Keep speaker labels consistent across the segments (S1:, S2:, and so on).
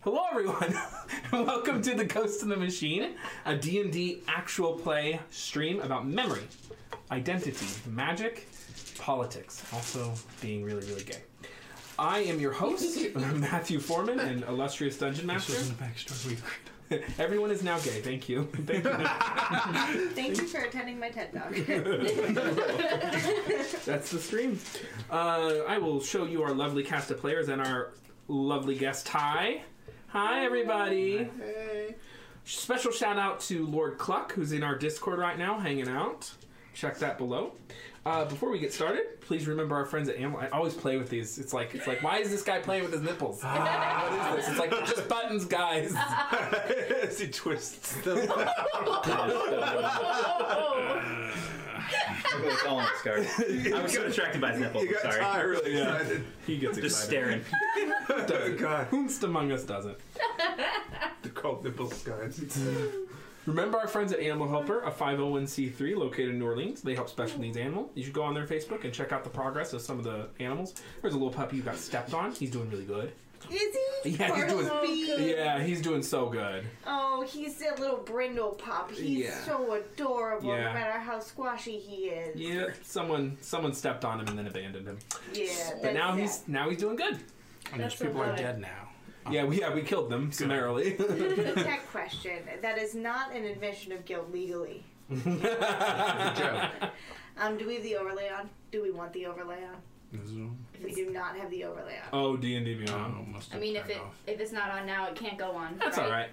S1: Hello, everyone. and Welcome to the Ghost in the Machine, a D&D actual play stream about memory, identity, magic, politics, also being really, really gay. I am your host, Matthew Foreman, an illustrious dungeon master.
S2: backstory.
S1: Everyone is now gay. Thank you. Thank you.
S3: Thank you for attending my TED Talk.
S1: That's the stream. Uh, I will show you our lovely cast of players and our lovely guest, Ty. Hi, everybody.
S2: Hey.
S1: Special shout out to Lord Cluck, who's in our Discord right now, hanging out. Check that below. Uh, before we get started, please remember our friends at Animal. I always play with these. It's like it's like why is this guy playing with his nipples? what is this? It's like they're just buttons, guys.
S2: As he twists them.
S4: Look at this all on his scar. I was so distracted by his nipple.
S2: You got
S4: Sorry.
S2: Ty really excited.
S1: He gets
S4: Just
S1: excited.
S4: staring.
S2: Oh, God.
S1: Whomst among us doesn't.
S2: They're called nipples, guys.
S1: Remember our friends at Animal Helper, a 501c3 located in New Orleans. They help special needs animals. You should go on their Facebook and check out the progress of some of the animals. There's a little puppy who got stepped on. He's doing really good.
S3: Is he?
S1: Yeah, he's doing-
S3: Bartleby.
S1: Yeah, he's doing so good.
S3: Oh, he's a little brindle pup. He's
S1: Yeah.
S3: so adorable,
S1: Yeah.
S3: no matter how squashy he is.
S1: Yeah, someone someone stepped on him and then abandoned him.
S3: Yeah,
S1: But
S3: that's
S1: now
S3: that.
S1: he's now he's doing good.
S5: And these
S6: That's a
S5: people are
S6: lot.
S5: dead now.
S1: Yeah, we yeah we killed them summarily.
S3: tech question. That is not an admission of guilt legally. Um, do we have the overlay on? Do we want the overlay on? If we do not have the overlay on.
S1: oh D and D Beyond.
S5: Oh, must
S6: I
S5: have
S6: mean, if
S5: turned
S6: it
S5: off.
S6: if it's not on now, it can't go on.
S1: That's all right.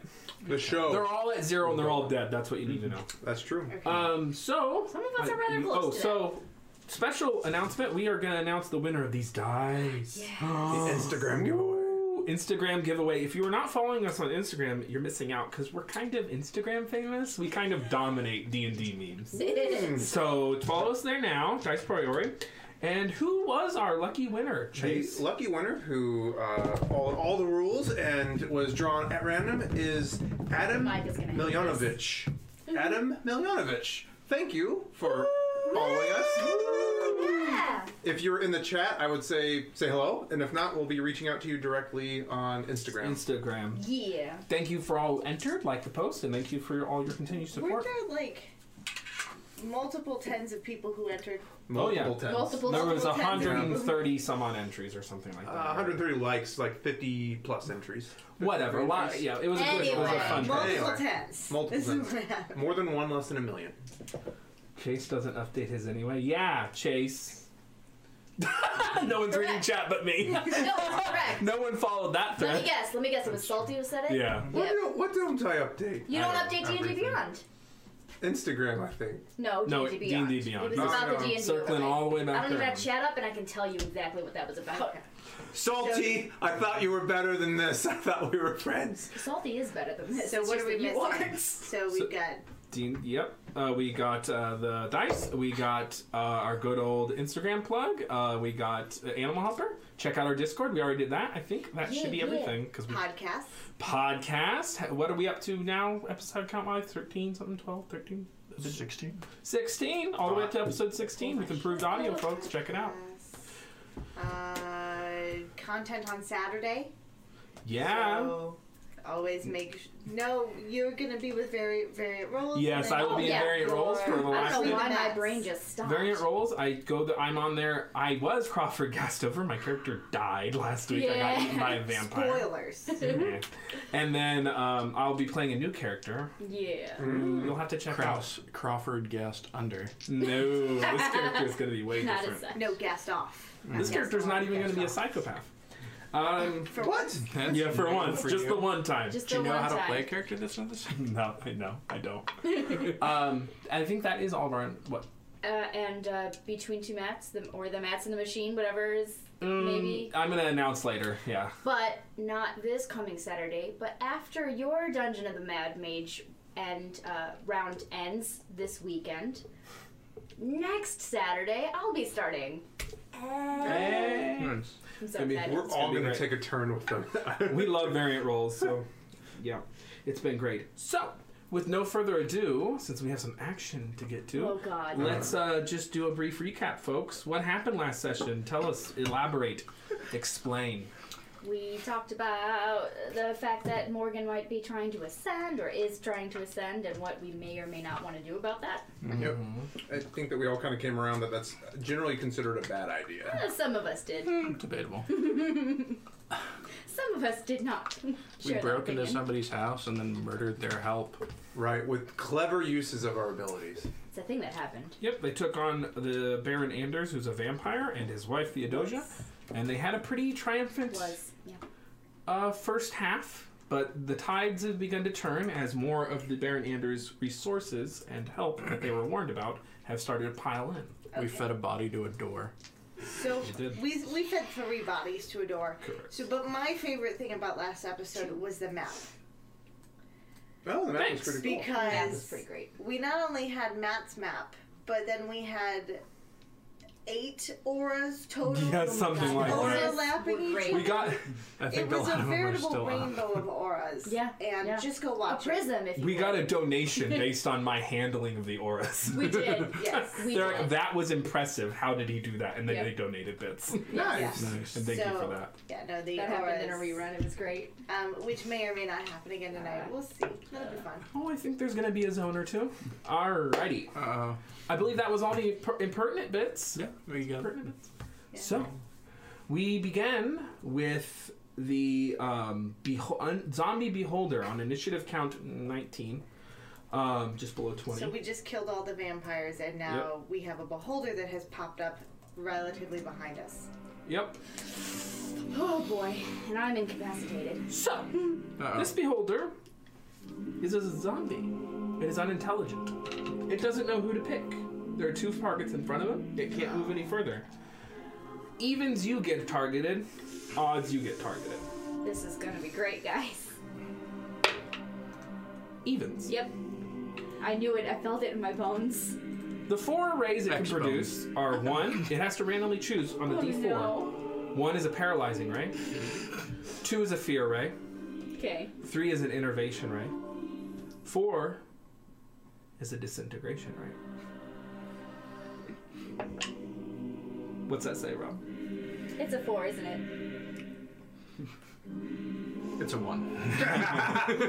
S2: The show.
S1: They're all at zero and they're all dead. That's what you need to know.
S2: That's true.
S3: Okay.
S1: Um, so
S6: Some of us are
S1: Uh,
S6: rather
S1: you-
S6: close
S1: Oh,
S6: to
S1: so special announcement. We are going to announce the winner of these dies.
S2: Oh. Instagram giveaway.
S1: Ooh, Instagram giveaway. If you are not following us on Instagram, you're missing out because we're kind of Instagram famous. We kind of dominate D and D memes.
S6: that.
S1: So follow us there now, Dice Priori. And who was our lucky winner,
S2: The
S1: Chase?
S2: lucky winner who uh, followed all the rules and was drawn at random is Adam
S6: Mike is gonna hate
S2: Miljanovich. Adam Miljanovich. Thank you for following us.
S6: yeah.
S2: If you're in the chat, I would say say hello, and if not, we'll be reaching out to you directly on Instagram.
S1: Instagram.
S6: Yeah.
S1: Thank you for all who entered, like the post, and thank you for your, all your continued support.
S3: Weren't there like multiple tens of people who entered?
S1: Oh, yeah.
S2: Multiple times.
S6: Multiple.
S1: There was
S6: multiple tens of
S1: 130 some odd entries or something like that.
S2: Uh, 130 likes, like 50 plus entries.
S1: Whatever. A lot, yeah, it was a good, it was a fun. time.
S6: Anyway.
S3: Multiple
S2: Anyway.
S3: tens.
S2: Multiple
S3: this
S2: tens.
S3: Is what happened.
S2: More than one, less than a million.
S1: Chase doesn't update his anyway. Yeah, Chase. no one's reading chat but me.
S6: people. No, it's correct.
S1: no one followed that
S6: Let me
S1: thread.
S6: guess. Let me guess. It was salty who said it.
S1: Yeah.
S2: What,
S6: Yep.
S2: don't, what don't I update?
S6: You don't
S2: I
S6: update D and D
S2: everything.
S6: Beyond.
S2: Instagram, I think.
S6: No,
S1: No,
S6: D&D
S1: it-
S6: Beyond.
S1: D&D Beyond.
S6: It was
S2: No,
S6: about
S2: no,
S6: the
S2: no.
S6: D and D.
S1: Circling all the way
S6: I
S1: back
S6: don't even
S1: around.
S6: have chat up, and I can tell you exactly what that was about.
S2: Salty, I thought you were better than this. I thought we were friends.
S6: Salty is better than this.
S3: So
S6: It's
S3: what
S6: just
S3: are we
S6: that you
S3: missing?
S6: aren't.
S3: So we've got
S1: Dean, yep. Uh, we got uh, the dice. We got uh, our good old Instagram plug. Uh, we got uh, Animal Helper. Check out our Discord. We already did that. I think that
S6: Yeah,
S1: should be
S6: yeah.
S1: everything because we
S3: podcasts.
S1: podcast. What are we up to now? Episode count wise 13, something 12, 13,
S5: 16?
S1: 16, all the way up to episode 16 with improved audio, folks. Check it out.
S3: Uh, content on Saturday.
S1: Yeah.
S3: So always make. Sh- no, you're gonna be with variant variant roles.
S1: Yes,
S3: and then- Oh,
S1: I will be in
S6: Yeah.
S1: variant roles for the
S3: I
S6: I
S1: last
S6: don't know
S3: Actually,
S6: why
S3: the
S6: my
S3: mess.
S6: brain just stopped.
S1: Variant roles, I go. The, I'm on there. I was Crawford Gastover. My character died last week. I got eaten by a vampire.
S3: Spoilers.
S1: Mhm. and then um, I'll be playing a new character.
S6: Yeah.
S1: who You'll have to check
S5: Kraus, Crawford, Guest, Under.
S1: out. No, this character is going to be way
S6: Not as
S1: different.
S6: such.
S3: no guest off.
S1: This character's not even going to be a psychopath. Um,
S3: For
S2: What?
S1: yeah, for once,
S5: for
S1: just
S5: you.
S1: the one time.
S6: Just
S5: Do you
S6: the
S5: know
S6: one
S5: how to
S6: time.
S5: play a character that's not the same?
S1: no, I no, I don't. um, I think that is all of our what.
S6: Uh, and uh, between two mats, the, or the mats and the machine, whatever is
S1: Mm,
S6: maybe.
S1: I'm going to announce later. Yeah.
S6: But not this coming Saturday, but after your Dungeon of the Mad Mage and uh, round ends this weekend. Next Saturday, I'll be starting.
S1: Hey.
S6: I'm so
S1: I mean,
S6: excited.
S2: We're all
S1: be
S2: going to
S1: great.
S2: take a turn with them.
S1: we love variant roles, so yeah, it's been great. So, with no further ado, since we have some action to get to,
S6: Oh, God.
S1: let's uh, just do a brief recap, folks. What happened last session? Tell us, elaborate, explain.
S6: We talked about the fact that Morgan might be trying to ascend or is trying to ascend and what we may or may not want to do about that.
S2: Yep. I think that we all kind of came around that that's generally considered a bad idea.
S6: Uh, Some of us did.
S5: Debatable.
S6: Some of us did not.
S5: We
S6: Share that
S5: broke into
S6: opinion.
S5: somebody's house and then murdered their help.
S2: Right, with clever uses of our abilities.
S6: It's a thing that happened.
S1: Yep, they took on the Baron Anders, who's a vampire, and his wife Theodosia, and they had a pretty triumphant
S6: Was yeah.
S1: uh, first half. But the tides have begun to turn as more of the Baron Anders' resources and help that they were warned about have started to pile in.
S5: We
S3: Okay.
S5: fed a body to a door.
S3: So
S1: did.
S3: we we fed three bodies to a door.
S1: Correct.
S3: So, but my favorite thing about last episode was the map
S2: Oh, the map
S1: Thanks.
S2: was pretty cool.
S6: That was
S3: because
S6: pretty great.
S3: we not only had Matt's map, but then we had eight auras total. Oh
S1: Yeah, something
S6: like that.
S3: overlapping
S6: Auras were
S3: each
S6: great.
S1: We got
S5: I think
S3: It was
S5: a lot
S3: a
S5: of them are
S3: veritable
S5: still on.
S3: rainbow of auras.
S6: Yeah,
S3: And
S6: yeah.
S3: just go
S6: A
S3: watch it.
S6: prism, if you
S1: we
S6: will.
S1: got a donation based on my handling of the auras.
S6: We did.
S3: Yes.
S6: We
S1: They're
S6: did.
S1: like, that was impressive. How did he do that? And then
S6: Yeah.
S1: they donated bits. And
S2: Nice.
S5: Nice.
S1: thank you
S3: So-
S1: for that.
S3: Yeah, no, the
S6: That
S3: auras.
S6: happened in a rerun. Ah. It was great.
S3: Um, which may or may not happen again tonight. We'll see. That'll be fun.
S1: Oh, I think there's gonna be a zone or two. Alrighty.
S5: Uh-oh.
S1: I believe that was all the imper- impertinent bits.
S5: Yeah, we got
S1: Impertinent bits. So, we began with the um, beho- un- zombie beholder on initiative count 19, um, just below 20.
S3: So we just killed all the vampires, and now we have a beholder that has popped up relatively behind us.
S1: yep.
S6: Oh boy, and I'm incapacitated.
S1: So,
S5: Uh-oh.
S1: This beholder is a zombie. It is unintelligent. It doesn't know who to pick. There are two targets in front of him. It can't move any further. Evens you get targeted, odds you get targeted.
S6: This is gonna be great, guys.
S1: Evens.
S6: Yep. I knew it. I felt it in my bones.
S1: The four arrays it can
S5: Expo.
S1: produce are one, it has to randomly choose on the
S6: Oh,
S1: D4.
S6: no.
S1: One is a paralyzing ray, two is a fear ray,
S6: Okay.
S1: three is an innervation ray, four is a disintegration ray. What's that say, Rob?
S6: It's a four, isn't it?
S5: It's a one.
S1: Gilly,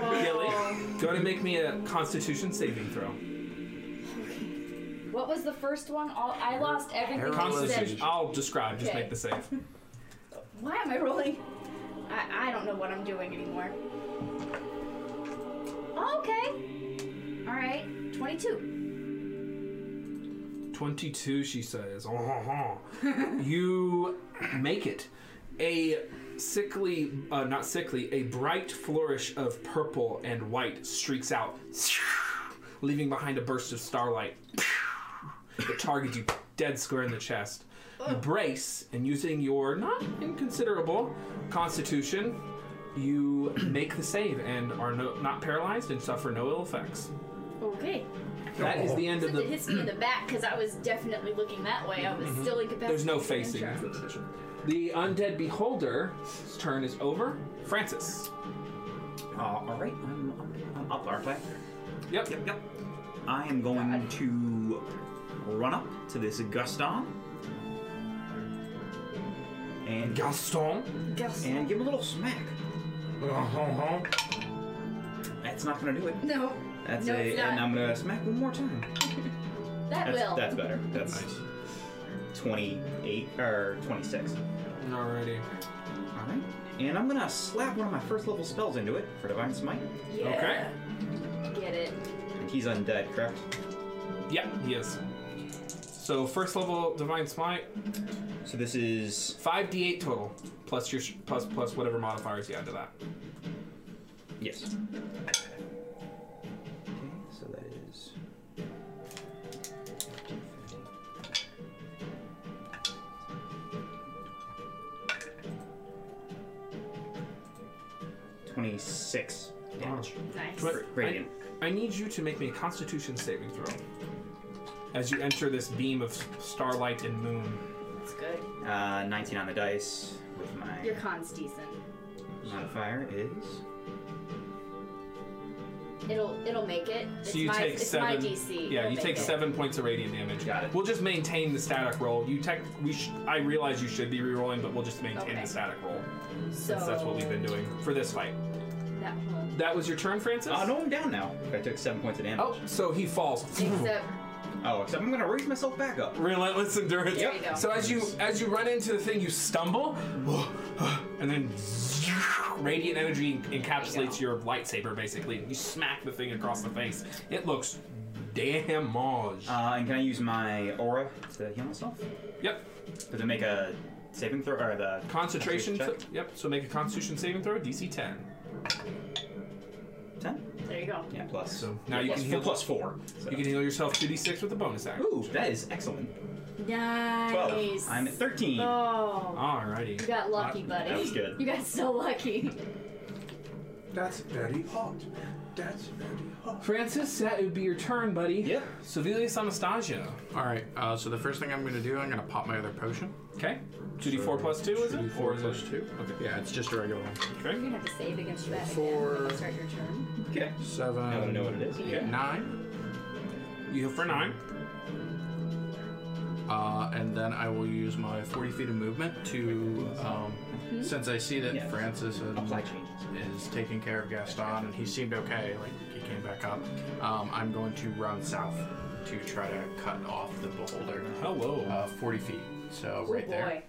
S6: Oh.
S1: go ahead and make me a Constitution saving throw.
S6: What was the first one? All I lost everything. you
S1: Constitution.
S6: said.
S1: I'll describe. Just
S6: Okay.
S1: make the save.
S6: Why am I rolling? I, I don't know what I'm doing anymore. Okay. All right. Twenty-two.
S1: Twenty-two, she says. you make it. A sickly, uh, not sickly, a bright flourish of purple and white streaks out, leaving behind a burst of starlight. It targets you dead square in the chest. You brace, and using your not inconsiderable constitution, you make the save and are no, not paralyzed and suffer no ill effects.
S6: Okay.
S1: That is the end of
S6: Except it
S1: the.
S6: hits me in the back because I was definitely looking that way. I was still incapacitated.
S1: There's no
S6: and
S1: facing in
S6: trapped.
S1: fifth edition. The undead beholder's turn is over. Francis.
S4: Uh, all right, I'm, I'm, I'm up. Our plan.
S1: Yep.
S4: Yep, yep. I am going to run up to this Gaston and
S1: Gaston.
S4: and give him a little smack.
S2: Uh-huh.
S4: That's not gonna do it.
S6: No.
S4: That's
S6: No,
S4: a,
S6: it's not.
S4: and I'm gonna smack one more time.
S6: That
S4: That's,
S6: will.
S4: that's better. That's
S5: Nice.
S4: 28 or 26.
S1: Alrighty.
S4: All right, and I'm gonna slap one of my first level spells into it for divine smite.
S6: Yeah. Okay. Get it.
S4: He's undead, correct?
S1: Yep, he is. So first level divine smite,
S4: So this is
S1: five d8 total, plus your plus plus whatever modifiers you add to that.
S4: yes. Okay, so that is. Twenty-six damage.
S6: Nice.
S1: But
S4: Radiant.
S1: I, I need you to make me a Constitution saving throw as you enter this beam of starlight and moon.
S6: That's good.
S4: Uh, Nineteen on the dice with my.
S6: Your con's decent.
S4: Modifier is
S6: It'll it'll make it. It's
S1: So you
S6: my,
S1: take
S6: it's
S1: seven.
S6: my DC.
S1: Yeah,
S6: It'll
S1: you
S6: make
S1: take
S6: it.
S1: seven points of radiant damage.
S4: Got it.
S1: We'll just maintain the static roll. You tech. We. Sh- I realize you should be rerolling, but we'll just maintain
S6: Okay. Oh.
S1: the static roll
S6: So
S1: since that's what we've been doing for this fight.
S6: That one.
S1: That was your turn, Francis.
S4: Uh, no, I'm down now. I took seven points of damage.
S1: Oh, so he falls.
S6: Except
S4: Oh, except I'm gonna raise myself back up.
S1: Relentless endurance.
S6: There you go.
S1: So as you as you run into the thing, you stumble, and then radiant energy encapsulates your lightsaber. Basically, you smack the thing across the face. It looks damage.
S4: Uh, and can I use my aura to heal myself?
S1: yep.
S4: Does it make a saving throw or the
S1: Concentration.
S4: check?
S1: so- yep. So make a Constitution saving throw, DC 10.
S4: Ten.
S6: there you go.
S4: Yeah, plus.
S1: So now you
S4: plus
S1: can
S4: four,
S1: heal.
S4: plus four. So.
S1: You can heal yourself 2d6 with a bonus action.
S4: Ooh, that is excellent. Twelve.
S6: Nice.
S4: I'm at thirteen.
S6: Oh. You
S1: Alrighty.
S6: got lucky, buddy.
S4: That was good.
S6: You got so lucky.
S2: That's very hot. That's very hot.
S1: Francis, that would be your turn, buddy.
S4: Yeah.
S1: Sevelius Anastasia.
S5: All right. Uh, so the first thing I'm going to do, I'm going to pop my other potion.
S1: Okay. 2d4 plus 2, is it?
S5: 2d4
S1: is
S5: plus
S1: it?
S5: 2.
S1: Okay.
S5: Yeah, it's just a regular one.
S6: You're gonna have to save against that again when
S5: Four.
S6: you start your turn.
S4: Okay.
S5: Seven.
S4: I don't know what it is.
S5: eight, Nine.
S1: You heal for 9.
S5: Uh, and then I will use my 40 feet of movement to, um,
S6: Mm-hmm.
S5: since I see that
S4: Yeah.
S5: Francis and
S4: Apply changes.
S5: is taking care of Gaston, and he seemed okay. Like he came back up. Um, I'm going to run south to try to cut off the beholder.
S1: Hello.
S5: Uh, 40 feet. So right
S6: oh boy.
S5: there.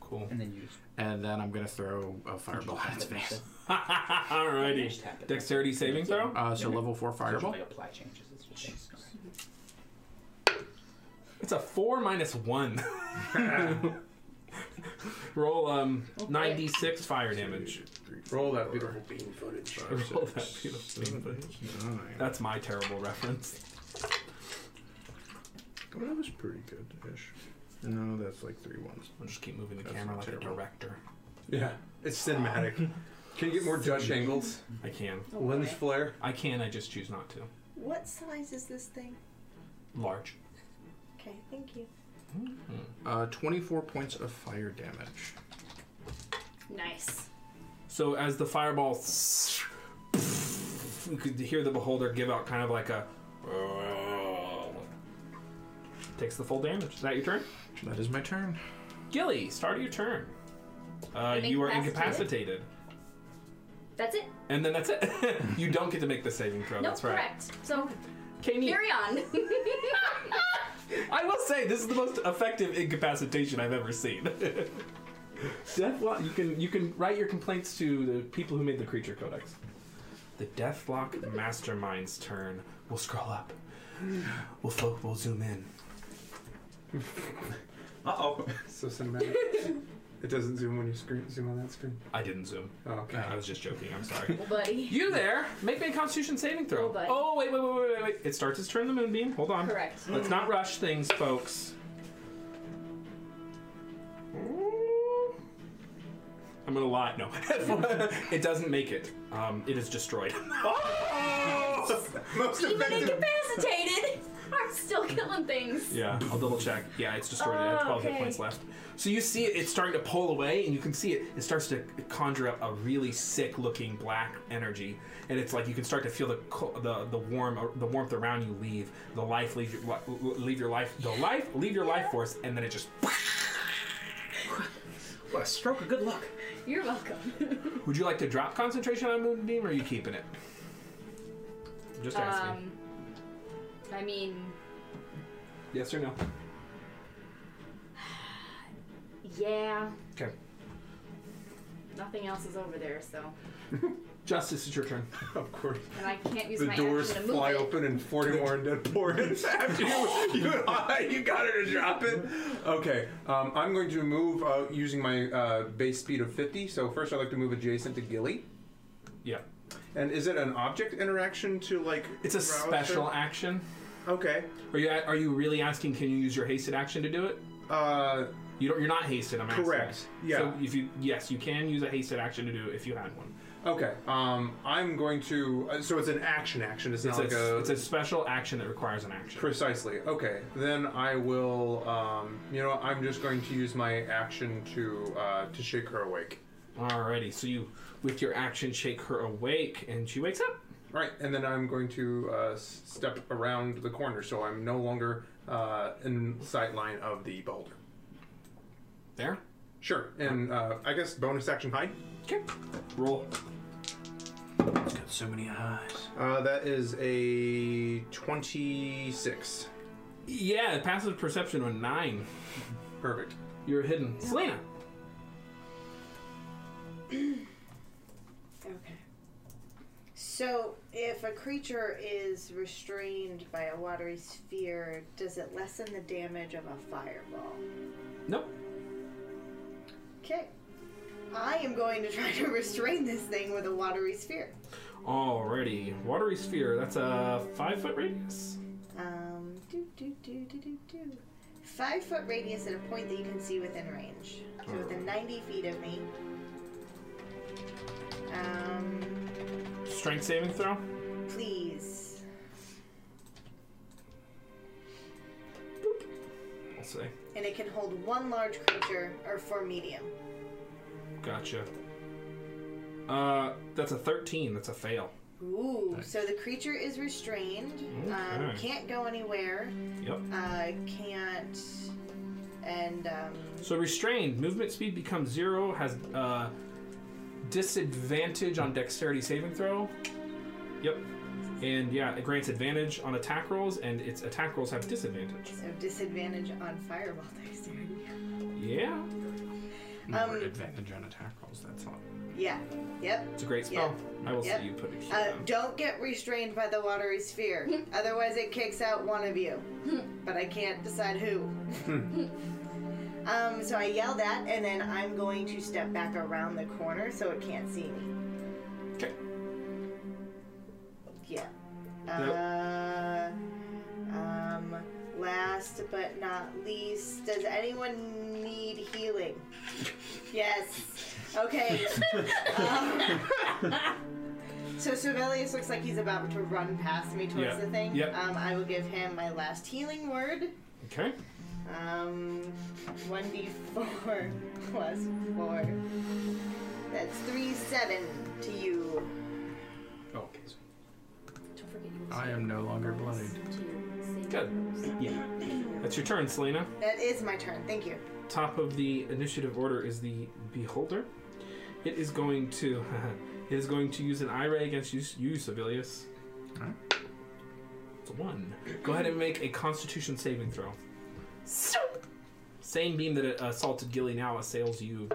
S1: cool.
S4: And then you just
S5: And then I'm gonna throw a fireball at its face.
S1: Alrighty. Dexterity saving throw?
S5: Uh, so level four
S4: Fireball.
S5: fireball.
S4: apply changes. It's just
S1: It's a 4 minus 1. Roll um 9d6 fire damage.
S2: Roll that beautiful bean footage.
S5: Oh,
S1: Roll that beautiful thing, buddy.
S5: Nine.
S1: That's my terrible reference.
S5: Well, that was pretty good-ish. No, that's like three ones.
S1: I'll just keep moving the
S5: That's
S1: camera
S5: not
S1: like a
S5: terrible.
S1: director.
S2: Yeah, it's cinematic. Can you get more Dutch angles?
S1: I can.
S6: Oh,
S2: Lens
S6: boy.
S2: flare?
S1: I can, I just choose not to.
S3: What size is this thing?
S1: Large.
S3: Okay, thank you.
S5: Uh, Twenty-four points of fire damage.
S6: Nice.
S1: So as the fireball, you could hear the beholder give out kind of like a. Takes the full damage. Is that your turn?
S5: That is my turn.
S1: Gilly, start of your turn. Uh,
S6: I'm
S1: you are
S6: incapacitated?
S1: incapacitated.
S6: That's it.
S1: And then that's it. you don't get to make the saving throw.
S6: No,
S1: that's right.
S6: correct. So
S1: Katie,
S6: carry on.
S1: I will say this is the most effective incapacitation I've ever seen. Deathlock. You can you can write your complaints to the people who made the creature codex. The Deathlock Mastermind's turn. We'll scroll up. We'll fo- We'll zoom in.
S4: Uh oh.
S2: So cinematic. it doesn't zoom when you screen, zoom on that screen.
S1: I didn't zoom.
S2: Oh, okay.
S1: I was just joking. I'm sorry.
S6: buddy.
S1: You there? Make me a Constitution saving throw.
S6: Oh, bud.
S1: oh wait, wait, wait, wait, wait, wait. It starts its turn. The moonbeam. Hold on.
S6: Correct.
S1: Let's not rush things, folks. I'm gonna lie. No, it doesn't make it. Um, it is destroyed.
S2: Most
S6: Even
S2: effective.
S6: incapacitated. I'm still killing things.
S1: yeah, I'll double check. Yeah, it's destroyed. it had
S6: Oh,
S1: 12 hit
S6: okay.
S1: points left. So you see it, it's starting to pull away, and you can see it. It starts to conjure up a really sick-looking black energy, and it's like you can start to feel the co- the the warm the warmth around you leave the life leave your li- leave your life the life leave your life force, and then it just.
S4: What a stroke of good luck.
S6: You're welcome.
S1: Would you like to drop concentration on Moonbeam, or are you keeping it? Just asking.
S6: um, I mean,
S1: yes or no?
S6: yeah.
S1: Okay.
S6: Nothing else is over there, so
S1: Justice, it's your turn.
S2: Of course.
S6: and I can't use
S2: The
S6: my
S2: doors
S6: action to move
S2: fly
S6: it.
S2: open and 40 more undead pour in after you, you, and I, you got her to drop it. Okay, um, I'm going to move uh, using my uh, base speed of 50. So first I'd like to move adjacent to Gilly.
S1: Yeah.
S2: And is it an object interaction to like?
S1: It's a
S2: rouse her?
S1: special action.
S2: Okay.
S1: Are you are you really asking? Can you use your hasted action to do it?
S2: Uh,
S1: You don't. You're not hasted. I'm asking.
S2: Correct, yeah.
S1: So if you yes, you can use a hasted action to do it if you had one.
S2: okay. Um, I'm going to. Uh, so it's an action action. It's,
S1: It's,
S2: not like
S1: a,
S2: a.
S1: it's a special action that requires an action.
S2: Precisely. Okay. Then I will. Um, you know, I'm just going to use my action to uh, to shake her awake.
S1: Alrighty. So you with your action shake her awake, and she wakes up.
S2: All right, and then I'm going to uh, s- step around the corner, so I'm no longer uh, in sight line of the boulder.
S1: There.
S2: Sure, and uh, I guess bonus action hide.
S1: Okay. Roll.
S5: got so many eyes.
S2: Uh, that is a 26.
S1: Yeah, passive perception on nine.
S2: Perfect.
S1: You're hidden. Selena.
S3: Okay. So, if a creature is restrained by a watery sphere, does it lessen the damage of a fireball?
S1: Nope.
S3: Okay. I am going to try to restrain this thing with a watery sphere.
S1: Alrighty. Watery sphere. That's a five foot radius.
S3: Um, do, do, do, do, do, do. Five foot radius at a point that you can see within range. So within 90 feet of me. Um,
S1: Strength saving throw.
S3: please.
S1: I'll say.
S3: And it can hold one large creature or four medium.
S1: Gotcha. Uh, that's a thirteen. That's a fail.
S3: Ooh, so the creature is restrained, um,
S1: Okay.
S3: can't go anywhere,
S1: Yep.
S3: uh, can't, and um,
S1: So restrained. Movement speed becomes zero. Has uh, disadvantage on dexterity saving throw. Yep. And yeah, it grants advantage on attack rolls, and its attack rolls have disadvantage.
S3: so disadvantage on fireball dexterity.
S1: Yeah,
S5: More
S3: Um,
S5: advantage on attack rolls. That's all.
S3: Yeah, yep.
S1: it's a great spell. I will
S3: Yep.
S1: see you put it.
S3: Uh,
S1: down.
S3: don't get restrained by the watery sphere, otherwise it kicks out one of you. but I can't decide who. um, so I yell that, and then I'm going to step back around the corner so it can't see me.
S1: Okay.
S3: Yeah. Uh, um, last but not least, does anyone need healing? yes. Okay. um, so Sibelius looks like he's about to run past me towards
S1: Yeah.
S3: the thing.
S1: Yep.
S3: Um, I will give him my last healing word.
S1: Okay.
S3: Um, 1d4 plus 4. That's 3 7 to you.
S5: Oh,
S6: Don't forget you.
S5: I am no longer bloodied.
S1: Good. Yeah. That's your turn, Selena.
S3: That is my turn. Thank you.
S1: top of the initiative order is the beholder. It is going to it is going to use an eye ray against you, you Sevilius.
S5: Alright.
S1: It's a one. Go ahead and make a Constitution saving throw. Same beam that uh, assaulted Gilly now assails you.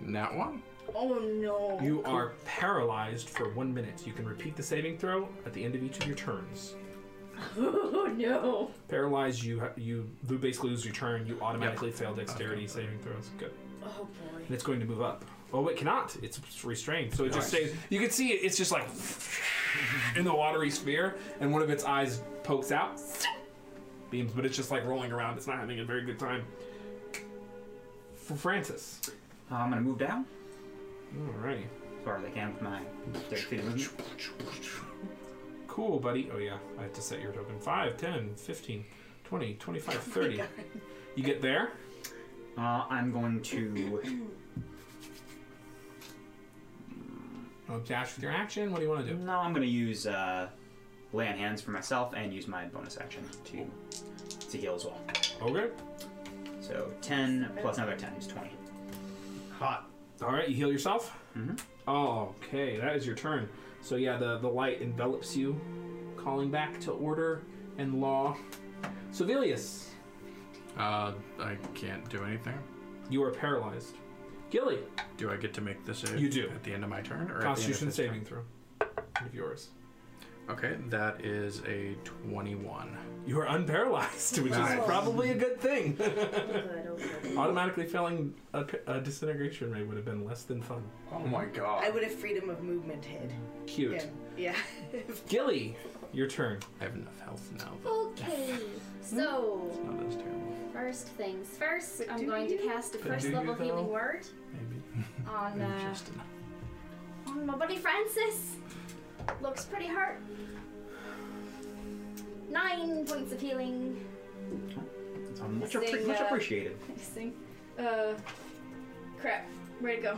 S5: Not one.
S6: Oh no.
S1: You are paralyzed for one minute. You can repeat the saving throw at the end of each of your turns.
S6: Oh no.
S1: Paralyzed, you ha- you lo- basically lose your turn. You automatically fail dexterity saving throws. Good.
S6: Oh boy.
S1: and it's going to move up. Oh, it cannot. It's restrained, so it just stays. You can see it, it's just like in the watery sphere, and one of its eyes pokes out, beams, but it's just like rolling around. It's not having a very good time. For Francis,
S4: Uh, I'm gonna move down
S1: alrighty,
S4: as far as I can with my 30 feet of movement.
S1: cool, buddy. Oh yeah, I have to set your token. 5, 10, 15, 20, 25, 30. you get there.
S4: Uh, I'm going to.
S1: No dash with your action. What do you want to do?
S4: No, I'm gonna use uh, lay on hands for myself and use my bonus action to to heal as well.
S6: Mm.
S1: Okay.
S4: So 10 plus another 10 is 20.
S5: Hot.
S1: All right, you heal yourself.
S4: Mhm.
S1: Oh, okay, that is your turn. So yeah, the the light envelops you, calling back to order and law. Sevilius,
S5: Uh, I can't do anything.
S1: you are paralyzed. Gilly,
S5: Do I get to make the save?
S1: You do.
S5: At the end of my turn? Or at the end of
S1: Constitution
S5: his
S1: saving throw. Of yours,
S5: turn? Okay, that is a 21.
S1: you are unparalyzed, which
S5: Nice.
S1: is probably a good thing.
S6: Good, oh good.
S1: Automatically failing a, pa- a disintegration ray would have been less than fun.
S2: Oh my god.
S3: I would have freedom of movement hid.
S1: Cute.
S3: Yeah. Yeah.
S1: Gilly, your turn.
S5: I have enough health now. but
S6: Okay. So,
S5: Not as terrible.
S6: first things first, I'm
S3: do
S6: going to
S3: you-
S6: cast a
S1: but
S6: first
S1: do you
S6: level
S1: though?
S6: healing word
S5: Maybe.
S6: on
S5: Maybe
S6: uh,
S5: just enough.
S6: on my buddy Francis. Looks pretty hurt. Nine points of healing.
S4: It's much,
S6: This
S4: appre-
S6: thing,
S4: much
S6: uh,
S4: appreciated.
S6: Next thing. Uh, crap. Where'd it go?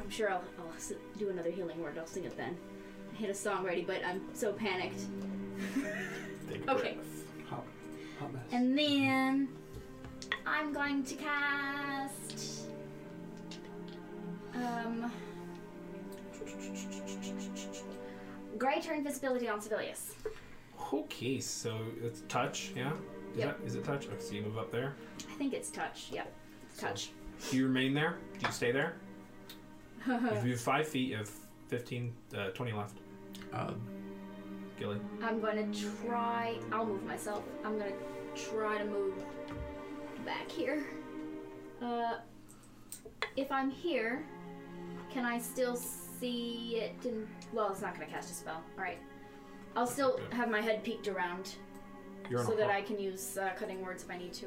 S6: I'm sure I'll, I'll s- do another healing word. I'll sing it then. I had a song ready, but I'm so panicked. okay.
S2: Hop- hop mess.
S6: And then I'm going to cast. Um. Greater invisibility on Sevilius.
S1: Okay, so it's touch, yeah? Is,
S6: Yep.
S1: that, is it touch? Okay, so you move up there.
S6: I think it's touch. Yep. Touch.
S1: Do you remain there? Do you stay there? If you have five feet, you have 15, uh, 20 left.
S5: Uh,
S1: Gilly.
S6: I'm gonna try. I'll move myself. I'm gonna try to move back here. Uh, if I'm here, can I still see it? In, well, it's not gonna cast a spell. All right. I'll still have my head peeked around
S1: You're on
S6: so
S1: a
S6: that
S1: hop.
S6: I can use uh, cutting words if I need to.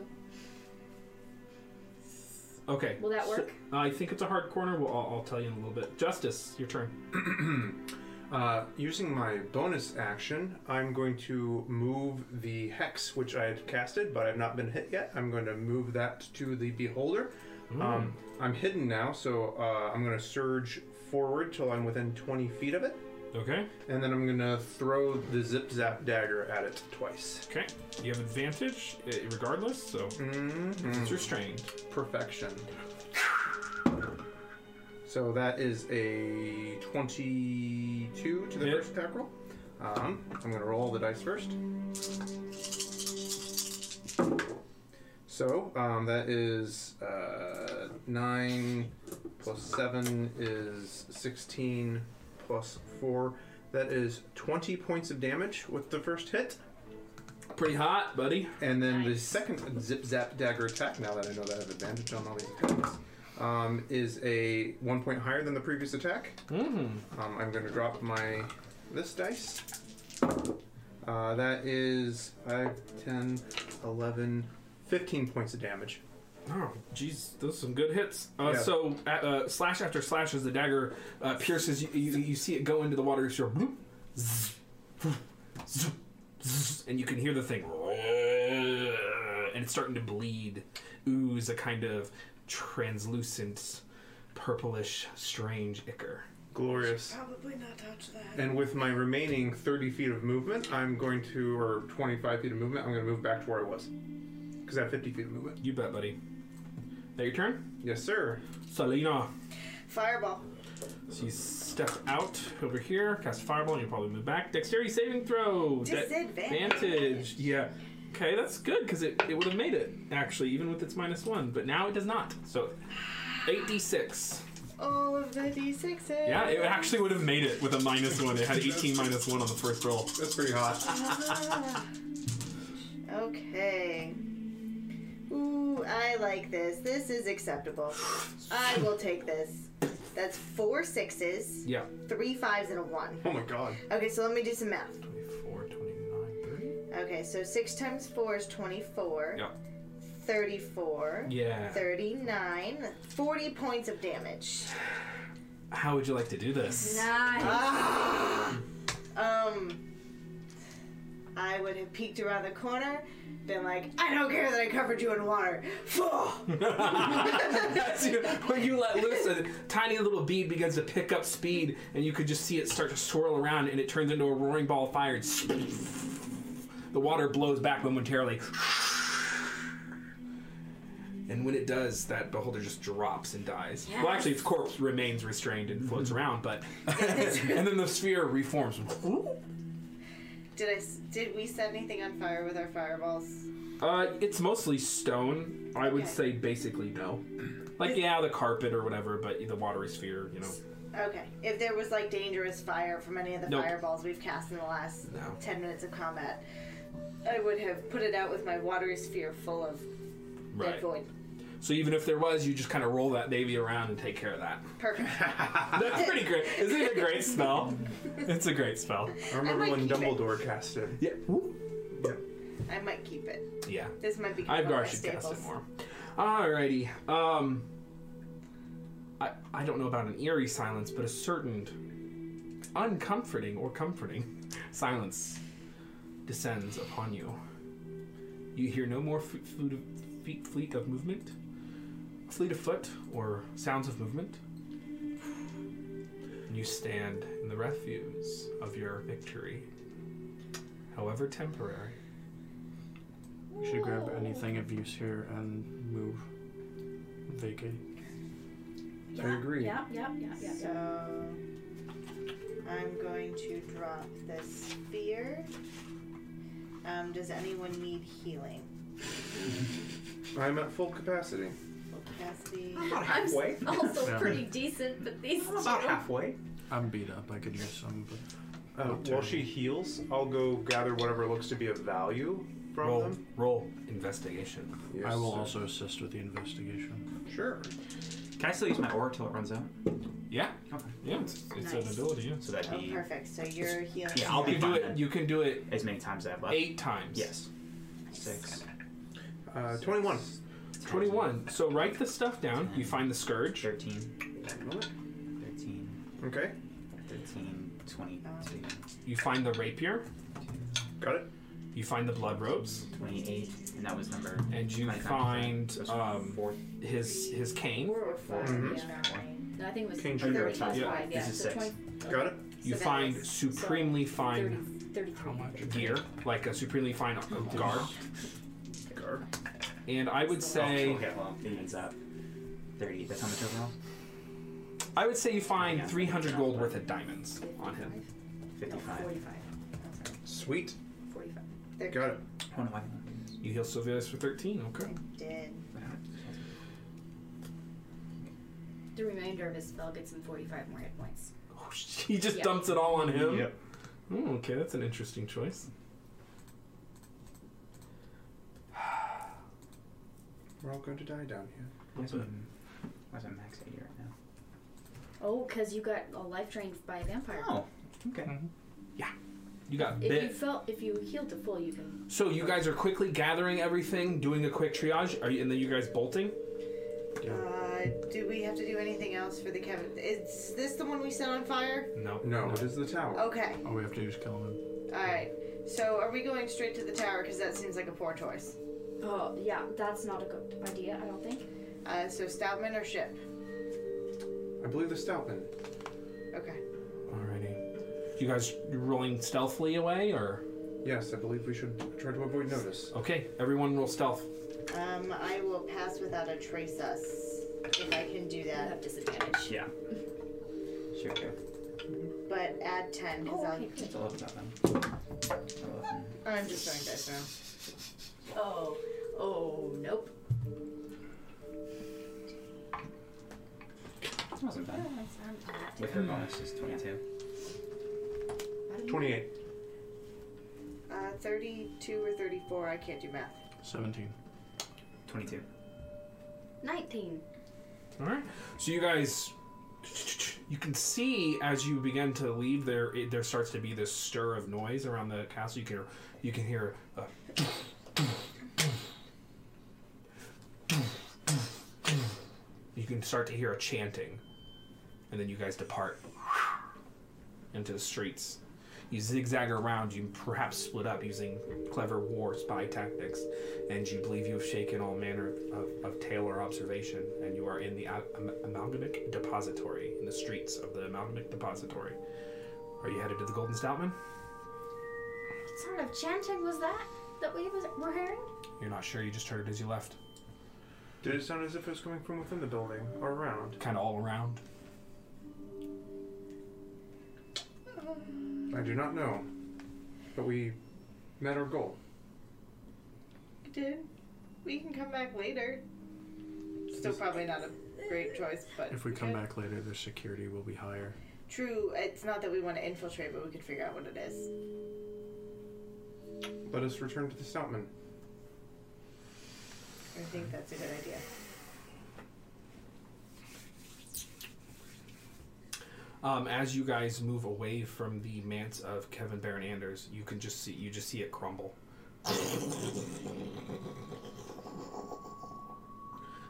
S1: Okay.
S6: Will that
S1: so-
S6: work?
S1: I think it's a hard corner. Well, I'll, I'll tell you in a little bit. Justice, your turn.
S2: Uh, using my bonus action, I'm going to move the hex which I had casted, but I've not been hit yet. I'm going to move that to the beholder. Um, I'm hidden now, so uh, I'm going to surge forward till I'm within 20 feet of it,
S1: Okay.
S2: and then I'm going to throw the zip zap dagger at it twice.
S1: Okay. You have advantage eh, regardless, so
S2: Mm-hmm.
S1: it's restrained.
S2: perfection. So that is a 22 to the
S1: Hit.
S2: first attack roll. Um, I'm going to roll the dice first. So um, that is uh, 9 plus 7 is 16 plus 4. That is 20 points of damage with the first hit.
S1: Pretty hot, buddy.
S2: And then the
S6: Nice.
S2: second zip zap dagger attack, now that I know that I have advantage on all these attacks, um, is a one point higher than the previous attack.
S1: Mm.
S2: Um, I'm going to drop my this dice. Uh, that is 5, 10, 11, 15 points of damage.
S1: Oh, jeez, those are some good hits. Uh,
S2: Yeah.
S1: So, uh, uh, slash after slash as the dagger uh, pierces, you, you, you see it go into the water. It's your bloop, zzz, bloop, zzz, zzz, and you can hear the thing, and it's starting to bleed, ooze a kind of translucent, purplish, strange ichor.
S2: Glorious.
S3: Probably not touch that.
S2: And with my remaining 30 feet of movement, I'm going to, or 25 feet of movement, I'm going to move back to where I was. Because I have 50 feet of movement.
S1: You bet, buddy. That your turn,
S2: Yes, sir.
S1: Selena.
S3: Fireball.
S1: So you step out over here, cast fireball, and you probably move back. Dexterity saving throw. De- Advantage.
S3: Disadvantage.
S1: Yeah. Okay, that's good because it, it would have made it, actually, even with its minus one, but now it does not. So 8d6.
S3: All of the d6s.
S1: Yeah, it actually would have made it with a minus one. It had 18 minus one on the first roll.
S2: That's pretty hot.
S3: Ah. okay. Ooh, I like this. This is acceptable. I will take this. That's four sixes,
S1: Yeah.
S3: three fives, and a one.
S2: Oh my god.
S3: Okay, so let me do some math.
S1: 24, 29, 30.
S3: Okay, so six times four is 24.
S1: Yeah.
S3: 34.
S1: Yeah.
S3: 39. 40 points of damage.
S1: How would you like to do this?
S6: Nice.
S3: Ah. um, I would have peeked around the corner, been like, I don't care that I covered you in water.
S1: That's you- when you let loose, a tiny little bead begins to pick up speed, and you could just see it start to swirl around, and it turns into a roaring ball of fire. and The water blows back momentarily. And when it does, that beholder just drops and dies. Well, actually, its corpse remains restrained and floats around, but. and then the sphere reforms.
S3: did I? s- Did we set anything on fire with our fireballs?
S1: Uh, it's mostly stone. I would
S3: Okay.
S1: say basically no. Like, yeah, the carpet or whatever, but the watery sphere, you know.
S3: Okay. If there was like dangerous fire from any of the
S1: Nope.
S3: fireballs we've cast in the last
S1: No.
S3: ten minutes of combat, I would have put it out with my watery sphere full of dead void.
S1: So even if there was, you just kind of roll that baby around and take care of that.
S3: Perfect.
S1: That's pretty great. Isn't it a great spell? It's a great spell.
S2: I remember
S3: might
S2: when
S3: keep it.
S2: Dumbledore casted.
S1: Yeah.
S3: I might keep it.
S1: Yeah.
S3: This might be. one of my
S1: Ibgar should
S3: staples.
S1: cast it more. Alrighty. Um. I I don't know about an eerie silence, but a certain uncomforting or comforting silence descends upon you. You hear no more f- fleet of, feet, fleet of movement, fleet of foot, or sounds of movement. You stand in the refuse of your victory, however temporary.
S5: We should grab anything of use here and move. Vacate.
S2: I agree.
S6: Yep, yep, yep, yep.
S3: So I'm going to drop this spear. Um, does anyone need healing?
S2: I'm at full capacity.
S3: Full capacity.
S4: About
S6: I'm s-
S4: halfway.
S6: also
S5: Yeah.
S6: pretty decent, but these two.
S4: About halfway.
S5: I'm beat up. I could use some, but
S2: Uh,
S5: Oh,
S2: while
S5: terrible.
S2: she heals, I'll go gather whatever looks to be of value from
S1: Roll,
S2: them.
S1: roll investigation.
S2: Yes,
S5: I will
S2: sir.
S5: also assist with the investigation.
S2: Sure.
S4: Can I still use my aura till it runs out?
S1: Yeah,
S4: Okay.
S1: yeah, it's, it's an
S3: Nice.
S1: ability. Yeah.
S4: So that'd
S3: Oh,
S4: be
S3: perfect. So you're healing.
S4: Yeah, I'll
S1: You
S4: be
S1: can do
S4: fine
S1: it.
S4: then.
S1: You can do it
S4: as many times as I have left.
S1: eight times.
S4: Yes. Six.
S2: Uh, 21.
S1: Twenty-one. So write the stuff down. You find the scourge.
S4: 13. 13.
S2: Okay,
S4: 13. 22.
S1: You find the rapier.
S2: got it.
S1: You find the blood robes,
S4: 28. And that was number.
S1: and you
S4: 29.
S1: find
S4: Those
S1: um,
S4: four.
S1: his his cane.
S6: Four or five,
S2: Mhm.
S6: yeah. No, I think it was
S2: King
S6: 30
S2: Judah.
S6: plus
S1: Yeah.
S6: five, yeah.
S4: This is
S6: so
S4: six.
S6: 20,
S2: Got it.
S1: You
S6: So that
S1: find
S6: is-
S1: supremely
S6: so
S1: fine
S6: 30, 33.
S1: gear, like a supremely fine uh, guard.
S2: Guard.
S1: And I would say,
S4: Oh, Okay, well, it ends up 30. That's how much overall?
S1: I would say you find 300 gold worth of diamonds on him.
S4: 55.
S6: 45.
S2: Sweet.
S6: 45.
S3: They're
S2: Got it.
S4: I don't know why I don't do
S1: You heal Sylvius for 13. Okay.
S3: dead.
S6: The remainder of his spell gets him 45 more hit points.
S1: Oh, sh- he just
S6: Yeah.
S1: dumps it all on
S4: this.
S1: him. Hmm, okay, that's an interesting choice.
S2: We're all going to die down here.
S4: Why's my, why's my max 80 right now?
S6: Oh, because you got a life drained by a vampire.
S4: Oh, okay.
S1: Mm-hmm. You got
S6: If you
S1: bit.
S6: felt, if you healed to full, you can.
S1: So you guys are quickly gathering everything, doing a quick triage. Are you, and then you guys bolting?
S3: Uh, do we have to do anything else for the Kevin? Is this the one we set on fire?
S1: No.
S2: No, it is the tower.
S3: Okay.
S5: All we have to do is kill him.
S3: All right. So are we going straight to the tower? Because that seems like a poor choice.
S6: Oh, yeah, that's not a good idea. I don't think.
S3: Uh, so Stoutman or ship?
S2: I believe the Stalpin.
S3: Okay.
S1: Alrighty. You guys rolling stealthily away, or
S2: Yes, I believe we should try to avoid notice.
S1: okay? Everyone roll stealth.
S3: Um, I will pass without a trace us if I can do
S6: I
S3: that,
S6: have disadvantage.
S4: Yeah. Sure, sure.
S3: but add ten because
S6: Oh, okay, cool.
S4: It's 11 about them. 11.
S3: I'm, I'm just throwing dice around.
S6: Oh, oh, nope.
S4: That wasn't bad. With her bonus is 22.
S2: 28.
S3: Uh, thirty-two or thirty-four. I can't do math.
S5: 17.
S4: 22.
S6: 19.
S1: All right. So you guys, you can see as you begin to leave, there it, there starts to be this stir of noise around the castle. You can you can hear. A you can start to hear a chanting, and then you guys depart into the streets. You zigzag around. You perhaps split up using clever war spy tactics and you believe you have shaken all manner of, of tale or observation, and you are in the Al- Am- Amalgamic Depository, in the streets of the Amalgamic Depository. Are you headed to the Golden Stoutman?
S6: What sort of chanting was that that we was, were hearing?
S1: You're not sure, you just heard it as you left.
S2: Did it sound as if it was coming from within the building or around?
S1: Kind of all around.
S2: I do not know. But we met our goal.
S3: Dude, we can come back later. Still probably not a great choice, but
S5: If we come back later, their security will be higher.
S3: True, it's not that we want to infiltrate, but we could figure out what it is.
S2: Let us return to the Stoutman.
S3: I think that's a good idea.
S1: Um, as you guys move away from the manse of Kevin Baron Anders, you can just see you just see it crumble.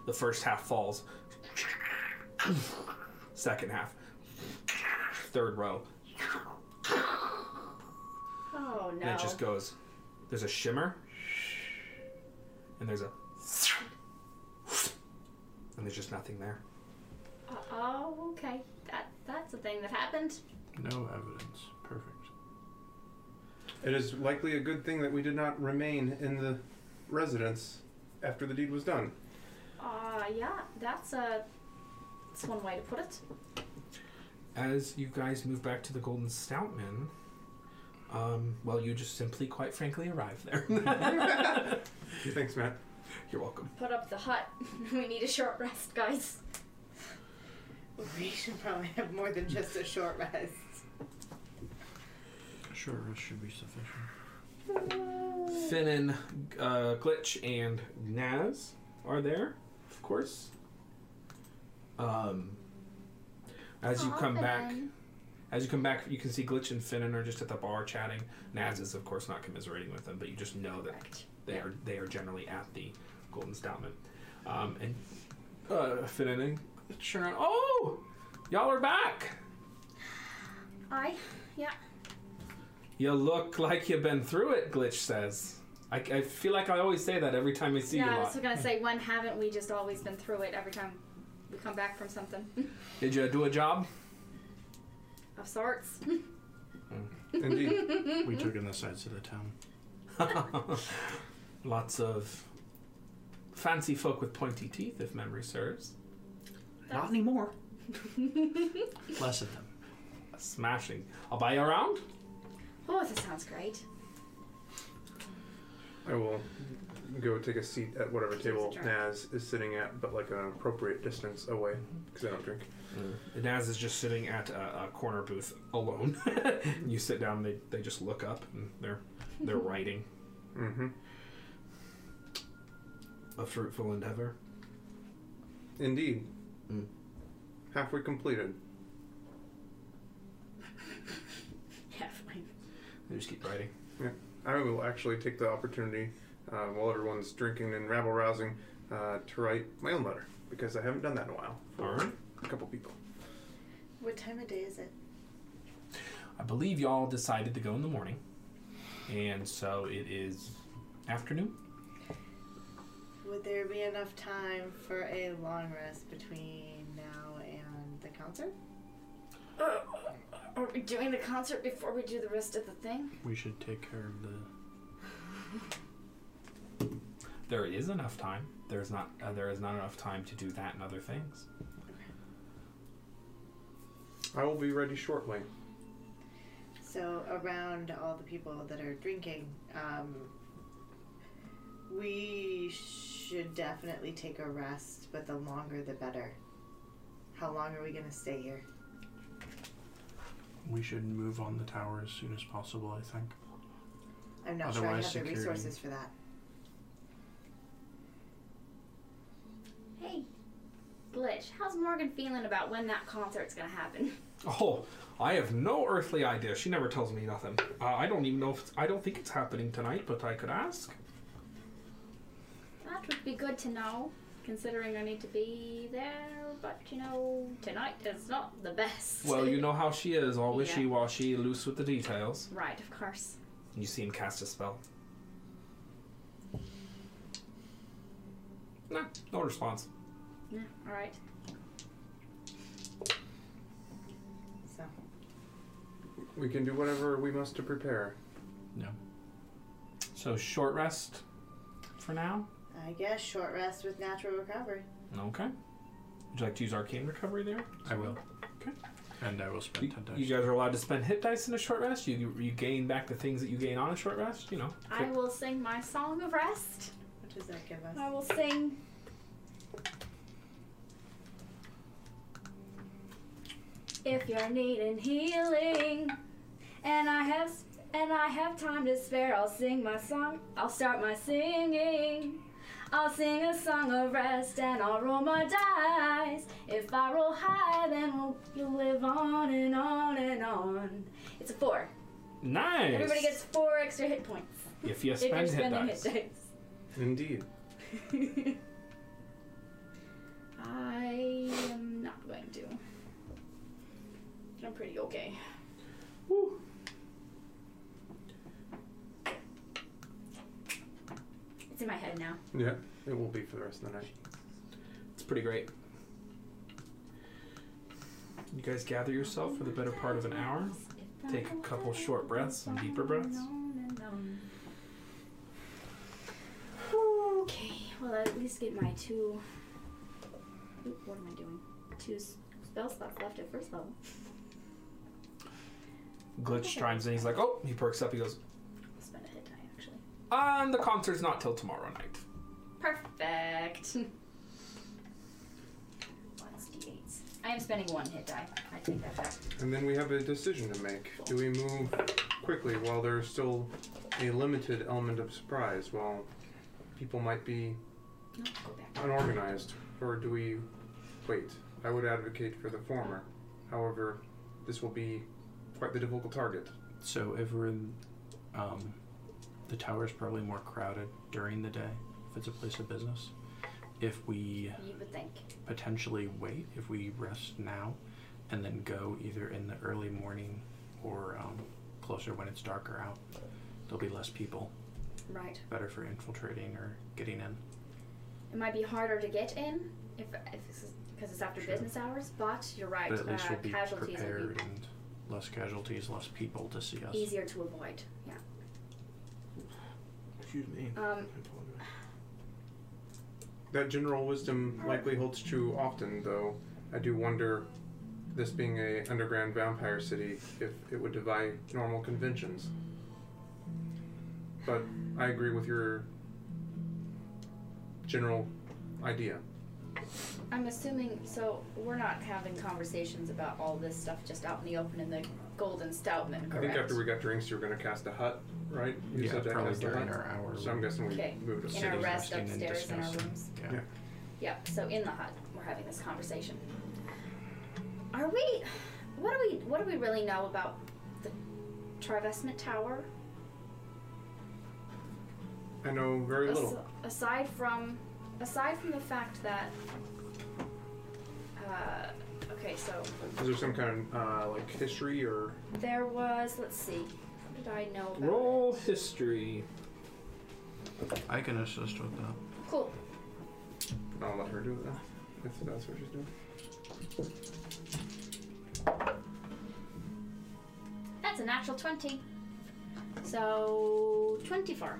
S1: The first half falls. Second half. Third row.
S6: Oh no.
S1: And it just goes. There's a shimmer. And there's a. And there's just nothing there.
S6: Uh, oh, okay. That that's a thing that happened.
S5: No evidence. Perfect.
S2: It is likely a good thing that we did not remain in the residence after the deed was done.
S6: Uh, yeah, that's a. That's one way to put it.
S1: As you guys move back to the Golden Stoutman, um, well, you just simply, quite frankly, arrive there.
S2: Thanks, Matt.
S1: You're welcome.
S6: Put up the hut. we need a short rest, guys.
S3: We should probably have more than just a short rest.
S5: Sure, this should be sufficient.
S1: Finnan, uh, Glitch, and Naz are there, of course. Um, as you
S6: Aw,
S1: come back,
S6: Finnan.
S1: as you come back, you can see Glitch and Finnan are just at the bar chatting. Naz is, of course, not commiserating with them, but you just know that
S6: Correct.
S1: they are they are generally at the Golden Stoutman. Um, and uh, Finnan and Glitch are on. Oh, y'all are back.
S6: I. Yeah.
S1: You look like you've been through it. Glitch says. I, I feel like I always say that every time I see
S6: No,
S1: you.
S6: I
S1: lot.
S6: was gonna say, when haven't we just always been through it every time we come back from something
S1: Did you do a job?
S6: of sorts?
S2: Indeed.
S5: we took in the sides of the town.
S1: Lots of fancy folk with pointy teeth, if memory serves.
S4: Not anymore.
S5: Less of them.
S1: Smashing. I'll buy you around.
S6: oh, that sounds great.
S2: I will go take a seat at whatever table
S6: drink.
S2: Naz is sitting at, but like an appropriate distance away,
S5: Mm-hmm.
S2: because I don't drink.
S1: And Naz is just sitting at a, a corner booth alone. you sit down. They, they just look up and they're they're writing.
S2: Mm-hmm.
S1: A fruitful endeavor.
S2: Indeed.
S1: Mm.
S2: Halfway completed.
S6: Yeah, fine.
S1: They just keep writing.
S2: I will actually take the opportunity uh, while everyone's drinking and rabble rousing uh, to write my own letter because I haven't done that in a while.
S1: All right.
S2: A couple people.
S3: What time of day is it?
S1: I believe y'all decided to go in the morning, and so it is afternoon.
S3: Would there be enough time for a long rest between now and the concert?
S6: Uh, are we doing the concert before we do the rest of the thing?
S5: We should take care of the.
S1: There is enough time. There's not. Uh, there is not enough time to do that and other things.
S2: I will be ready shortly.
S3: So around all the people that are drinking, um, we should definitely take a rest, but the longer the better. How long are we gonna stay here?
S5: We should move on the tower as soon as possible. I think.
S3: I'm not sure I have
S5: Otherwise,
S3: the
S5: security.
S3: resources for that.
S6: Hey, Glitch, how's Morgan feeling about when that concert's gonna happen?
S1: Oh, I have no earthly idea. She never tells me nothing. Uh, I don't even know if it's, I don't think it's happening tonight, but I could ask.
S6: That would be good to know, considering I need to be there, but you know, tonight is not the best.
S1: Well, you know how she is, all
S6: Yeah.
S1: wishy-washy, loose with the details.
S6: Right, of course.
S1: You see him cast a spell. Nah, no response.
S6: Yeah, alright.
S3: So
S2: We can do whatever we must to prepare.
S5: No.
S1: So short rest for now.
S3: I guess short rest with natural recovery.
S1: Okay. Would you like to use arcane recovery there?
S5: I will.
S1: Okay.
S5: And I will
S1: You,
S5: spend ten
S1: you
S5: dice.
S1: guys are allowed to spend hit dice in a short rest. You you gain back the things that you gain on a short rest. You know.
S6: I will sing my song of rest.
S3: What does that give us?
S6: I will sing. If you're needing healing, and I have and I have time to spare, I'll sing my song. I'll start my singing. I'll sing a song of rest and I'll roll my dice. If I roll high, then we'll, you'll live on and on and on. It's a four.
S1: Nice.
S6: Everybody gets four extra hit points
S1: If you
S6: if
S1: spend
S6: you're
S1: hit
S6: spending
S1: dice.
S6: hit dice.
S2: Indeed.
S6: I am not going to. I'm pretty okay.
S1: Woo.
S6: It's in my head now.
S2: Yeah, it will be for the rest of the night.
S1: It's pretty great. You guys gather yourself for the better part of an hour. Take a couple short breaths, some deeper breaths.
S6: Okay, well, I at least get my two. Oop, what am I doing? Two s- spell slots left at first level.
S1: Glitch chimes in. He's like, oh, he perks up. He goes,
S6: I'll spend a hit die, actually.
S1: and the concert's not till tomorrow night.
S6: Perfect. One's d8s. I am spending one hit die. I take that back.
S2: And then we have a decision to make. Do we move quickly while there's still a limited element of surprise, while people might be
S6: No, go back.
S2: unorganized, or do we wait? I would advocate for the former. However, this will be quite the difficult target.
S5: So if we're in, um, the tower is probably more crowded during the day if it's a place of business. If we
S6: You would think.
S5: potentially wait, if we rest now, and then go either in the early morning or um, closer when it's darker out, there'll be less people.
S6: Right.
S5: Better for infiltrating or getting in.
S6: It might be harder to get in if because it's after business hours, but you're right.
S5: But at least
S6: uh,
S5: we'll be
S6: casualties would
S5: prepared
S6: be
S5: and less casualties, less people to see us.
S6: easier to avoid. Yeah.
S1: Excuse me.
S6: Um,
S2: That general wisdom likely holds true often, though. I do wonder, this being a underground vampire city, if it would defy normal conventions. But I agree with your general idea.
S6: I'm assuming so. We're not having conversations about all this stuff just out in the open in the Golden Stoutman, correct?
S2: I think after we got drinks, you were going to cast a hut, right? You
S5: yeah,
S2: said that
S5: probably
S2: cast a
S5: during
S2: hut?
S5: our hour.
S2: So I'm guessing we
S6: Okay.
S2: moved
S6: in our
S5: sitting,
S6: rest
S5: resting, and
S6: upstairs in our
S5: discussing.
S6: rooms.
S5: Yeah.
S2: Yeah.
S6: Yeah. So in the hut, we're having this conversation. Are we? What do we? What do we really know about the Trivestment Tower?
S2: I know very
S6: As-
S2: little.
S6: aside from, aside from the fact that. Uh, okay, so
S2: Is there some kind of uh, like history or
S6: there was. Let's see. What did I know about? it?
S1: Roll history.
S5: I can assist with that.
S6: Cool.
S2: I'll let her do that if that's what she's doing.
S6: That's a natural 20. So, 24.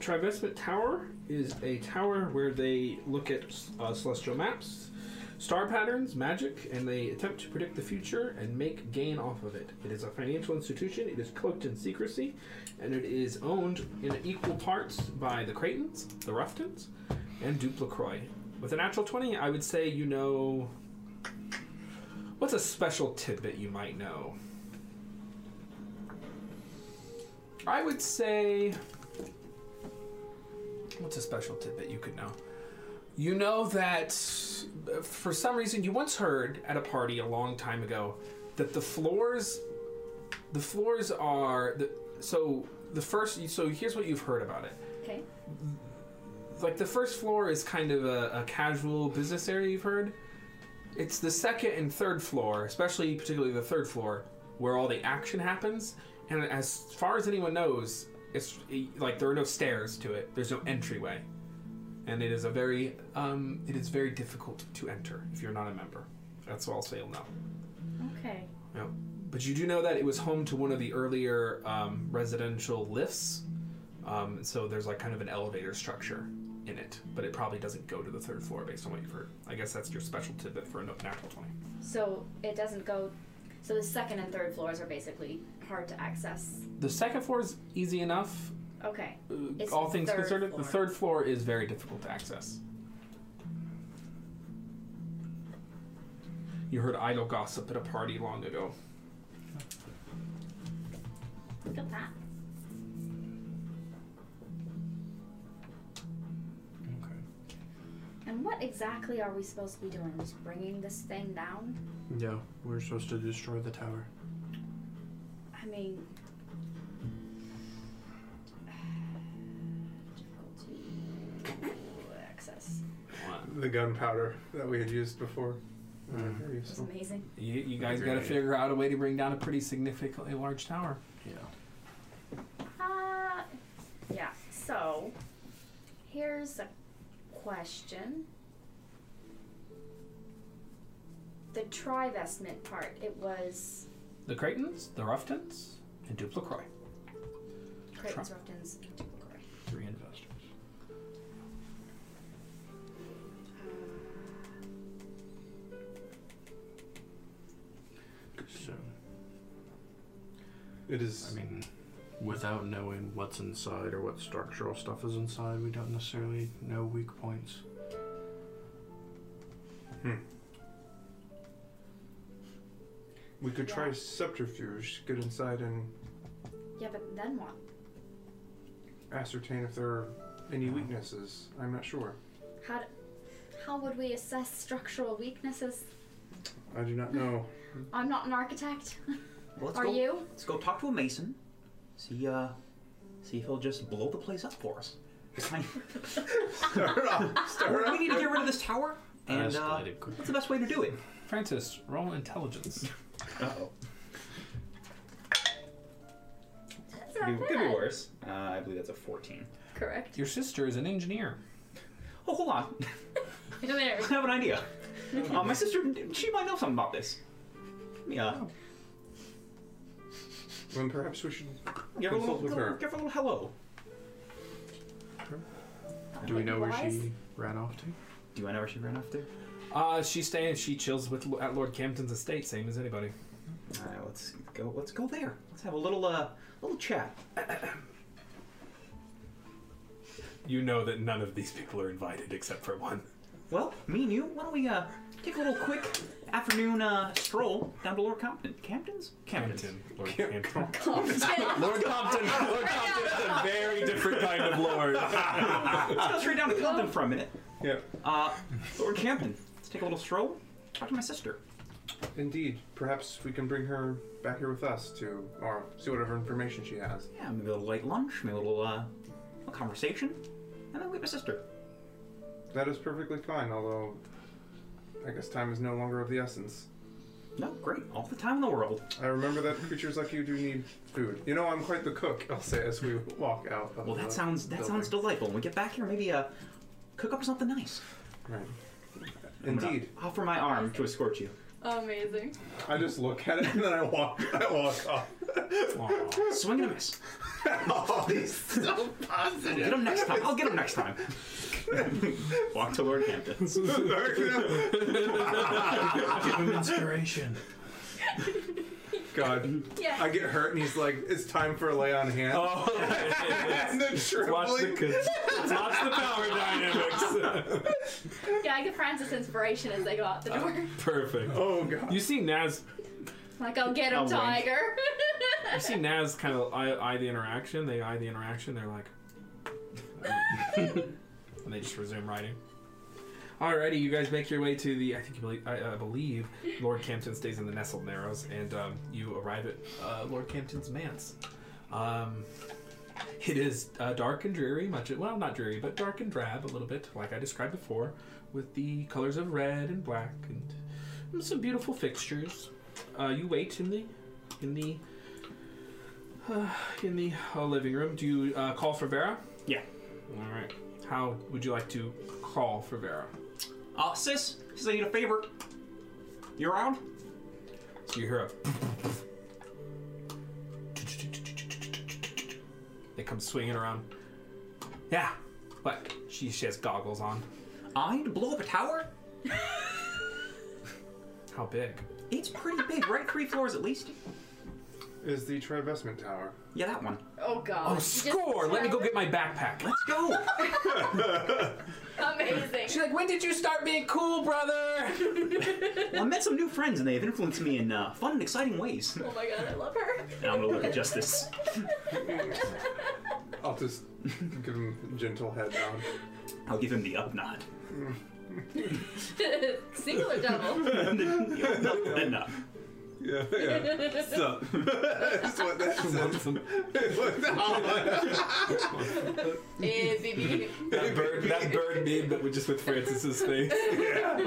S1: Trivestment Tower is a tower where they look at uh, celestial maps, star patterns, magic, and they attempt to predict the future and make gain off of it. It is a financial institution, it is cloaked in secrecy, and it is owned in equal parts by the Creightons, the Ruftons, and Duplicroy. With a natural 20, I would say you know. What's a special tidbit you might know? I would say. What's a special tidbit you could know? You know that uh, for some reason you once heard at a party a long time ago that the floors, the floors are the, so the first. So here's what you've heard about it.
S6: Okay.
S1: Like the first floor is kind of a, a casual business area you've heard. It's the second and third floor, especially particularly the third floor, where all the action happens. And as far as anyone knows, it's like there are no stairs to it. There's no entryway, and it is a very um, it is very difficult to enter if you're not a member. That's all I'll say. You'll know.
S6: Okay.
S1: Yeah. But you do know that it was home to one of the earlier um, residential lifts. Um, so there's like kind of an elevator structure in it, but it probably doesn't go to the third floor based on what you've heard. I guess that's your special tidbit for a no- natural 20.
S6: So, it doesn't go. So, the second and third floors are basically hard to access.
S1: The second floor is easy enough,
S6: Okay.
S1: uh,
S6: It's
S1: all
S6: the
S1: things
S6: third
S1: considered. The
S6: floor.
S1: third floor is very difficult to access. You heard idle gossip at a party long ago.
S6: Look at that.
S5: Okay.
S6: And what exactly are we supposed to be doing? Just bringing this thing down?
S5: Yeah, we're supposed to destroy the tower.
S6: I mean. uh, difficult to access.
S2: The gunpowder that we had used before.
S7: Mm-hmm.
S2: Uh,
S5: Mm.
S2: very
S6: It's
S2: useful.
S6: amazing.
S1: You, you guys got to
S5: Agreed.
S1: figure out a way to bring down a pretty significantly large tower.
S5: Yeah.
S6: Uh, yeah. So, here's a question. the tri-vestment part. It was
S1: The Creightons, the Ruftons, and Duplacroix.
S6: Creighton's, Ruffton's, and Duplacroix.
S5: Three investors.
S6: Uh,
S5: So,
S2: It is.
S5: I mean, without knowing what's inside or what structural stuff is inside, we don't necessarily know weak points.
S2: we could try
S6: yeah.
S2: subterfuge, get inside and
S6: Yeah, but then what?
S2: ascertain if there are any weaknesses. I'm not sure.
S6: How d how would we assess structural weaknesses?
S2: I do not know.
S6: I'm not an architect.
S7: Well, let's
S6: Are
S7: go,
S6: you?
S7: Let's go talk to a mason. See, uh, see if he'll just blow the place up for us. I-
S2: Start off. Start
S7: we
S2: off.
S7: need to get rid of this tower.
S5: That
S7: And uh,
S5: escalated quickly.
S7: what's the best way to do it?
S1: Francis, roll intelligence.
S7: Uh-oh.
S6: That's
S7: Could
S6: not
S7: be, could be
S6: bad.
S7: worse. Uh, I believe that's a 14.
S6: Correct.
S1: Your sister is an engineer.
S7: Oh, hold on.
S6: Wait a minute.
S7: I have an idea. Uh, my sister, she might know something about this. Yeah.
S2: Then perhaps we should.
S7: Give her a little,
S2: Consult with her.
S7: give her a little hello.
S5: Do we know where
S6: Why is-
S5: she ran off to?
S7: Do I know where she ran off to?
S1: Uh, she's staying. She chills with at Lord Campton's estate, same as anybody.
S7: All right, let's go. Let's go there. Let's have a little, uh, little chat.
S1: You know that none of these people are invited except for one.
S7: Well, me and you, why don't we uh, take a little quick afternoon uh, stroll down to Lord Compton? Campton's? Campton's.
S1: Campton. Lord Campton. Lord Compton. Lord Compton is a very different kind of lord.
S7: Let's go straight down to Compton for a minute.
S2: Yeah.
S7: Uh, Lord Campton, let's take a little stroll. Talk to my sister.
S2: Indeed. Perhaps we can bring her back here with us to, or see whatever information she has.
S7: Yeah, maybe a little late lunch, maybe a little, uh, a conversation, and then we get my sister.
S2: That is perfectly fine, although I guess time is no longer of the essence.
S7: No, great. All the time in the world.
S2: I remember that creatures like you do need food. You know, I'm quite the cook, I'll say as we walk out. Of
S7: Well, that
S2: the
S7: sounds that
S2: building.
S7: sounds delightful. When we get back here, maybe uh, cook up something nice.
S2: Right.
S7: I'm gonna
S2: Indeed.
S7: Offer my arm to escort you.
S6: Amazing.
S2: I just look at it and then I walk. I walk off.
S7: Swing and a miss.
S2: oh, he's so
S7: Get
S2: positive.
S7: him next time. I'll get him next time. Walk to Lord Hampton's.
S5: Give him inspiration.
S2: God, I
S6: Yeah.
S2: get hurt and he's like, "It's time for a lay on hands." and then
S1: Oh. Watch
S2: trembling.
S1: the, watch the power dynamics.
S6: Yeah, I give Francis inspiration as they go out the door.
S1: Perfect.
S2: oh God.
S1: You see Naz.
S6: Like, I'll get
S7: I'll
S6: him,
S7: wink.
S6: tiger.
S1: You see Naz kind of eye, eye the interaction. They eye the interaction. They're like, and they just resume writing. Alrighty, you guys make your way to the. I think you believe. I, I believe Lord Campton stays in the Nestled Narrows, and um, you arrive at uh, Lord Campton's manse. Um, it is uh, dark and dreary, much well, not dreary, but dark and drab a little bit, like I described before, with the colors of red and black and some beautiful fixtures. Uh, you wait in the in the uh, in the uh, living room. Do you uh, call for Vera?
S7: Yeah.
S1: All right. How would you like to call for Vera?
S7: Uh, sis, sis, I need a favor. You around?
S1: So you hear a. They come swinging around. Yeah. What? She she has goggles on.
S7: I need to blow up a tower.
S1: How big?
S7: It's pretty big, right? Three floors at least.
S2: Is the Trivestment Tower?
S7: Yeah, that one.
S6: oh, God.
S1: Oh, score! Let me go get my backpack.
S7: Let's go.
S6: Amazing.
S1: She's like, when did you start being cool, brother?
S7: well, I met some new friends, and they have influenced me in uh, fun and exciting ways.
S6: Oh, my God, I love her.
S7: And I'm gonna look at just this.
S2: I'll just give him a gentle head down.
S7: I'll give him the up nod.
S6: Singular double.
S7: And, uh,
S2: Yeah, yeah. Sup? That's what that says. What the hell?
S6: Eh, baby.
S1: that bird, that bird meme that was just with Francis's face.
S2: Yeah.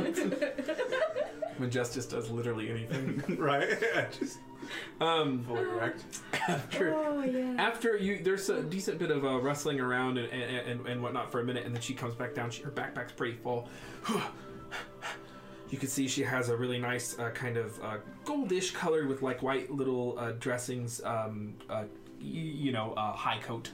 S1: When Justice does literally anything.
S2: Right? Yeah, just
S1: Um,
S2: fully erect.
S6: Oh, yeah.
S1: after you, there's a decent bit of uh, rustling around and, and, and, and whatnot for a minute, and then she comes back down. She, her backpack's pretty full. You can see she has a really nice uh, kind of uh, goldish color with like white little uh, dressings, um, uh, y- you know, uh, high coat.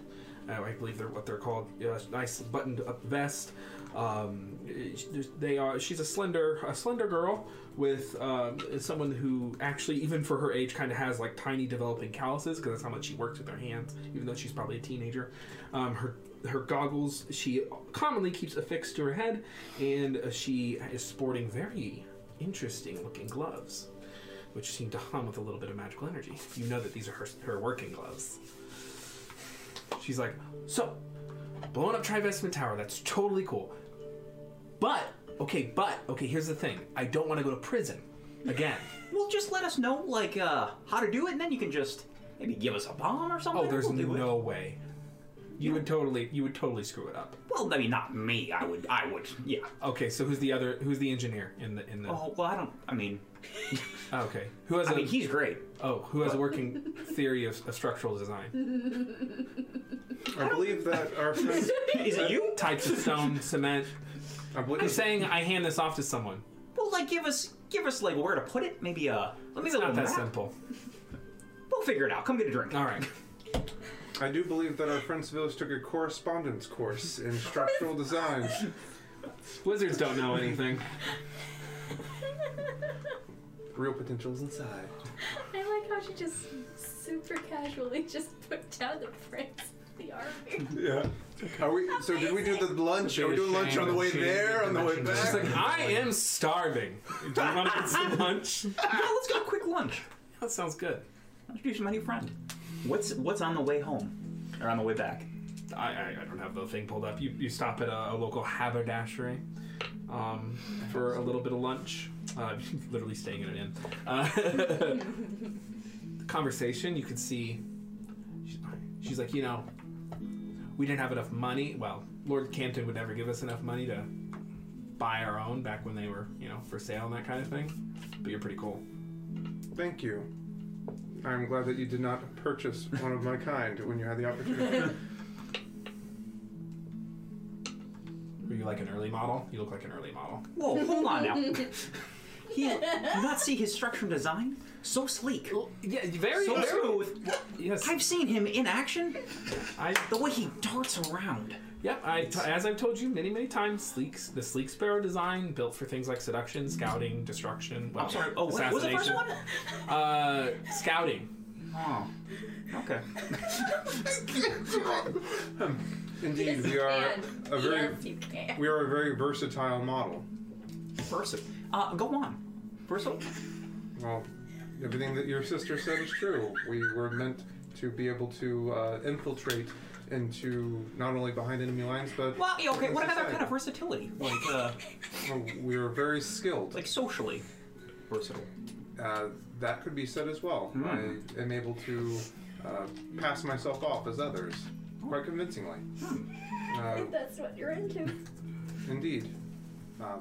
S1: Uh, I believe they're what they're called. Uh, nice buttoned up vest. Um, sh- they are. She's a slender, a slender girl with um, someone who actually, even for her age, kind of has like tiny developing calluses because that's how much she works with her hands. Even though she's probably a teenager, um, her her goggles she commonly keeps affixed to her head, and uh, she is sporting very interesting looking gloves, which seem to hum with a little bit of magical energy. You know that these are her, her working gloves. She's like, so, blowing up Trivestment Tower, that's totally cool. But, okay, but, okay, here's the thing. I don't want to go to prison again.
S7: Well, just let us know, like, uh, how to do it, and then you can just maybe give us a bomb or something.
S1: Oh, there's
S7: We'll do it.
S1: no way. You would totally, you would totally screw it up.
S7: Well, I mean, not me. I would. I would. Yeah.
S1: Okay, so who's the other, who's the engineer in the, in the,
S7: Oh well, I don't. I mean,
S1: okay. Who has
S7: I
S1: a?
S7: mean, he's great.
S1: Oh, who has a working theory of, of structural design?
S2: I believe that our friend.
S7: Is it you?
S1: Types of stone, cement.
S2: I believe
S1: I'm saying I hand this off to someone.
S7: Well, like, give us, give us, like, where to put it. Maybe uh, let me
S1: It's
S7: know.
S1: not that simple.
S7: We'll figure it out. Come get a drink.
S1: All right.
S2: I do believe that our friend Civilis took a correspondence course in structural design.
S1: Wizards don't know anything.
S2: Real potentials inside.
S6: I like how she just super casually just put down the prince, the army.
S2: Yeah. Are we? So did we do the lunch? Are we doing lunch on the way there? On the way
S1: She's
S2: back?
S1: like, I am starving. Do you want to get some lunch?
S7: yeah, let's get a quick lunch.
S1: That sounds good.
S7: I'll introduce my new friend. What's What's on the way home or on the way back?
S1: I, I, I don't have the thing pulled up. You, you stop at a, a local haberdashery um, for a little bit of lunch. Uh, literally staying in an inn. Uh, the conversation, you can see. she- She's like, you know, we didn't have enough money. Well, Lord Campton would never give us enough money to buy our own back when they were, you know, for sale and that kind of thing. But you're pretty cool.
S2: Thank you. I'm glad that you did not purchase one of my kind when you had the opportunity.
S1: Were you like an early model? You look like an early model.
S7: Whoa, hold on now. he, you not see his structural design? So sleek.
S1: Yeah, very,
S7: So smooth.
S1: Yes,
S7: I've seen him in action.
S1: I
S7: The way he darts around.
S1: Yep, I, t- as I've told you many, many times, Sleek's, the Sleek Sparrow design, built for things like seduction, scouting, destruction, well,
S7: I'm sorry. Oh, what was the first
S1: assassination.
S7: one?
S1: Uh, scouting.
S7: Oh, okay.
S2: Indeed, we are a very
S6: yes, you can.
S2: we are a very versatile model.
S7: Versatile. Uh, go on. Versatile.
S2: Well, everything that your sister said is true. We were meant to be able to uh, infiltrate into not only behind enemy lines, but
S7: Well, yeah, okay. What about that
S2: society.
S7: kind of versatility? Like, uh,
S2: we are very skilled.
S7: like socially versatile.
S2: Uh, that could be said as well. I am able to uh, pass myself off as others quite convincingly.
S7: Hmm,
S2: Uh,
S6: That's what you're into.
S2: indeed. Uh,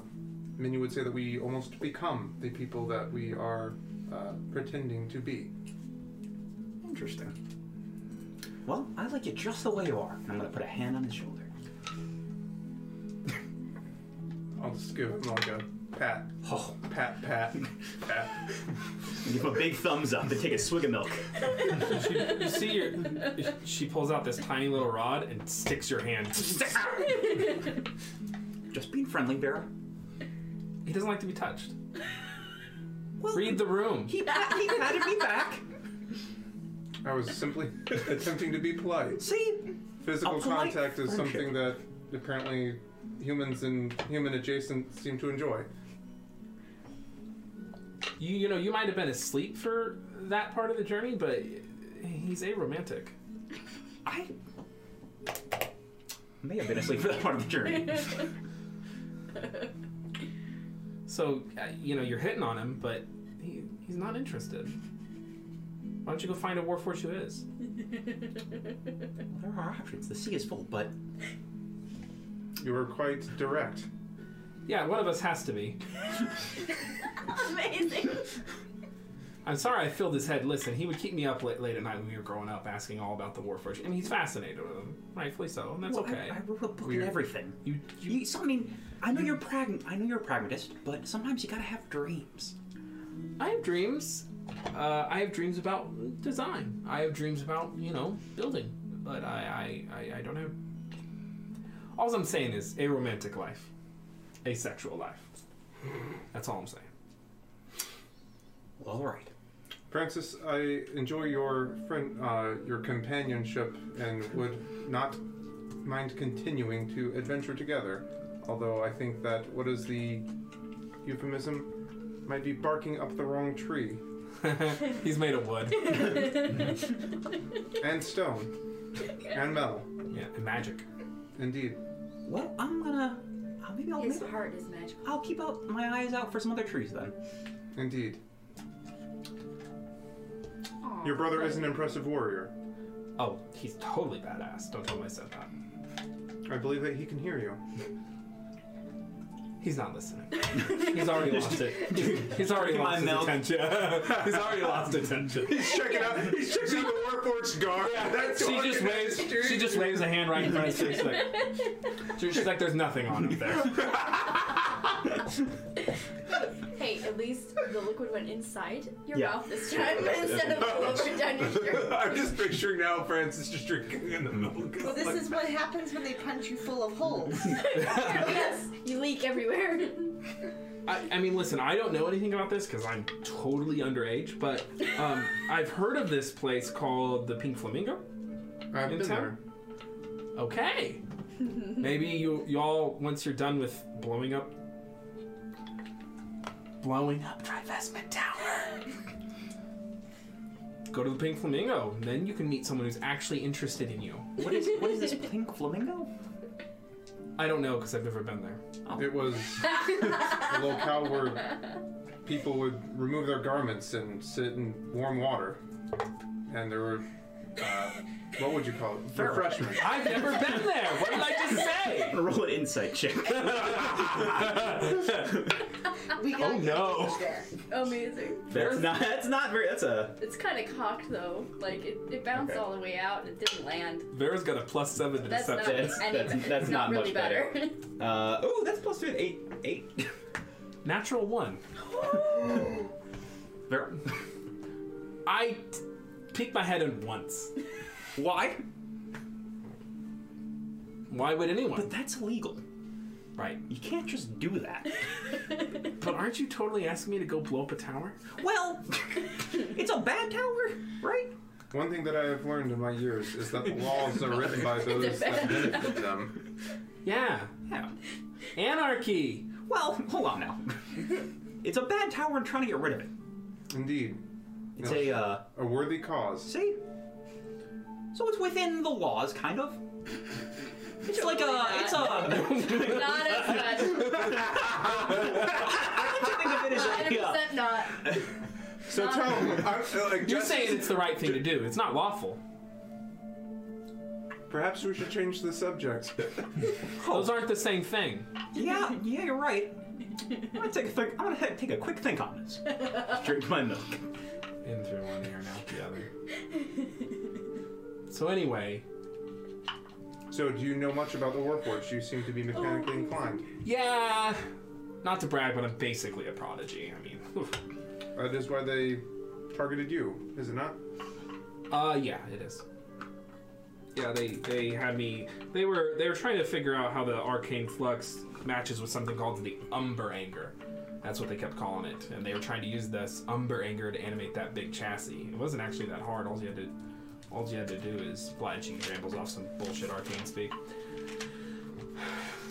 S2: many would say that we almost become the people that we are uh, pretending to be.
S7: Interesting. Well, I like you just the way you are. And I'm gonna put a hand on his shoulder.
S2: I'll just give him like a pat,
S7: Oh,
S2: pat, pat, pat.
S7: give him a big thumbs up and take a swig of milk.
S1: She, you see, your, she pulls out this tiny little rod and sticks your hand.
S7: Just being friendly, Vera.
S1: He doesn't like to be touched.
S7: Well,
S1: Read the room.
S7: He, he patted me back.
S2: I was simply attempting to be polite.
S7: See,
S2: Physical
S7: A polite
S2: contact is
S7: friendship.
S2: something that apparently humans and human adjacent seem to enjoy.
S1: You, you know, you might have been asleep for that part of the journey, but he's aromantic.
S7: I may have been asleep for that part of the journey.
S1: So, uh, you know, you're hitting on him, but he, he's not interested. Why don't you go find a Warforged who is?
S7: there are options. The sea is full, but
S2: You were quite direct.
S1: Yeah, one of us has to be.
S6: Amazing.
S1: I'm sorry I filled his head. Listen, he would keep me up late, late at night when we were growing up asking all about the war forge. I mean, he's fascinated with them, rightfully so, and that's
S7: Well, I-
S1: okay.
S7: I, wrote a book
S2: Weird.
S7: on everything.
S1: you, you,
S7: You, so, I mean, I know you're pragma- I know you're a pragmatist, but sometimes you gotta have dreams.
S1: I have dreams. Uh, I have dreams about design. I have dreams about, you know, building. But I, I, I, I don't have. All I'm saying is a romantic life, a sexual life. That's all I'm saying.
S7: All right.
S2: Francis, I enjoy your friend, uh, your companionship, and would not mind continuing to adventure together. Although I think that what is the euphemism might be barking up the wrong tree
S1: He's made of wood.
S2: and stone and metal.
S1: Yeah, and magic.
S2: Indeed,
S7: Well, I'm gonna. Uh, maybe I'll.
S6: His
S7: maybe-
S6: Oh, heart is magical.
S7: I'll keep out my eyes out for some other trees then.
S2: indeed.
S8: Aw.
S2: Your brother is an impressive warrior.
S1: Oh, he's totally badass. Don't tell him I said that.
S2: I believe that he can hear you.
S1: He's not listening. He's already lost it. He's already
S7: my
S1: lost his
S7: milk.
S1: attention. He's already lost attention.
S2: He's checking out. He's checking out the Warforged guard. That's
S1: She just waves. She just waves a hand right in front of his face. Like, she's just like, "There's nothing on him there."
S6: Hey, at least the liquid went inside your
S7: Yeah.
S6: mouth this time instead of all over down your shirt.
S9: I'm just picturing now Francis just drinking in the milk.
S3: Well, this is what happens when they punch you full of holes.
S6: yes, you leak everywhere.
S1: I, I mean, listen, I don't know anything about this because I'm totally underage, but um, I've heard of this place called the Pink Flamingo.
S2: I've
S1: In
S2: been there.
S1: town? Okay. Maybe you y'all once you're done with blowing up, blowing up Trivestment Tower. Go to the Pink Flamingo, and then you can meet someone who's actually interested in you.
S7: What is what is this pink flamingo?
S1: I don't know because I've never been there.
S2: It was a locale where people would remove their garments and sit in warm water. And there were, uh, what would you call it? Refreshments.
S1: I've never been there. What did I just say?
S7: Roll an insight check.
S3: We got
S1: Oh, no.
S3: engaged there.
S6: Amazing.
S7: That's not. That's not very. That's a.
S6: It's kind of cocked though. Like it, it bounced
S7: Okay.
S6: all the way out and it didn't land.
S1: Vera's got a plus seven to
S6: That's not
S1: deception.
S7: That's-
S6: any
S7: that's-
S6: better.
S7: that's
S6: not,
S7: not
S6: really
S7: much
S6: better.
S7: better. Uh, oh, that's plus three. Eight. Eight.
S1: Natural one.
S7: Ver-
S1: I t- peeked my head in once.
S7: Why?
S1: Why would anyone?
S7: But that's illegal.
S1: right.
S7: You can't just do that.
S1: But aren't you totally asking me to go blow up a tower?
S7: Well, it's a bad tower, right?
S2: One thing that I have learned in my years is that the laws are written by those that benefit them.
S1: Yeah.
S7: Yeah.
S1: Anarchy.
S7: Well, hold on now. it's a bad tower and trying to get rid of it.
S2: Indeed.
S7: It's a uh,
S2: A worthy cause.
S7: see. So it's within the laws, kind of. It's like a. It's a.
S6: not as much.
S7: I like to think of it as like,
S6: 100
S7: uh,
S6: percent not.
S2: So tell me, uh, I'm, like,
S1: You're
S2: just-
S1: saying it's the right thing to do. It's not lawful.
S2: perhaps we should change the subject.
S1: Those aren't the same thing.
S7: Yeah, yeah, you're right. I'm gonna take a think. I'm gonna take a quick think on this. Drink my milk.
S1: In through one ear and out the other. So anyway,
S2: So do you know much about the Warforged? You seem to be mechanically inclined.
S1: yeah. Not to brag, but I'm basically a prodigy. I mean, oof.
S2: That is why they targeted you, is it not?
S1: Uh, yeah, it is. Yeah, they they had me. They were they were trying to figure out how the arcane flux matches with something called the umber anger. That's what they kept calling it, and they were trying to use this umber anger to animate that big chassis. It wasn't actually that hard. All you had to all you had to do is blind cheek rambles off some bullshit arcane speak.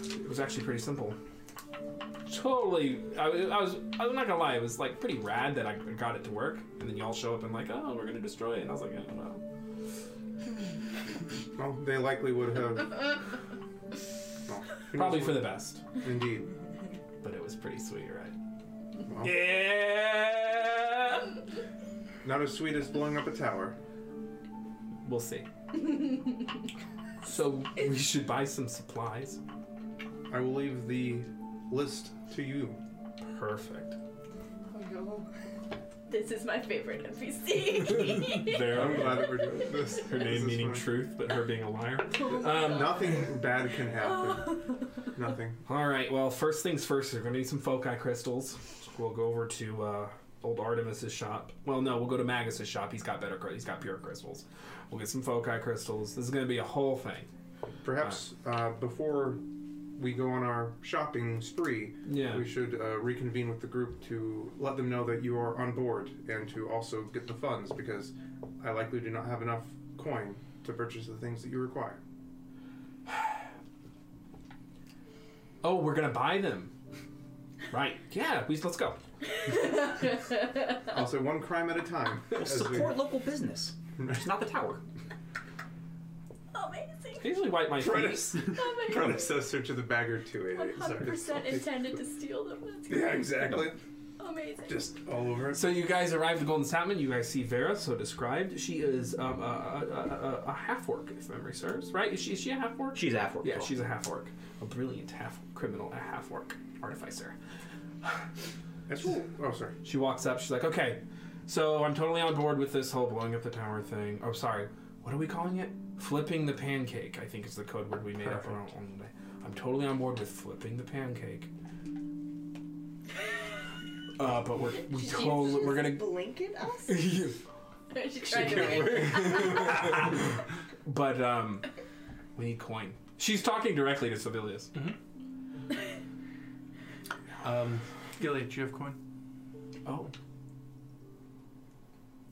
S1: It was actually pretty simple. Totally, I, was- I was I'm not gonna lie. It was like pretty rad that I got it to work, and then y'all show up and like, oh, we're gonna destroy it, and I was like, oh no.
S2: Well, they likely would have. Well, who
S1: Probably
S2: knows
S1: for the best.
S2: what- Indeed.
S1: But it was pretty sweet, right?
S2: Well.
S1: Yeah!
S2: Not as sweet as blowing up a tower.
S1: We'll see. so we should buy some supplies.
S2: I will leave the list to you.
S1: Perfect.
S3: Oh, no.
S10: This is my favorite NPC.
S1: There.
S2: I'm glad that we're doing this.
S1: Her
S2: This
S1: name
S2: is
S1: meaning
S2: fun.
S1: truth, but her being a liar.
S2: Um, Nothing bad can happen. Nothing.
S1: All right. Well, first things first. We're gonna need some foci crystals. We'll go over to uh, old Artemis's shop. Well, no, we'll go to Magus's shop. He's got better. cry- He's got pure crystals. We'll get some foci crystals. This is gonna be a whole thing.
S2: Perhaps
S1: Ah.
S2: uh, before we go on our shopping spree,
S1: Yeah.
S2: we should uh, reconvene with the group to let them know that you are on board and to also get the funds because I likely do not have enough coin to purchase the things that you require.
S1: Oh, we're gonna buy them. Right. Yeah. We let's go.
S2: Also, one crime at a time.
S4: Well,
S2: as we-
S4: support local business. It's not the tower.
S10: Amazing.
S1: I usually wipe my feet.
S2: Predes-
S10: Amazing.
S2: predecessor to the Bagger 288.
S10: One hundred
S2: Sorry.
S10: percent intended to steal them. That's
S2: Yeah, exactly.
S10: amazing.
S2: Just all over.
S1: So you guys arrived at Golden Statman. You guys see Vera, so described. She is um, a, a, a, a half orc, if memory serves. Right? Is she, is she a half orc?
S4: She's half
S1: Yeah, she's a half orc, a brilliant half criminal, a half orc artificer.
S2: That's cool. Oh, sorry.
S1: She walks up. She's like, "Okay, so I'm totally on board with this whole blowing up the tower thing. Oh, sorry, what are we calling it? Flipping the pancake. I think is the code word we made up on our own day. I'm totally on board with flipping the pancake. Uh, but we're we totally we're gonna
S3: blink at us.
S10: she tried to win.
S1: But um, we need coin. She's talking directly to Sibelius.
S5: Um, Gilead, do you have coin?
S1: Oh.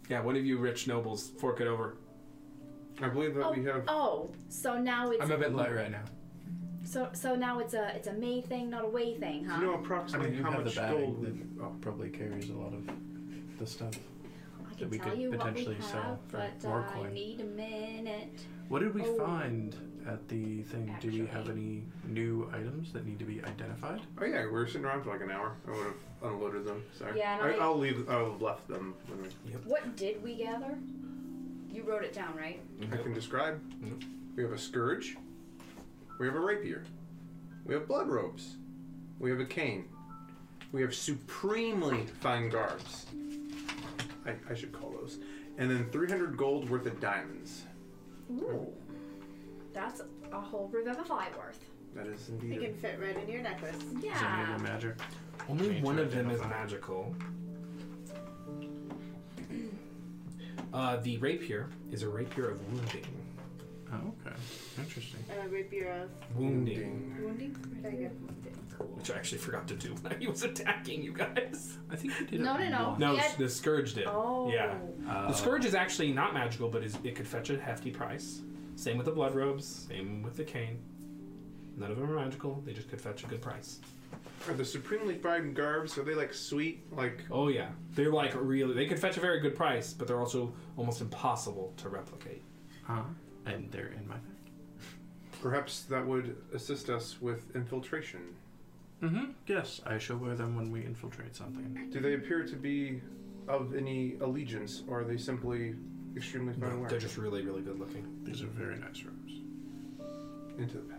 S1: Yeah, one of you rich nobles fork it over.
S2: I believe that
S6: Oh,
S2: we have.
S6: oh, so now it's
S5: I'm a bit light right now.
S6: so so now it's a it's a May thing, not a way thing, huh?
S2: You know
S5: I
S2: approximately
S5: mean, you
S2: how
S5: have the
S2: much
S5: bag
S2: gold.
S5: that
S2: we- Oh,
S5: probably carries a lot of the stuff.
S6: I
S5: that
S6: can
S5: we
S6: tell
S5: could
S6: you what we
S5: potentially
S6: have,
S5: sell for
S6: but
S5: more
S6: uh, I
S5: coin.
S6: need a minute.
S5: What did we
S6: Oh.
S5: find at the thing? Do we have
S6: Actually.
S5: any new items that need to be identified?
S2: oh yeah, we were sitting around for like an hour. I would have unloaded them. Sorry.
S6: Yeah, and
S2: I,
S6: I-
S2: I'll leave. I'll have left them. When we,
S6: What did we gather? You wrote it down, right?
S2: I can describe.
S1: Yep.
S2: We have a scourge. We have a rapier. We have blood robes. We have a cane. We have supremely fine garbs. I, I should call those. And then 300 gold worth of diamonds.
S6: Ooh, that's a whole revivify worth.
S2: That is
S3: You
S2: indeed.
S3: can fit right in your necklace.
S5: Is any of
S6: Yeah.
S5: them magic?
S1: Only
S5: Change
S1: one
S5: to
S1: of them is
S5: identify.
S1: magical. Uh, the rapier is a rapier of wounding.
S5: Oh, okay. Interesting.
S3: Uh, rapier of
S1: Wounding.
S3: wounding. Very good.
S1: Which I actually forgot to do when he was attacking you guys.
S5: I think you did
S6: No, no,
S5: it
S6: no.
S5: once.
S1: No,
S6: Yeah.
S1: the Scourge did.
S6: Oh.
S1: Yeah.
S5: Uh,
S1: The Scourge is actually not magical, but is, it could fetch a hefty price. Same with the blood robes, same with the cane. None of them are magical, they just could fetch a good price.
S2: Are the supremely fine garbs? Are they like sweet? Like
S1: Oh yeah, they're like really. They could fetch a very good price, but they're also almost impossible to replicate.
S5: Uh, and they're in my bag.
S2: perhaps that would assist us with infiltration.
S5: Mm-hmm. Yes, I shall wear them when we infiltrate something.
S2: Do they appear to be of any allegiance, or are they simply extremely fine wear?
S1: They're just really, really good looking.
S5: These are very nice robes.
S2: into the bag.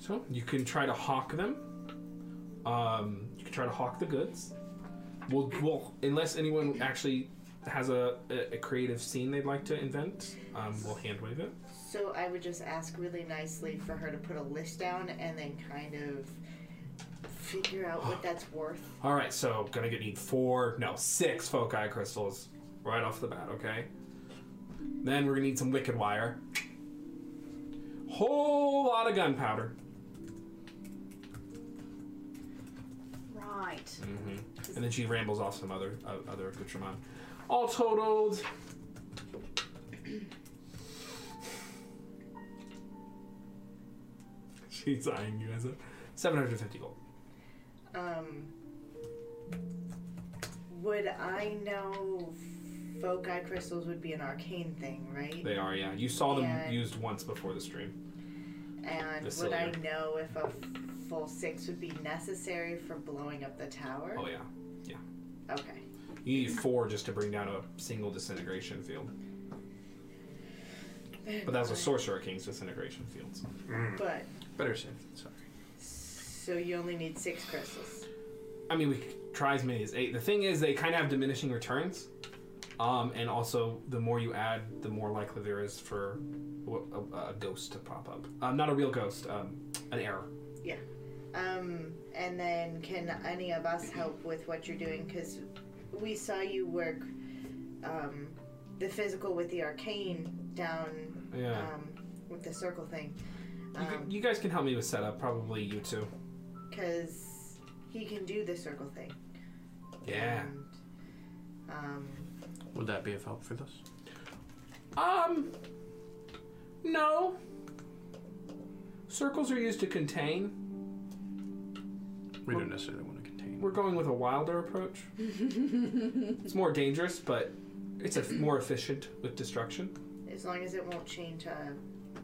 S1: So you can try to hawk them. Um, you can try to hawk the goods. We'll, we'll unless anyone actually has a, a, a creative scene they'd like to invent, um, we'll hand wave it.
S3: So I would just ask really nicely for her to put a list down and then kind of figure out what that's worth.
S1: All right, so gonna get need four, no, six foci crystals right off the bat, okay? Then we're gonna need some wicked wire, whole lot of gunpowder,
S6: Right.
S1: Mm-hmm. and then she rambles off some other uh, other accoutrement. All totaled, she's eyeing you as a seven hundred fifty gold.
S3: Um, would I know foci crystals would be an arcane thing, right?
S1: They are, yeah. You saw them
S3: Yeah.
S1: used once before the stream.
S3: And
S1: The
S3: would I
S1: cylinder.
S3: know if a full six would be necessary for blowing up the tower?
S1: Oh yeah,
S3: Okay.
S1: you need four just to bring down a single disintegration field. But that was a Sorcerer King's disintegration fields.
S3: But
S2: Mm.
S5: Better safe than sorry.
S3: so you only need six crystals.
S1: I mean, we c- try as many as eight. The thing is, they kind of have diminishing returns, um, and also the more you add, the more likely there is for wh- a, a ghost to pop up. Um, not a real ghost, um, an error.
S3: Um, and then can any of us help with what you're doing? Because we saw you work um, the physical with the arcane down
S1: Yeah.
S3: um, with the circle thing.
S1: You,
S3: um,
S1: g- you guys can help me with setup, probably you two.
S3: Because he can do the circle thing.
S1: Yeah.
S3: And, um,
S5: Would that be of help for this?
S1: Um. No. Circles are used to contain.
S5: We don't necessarily want to contain.
S1: We're going with a wilder approach. it's more dangerous, but it's a, more efficient with destruction.
S3: as long as it won't change uh,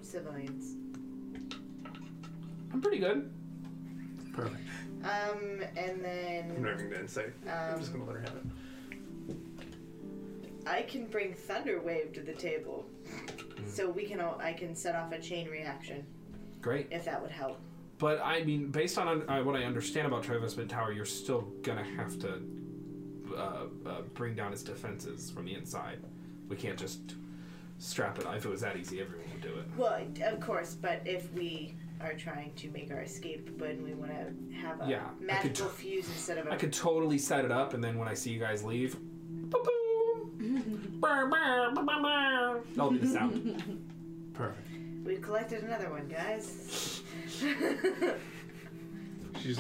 S3: civilians.
S1: I'm pretty good.
S5: Perfect.
S3: Um, and
S2: I'm
S3: then
S2: not even gonna insight. I'm just
S3: um,
S2: gonna let her have it.
S3: I can bring Thunder Wave to the table.
S1: Mm.
S3: So we can all, I can set off a chain reaction
S1: Great.
S3: if that would help.
S1: But I mean, based on uh, what I understand about Travisman Tower, you're still gonna have to uh, uh, bring down its defenses from the inside. We can't just strap it. If it was that easy, everyone would do it.
S3: Well, of course, but if we are trying to make our escape, when we want to have a
S1: Yeah, I could
S3: magical
S1: tr-
S3: fuse instead of a
S1: I could totally set it up, and then when I see you guys leave, boom, that'll be the sound.
S5: Perfect.
S3: we've collected another one, guys.
S2: She's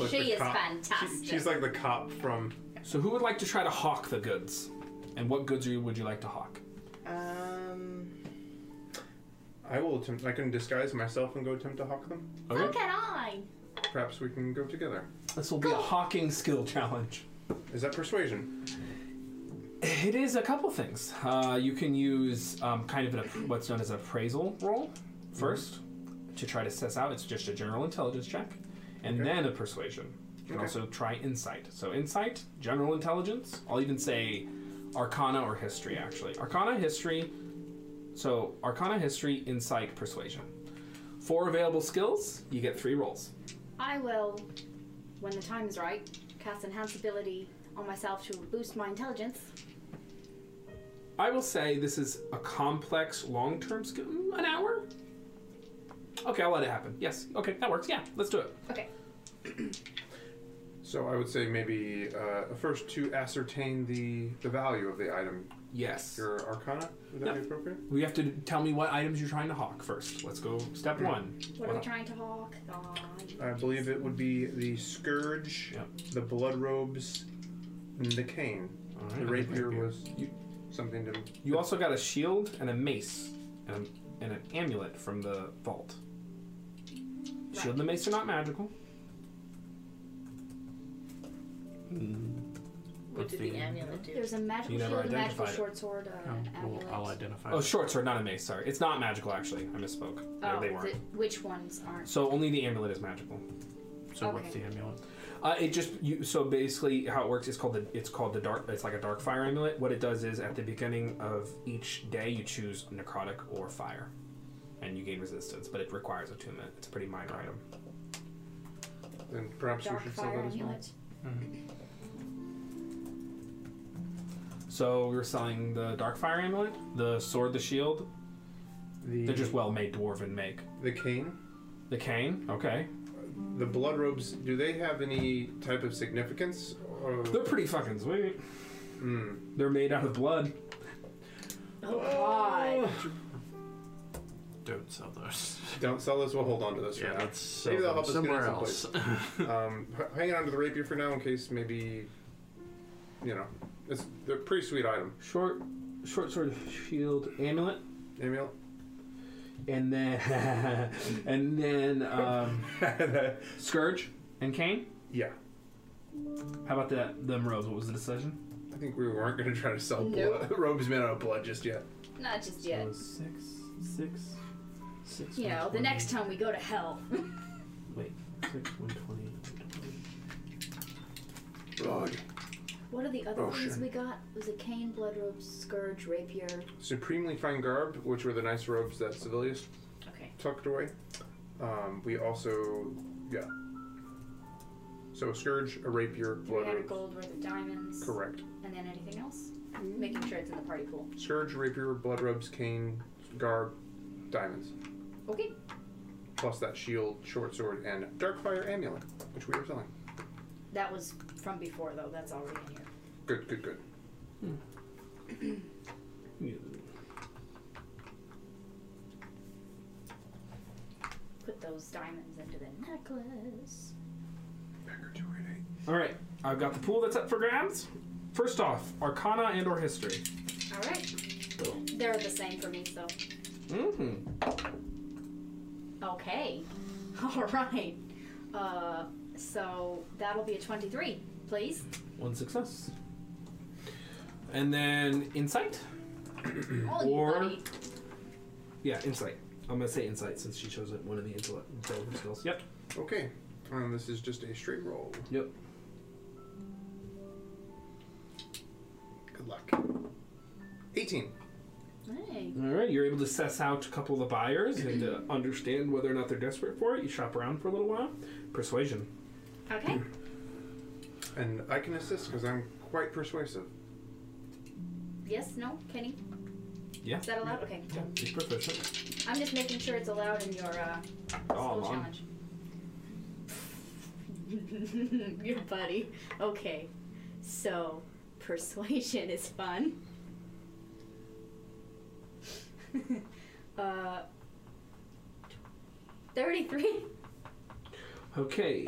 S2: like
S6: She
S2: the
S6: is
S2: cop.
S6: fantastic.
S2: She, she's like the cop from.
S1: So, who would like to try to hawk the goods? And what goods are you, would you like to hawk?
S3: um,
S2: I will attempt. I can disguise myself and go attempt to hawk them.
S6: Look at I.
S2: Perhaps we can go together.
S1: This will be a hawking skill challenge.
S2: Is that persuasion?
S1: It is a couple things. Uh, you can use um, kind of an, app- what's known as an appraisal roll 1st to try to suss out. It's just a general intelligence check, and
S2: Okay.
S1: then a persuasion. You can
S2: Okay.
S1: also try insight. So insight, general intelligence. I'll even say arcana or history. Actually, arcana, history. So arcana, history, insight, persuasion. Four available skills. You get three rolls.
S6: I will, when the time is right, cast enhance ability on myself to boost my intelligence.
S1: I will say this is a complex long term skill. mm, An hour? Okay, I'll let it happen. Yes. Okay, that works. Yeah, let's do it.
S6: Okay.
S2: So I would say maybe uh, first to ascertain the the value of the item.
S1: Yes.
S2: Your Arcana would that
S1: Yeah.
S2: be appropriate?
S1: We have to tell me what items you're trying to hawk first. Let's go step one.
S6: What are we
S1: What-
S6: trying to hawk? Aw, you
S2: I believe it would be the scourge,
S1: Yep.
S2: the blood robes, and the cane.
S1: Alright.
S2: The rapier
S5: Rapier.
S2: was
S1: You-
S2: something to.
S1: You also got a shield and a mace and, a, and an amulet from the vault. Shield and the mace are not magical.
S3: what did the amulet do?
S6: There's a magical
S1: You never
S6: shield, a magical
S1: identified it.
S6: short sword,
S2: Oh,
S6: uh,
S5: Um, well,
S6: amulet.
S5: I'll identify.
S1: Oh,
S5: it.
S1: short sword, not a mace. Sorry, it's not magical. Actually, I misspoke.
S6: Oh,
S1: No, they
S6: the-
S1: weren't.
S6: which ones aren't?
S1: So only the amulet is magical.
S5: So what's
S6: okay.
S5: the amulet?
S1: Uh, it just you, so basically how it works is called the it's called the dark it's like a dark fire amulet. What it does is at the beginning of each day you choose necrotic or fire, and you gain resistance, but it requires attunement. It's a pretty minor item.
S2: Then perhaps
S6: Dark
S2: we should sell
S6: fire
S2: that as well.
S6: amulet.
S1: So we are selling the dark fire amulet, the sword, the shield.
S2: The
S1: They're just well made dwarven make.
S2: the cane.
S1: The cane, okay,
S2: The blood robes, do they have any type of significance? Or,
S1: they're pretty fucking sweet.
S2: Hmm.
S1: They're made out of blood.
S6: Oh god.
S5: Don't sell those.
S2: Don't sell this. We'll hold on to this
S5: Yeah,
S2: for now.
S5: let's sell
S2: Maybe they'll
S5: them
S2: help us get
S5: somewhere
S2: it
S5: else.
S2: someplace. Um, h- hang on to the rapier for now in case maybe, you know, it's they're a pretty sweet item.
S1: Short, short sword, shield, amulet.
S2: Emil,
S1: and then and then um, scourge and Kane.
S2: yeah,
S1: How about that? Them robes. What was the decision?
S2: I think we weren't going to try to sell
S6: Nope.
S2: blood. robes made out of blood just yet.
S6: Not just yet.
S1: So six, six, six.
S6: You know, the
S1: 120.
S6: next time we go to hell.
S1: Wait, six one twenty. 120.
S2: Blood.
S6: What are the other
S2: Oh,
S6: things
S2: shit.
S6: we got? It was a cane, blood robe, scourge, rapier.
S2: Supremely fine garb, which were the nice robes that Civilius
S6: Okay.
S2: tucked away. Um, we also, yeah. So a scourge, a rapier, blood
S6: 300
S2: rope.
S6: gold worth of diamonds.
S2: Correct.
S6: And then anything else? Making sure it's in the party pool.
S2: Scourge, rapier, blood robes, cane, garb, diamonds.
S6: Okay.
S2: Plus that shield, short sword, and darkfire amulet, which we are selling.
S6: That was from before, though. That's already in here.
S2: Good, good, good.
S6: Put those diamonds into the necklace.
S2: Banger 288.
S1: All right, I've got the pool that's up for grabs. First off, Arcana and or History.
S6: All right. They're the same for me, so.
S1: Mm-hmm.
S6: Okay. All right. Uh, so that'll be a 23, please.
S1: One success. And then insight.
S6: All you
S1: Or-
S6: buddy.
S1: Yeah, insight. I'm gonna say insight since she chose it one of the intellect intelligence skills. Yep.
S2: Okay, um, this is just a straight roll.
S1: Yep.
S2: Good luck. 18.
S6: Hey.
S1: All right, you're able to suss out a couple of the buyers and to understand whether or not they're desperate for it. You shop around for a little while. Persuasion.
S6: Okay.
S2: And I can assist because I'm quite persuasive.
S6: Yes, no, Kenny?
S1: Yeah.
S6: Is that allowed? Okay.
S1: Yeah, he's proficient.
S6: I'm just making sure it's allowed in your uh,
S1: Oh,
S6: skill
S1: mom.
S6: challenge. Your buddy. Okay. So, persuasion is fun. uh, 33.
S1: Okay.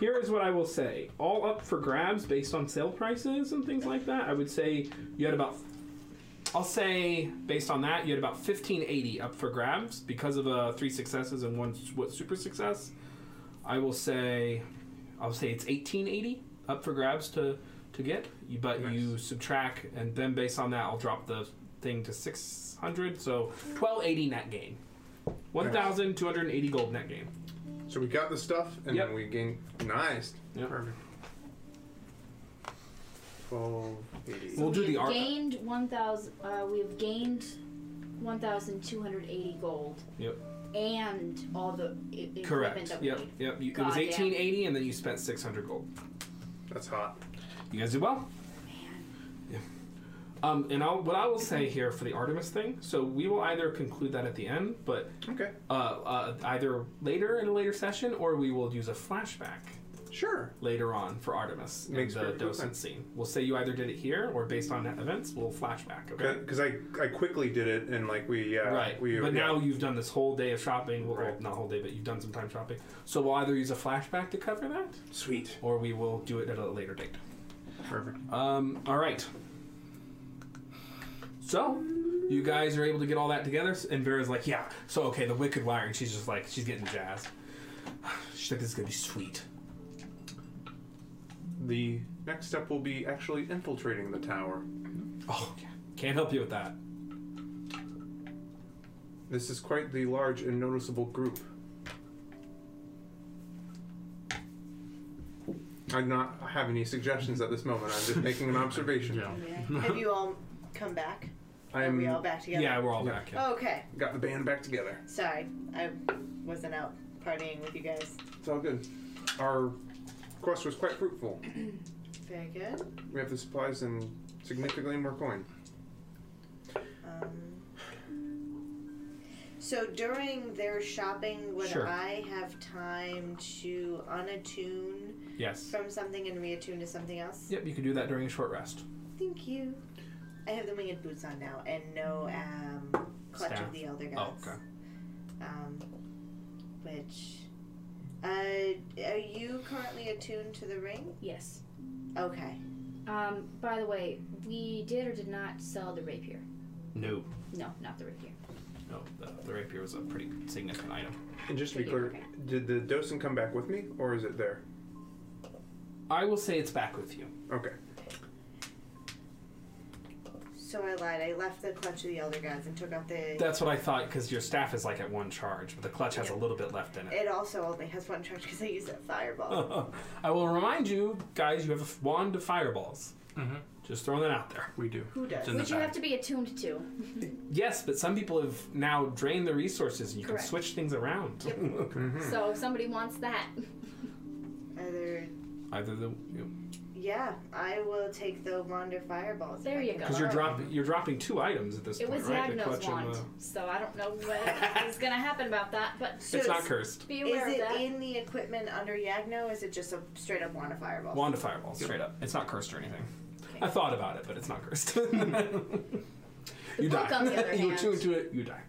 S1: Here is what I will say. All up for grabs based on sale prices and things like that. I would say you had about I'll say based on that you had about 1580 up for grabs because of uh, three successes and one s- what super success. I will say I'll say it's 1880 up for grabs to to get. You but you subtract and then based on that I'll drop the thing to 600 so 1280 net gain. 1280 gold net gain.
S2: So we got the stuff and
S1: Yep.
S2: then we gained. Nice.
S1: Yep.
S5: Perfect.
S2: 1280.
S1: We'll do
S6: We've
S1: the art-
S6: Gained 1,000. Uh, we've gained 1,280 gold.
S1: Yep.
S6: And all the e- equipment
S1: Correct.
S6: that we
S1: Yep.
S6: need.
S1: Yep. You, it was
S6: Goddamn.
S1: eighteen eighty, and then you spent six hundred gold.
S2: That's hot.
S1: You guys did well. Yeah. Um, and I'll, what I will say here for the Artemis thing, so we will either conclude that at the end, but
S2: Okay.
S1: uh, uh, either later in a later session, or we will use a flashback
S2: Sure.
S1: later on for Artemis
S2: Makes
S1: and the
S2: perfect
S1: docent
S2: sense.
S1: scene. We'll say you either did it here, or based on events, we'll flashback. Okay.
S2: Because I, I quickly did it and like we. Uh,
S1: Right,
S2: We,
S1: but
S2: yeah.
S1: now you've done this whole day of shopping. Well,
S2: Right.
S1: not whole day, but you've done some time shopping. So we'll either use a flashback to cover that,
S2: Sweet.
S1: or we will do it at a later date.
S5: Perfect.
S1: Um, all right. So, you guys are able to get all that together, and Vera's like, yeah. So, okay, the wicked wiring. She's just like, she's getting jazzed. She's like, this is gonna be sweet.
S2: The next step will be actually infiltrating the tower.
S1: Oh, yeah. can't help you with that.
S2: This is quite the large and noticeable group. I do not have any suggestions at this moment. I'm just making an observation.
S5: Yeah.
S3: Have you all come back?
S2: I
S3: Are we all
S2: am
S3: back together?
S1: Yeah, we're all
S2: Yeah.
S1: back. Yeah.
S3: Okay.
S2: got the band back together.
S3: Sorry, I wasn't out partying with you guys.
S2: It's all good. Our quest was quite fruitful.
S3: Very good.
S2: We have the supplies and significantly more coin.
S3: Um, so during their shopping, would
S1: Sure.
S3: I have time to unattune
S1: Yes.
S3: from something and reattune to something else?
S1: Yep, you can do that during a short rest.
S3: Thank you. I have the winged boots on now and no um, clutch
S1: Staff.
S3: of the elder
S1: Oh,
S3: gods.
S1: okay.
S3: Um, which. Uh, are you currently attuned to the ring?
S6: Yes.
S3: Okay.
S6: Um, by the way, we did or did not sell the rapier.
S1: No,
S6: No, not the rapier.
S1: no, the, the rapier was a pretty significant item.
S2: And just to be
S6: Okay,
S2: clear,
S6: okay.
S2: did the docent come back with me, or is it there?
S1: I will say it's back with you.
S2: Okay.
S3: So I lied. I left the clutch of the elder gods and took out the.
S1: That's what I thought, because your staff is like at one charge, but the clutch has a little bit left in it.
S3: it also only has one charge because I used that fireball.
S1: I will remind you, guys, you have a f- wand of fireballs.
S5: Mhm.
S1: Just throwing that out there.
S5: We do.
S3: Who does?
S5: It's in the
S6: Which you
S5: back.
S6: have to be attuned to.
S1: Yes, but some people have now drained the resources and you
S6: Correct.
S1: Mm-hmm. can switch things around.
S6: Yep. So if somebody wants that,
S3: Either.
S1: Either the
S3: Yeah, I will take the wander fireballs. if
S6: There
S3: I
S6: you
S3: can
S6: go.
S1: because you're
S3: borrow.
S1: dropping you're dropping two items at this
S6: It
S1: point,
S6: was
S1: right? The
S6: Nagno's
S1: clutch and
S6: wand,
S1: the-
S6: so I don't know what is gonna happen about that, but
S3: So
S1: It's not
S3: is-
S1: cursed.
S6: be aware
S3: Is
S6: of
S3: it
S6: that.
S3: in the equipment under Yagno? Is it just a straight up wand of fireballs?
S1: Wand of Fireball, straight up. It's not cursed or anything. I thought about it, but it's not cursed. you
S6: book,
S1: die.
S6: on the other
S1: you
S6: hand-
S1: chew into it, you die.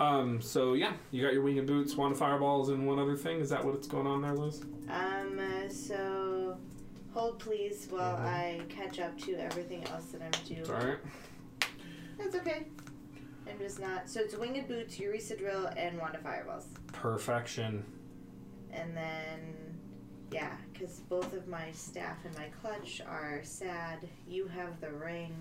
S1: Um, so yeah, you got your wing and boots, wand of fireballs, and one other thing. Is that what's going on there, Liz?
S3: Um. Uh, so, hold please while I catch up to everything else that I'm doing.
S1: It's alright.
S3: That's okay. I'm just not. So it's winged boots, Eureka drill, and wand of fireballs,
S1: Perfection.
S3: and then. Yeah, because both of my staff and my clutch are sad. You have the ring.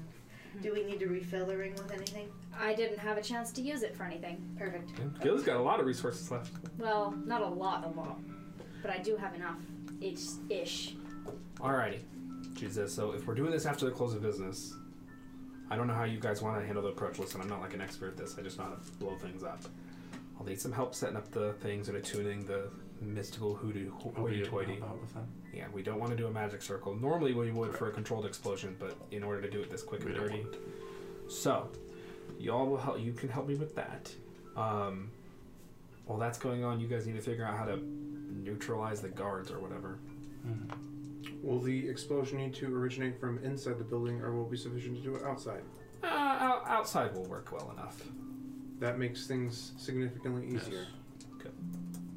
S3: Do we need to refill the ring with anything?
S6: I didn't have a chance to use it for anything.
S3: Perfect.
S1: Yeah. Gil's got a lot of resources left.
S6: Well, not a lot, a lot, but I do have enough. It's ish.
S1: Alrighty. Jesus, so if we're doing this after the close of business, I don't know how you guys want to handle the approach. Listen, I'm not like an expert at this. I just know how to blow things up. I'll need some help setting up the things and attuning the mystical hoodoo hoity-toity.
S5: Help out with that.
S1: Yeah, we don't want to do a magic circle. Normally we would for a controlled explosion, but in order to do it this quick
S5: We
S1: and
S5: don't
S1: dirty, so y'all will help. You can help me with that. Um, while that's going on, you guys need to figure out how to neutralize the guards or whatever.
S2: Will the explosion need to originate from inside the building, or will it be sufficient to do it outside?
S1: Uh, out- outside will work well enough,
S2: That makes things significantly
S5: Yes.
S2: easier.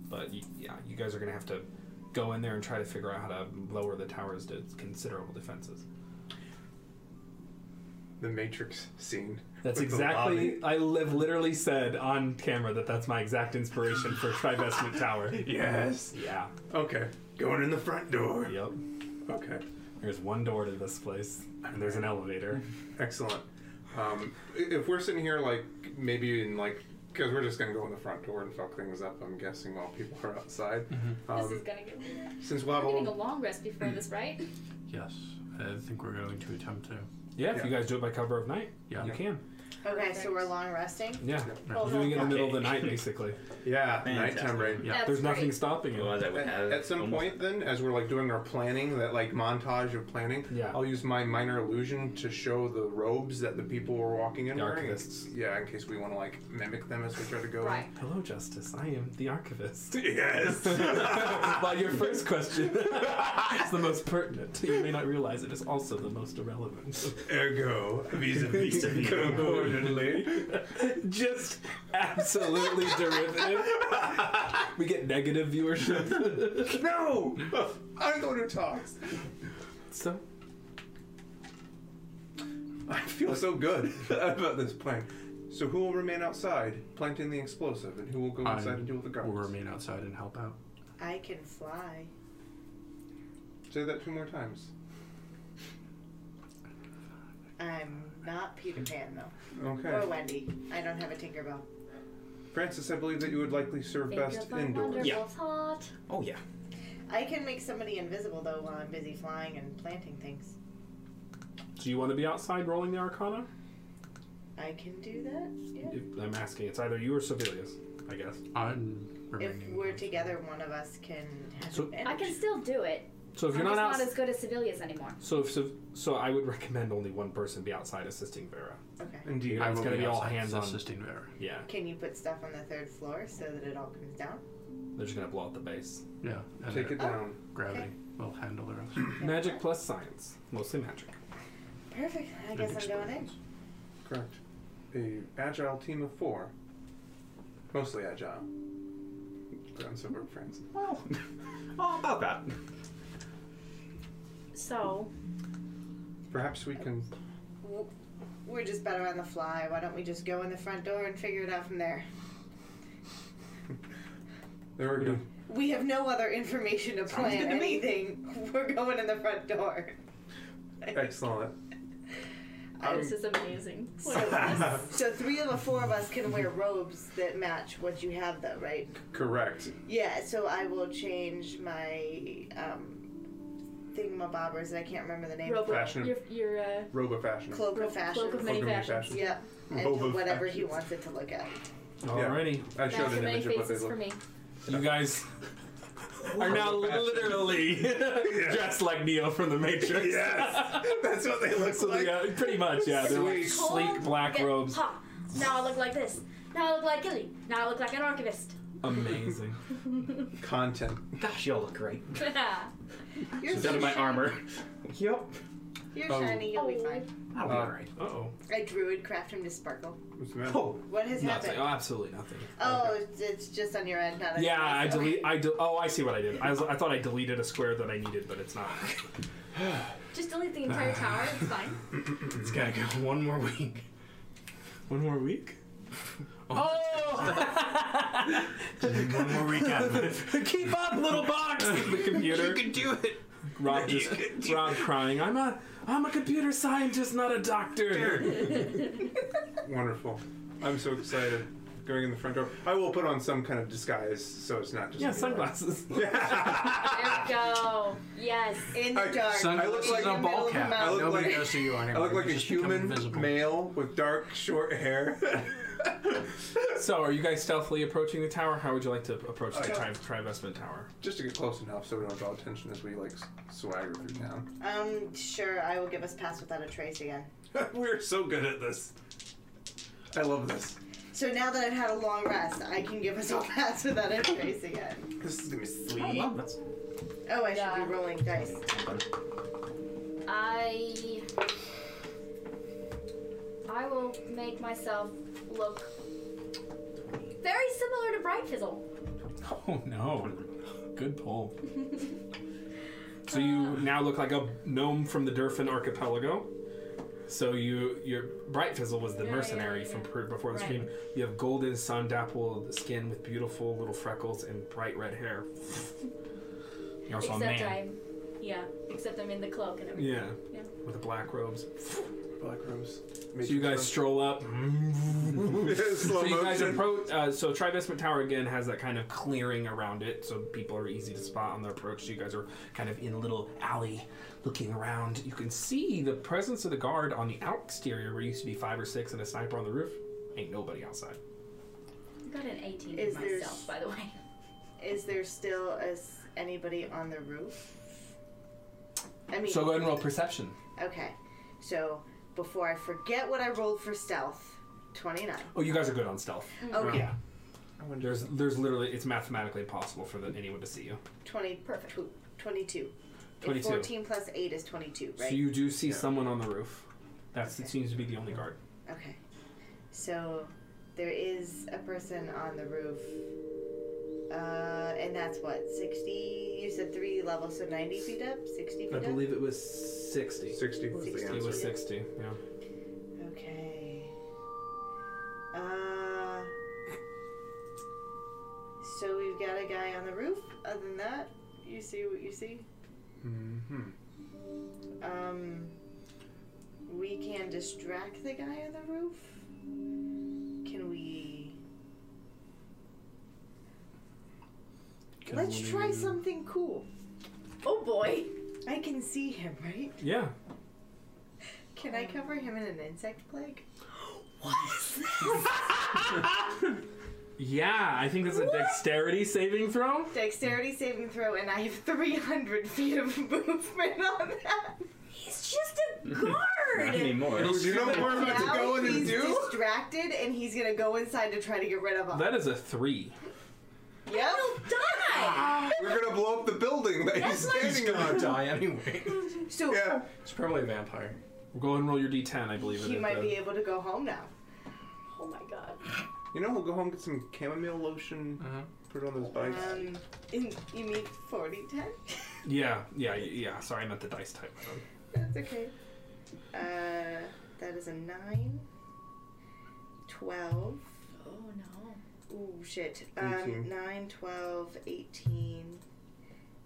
S1: but you, yeah, you guys are gonna have to go in there and try to figure out how to lower the towers to considerable defenses.
S2: The Matrix scene.
S1: That's
S2: With the
S1: exactly. I live literally said on camera that that's my exact inspiration for Trivestment Tower.
S2: Yes.
S1: Yeah.
S2: Okay. Going in the front door.
S1: Yep.
S2: Okay.
S1: There's one door to this place, and there's an elevator.
S2: Excellent. Um, i- if we're sitting here, like maybe in like, because we're just gonna go in the front door and fuck things up. I'm guessing while people are outside.
S1: Mm-hmm. Oh,
S10: This is
S2: Um,
S10: gonna get weird.
S2: since we'll have
S10: We're
S2: a
S10: getting a
S2: little-
S10: long rest before this,
S1: Mm.
S10: right?
S5: Yes, I think we're going to attempt to.
S1: Yeah, if
S2: Yeah.
S1: you guys do it by cover of night,
S5: Yeah.
S1: you can.
S3: Okay, so we're long resting.
S1: Yeah.
S3: Hold
S1: You're doing it in
S3: on.
S1: the middle of the night, basically.
S2: yeah,
S11: Fantastic.
S2: nighttime rain.
S5: Yeah.
S6: That's
S1: There's
S6: great.
S1: nothing stopping you.
S11: Otherwise, I would have.
S2: At some
S11: almost-
S2: point, then, as we're like doing our planning, that like montage of planning,
S1: Yeah.
S2: I'll use my minor illusion to show the robes that the people were walking in
S1: The
S2: wearing.
S1: archivists.
S2: Yeah, in case we want to like mimic them as we try to go. in.
S6: Right.
S1: Hello, Justice. I am the archivist.
S2: Yes.
S1: Well, your first question is the most pertinent. You may not realize it is also the most irrelevant.
S2: Ergo, vis-a-vis,
S11: Vis-a-vis.
S2: concordantly.
S1: Just absolutely derivative. We get negative viewership.
S2: No, I'm the one who talks.
S1: so,
S2: I feel so good about this plan. So who will remain outside planting the explosive, and who will go
S5: I
S2: inside and deal with the guards?
S5: We'll remain outside and help out.
S3: I can fly.
S2: Say that two more times.
S3: I'm not Peter Pan though, or
S2: Okay.
S3: Wendy. I don't have a Tinkerbell.
S2: Francis, I believe that you would likely serve
S6: Think
S2: best
S6: of my
S2: indoors.
S6: wonderful
S1: Yeah.
S6: thought.
S1: oh yeah.
S3: I can make somebody invisible though while I'm busy flying and planting things.
S1: Do you want to be outside rolling the Arcana?
S3: I can do that. Yeah.
S1: If- I'm asking. It's either you or Sevelius, I guess.
S5: I'm
S3: If
S5: remaining.
S3: we're together, one of us can have
S1: So-
S6: I can
S3: advantage.
S6: still do it.
S1: So if
S6: I'm
S1: you're not
S6: just
S1: outside.
S6: not as good as civilians anymore.
S1: So, if, so, so I would recommend only one person be outside assisting Vera.
S3: Okay.
S2: Indeed,
S1: Yeah,
S2: I
S1: it's
S2: will
S1: gonna
S2: be
S1: be all
S2: outside.
S1: hands on.
S5: assisting Vera.
S1: Yeah,
S3: Can you put stuff on the third floor so that it all comes down?
S1: they're just gonna blow out the base.
S5: Yeah, and
S2: Take it
S5: then
S2: down.
S5: gravity.
S3: okay.
S5: will handle the rest.
S1: Magic plus science, mostly magic.
S3: Perfect. I guess I'm going in.
S2: Correct. A agile team of four. Mostly agile. Ground suburb friends.
S4: Well,
S7: oh,
S4: all about that.
S6: So,
S2: Perhaps we can.
S3: W- We're just better on the fly. Why don't we just go in the front door and figure it out from there?
S2: There we go.
S3: We have no other information to plan
S4: good to me.
S3: anything. We're going in the front door.
S2: Excellent. Um,
S10: this is amazing. What
S3: So-
S10: is this?
S3: So three of the four of us can wear robes that match what you have, though, right?
S2: correct.
S3: Yeah. So I will change my um, thingamabobbers that I can't remember the name.
S10: Robo,
S2: Fashion.
S10: your, your uh,
S2: Robe of fashion.
S3: Cloak
S10: ro-
S3: of fashion.
S10: cloak of many
S2: Cloak of many
S10: fashions.
S2: fashions.
S3: Yeah. And
S2: Robe
S3: to
S2: of
S3: whatever he
S2: fashions.
S3: wants it to look at.
S1: Alrighty,
S2: I showed
S10: Fashion
S2: an
S10: many
S2: image of what they
S10: faces
S2: look
S10: for me.
S1: you guys. are now
S12: Old-fashioned.
S1: literally dressed like Neo from the Matrix.
S12: Yes, that's what they look
S1: So
S12: like.
S1: they, uh, pretty much, yeah. They're like
S12: Sweet.
S1: sleek
S6: Cold,
S1: black
S6: get
S1: robes.
S6: hot. Now I look like this. Now I look like Gilly. Now I look like an archivist.
S1: Amazing.
S2: Content.
S4: Gosh, y'all look great.
S3: You're
S4: Instead of my
S3: shiny.
S4: armor. Yep.
S3: You're
S2: Oh.
S3: shiny. You'll be
S6: Oh.
S3: fine.
S4: I'll be
S2: Uh,
S4: alright.
S1: Uh oh.
S3: I druid craft him to sparkle.
S2: What's the matter?
S4: Oh,
S3: What has
S1: Nothing. Oh,
S3: happened?
S1: absolutely nothing.
S3: Oh, it's, it's just on your end, not on
S1: Yeah,
S3: yours.
S1: I
S3: Okay.
S1: delete. I de- oh, I see what I did. I, was, I thought I deleted a square that I needed, but it's not.
S10: Just delete the entire tower. It's fine.
S5: It's gotta go one more week.
S1: One more week. Oh!
S5: One more week out of it.
S1: Keep up, little box. the computer.
S5: can do it.
S1: Rob just Rob crying. I'm a I'm a computer scientist, not a doctor.
S2: Wonderful. I'm so excited. Going in the front door. I will put on some kind of disguise so it's not just.
S1: Yeah,
S2: me.
S1: sunglasses.
S6: There we go. Yes.
S3: In the
S2: I-
S3: dark.
S2: I look
S5: Sunglasses
S2: like-
S5: and a
S3: middle
S5: ball
S3: of the
S5: cap.
S3: mountain.
S5: Nobody
S2: like-
S5: knows who you are
S2: I
S5: anymore.
S2: look like a
S5: You just become
S2: human
S5: invisible.
S2: male with dark, short hair.
S1: so, are you guys stealthily approaching the tower? How would you like to approach the
S2: yeah.
S1: tri- Trivestment Tower?
S2: just to get close enough so we don't draw attention as we like s- swagger through town.
S3: Um, sure, I will give us pass without a trace again.
S12: We're so good at this.
S2: I love this.
S3: So now that I've had a long rest, I can give us all pass without a trace again.
S2: This is gonna be sleep.
S4: oh well, that's
S3: Oh, I should
S6: Yeah.
S3: be rolling dice.
S6: I I will make myself look very similar to Bright Fizzle.
S1: Oh no, good pull. so you now look like a gnome from the Durfin Archipelago. So you, your Bright Fizzle was the
S6: Yeah,
S1: mercenary
S6: yeah,
S1: from
S6: yeah.
S1: pre- before the
S6: Right.
S1: stream. You have golden sun dappled skin with beautiful little freckles and bright red hair. You're also a
S6: except
S1: man.
S6: I'm yeah, except I'm in the cloak and everything.
S1: Yeah.
S6: Yeah.
S1: With the black robes.
S2: Black Rose.
S1: So you guys stroll up.
S2: Slow
S1: so you guys
S2: motion.
S1: approach. Uh, so Trivestment Tower again has that kind of clearing around it, so people are easy to spot on their approach. So you guys are kind of in a little alley, looking around. You can see the presence of the guard on the exterior, where used to be five or six, and a sniper on the roof. Ain't nobody outside.
S6: I got an 18
S3: Is
S6: for
S3: there
S6: myself,
S3: s-
S6: by the way.
S3: Is there still a s anybody on the roof? I mean,
S1: So go ahead and roll perception.
S3: okay. So before I forget what I rolled for stealth, 29.
S1: Oh, you guys are good on stealth.
S3: Mm-hmm. Okay,
S1: Yeah. There's, there's literally, it's mathematically impossible for the, anyone to see you.
S3: 20,
S6: Perfect.
S3: tw- 22. If
S1: 22.
S3: 14 plus 8 is 22, right?
S1: So you do see someone on the roof. That's it seems to be the only guard.
S3: Okay. So there is a person on the roof. Uh, and that's what, 60? You said three levels, so 90 feet up? 60 feet
S1: I
S3: up?
S1: believe it was sixty.
S2: 60 was the
S1: It
S3: 60
S1: was
S2: answer.
S1: sixty. Yeah.
S3: Okay. Uh. So we've got a guy on the roof. Other than that, you see what you see.
S2: Mm-hmm.
S3: Um. We can distract the guy on the roof. Can we?
S5: Can
S3: Let's
S5: we-
S3: try something cool.
S6: Oh boy.
S3: I can see him, right?
S1: Yeah.
S3: Can
S6: Oh.
S3: I cover him in an insect plague?
S1: Yeah, I think that's a dexterity saving throw.
S3: Dexterity saving throw, and I have 300 feet of movement on that.
S6: He's just a guard.
S4: not anymore.
S2: You know what we're about to
S3: Now
S2: go in and
S3: he's
S2: do?
S3: distracted and he's gonna go inside to try to get rid of him.
S1: That is a three.
S3: yep.
S6: Die.
S2: We're gonna blow up the building that he's
S5: He's
S2: standing
S5: gonna
S2: on.
S5: die anyway.
S3: So
S2: Yeah.
S5: It's probably a vampire.
S1: Go ahead and roll your d10, I believe it
S3: he
S1: is.
S3: might
S1: uh,
S3: be able to go home now.
S6: Oh my god.
S2: You know, we'll go home get some chamomile lotion,
S1: Uh-huh.
S2: put it on those bikes.
S3: Um, in, you mean 40 10?
S1: Yeah, yeah, yeah. Sorry, I meant the dice type. my bad.
S3: That's okay. Uh, that is a 9, 12.
S6: Oh no.
S3: Ooh, shit. Um,
S2: Eighteen.
S3: 9, 12, 18,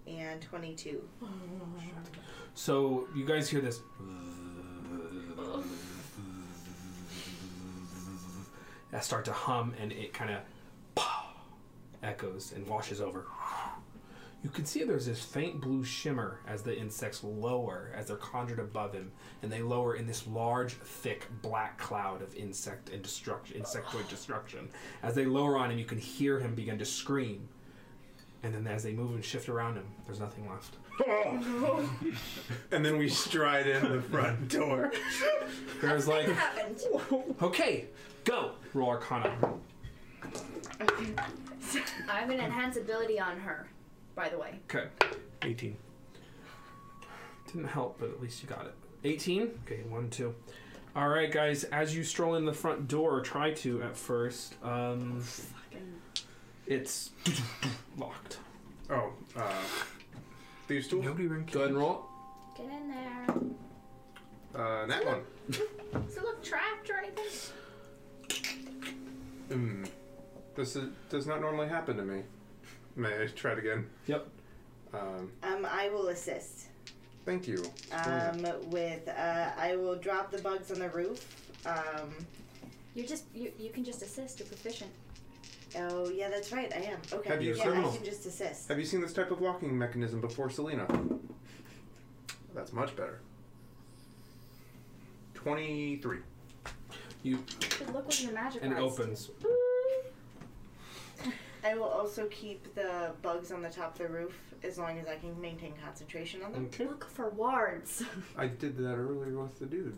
S3: and 22.
S1: So you guys hear this, I start to hum, and it kind of echoes and washes over. You can see there's this faint blue shimmer as the insects lower, as they're conjured above him, and they lower in this large, thick, black cloud of insect and destruction, insectoid destruction. As they lower on him, you can hear him begin to scream And then as they move and shift around him, there's nothing left.
S2: and then we stride in the front door.
S1: There's like,
S3: happened.
S1: okay, go, roll Arcana.
S6: I have an enhance ability on her, by the way.
S1: Okay.
S5: 18.
S1: Didn't help, but at least you got it. 18? Okay, 1, 2. All right, guys, as you stroll in the front door, try to at first, um, it's locked.
S2: Oh, uh, these tools.
S5: Nobody ring
S1: Go ahead and roll
S6: Get in there.
S2: Uh, that one.
S6: Does it look trapped or anything?
S2: Mm. This is, does not normally happen to me. May I try it again?
S1: it. Yep.
S2: Um,
S3: Um, I will assist.
S2: thank you.
S1: Oh,
S3: Um, with uh, I will drop the bugs on the roof. Um,
S6: You're just you, you can just assist. You're proficient.
S3: oh yeah, that's right. I am. Okay.
S2: Have you
S3: yeah,
S2: criminal?
S3: I can just assist.
S2: Have you seen this type of locking mechanism before, Selena? That's much better. 23.
S1: You,
S6: Good look with your magic.
S1: and it
S6: eyes.
S1: opens.
S3: I will also keep the bugs on the top of the roof as long as I can maintain concentration on them.
S1: Okay.
S6: Look for wards.
S2: I did that earlier with the dude.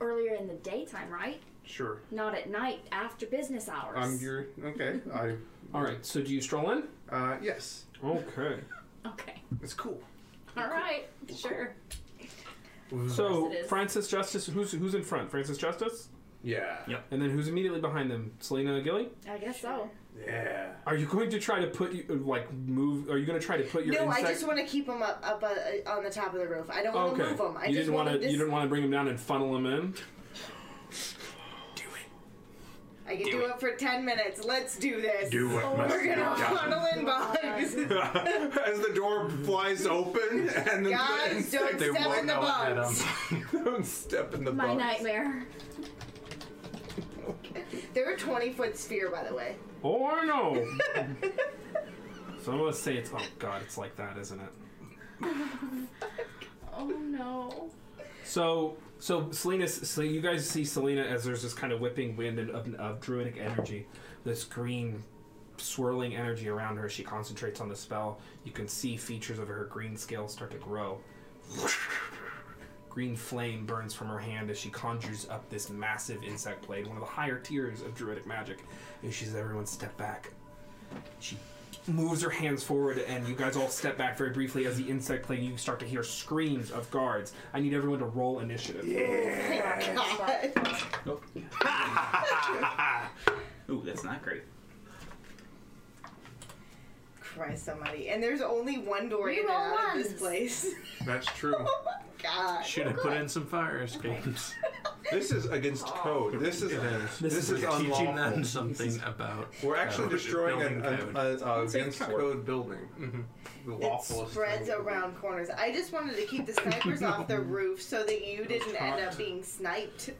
S6: Earlier in the daytime, right?
S2: Sure.
S6: Not at night after business hours.
S2: I'm your. Okay. I.
S1: All right, so do you stroll in?
S2: Uh, yes.
S1: Okay.
S6: okay.
S2: It's cool.
S10: All right, sure.
S1: So,
S10: it is.
S1: Francis Justice, who's who's in front? Francis Justice?
S2: Yeah.
S1: Yep. And then who's immediately behind them? Selena Gilly?
S6: I guess so.
S2: Yeah.
S1: Are you going to try to put, you like, move, are you going to try to put your
S3: no,
S1: insect...
S3: I just want to keep them up, up uh, on the top of the roof. I don't want to move them. I
S1: Oh, you
S3: just
S1: didn't
S3: want
S1: wanna-
S3: to.
S1: You didn't want to bring them down and funnel them in.
S3: I can do it. for ten minutes. Let's do this.
S2: Do what must
S3: We're
S2: be
S3: gonna
S2: done.
S3: funnel in bugs.
S2: As the door flies open and the
S3: Guys, don't
S5: They
S3: step
S5: won't
S3: in the
S5: know what hit 'em.
S3: bugs.
S2: don't step in the
S6: My
S2: bugs.
S6: nightmare.
S3: They're a twenty foot sphere, by the way.
S1: Oh, I know. so I'm gonna say it's. Oh God, it's like that, isn't it?
S6: Oh no.
S1: So, so Selena, so you guys see Selena as there's this kind of whipping wind and of, of druidic energy, this green swirling energy around her. She concentrates on the spell. You can see features of her green scales start to grow. Green flame burns from her hand as she conjures up this massive insect blade, one of the higher tiers of druidic magic. And she says, "Everyone, step back." She moves her hands forward, and you guys all step back very briefly as the insect plane. You start to hear screams of guards. I need everyone to roll initiative.
S4: Nope. Ooh, that's not great.
S3: Christ, somebody. And there's only one door
S6: We
S3: in and
S6: roll
S3: out of this
S6: ones.
S3: place. Oh
S2: That's true.
S3: God.
S5: Should have put in some fire escapes.
S2: This is against code. This is this,
S1: This
S2: is
S1: is
S5: Teaching
S2: unlawful.
S5: them something about.
S2: We're actually
S5: code.
S2: destroying an,
S5: Building
S2: an,
S5: code.
S2: a- a against code building. Mm-hmm. The
S3: It
S2: lawful
S3: spreads around corners. I just wanted to keep the snipers off the roof so that you didn't end up being sniped.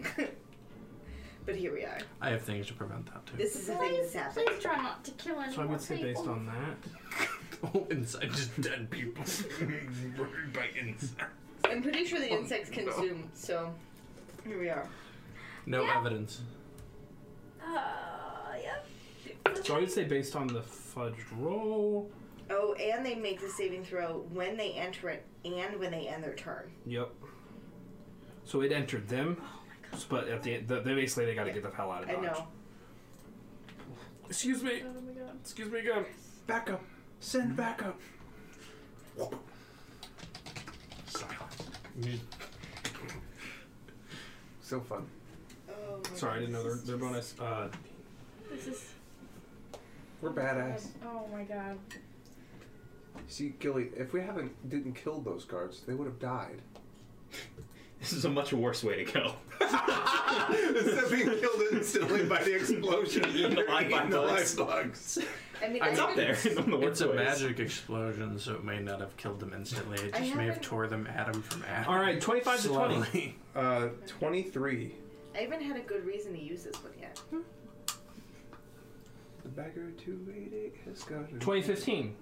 S3: but here we are.
S5: I have things to prevent that too.
S3: This is the thing that's happened.
S6: Please try not to kill any
S1: So I
S6: more
S1: would say
S6: people.
S1: based on that,
S5: Oh, inside just dead people murdered by insects.
S3: I'm pretty sure the insects can zoom, so here we are.
S5: No
S10: Yeah.
S5: evidence.
S10: Uh, yep.
S1: so I would say based on the fudged roll.
S3: Oh, and they make the saving throw when they enter it and when they end their turn.
S1: Yep. So it entered them, but at the end, they basically they got to get the hell out of
S3: I
S1: dodge.
S3: know.
S1: Excuse me.
S10: Oh my god.
S1: Excuse me again.
S5: Backup. Send backup. Silence.
S2: So fun.
S3: Oh my
S1: Sorry, I didn't know their,
S3: God.
S1: their bonus. Uh,
S10: This is.
S2: We're badass.
S10: Oh my god.
S2: See, Gilly, if we haven't didn't kill those guards, they would have died.
S11: This is a much worse way to go.
S2: Instead of being killed instantly by the explosion,
S11: Eaten
S2: they're
S11: alive by
S2: eaten alive
S11: bugs.
S2: bugs.
S3: I mean,
S11: It's
S3: I
S11: up there.
S3: haven't-
S11: It's, the
S5: It's a
S11: worst ways.
S5: magic explosion, so it may not have killed them instantly. It
S3: I
S5: just may have
S3: haven't-
S5: tore them atom from atom.
S1: all right, twenty-five to
S5: Slowly.
S1: twenty.
S2: Uh, twenty-three.
S3: I haven't had a good reason to use this one yet.
S2: The bagger two eight eight has got a-
S1: 2015.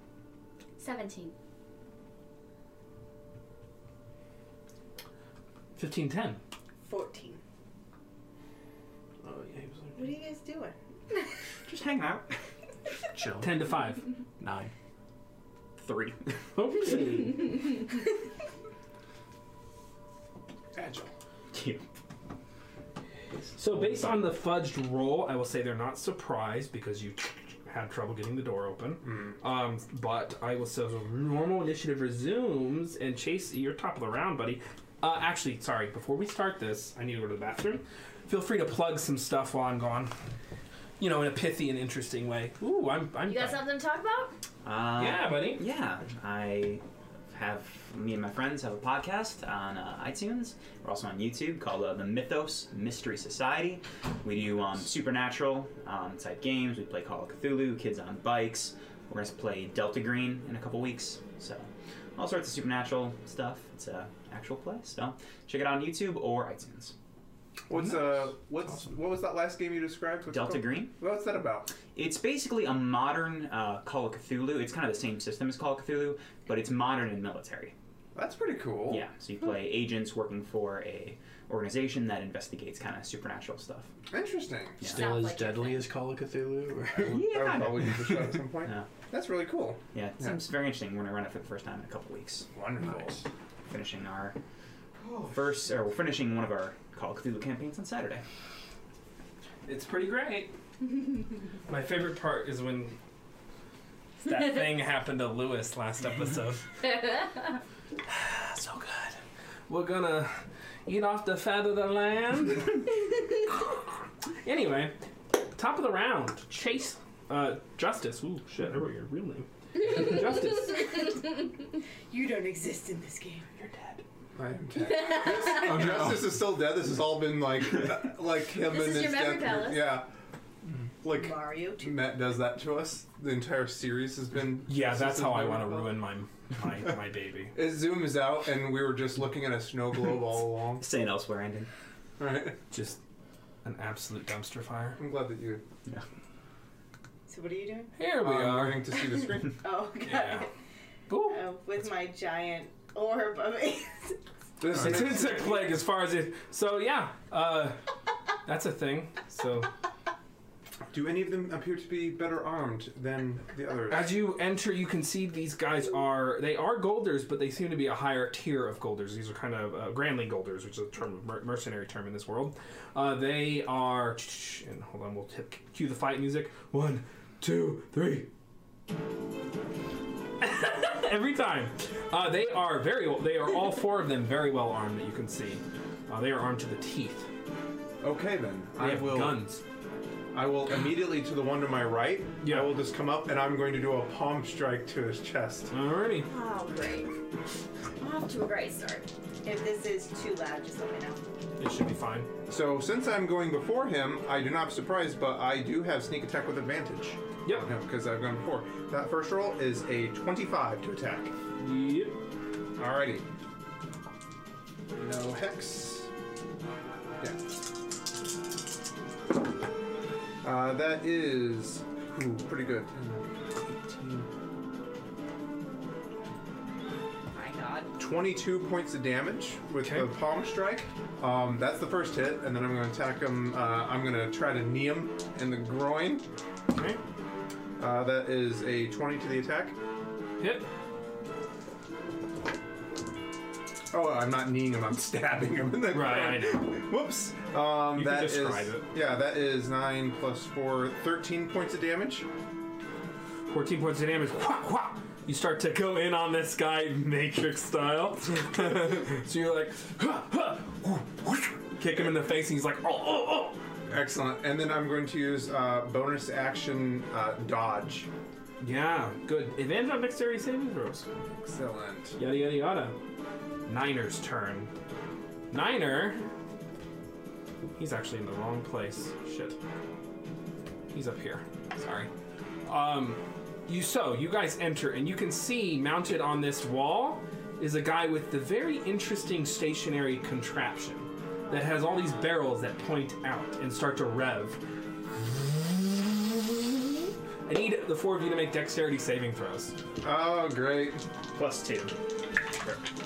S6: Seventeen.
S1: 1510.
S3: 14.
S1: Oh, yeah, he was like...
S3: What are you guys doing?
S4: Just hang out.
S5: Chill.
S1: 10 to 5.
S5: Nine.
S11: three.
S1: Okay.
S2: Agile.
S11: Yeah.
S1: So based on the fudged roll, I will say they're not surprised because you had trouble getting the door open. Um, but I will say normal initiative resumes and Chase, you're top of the round, buddy. Uh, actually, sorry. Before we start this, I need to go to the bathroom. Feel free to plug some stuff while I'm gone. You know, in a pithy and interesting way. Ooh, I'm. I'm
S6: You got
S1: done.
S6: something to talk about?
S7: Uh,
S1: Yeah, buddy.
S7: Yeah, I have me and my friends have a podcast on uh, iTunes. We're also on YouTube called uh, the Mythos Mystery Society. We do um, supernatural um, type games. We play Call of Cthulhu, Kids on Bikes. We're gonna play Delta Green in a couple weeks. So all sorts of supernatural stuff. It's a actual play. So check it out on YouTube or iTunes.
S2: What's uh? What's what was that last game you described? What's it
S7: Delta
S2: called?
S7: Green?
S2: What's that about?
S7: It's basically a modern uh, Call of Cthulhu. It's kind of the same system as Call of Cthulhu, but it's modern and military.
S2: That's pretty cool.
S7: Yeah, so you play agents working for a organization that investigates kind of supernatural stuff.
S2: Interesting.
S5: Still
S10: Sounds
S5: as
S10: like your
S5: deadly as Call of Cthulhu? Or...
S2: I would, I would
S7: kinda.
S2: probably give it a shot at some point.
S7: Yeah,
S2: That's really cool.
S7: yeah, it
S2: Yeah.
S7: seems very interesting. We're gonna run it for the first time in a couple weeks.
S2: Wonderful.
S7: Finishing our first, or we're finishing one of our Call of Cthulhu campaigns on Saturday.
S1: It's pretty great. My favorite part is when that thing happened to Lewis last episode. so good. We're gonna eat off the fat of the land. anyway, top of the round, Chase, uh, Justice. Ooh, shit! I wrote your real name. Justice,
S3: You don't exist in this game.
S1: you're dead.
S2: I am dead.
S6: Oh,
S2: Justice is still dead. This has all been like, like him
S6: This
S2: and
S6: is
S2: his
S6: your memory
S2: death. group.
S6: palace.
S2: Yeah. Like
S3: Mario 2.
S2: Matt does that to us. The entire series has been.
S1: Yeah, that's
S2: Justice's
S1: how I
S2: memory
S1: want to
S2: palace.
S1: ruin my my my baby.
S2: It zooms out, and we were just looking at a snow globe all along.
S7: Staying elsewhere, ending.
S2: All right.
S1: Just an absolute dumpster fire.
S2: I'm glad that you
S3: So what are you doing?
S1: Here we
S2: um,
S1: are.
S2: learning to see the screen.
S3: Oh, God.
S1: Yeah. Cool.
S3: Uh, with my giant orb of
S2: This
S1: It's
S2: next-
S1: insect plague as far as it. So yeah, uh, that's a thing. So
S2: Do any of them appear to be better armed than the others?
S1: as you enter, you can see these guys are they are golders, but they seem to be a higher tier of golders. These are kind of uh, grandly golders, which is a term mer- mercenary term in this world. Uh, they are. And hold on, we'll tip, cue the fight music. One, two, three. Every time, uh, they are very. well- They are all four of them very well armed that you can see. Uh, they are armed to the teeth.
S2: Okay then,
S1: They
S2: I
S1: have
S2: will.
S1: guns.
S2: I will immediately to the one to my right.
S1: Yeah.
S2: I will just come up and I'm going to do a palm strike to his chest.
S1: Alrighty.
S6: Oh, great. I'm off to a great start.
S3: If this is too loud, just let me know.
S1: It should be fine.
S2: So since I'm going before him, I do not have surprise, but I do have sneak attack with advantage.
S1: Yep.
S2: Because I've gone before. That first roll is a 25 to attack.
S1: Yep.
S2: Alrighty. No hex. Yeah. Uh, that is ooh, pretty good.
S6: My God.
S2: 22 points of damage with
S1: Okay.
S2: the palm strike. Um, that's the first hit, and then I'm going to attack him. Uh, I'm going to try to knee him in the groin.
S1: Okay.
S2: Uh, that is a 20 to the attack.
S1: Hit.
S2: Oh, I'm not kneeing him. I'm stabbing him in the
S1: Right, I
S2: groin. Whoops. Um,
S1: You can
S2: that is-
S1: describe it.
S2: yeah, that is nine plus four, 13 points of damage.
S1: 14 points of damage. Whap, whap. You start to go in on this guy Matrix style. so you're like, huh, huh, whoosh, whoosh. kick him in the face, and he's like, oh, oh, oh.
S2: Excellent. And then I'm going to use uh, bonus action uh, dodge.
S1: Yeah, good. Advantage on dexterity saving throws.
S2: Excellent.
S1: Yada, yada, yada. Niner's turn. Niner. He's actually in the wrong place. Shit. He's up here. Sorry. Um, you so you guys enter and you can see mounted on this wall is a guy with the very interesting stationary contraption that has all these barrels that point out and start to rev. I need the four of you to make dexterity saving throws.
S2: Oh, great.
S11: Plus two.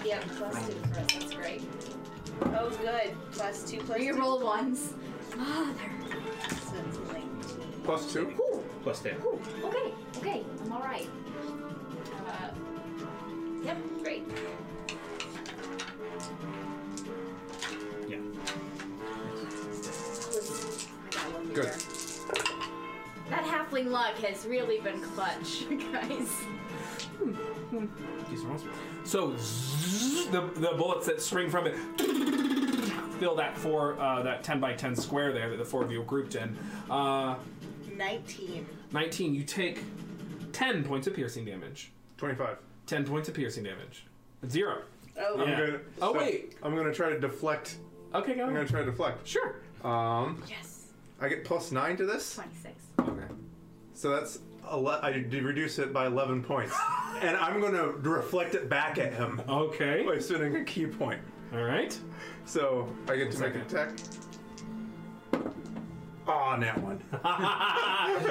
S6: Yep, plus two for us. That's great.
S3: Oh, good. Plus two, plus
S6: Three
S3: two.
S6: roll ones. Mother.
S3: So it's like-
S2: Plus two.
S11: Plus two.
S6: Ooh, okay, okay. I'm all right. Uh, luck has really been clutch, guys.
S1: Decent rolls. So zzz, the, the bullets that spring from it fill that four uh, that ten by ten square there that the four of you are grouped in. Uh,
S3: 19.
S1: Nineteen. You take ten points of piercing damage.
S2: Twenty-five.
S1: Ten points of piercing damage. Zero.
S3: Oh,
S2: I'm
S1: Yeah.
S2: gonna,
S1: Oh,
S2: so
S1: wait.
S2: I'm gonna try to deflect.
S1: Okay, go
S2: I'm gonna
S1: ahead.
S2: try to deflect.
S1: Sure.
S2: Um,
S6: Yes.
S2: I get plus nine to this.
S6: 26.
S2: Okay. So that's ele- I d- reduce it by eleven points, and I'm gonna reflect it back at him
S1: Okay.
S2: by spending a key point.
S1: All right.
S2: So I get to make an attack. Ah, oh, that one.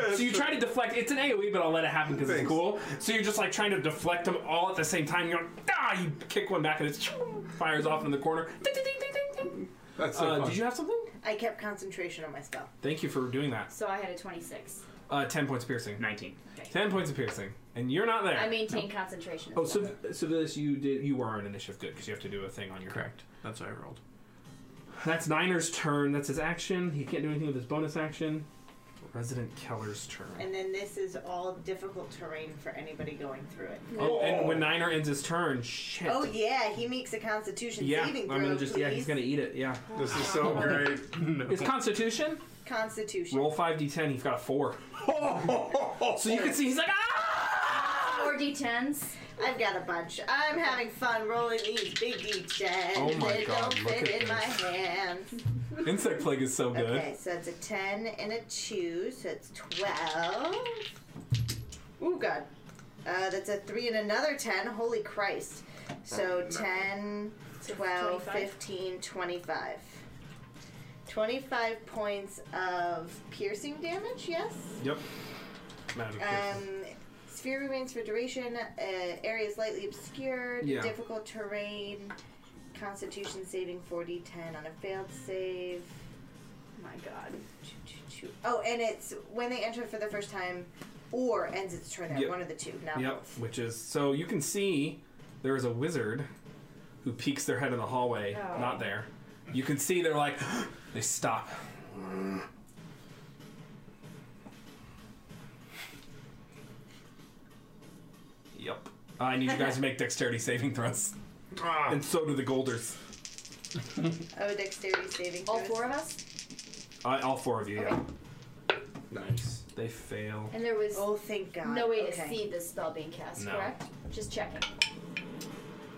S1: so you try to deflect. It's an AOE, but I'll let it happen because it's
S2: Thanks.
S1: cool. So you're just like trying to deflect them all at the same time. You're like, ah! You kick one back and it fires off in the corner. Ding, ding, ding, ding, ding, ding.
S2: That's so
S1: Uh,
S2: fun.
S1: did you have something?
S3: I kept concentration on my spell.
S1: Thank you for doing that.
S6: So I had a 26.
S1: Uh, ten points of piercing.
S7: 19.
S1: Ten points of piercing, and you're not there.
S6: I maintain concentration. as
S1: oh, so
S6: well.
S1: Civilis, you did. You are on initiative, good, because you have to do a thing on your
S5: Correct. That's what I rolled.
S1: That's Niner's turn. That's his action. He can't do anything with his bonus action. Resident Keller's turn.
S3: And then this is all difficult terrain for anybody going through it.
S1: Oh, and when Niner ends his turn, shit.
S3: Oh, yeah, he makes a constitution
S1: Yeah, I'm
S3: saving throw.
S1: gonna just yeah, he's
S3: please.
S1: gonna eat it. Yeah,
S2: This is so great.
S1: his Constitution.
S3: Constitution.
S1: Roll five d10. He's got a four.
S2: Oh,
S1: So you can see he's like ah.
S6: Four d10s.
S3: I've got a bunch. I'm having fun rolling these big D10.
S1: Oh my
S3: they
S1: God,
S3: don't
S1: look
S3: fit
S1: at
S3: in my
S1: this.
S3: hands.
S1: Insect plague is so good.
S3: Okay, so it's a 10 and a 2, so it's 12. Ooh, God. Uh, that's a 3 and another 10. Holy Christ. So 10,
S6: So
S3: 12,
S6: 25.
S3: 15, 25. 25 points of piercing damage, yes?
S1: Yep. Magic. piercing.
S3: Um, sphere remains for duration. Uh, area is lightly obscured.
S1: Yeah.
S3: Difficult terrain. Constitution saving 40 10 on a failed save.
S6: My god.
S3: Oh, and it's when they enter for the first time or ends its turn there.
S1: Yep.
S3: One of the two, not
S1: Yep,
S3: both.
S1: which is so you can see there is a wizard who peeks their head in the hallway.
S6: Oh.
S1: Not there. You can see they're like they stop. Yep. I need you guys to make dexterity saving throws,
S2: Ah,
S1: and so do the Golders.
S3: Oh, dexterity saving.
S6: All
S3: throws.
S6: four of us?
S1: Uh, all four of you. Yeah.
S6: Okay.
S2: nice.
S1: They fail.
S6: And there was
S3: Oh, thank God.
S6: no way
S3: Okay.
S6: to see the spell being cast,
S1: No.
S6: correct? Just checking.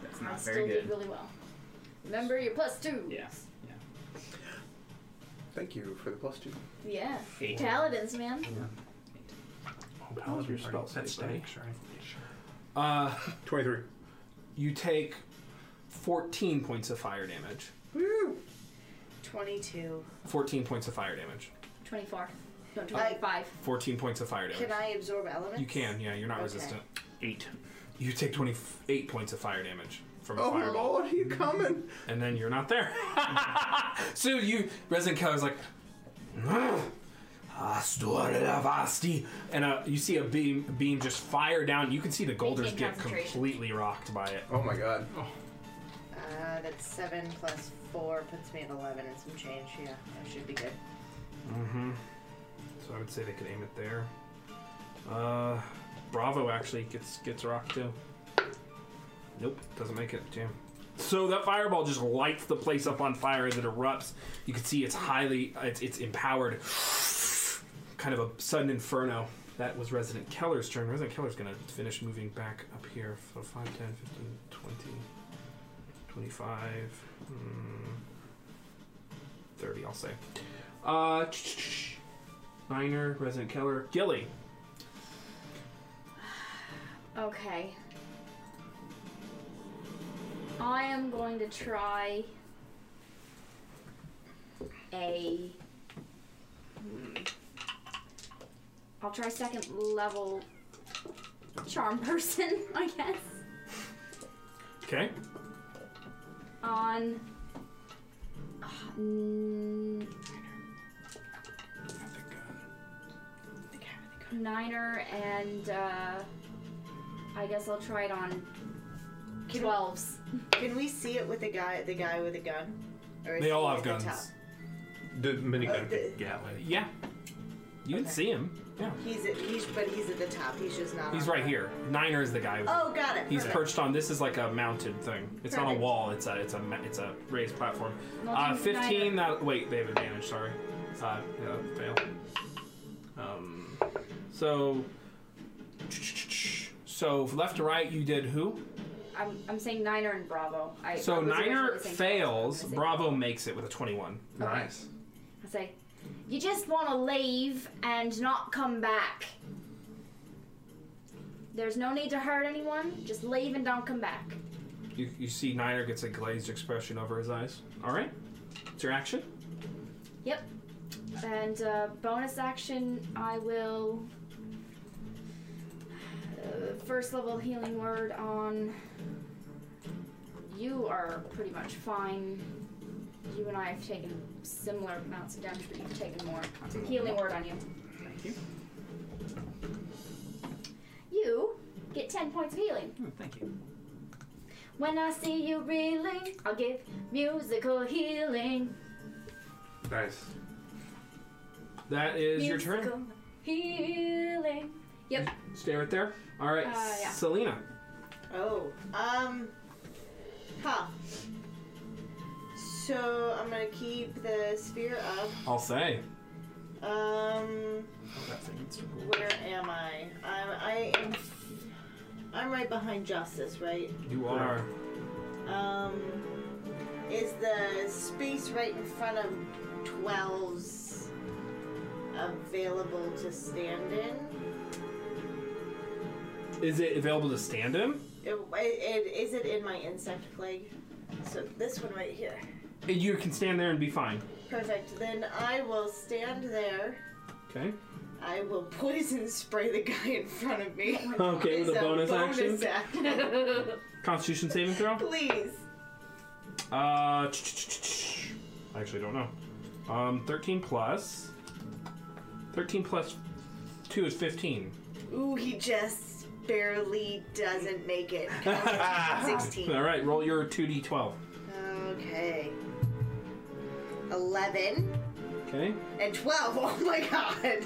S7: That's
S6: I
S7: not
S6: still
S7: very
S6: did
S7: good.
S6: really well. Remember, you're plus two.
S7: Yeah.
S2: Thank you for the plus two.
S6: Yeah.
S7: Eight.
S6: Paladins, man.
S5: Oh, Paladin
S2: your
S5: party.
S2: spell
S5: That's
S2: save, buddy?
S5: steady. Sure.
S1: Uh,
S2: Twenty-three.
S1: you take fourteen points of fire damage.
S3: 22.
S1: Fourteen points of fire damage.
S6: 24. No, 25.
S1: Fourteen points of fire damage.
S3: Can I absorb elements?
S1: You can, yeah. You're not
S3: Okay.
S1: resistant.
S7: Eight.
S1: You take 28 points of fire damage from a
S2: Oh
S1: fireball,
S2: Lord, he coming.
S1: and then you're not there. so you, Resident Keller's like, "Mm, Astore Lavasti," and uh, you see a beam beam just fire down. You can see the Golders
S6: Maintain
S1: get
S6: concentration.
S1: completely rocked by it.
S2: Oh my God.
S3: Uh, that's 7 plus 4 puts me at 11 and some change. Yeah, that should be good.
S1: Mm-hmm. So I would say they could aim it there. Uh, Bravo actually gets gets rocked too. Nope, doesn't make it. Damn. So that fireball just lights the place up on fire as it erupts. You can see it's highly, it's, it's empowered. Kind of a sudden inferno. That was Resident Keller's turn. Resident Keller's gonna finish moving back up here. So 5, 10, 15, 20, 25, mm, 30, I'll say. Uh, Niner, Resident Keller, Gilly.
S6: Okay. I am going to try a. hmm. I'll try second level charm person, I guess,
S1: Okay.
S6: on. Ah, n- Niner and uh, I guess I'll try it on
S3: Can-
S6: twelves.
S3: Can we see it with the guy the guy with a gun? Or is
S1: They all
S3: he
S1: have
S3: at
S1: guns.
S3: the top?
S2: The
S3: Oh,
S5: Uh,
S2: minigun.
S3: the-
S5: Yeah. Like,
S1: Yeah. You can Uh, see him. Yeah.
S3: He's at, he's but he's at the top. He's just not.
S1: He's
S3: on
S1: right
S3: the-
S1: here. Niner is the guy.
S3: Oh, got it.
S1: He's
S3: Perfect.
S1: perched on. This is like a mounted thing. It's not a
S3: Perfect.
S1: wall. It's a it's a ma- it's a raised platform.
S3: Well,
S1: Uh,
S3: then
S1: Fifteen. That wait, they have advantage. Sorry. Uh, yeah, fail. Um, so so left to right, you did who?
S6: I'm, I'm saying Niner and Bravo. I, I
S1: So
S6: was originally
S1: Niner
S6: saying-
S1: fails. Bravo makes it with a twenty-one.
S2: Nice.
S6: I say, you just want to leave and not come back. There's no need to hurt anyone. Just leave and don't come back.
S1: You, you see Niner gets a glazed expression over his eyes. All right. It's your action.
S6: Yep. And uh, bonus action, I will uh, first level healing word on. You are pretty much fine. You and I have taken similar amounts of damage, but you've taken more. Healing word on you.
S7: Thank you.
S6: You get 10 points of healing.
S4: thank you.
S6: When I see you reeling, I'll give musical healing.
S2: Nice.
S1: That is your turn.
S6: Musical Healing. Yep.
S1: Stay right there. All right,
S6: Uh, yeah.
S1: Selena.
S3: Oh. Um. Huh. So I'm gonna keep the sphere up.
S1: I'll say.
S3: Um.
S1: That thing needs to roll.
S3: Where am I? I'm. I am. I'm right behind Justice, right?
S1: You are.
S3: Um. Is the space right in front of 12s available to stand in?
S1: Is it available to stand him?
S3: It, it, it, is it in my insect plague? So this one right here.
S1: You can stand there and be fine.
S3: Perfect. Then I will stand there.
S1: Okay.
S3: I will poison spray the guy in front of me.
S1: Okay, with
S3: It's
S1: a bonus action?
S3: action.
S1: Constitution saving throw.
S3: Please.
S1: Uh, ch-ch-ch-ch. I actually don't know. Um, thirteen plus. Thirteen plus two is fifteen.
S3: Ooh, he just barely doesn't make it.
S1: All
S3: Sixteen.
S1: right, roll your two d twelve.
S3: Okay. Eleven
S1: Okay.
S3: and twelve. Oh my god.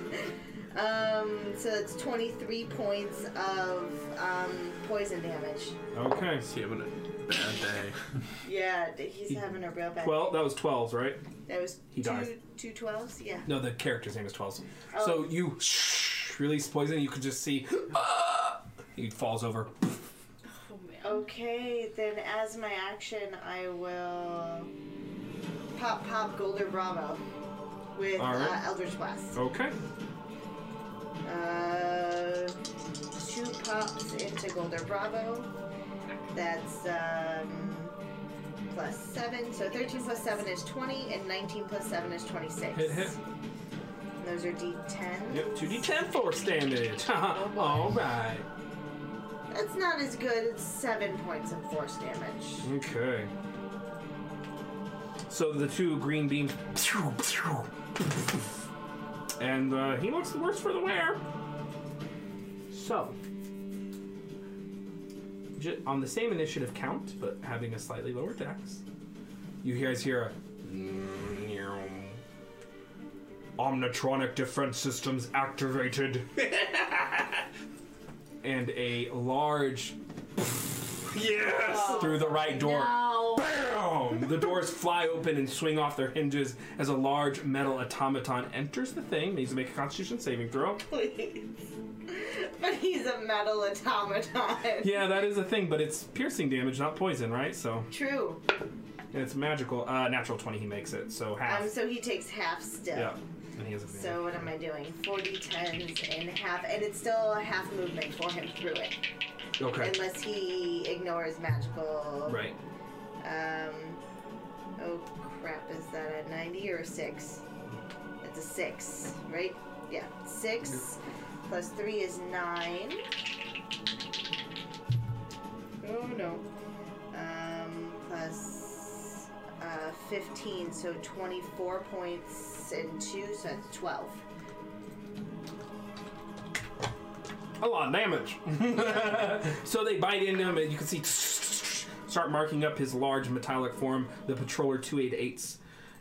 S3: Um, so that's twenty-three points of um, poison damage.
S1: Okay.
S5: See, having a bad day.
S3: Yeah, d- he's having a real bad.
S1: Twelve. That was twelves, right?
S3: That was
S1: He
S3: two,
S1: died.
S3: two twelves. Yeah.
S1: No, the character's name is Twelves.
S3: Oh.
S1: So you release poison. You could just see. "Ah!" he falls over.
S3: Okay, then as my action, I will pop pop Golder Bravo with
S1: All right.
S3: uh, Eldritch Blast.
S1: Okay.
S3: Uh, two pops into Golder Bravo. That's um, plus seven, so 13 plus seven is 20, and 19 plus seven is 26.
S1: Hit, hit.
S3: And those are D10.
S1: Yep. Two d ten for damage. All right.
S3: That's not as good. It's seven points of force damage.
S1: Okay. So the two green beams. And uh, he looks the worse for the wear. So. j- On the same initiative count, but having a slightly lower dex, you guys hear a. Omnitronic defense systems activated. and a large
S12: Yes.
S1: through the right door.
S6: No.
S1: Boom! The doors fly open and swing off their hinges as a large metal automaton enters the thing. Needs to make a Constitution saving throw.
S3: Please. But he's a metal automaton.
S1: Yeah, that is a thing, but it's piercing damage, not poison, right? So
S3: True.
S1: and it's magical. Uh, natural twenty, he makes it. So half.
S3: Um, so he takes half still.
S1: yeah, and he has advantage.
S3: So what am I doing? 40 tens and half, and it's still a half movement for him through it,
S1: okay.
S3: unless he ignores magical.
S1: Right.
S3: Um. Oh crap! Is that a 90 or a six? It's a six, right? Yeah, six plus three is nine. Oh no. Um, plus uh, 15, so 24 points and two, so that's 12.
S1: a lot of damage. so they bite into him, and you can see start marking up his large metallic form. The patroller 288s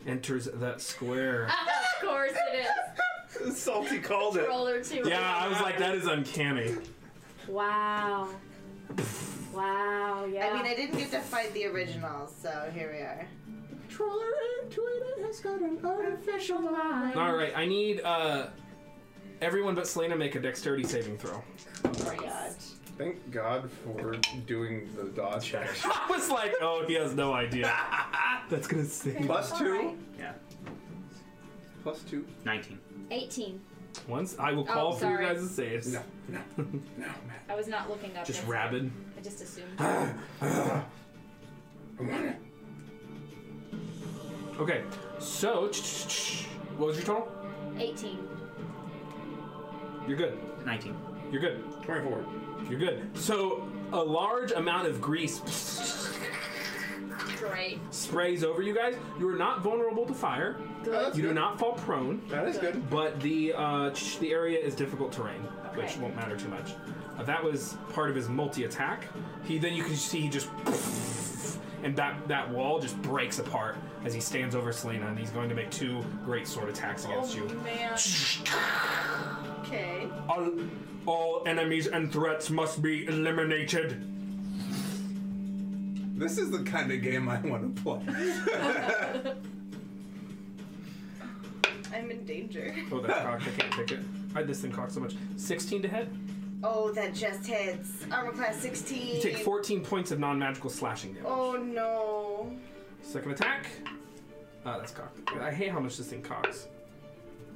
S1: enters that square.
S6: of course it is.
S2: Salty called it.
S10: Troll or two.
S1: Yeah, I was like, that is uncanny.
S6: Wow. Wow, yeah.
S3: I mean, I didn't get to fight the originals, so here we are.
S5: Troller Intuited has got an artificial mind.
S1: All right, I need uh, everyone but Selena make a dexterity saving throw.
S6: Oh
S2: Thank God for doing the dodge action.
S1: I was like, oh, he has no idea. That's gonna sting.
S2: Plus two.
S6: Alright.
S7: Yeah.
S2: Plus two.
S7: 19.
S6: 18.
S1: Once I will
S10: Oh,
S1: call for
S10: sorry.
S1: you guys to saves.
S2: No, no, no, man.
S10: I was not looking up.
S1: Just
S10: that's
S1: rabid.
S10: it. I just assumed.
S2: I want it.
S1: Okay, so what was your total?
S6: 18.
S1: You're good.
S7: 19.
S1: You're good.
S2: 24.
S1: You're good. So a large amount of grease
S10: Great.
S1: sprays over you guys. You are not vulnerable to fire.
S2: That's
S1: You do
S2: good.
S1: not fall prone.
S2: That is good.
S1: But the uh, ch- the area is difficult terrain, which
S10: Okay.
S1: won't matter too much. Uh, that was part of his multi attack. He then you can see he just and that that wall just breaks apart as he stands over Selena, and he's going to make two great sword attacks against you.
S10: man. Okay.
S1: All, all enemies and threats must be eliminated.
S2: This is the kind of game I want to play.
S3: I'm in danger.
S1: Oh, that's cocked. I can't pick it. I had this thing cocked so much. 16 to hit.
S3: Oh, that just hits. Armor class 16.
S1: You take 14 points of non-magical slashing damage.
S3: Oh no.
S1: Second attack. Ah, that's cocked. I hate how much this thing cocks.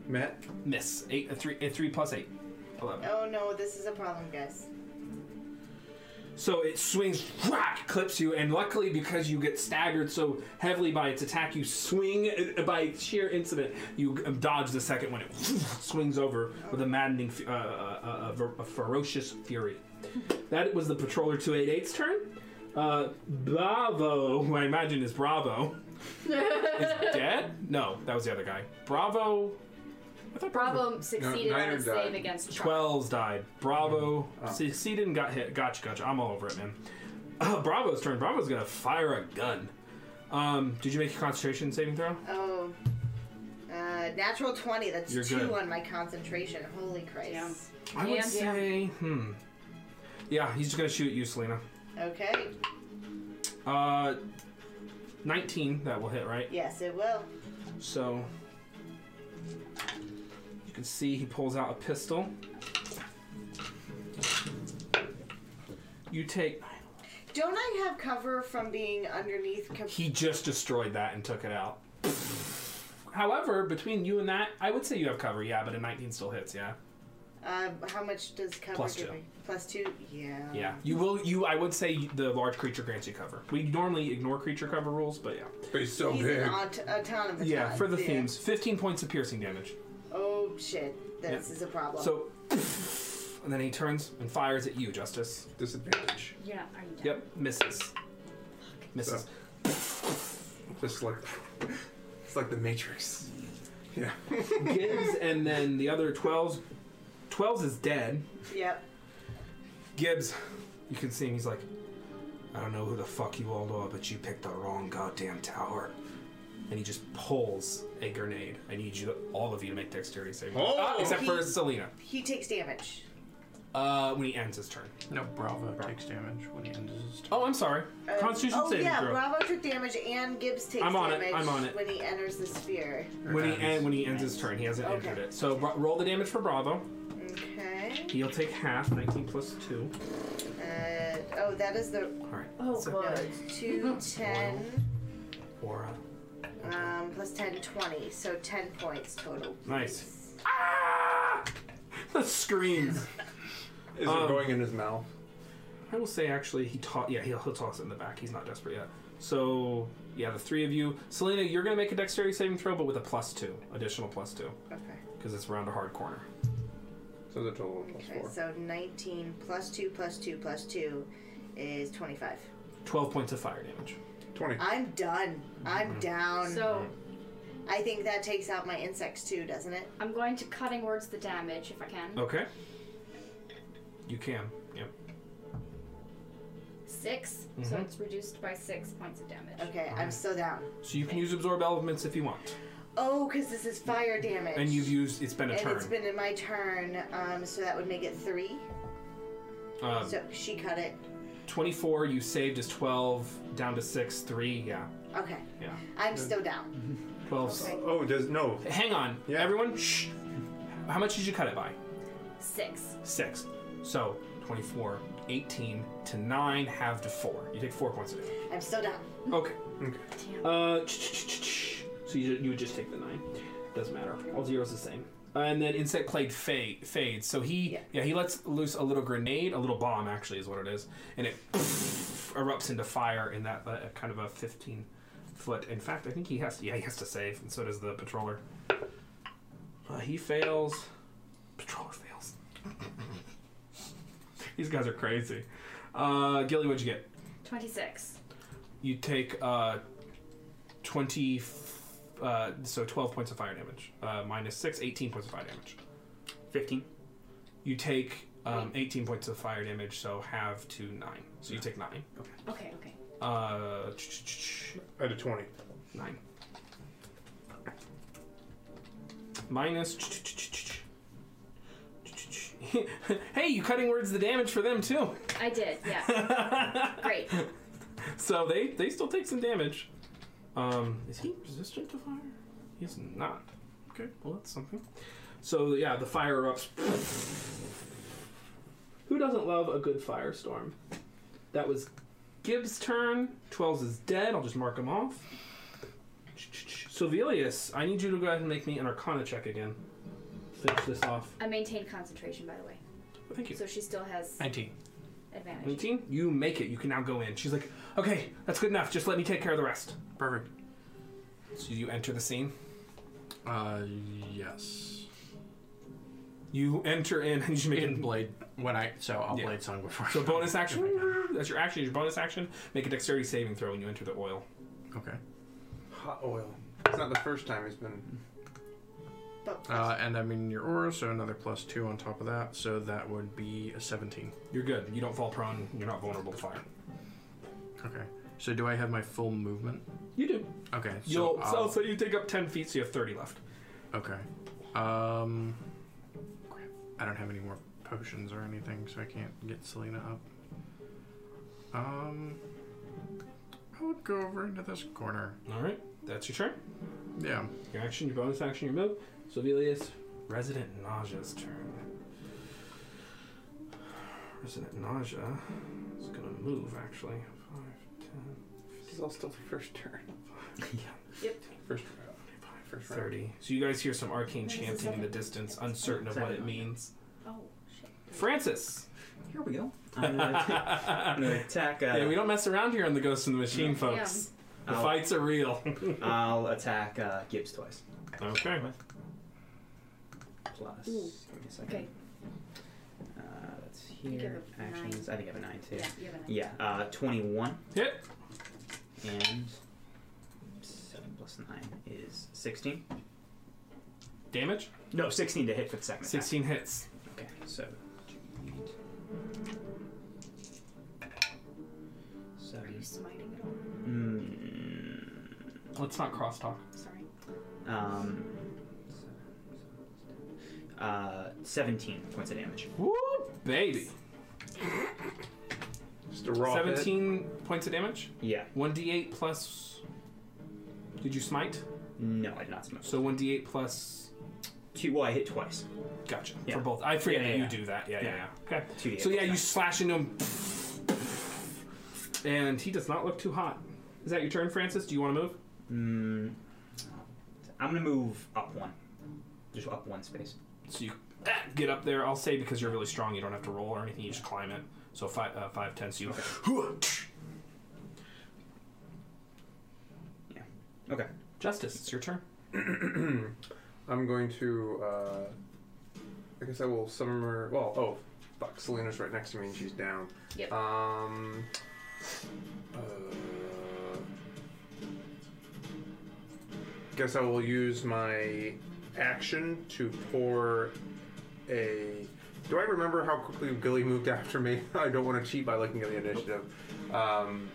S2: Matt,
S1: Miss. Eight, a three, a three plus eight. Eleven.
S3: Oh no, this is a problem, guys.
S1: So it swings, whack, clips you, and luckily because you get staggered so heavily by its attack, you swing uh, by sheer incident. You um, dodge the second one. It swings over with a maddening, fu- uh, uh, uh, a, ver- a ferocious fury. That was the patroller 288's turn. Uh, Bravo, who I imagine is Bravo, is dead. No, that was the other guy. Bravo. I thought
S6: Bravo succeeded on
S2: Niner
S6: its
S2: died.
S6: save against Charles.
S1: 12's died. Bravo succeeded and got hit. Gotcha, gotcha. I'm all over it, man. Uh, Bravo's turn. Bravo's gonna fire a gun. Um, did you make your concentration saving throw?
S3: Oh. Uh, natural 20. That's
S1: You're
S3: two
S1: good.
S3: on my concentration. Holy Christ.
S6: Damn.
S1: I would
S6: Yeah.
S1: say, hmm. Yeah, he's just gonna shoot you, Selena.
S3: Okay.
S1: Uh, 19. That will hit, right?
S3: Yes, it will.
S1: So you can see he pulls out a pistol. You take.
S3: Don't I have cover from being underneath? Co-
S1: He just destroyed that and took it out. However, between you and that, I would say you have cover, yeah, but a 19 still hits, yeah.
S3: uh, how much does cover
S1: Plus
S3: give
S1: two.
S3: me? Plus two. Yeah.
S1: Yeah. You will you I would say the large creature grants you cover. We normally ignore creature cover rules, but yeah.
S2: but he's so
S3: He's
S2: big.
S3: an aut- autonomous.
S1: Yeah,
S3: god,
S1: for the themes. 15 points of piercing damage.
S3: Oh shit. This
S1: Yeah.
S3: is a problem.
S1: So and then he turns and fires at you, Justice.
S2: Disadvantage.
S6: You're not, are you done?
S1: Yep, misses. Misses.
S2: So- Just like it's like the Matrix. Yeah.
S1: Gibbs and then the other 12s 12s is dead.
S3: Yep.
S1: Gibbs, you can see him. He's like, I don't know who the fuck you all are, but you picked the wrong goddamn tower. And he just pulls a grenade. I need you, all of you, to make dexterity saving. throws.
S2: Oh!
S1: Ah, except for
S3: He-
S1: Selena.
S3: He takes damage.
S1: Uh, when he ends his turn.
S5: No, Bravo takes damage when he ends his turn.
S1: Oh, I'm sorry.
S3: Uh,
S1: Constitution
S3: oh
S1: saving
S3: yeah,
S1: throw.
S3: Bravo took damage and Gibbs takes
S1: I'm on it,
S3: damage
S1: I'm on it.
S3: when he enters the sphere.
S1: When he end, when he ends his turn, he hasn't
S3: Okay.
S1: entered it. So bro- roll the damage for Bravo.
S3: Okay.
S1: He'll take half, 19 plus two.
S3: Uh, oh, that is the
S1: All right.
S6: Oh,
S1: So-
S3: no,
S6: boy.
S3: it's two ten
S1: Aura.
S3: um, plus 10, 20. so ten points total.
S1: Nice. Ah! The screams.
S2: Is
S1: Um,
S2: it going in his mouth?
S1: I will say actually he taught yeah he'll, he'll toss it in the back he's not desperate yet so yeah the three of you Selena you're gonna make a dexterity saving throw but with a plus two additional plus two
S3: Okay.
S1: because it's around a hard corner
S2: So the total of plus
S3: Okay,
S2: four.
S3: so nineteen plus two plus two plus two is twenty-five.
S1: 12 points of fire damage
S2: Twenty.
S3: I'm done.
S1: Mm-hmm.
S3: I'm down.
S6: So
S3: I think that takes out my insects too, doesn't it?
S6: I'm going to cutting words the damage if I can.
S1: okay you can yep
S6: 6 so
S1: Mm-hmm.
S6: it's reduced by six points of damage.
S3: Okay, I'm still down.
S1: so you can use absorb elements if you want
S3: Oh, because this is fire damage.
S1: And you've used. It's been a
S3: and
S1: turn.
S3: it's been in my turn, um, so that would make it three.
S1: Um,
S3: so she cut it.
S1: 24. You saved is 12. Down to six. Three. Yeah.
S3: Okay.
S1: Yeah.
S3: I'm still down.
S1: 12.
S2: Oh, does no.
S1: Hang on. Yeah. Everyone. Shh. How much did you cut it by?
S6: Six.
S1: Six. So 24, 18 to nine. Halved to four. You take four points of damage.
S3: I'm still down.
S1: Okay. Uh, so you, you would just take the nine. Doesn't matter. All zeros the same. And then insect clade fa- fades. So he yeah. he lets loose a little grenade, a little bomb actually is what it is, and it erupts into fire in that uh, kind of a fifteen foot. In fact, I think he has to yeah he has to save, and so does the patroller. Uh, he fails. Patroller fails. These guys are crazy. Uh, Gilly, what'd you get?
S6: 26.
S1: You take uh, 20, uh, so 12 points of fire damage. Uh, minus 6, 18 points of fire damage.
S7: 15.
S1: You take um, 18 points of fire damage, so half to 9. So you take 9. Okay.
S6: Okay, okay.
S1: Uh, ch- ch- ch-
S2: Out of 20.
S1: 9. Minus. ch- ch- ch- ch- ch- ch- ch- hey, you cutting words the damage for them too.
S6: I did, yeah. Great.
S1: So they they still take some damage. Um, is he resistant to fire? He's not. Okay, well that's something. So yeah, the fire erupts. Who doesn't love a good firestorm? That was Gibbs' turn. Twelves is dead. I'll just mark him off. Silvelius, I need you to go ahead and make me an Arcana check again. Finish this off.
S6: I maintained concentration, by the way.
S1: Thank you.
S6: So she still has
S1: 19.
S6: advantage.
S1: 19? You make it. You can now go in. She's like, okay, that's good enough. Just let me take care of the rest.
S5: Perfect.
S1: So you enter the scene?
S5: Uh, yes.
S1: You enter in and you just make
S5: In
S1: it.
S5: blade when I so I'll blade song before.
S1: So bonus action. That's your action. Your bonus action. Make a dexterity saving throw when you enter the oil.
S5: Okay.
S2: Hot oil. It's not the first time he's been.
S5: Uh, and I'm in your aura, so another plus two on top of that, so that would be a 17.
S1: You're good. You don't fall prone. You're not vulnerable to fire.
S5: Okay. So do I have my full movement?
S1: You do.
S5: Okay. So
S1: You'll, oh,
S5: I'll-
S1: so, uh, so you take up 10 feet, so you have 30 left.
S5: Okay. Um. crap. I don't have any more potions or anything, so I can't get Selena up. Um. I would go over into this corner.
S1: All right. That's your turn.
S5: Yeah.
S1: Your action, your bonus action, your move. Sovelius, Resident Nausea's turn. Resident Nausea is going to move, actually. 5, 10,
S2: This is all still the first turn.
S6: Yep.
S2: First round. First round.
S1: 30. So you guys hear some arcane
S6: This is
S1: chanting in the distance, uncertain of what it
S7: Second.
S1: means.
S6: Oh, shit.
S1: Francis!
S7: Here we go. I'm gonna, I'm gonna attack. Uh,
S1: Yeah, we don't mess around here on the Ghost in the Machine, folks. The
S2: Oh.
S7: I'll-
S1: fights are real.
S7: I'll attack uh, Gibbs twice.
S1: okay.
S7: Plus,
S6: Ooh.
S7: give me a second.
S6: Okay.
S7: Uh, that's
S6: think I
S7: here.
S6: have a nine.
S7: Actions. I think I have a nine too.
S6: Yeah, you have a nine.
S7: Yeah, uh, 21
S1: Hit.
S7: and 7 plus 9 is 16.
S1: Damage?
S7: No, 16 to hit for the second attack.
S1: 16 hits.
S7: Okay, so.
S6: Are
S7: Seven. Hmm,
S6: you smiting at all?
S7: Mm,
S1: Let's not crosstalk.
S6: Sorry.
S7: um, uh, 17 points of damage.
S1: Woo, baby.
S2: Just a raw hit.
S1: 17 points of damage.
S7: Yeah.
S1: 1d8 plus. Did you smite?
S7: No, I did not smoke.
S1: So 1d8 plus.
S7: Two, well, I hit twice.
S1: Gotcha.
S7: Yeah.
S1: For both. I forget
S7: Yeah, yeah,
S1: that you
S7: yeah.
S1: do that. Yeah, yeah, yeah.
S7: Yeah.
S1: Okay.
S7: 2d8
S1: So yeah,
S7: plus
S1: you
S7: nine.
S1: slash into him. And he does not look too hot. Is that your turn, Francis? Do you want to move?
S7: Mm, I'm gonna move up one. Just up one space.
S1: So you ah, get up there. I'll say because you're really strong, you don't have to roll or anything. You just climb it. So five, uh, five, ten. So you.
S7: Yeah. Okay.
S1: Justice, it's your turn.
S2: I'm going to. Uh, I guess I will summer. Well, oh, fuck. Selena's right next to me and she's down.
S6: Yep.
S2: Um. Uh, guess I will use my action to pour a. Do I remember how quickly Gilly moved after me? I don't want to cheat by looking at the initiative. Um,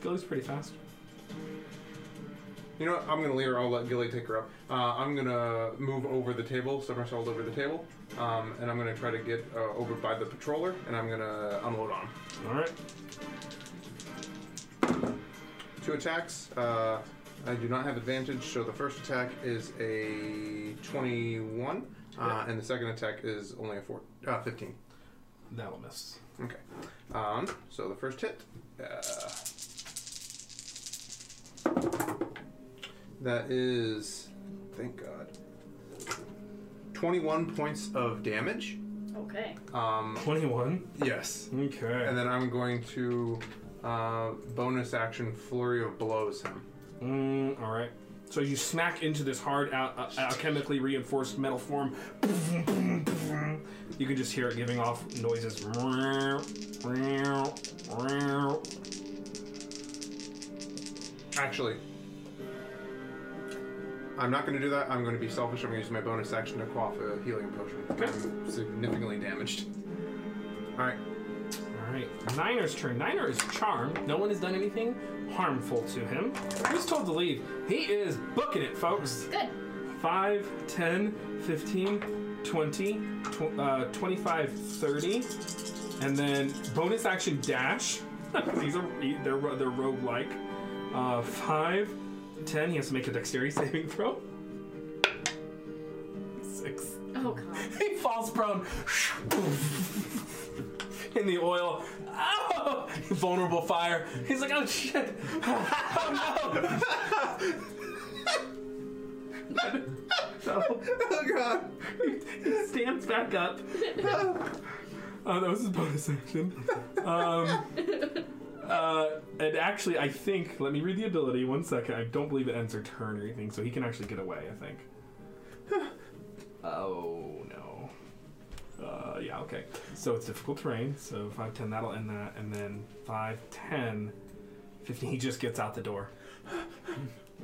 S1: Goes pretty fast.
S2: You know what? I'm gonna leave her. I'll let Gilly take her up. Uh, I'm gonna move over the table, somersault over the table, um, and I'm gonna try to get uh, over by the patroller, and I'm gonna unload on.
S1: All right.
S2: Two attacks. Uh, I do not have advantage, so the first attack is a 21, uh, and the second attack is only a four, uh, 15.
S1: That'll miss.
S2: Okay. Um, so the first hit. Uh, that is, thank God, 21 points of damage.
S10: Okay.
S2: Um,
S1: 21?
S2: Yes.
S1: Okay.
S2: And then I'm going to uh, bonus action Flurry of Blows him.
S1: Mm, all right. So you smack into this hard, al- al- alchemically reinforced metal form. You can just hear it giving off noises.
S2: Actually, I'm not going to do that. I'm going to be selfish. I'm going to use my bonus action to quaff a healing potion. I'm significantly damaged. All right.
S1: All right. Niner's turn. Niner is charmed. No one has done anything harmful to him. He's told to leave. He is booking it, folks.
S10: Good.
S1: 5, 10, 15, 20, tw- uh, 25, 30, and then bonus action dash. These are he- they're ro- they're roguelike. Uh, 5, 10, he has to make a dexterity saving throw. 6.
S10: Oh god.
S1: He falls prone. In the oil. Ow! Vulnerable fire. He's like, oh shit. Oh no.
S2: Oh god.
S1: He stands back up. Oh, that was his bonus action. Um, uh, and actually, I think, let me read the ability one second. I don't believe it ends her turn or anything, so he can actually get away, I think. oh, no. Uh, yeah, okay. So it's difficult terrain, so 5'10, that'll end that, and then 5'10, 15, he just gets out the door.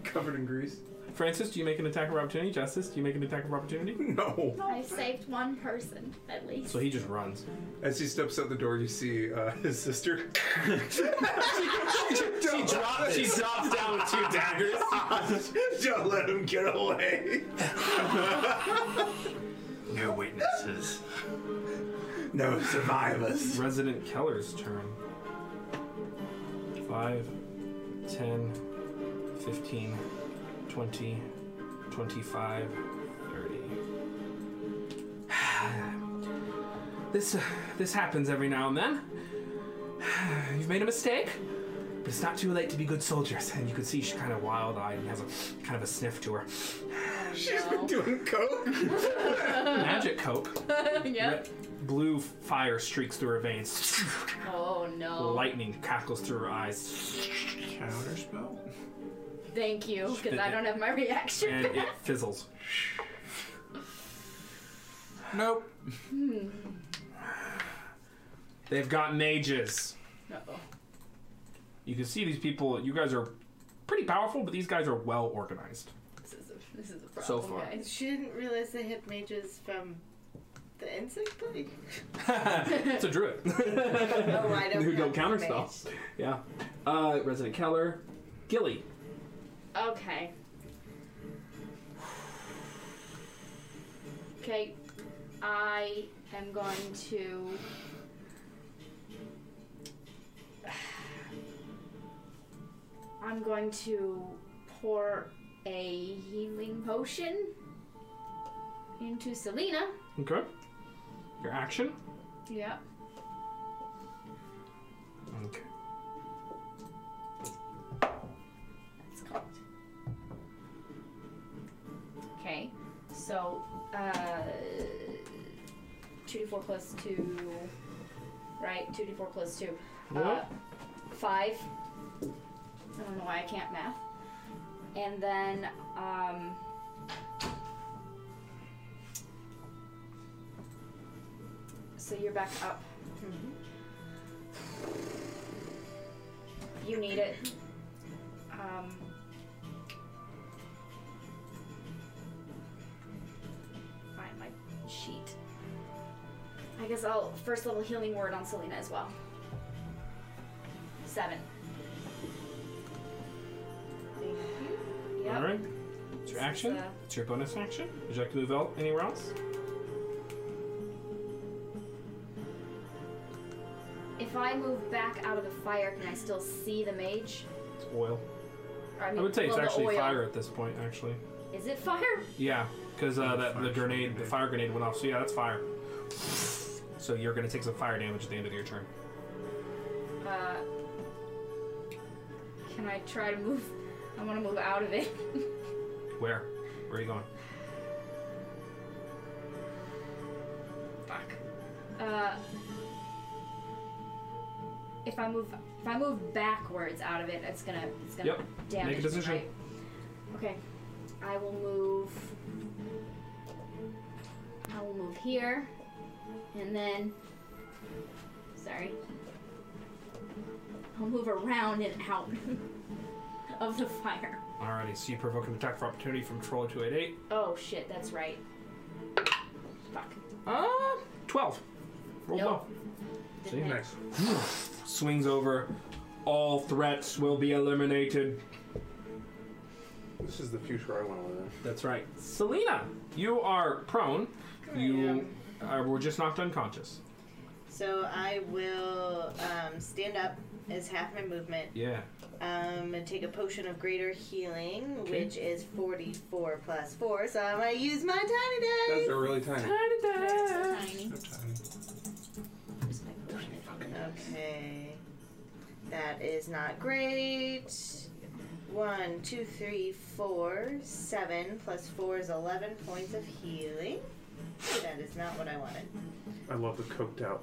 S2: Covered in grease.
S1: Francis, do you make an attack of opportunity? Justice, do you make an attack of opportunity?
S2: No.
S10: I saved one person at least.
S1: So he just runs.
S2: As he steps out the door, you see uh, his sister.
S1: She drops, she drops down with two daggers.
S12: Don't let him get away.
S5: No witnesses.
S12: No survivors.
S1: Resident Keller's turn. 5, 10, 15, 20, 25, 30. This, uh, this happens every now and then. You've made a mistake, but it's not too late to be good soldiers. And you can see she's kind of wild eyed and has a kind of a sniff to her.
S12: She's been doing coke.
S1: Magic Coke.
S10: yep.
S1: Blue fire streaks through her veins.
S6: Oh no.
S1: Lightning cackles through her eyes.
S5: Counter spell.
S6: Thank you, because I don't have my
S1: and
S6: reaction.
S1: it fizzles.
S5: Nope.
S1: They've got mages.
S6: Uh-oh.
S1: You can see these people. You guys are pretty powerful, but these guys are well organized.
S6: This is a, this is a problem,
S1: So far.
S6: guys.
S3: She didn't realize they hit mages from the insect plague.
S1: it's a druid.
S3: Oh, I don't
S1: Who don't counter
S3: count the
S1: spell. Yeah. Uh, Resident Keller, Gilly.
S6: Okay. Okay, I am going to. I'm going to pour a healing potion into Selena.
S1: Okay. Your action.
S6: Yeah.
S1: Okay.
S6: That's called. Okay, so uh, two d four plus two, right? Two d four plus two. Uh,
S1: What?
S6: five. I don't know why I can't math. And then um. So you're back up. You need it. Um, find my sheet. I guess I'll first level healing word on Selena as well. Seven. Yep.
S1: your action.
S6: uh,
S1: That's your bonus action. Would you like to move out anywhere else?
S6: If I move back out of the fire, can I still see the mage?
S1: It's oil.
S6: Or,
S1: I would say it's
S6: well, the
S1: actually
S6: oil.
S1: fire at this point, actually.
S6: Is it fire?
S1: Yeah, because uh, that the grenade, the fire grenade went off. So yeah, that's fire. So you're gonna take some fire damage at the end of your turn.
S6: Uh, can I try to move? I want to move out of it.
S1: Where? Where are you going?
S6: Fuck. Uh, if I move, if I move backwards out of it, it's gonna, it's gonna
S1: Yep.
S6: damage.
S1: Make a
S6: me,
S1: decision.
S6: right? Okay. I will move. I will move here, and then. Sorry. I'll move around and out of the fire.
S1: Alrighty, so you provoke an attack for opportunity from Troll 288.
S6: Oh shit, that's right. Fuck.
S1: Uh, 12. Roll
S6: Nope.
S1: low. See? Swings over. All threats will be eliminated.
S2: This is the future I want to live in.
S1: That's right. Selena, you are prone. You uh, were just knocked unconscious.
S3: So I will um, stand up as half my movement.
S1: Yeah.
S3: Um, and take a potion of greater healing,
S1: Okay.
S3: which is 44 plus 4. So I'm going to use my tiny dice.
S2: Those are really tiny.
S1: Eh.
S6: Tiny.
S3: Okay. That is not great. One, two, three, four, seven plus four is 11 points of healing. That is not what I wanted.
S2: I love the coked out.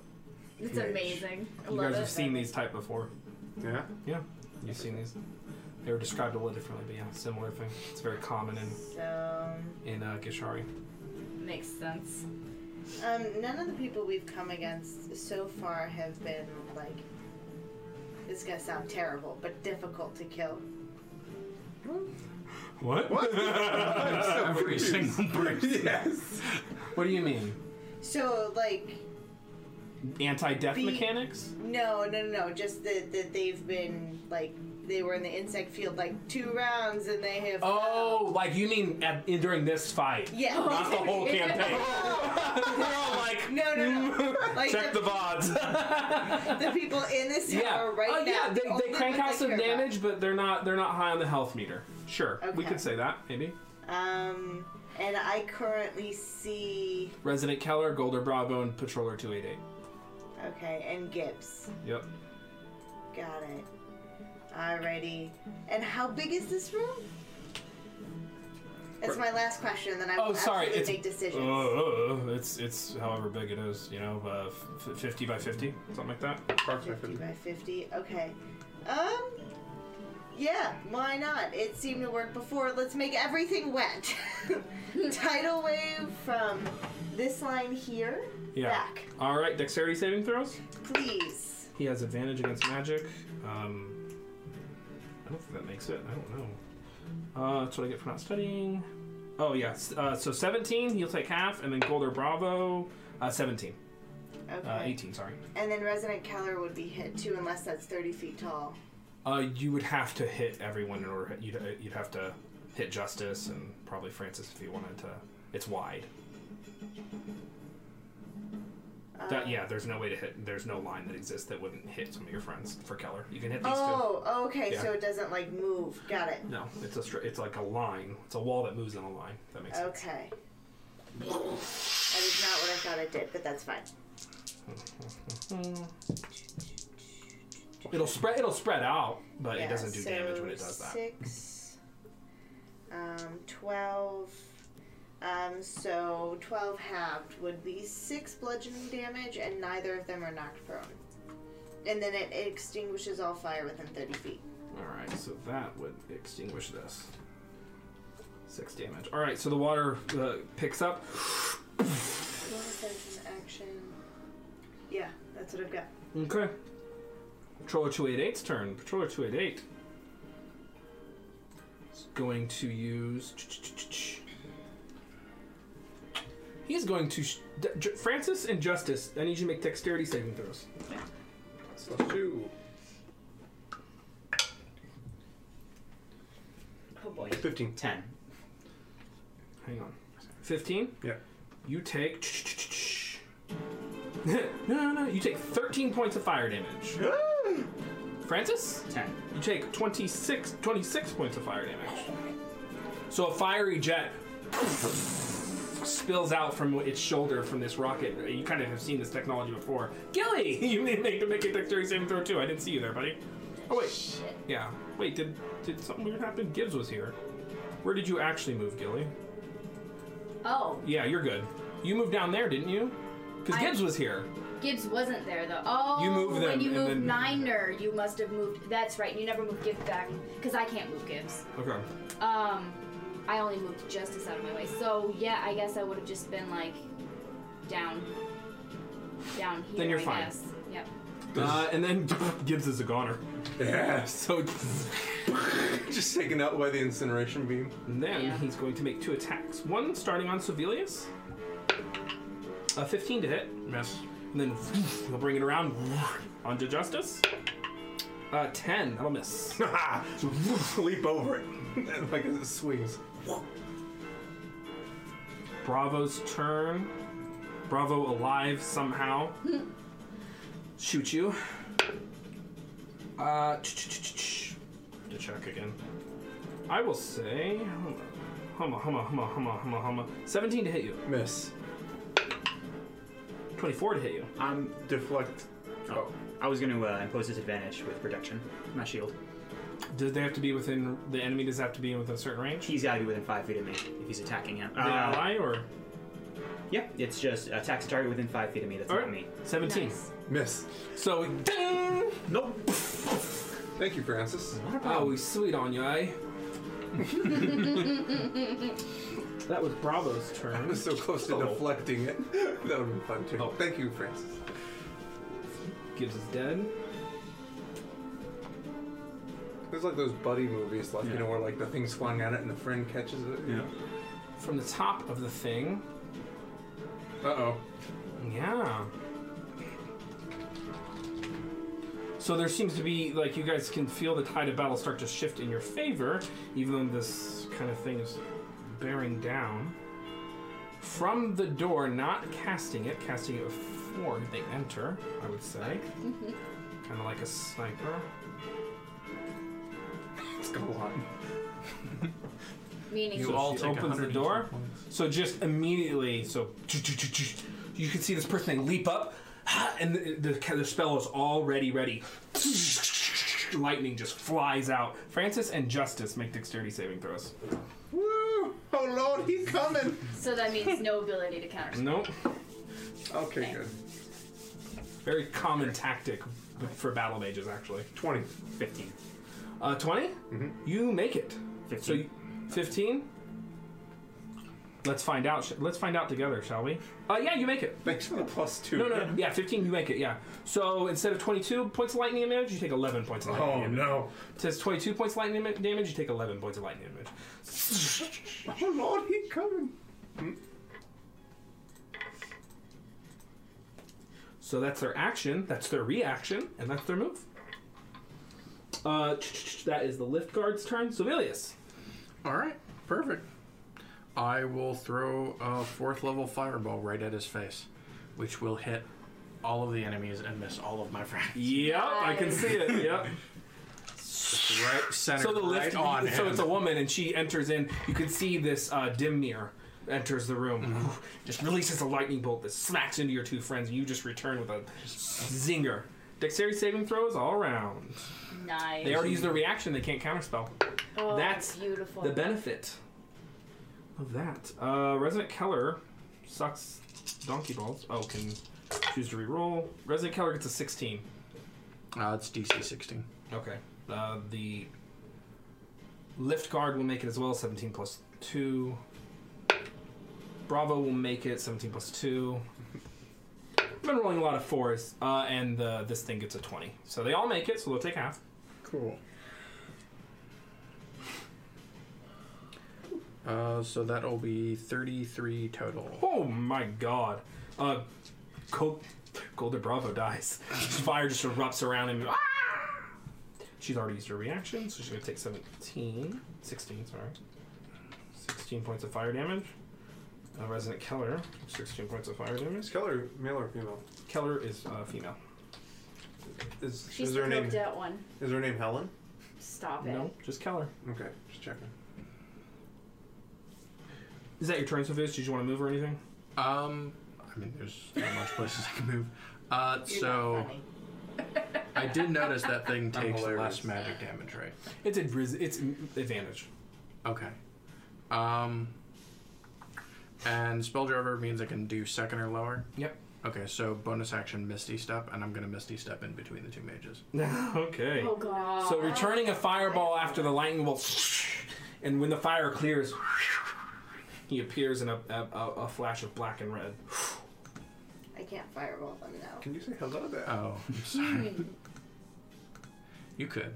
S6: It's
S2: mage.
S6: amazing. I
S1: You
S6: love
S1: guys
S6: it.
S1: have seen these type before.
S2: Yeah.
S1: Yeah. You've seen these. They were described a little differently, but yeah, similar thing. It's very common
S3: So,
S1: in in uh, Gishari.
S6: Makes sense.
S3: um, none of the people we've come against so far have been like. This is gonna sound terrible, but difficult to kill.
S1: What? What?
S5: Every single person.
S12: Yes.
S1: what do you mean?
S3: So, like,
S1: Anti-death
S3: Be-
S1: mechanics?
S3: no, no, no, no, just that that they've been like they were in the insect field like two rounds and they have.
S1: Oh, like you mean at, in, during this fight?
S3: Yeah.
S1: Not the whole campaign. We're all like,
S3: No, no, no. Like
S1: check the VODs.
S3: the people in this tower
S1: yeah.
S3: right
S1: oh,
S3: now.
S1: yeah,
S3: the
S1: they,
S3: only
S1: they crank out
S3: ones I
S1: some
S3: care about.
S1: damage, but they're not they're not high on the health meter. Sure, we
S3: Okay.
S1: could say that maybe.
S3: Um, and I currently see.
S1: Resident Keller, Golder Bravo, and Patroller 288.
S3: Okay, and Gibbs.
S1: Yep.
S3: Got it. Alrighty. And how big is this room? That's my last question, then I will
S1: oh, sorry.
S3: absolutely
S1: It's
S3: make decisions.
S1: Oh, oh, oh, it's it's however big it is, you know, uh, f- 50 by 50, something like that.
S2: Parts I
S3: 50
S2: could-
S3: by 50. Okay. Um. Yeah, why not? It seemed to work before. Let's make everything wet. Tidal wave from this line here
S1: Yeah.
S3: back.
S1: All right, dexterity saving throws.
S3: Please.
S1: He has advantage against magic. Um, I don't think that makes it. I don't know. Uh, that's what I get for not studying. Oh yeah. s- Uh, so 17, he'll take half, and then Gold or Bravo, uh, 17,
S3: Okay.
S1: uh, 18. Sorry.
S3: And then Resident Keller would be hit too, unless that's 30 feet tall.
S1: Uh, you would have to hit everyone in order. You'd uh, you'd have to hit Justice and probably Francis if you wanted to. It's wide. That,
S3: Um,
S1: yeah, there's no way to hit. There's no line that exists that wouldn't hit some of your friends for Keller. You can hit these two.
S3: Oh, okay.
S1: Yeah.
S3: So it doesn't like move. Got it.
S1: No, it's a stri- it's like a line. It's a wall that moves in a line. If that makes sense.
S3: Okay. That is not what I thought it did, but that's fine.
S1: It'll spread. It'll spread out, but
S3: Yeah,
S1: it doesn't do
S3: so
S1: damage when it does that.
S3: Six, um, twelve. Um, so twelve halved would be six bludgeoning damage, and neither of them are knocked prone. And then it extinguishes all fire within thirty feet.
S1: All right, so that would extinguish this. Six damage. All right, so the water uh, picks up.
S3: Bonus action, action. Yeah, that's what I've got.
S1: Okay. Patroller 288's turn. Patroller 288 is going to use. He is going to. Sh- D- J- Francis and Justice, I need you to make dexterity saving throws.
S2: So two.
S6: Oh boy.
S2: 15.
S7: 10.
S1: hang on. 15?
S2: Yeah.
S1: You take. no, no, no. You take 13 points of fire damage. Francis?
S7: 10.
S1: You take 26, 26 points of fire damage. So a fiery jet spills out from its shoulder from this rocket. You kind of have seen this technology before. Gilly! You need to make, make a dexterity saving throw too. I didn't see you there, buddy. Oh, wait. Yeah. Wait, did, did something weird happen? Gibbs was here. Where did you actually move, Gilly?
S6: Oh,
S1: Yeah, you're good. You moved down there, didn't you? Because
S6: I-
S1: Gibbs was here.
S6: Gibbs wasn't there though. Oh,
S1: You moved them
S6: when you
S1: and
S6: moved
S1: then-
S6: Niner, you must have moved. That's right. You never moved Gibbs back because I can't move Gibbs.
S1: Okay.
S6: Um, I only moved Justice out of my way. So yeah, I guess I would have just been like down, down here.
S1: Then you're
S6: I
S1: fine.
S6: Guess. Yep.
S1: Uh, and then Gibbs is a goner.
S2: Yeah.
S1: So
S2: Just taken out by the incineration beam.
S1: And then
S6: Yeah.
S1: he's going to make two attacks. One starting on Sevelius. A 15 to hit.
S5: Miss.
S1: And then he'll bring it around onto Justice. Uh, 10. That'll miss.
S2: Leap over it. like as it swings.
S1: Bravo's turn. Bravo alive somehow. Shoot you. Uh, to check again. I will say, hum, hum, hum, hum, hum, hum, hum, hum, 17 to hit you,
S2: Miss.
S1: 24 to hit you.
S7: I'm.
S2: Deflect. Oh.
S7: I was going to uh, impose disadvantage with protection. My shield.
S1: Does they have to be within the enemy? Does have to be within a certain range?
S7: He's got to be within five feet of me if he's attacking him. Uh,
S1: The ally or
S7: Yeah, it's just attacks a target within five feet of me. That's
S1: Alright.
S7: not me.
S1: 17.
S6: Nice.
S2: Miss.
S1: So, ding!
S7: Nope.
S2: Thank you, Francis.
S1: Oh, we sweet on you, eh? that was Bravo's
S2: I
S1: turn.
S2: was so close to
S1: Oh.
S2: deflecting it. that would have been fun too.
S1: Oh.
S2: Thank you, Francis.
S1: Gibbs is dead.
S2: It's like those buddy movies, like you
S7: Yeah.
S2: know, where like the thing's flying at it and the friend catches it.
S7: Yeah.
S1: From the top of the thing,
S2: Uh oh.
S1: Yeah. So there seems to be like you guys can feel the tide of battle start to shift in your favor, even though this kind of thing is bearing down. From the door, not casting it, casting it before they enter, I would say. kind of like a sniper.
S2: It's got a lot.
S6: Meaning
S1: You all
S5: she
S1: take opens the
S5: 110
S1: door.
S5: points.
S1: So just immediately, so you can see this person leap up, and the, the, the spell is already ready. Lightning just flies out. Francis and Justice make dexterity saving throws.
S2: Woo! Oh lord, he's coming.
S6: So that means no ability to counter.
S1: Nope.
S2: Okay, good.
S1: Very common tactic for battle mages, actually.
S2: Twenty.
S7: 15.
S1: Uh, 20? You make it.
S7: 15.
S1: So, 15? Let's find out. sh- Let's find out together, shall we? Uh, yeah, you make it.
S2: Thanks for the plus two.
S1: No, no, yeah, 15, you make it, yeah. So instead of 22 points of lightning damage, you take 11 points of lightning
S2: Oh
S1: damage.
S2: no.
S1: It says 22 points of lightning dam- damage, you take 11 points of lightning damage.
S2: Oh lord, he's coming.
S1: So that's their action, that's their reaction, and that's their move. Uh, that is the lift guard's turn. Sevelius.
S5: All right, perfect. I will throw a fourth level fireball right at his face, which will hit all of the enemies and miss all of my friends.
S1: Yep, I can see it. Yep.
S5: It's right center,
S1: So the
S5: right
S1: lift,
S5: on
S1: so
S5: him.
S1: it's a woman, and she enters in. You can see this uh, dim mirror enters the room,
S5: Mm-hmm.
S1: just releases a lightning bolt that smacks into your two friends, and you just return with a zinger. Dexterity saving throws all around.
S6: Nice.
S1: Mm-hmm. They already used their reaction; they can't counterspell.
S6: Oh,
S1: that's
S6: beautiful.
S1: The benefit of that. Uh, Resident Keller sucks donkey balls. Oh, can choose to reroll. Resident Keller gets a 16.
S5: Uh, it's DC 16.
S1: Okay. Uh, the lift guard will make it as well. 17 plus 2. Bravo will make it. 17 plus 2. I've been rolling a lot of fours, uh, and the, this thing gets a 20. So they all make it, so they'll take half.
S5: Cool. Uh, so that'll be 33 total.
S1: Oh my god. Uh, Gold, Golda Bravo dies. Fire just erupts around him. Ah! She's already used her reaction, so she's gonna take 17. 16, sorry. 16 points of fire damage. Uh, resident Keller, 16 points of fire damage.
S2: Keller, male or female?
S1: Keller is uh, female.
S2: Is,
S6: She's
S2: is
S6: the
S2: her name?
S6: coked out one.
S2: Is her name Helen?
S6: Stop it.
S1: No, just Keller.
S2: Okay, just checking.
S1: Is that your turn, Sophia? Did you want to move or anything?
S5: Um, I mean, there's not much places I can move. Uh, so I did notice that thing takes less
S1: hilarious.
S5: magic damage, right?
S1: It's a, it's advantage.
S5: Okay. Um, and spell driver means I can do second or lower.
S1: Yep.
S5: Okay, so bonus action Misty Step, and I'm gonna Misty Step in between the two mages.
S1: okay.
S6: Oh god.
S1: So returning a fireball after the lightning bolt, and when the fire clears, he appears in a, a, a- a flash of black and red.
S3: I can't fireball them now.
S2: Can you say hello there?
S5: Oh, I'm sorry. you could.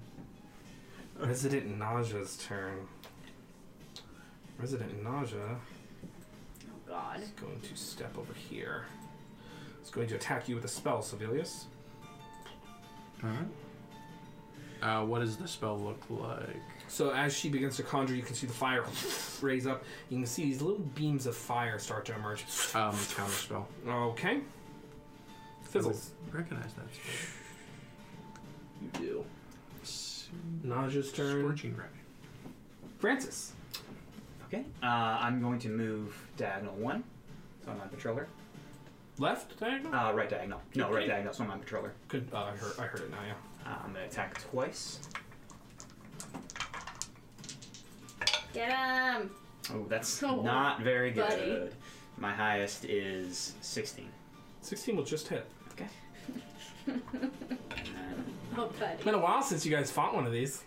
S1: Resident Nausea's turn. Resident Nausea
S6: Oh god.
S1: is going to step over here. It's going to attack you with a spell, Sevilius.
S5: All right. Uh-huh. Uh, what does the spell look like?
S1: So as she begins to conjure, you can see the fire raise up. You can see these little beams of fire start to emerge.
S5: Um, counter spell.
S1: Okay. Fizzles.
S5: Recognize that spell.
S1: You do. Nausea's turn.
S5: Scorching ray.
S1: Francis.
S7: Okay. Uh, I'm going to move diagonal one, so I'm on patroller.
S1: Left diagonal?
S7: Uh, right diagonal. No, right
S1: Okay.
S7: diagonal, so I'm on patroller.
S1: Good. Uh, I, heard, I heard it now, yeah.
S7: Uh, I'm gonna attack twice.
S6: Get him!
S7: Oh, that's
S6: Go on,
S7: not very good.
S6: buddy.
S7: My highest is 16.
S1: 16 will just hit.
S7: Okay.
S10: Oh, buddy.
S1: It's been a while since you guys fought one of these.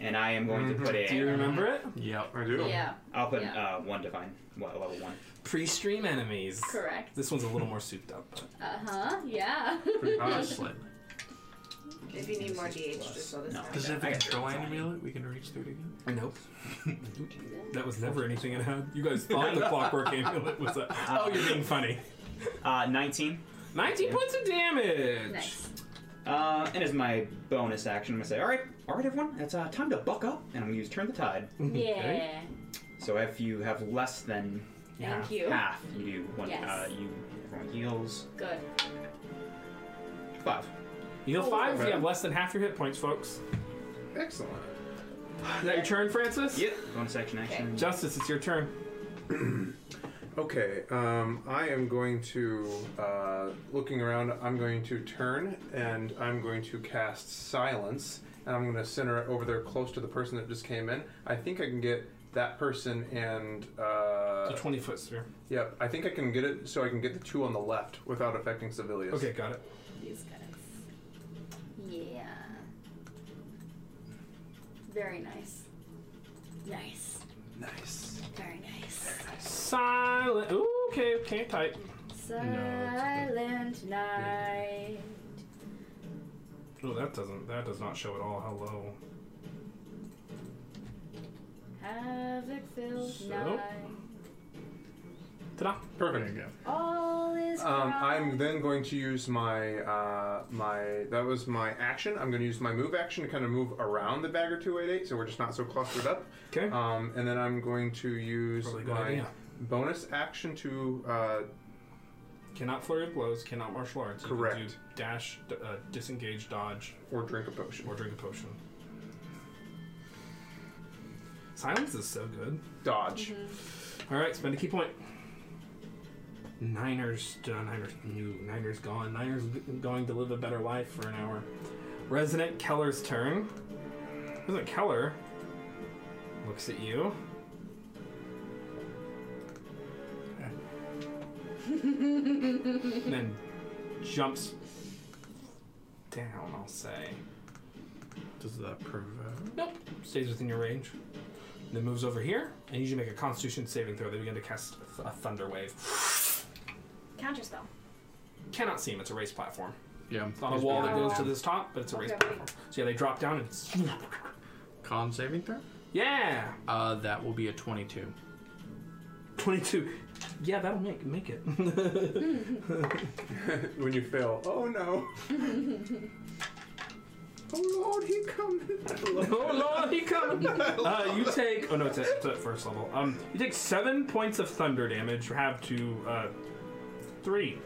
S7: And I am going to put a.
S1: Mm-hmm. Do you remember it?
S5: Yep.
S2: I do.
S6: Yeah,
S7: I'll put
S6: Yeah.
S7: uh, one divine, well, level one.
S1: Pre stream enemies.
S10: Correct.
S1: This one's a little more souped up. But.
S10: Uh
S6: Uh-huh,
S10: huh. Yeah.
S2: Pretty
S5: Just
S2: honest.
S5: slightly.
S3: If you need more DH,
S7: Plus-
S3: just throw this
S7: no.
S3: out.
S5: Does
S7: Okay,
S5: it
S7: I
S5: have a
S7: got
S5: control
S7: it.
S5: amulet we can reach through to get?
S1: Nope. that was never anything it had. You guys thought the clockwork amulet was a. Oh, you're being funny.
S7: Uh, 19.
S1: 19 points of damage!
S10: nice.
S7: Uh, and as my bonus action, I'm gonna say, all right, all right, everyone, it's uh, time to buck up, and I'm gonna use turn the tide.
S6: yeah.
S1: Okay.
S7: So if you have less than
S6: Thank you.
S7: half, you do one.
S6: Yes.
S7: Uh, you everyone heals
S6: Good.
S7: five.
S1: You know, five if you have less than half your hit points, folks.
S2: Excellent.
S1: Is that your turn, Francis?
S7: Yep. Bonus action action.
S1: Justice, it's your turn.
S2: Okay, um, I am going to, uh, looking around, I'm going to turn and I'm going to cast Silence. And I'm going to center it over there close to the person that just came in. I think I can get that person and. Uh,
S1: A 20 foot sphere.
S2: Yep, I think I can get it so I can get the two on the left without affecting civilians.
S1: Okay, got it.
S10: These guys.
S6: Yeah. Very nice. Nice.
S2: Nice.
S6: Very nice.
S1: Silent. Ooh, okay, okay, tight.
S6: Silent night.
S1: Oh, that doesn't. That does not show at all how low.
S6: Havoc filled
S1: So?
S6: night.
S1: Ta-da.
S5: There
S2: Perfect.
S5: you go.
S6: All is
S2: Um, I'm
S6: bright.
S2: then going to use my uh, my that was my action. I'm going to use my move action to kind of move around the bagger 288, so we're just not so clustered up.
S1: Okay.
S2: Um, and then I'm going to use
S1: Probably a good
S2: my
S1: idea.
S2: bonus action to uh,
S1: Cannot flurry of blows. Cannot martial arts. You can
S2: Correct.
S1: do dash, d- uh, disengage, dodge,
S2: or drink a potion.
S1: or drink a potion. Silence is so good.
S2: Dodge.
S1: All right, spend a key point. Niners, uh, Niners, new Niners gone. Niners g- going to live a better life for an hour. Resident Keller's turn. Resident Keller looks at you. and then jumps down, I'll say.
S5: Does that provoke?
S1: Nope. Stays within your range. Then moves over here, and you should make a Constitution saving throw. They begin to cast a th- a thunder wave.
S6: Counter spell.
S1: Cannot see him. It's a raised platform.
S5: Yeah.
S1: It's not a
S5: he's
S1: wall that
S5: behind.
S1: goes to this top, but it's a raised
S6: Okay.
S1: platform. So yeah, they drop down and
S5: Con saving throw.
S1: yeah,
S5: Uh, that will be a 22.
S1: twenty-two. Yeah, that'll make make it.
S2: when you fail, oh no.
S12: Oh Lord, he cometh.
S1: Oh lord, he coming! Uh, you take. Oh no, it's at, it's at first level. Um, you take seven points of thunder damage. Have to uh, three.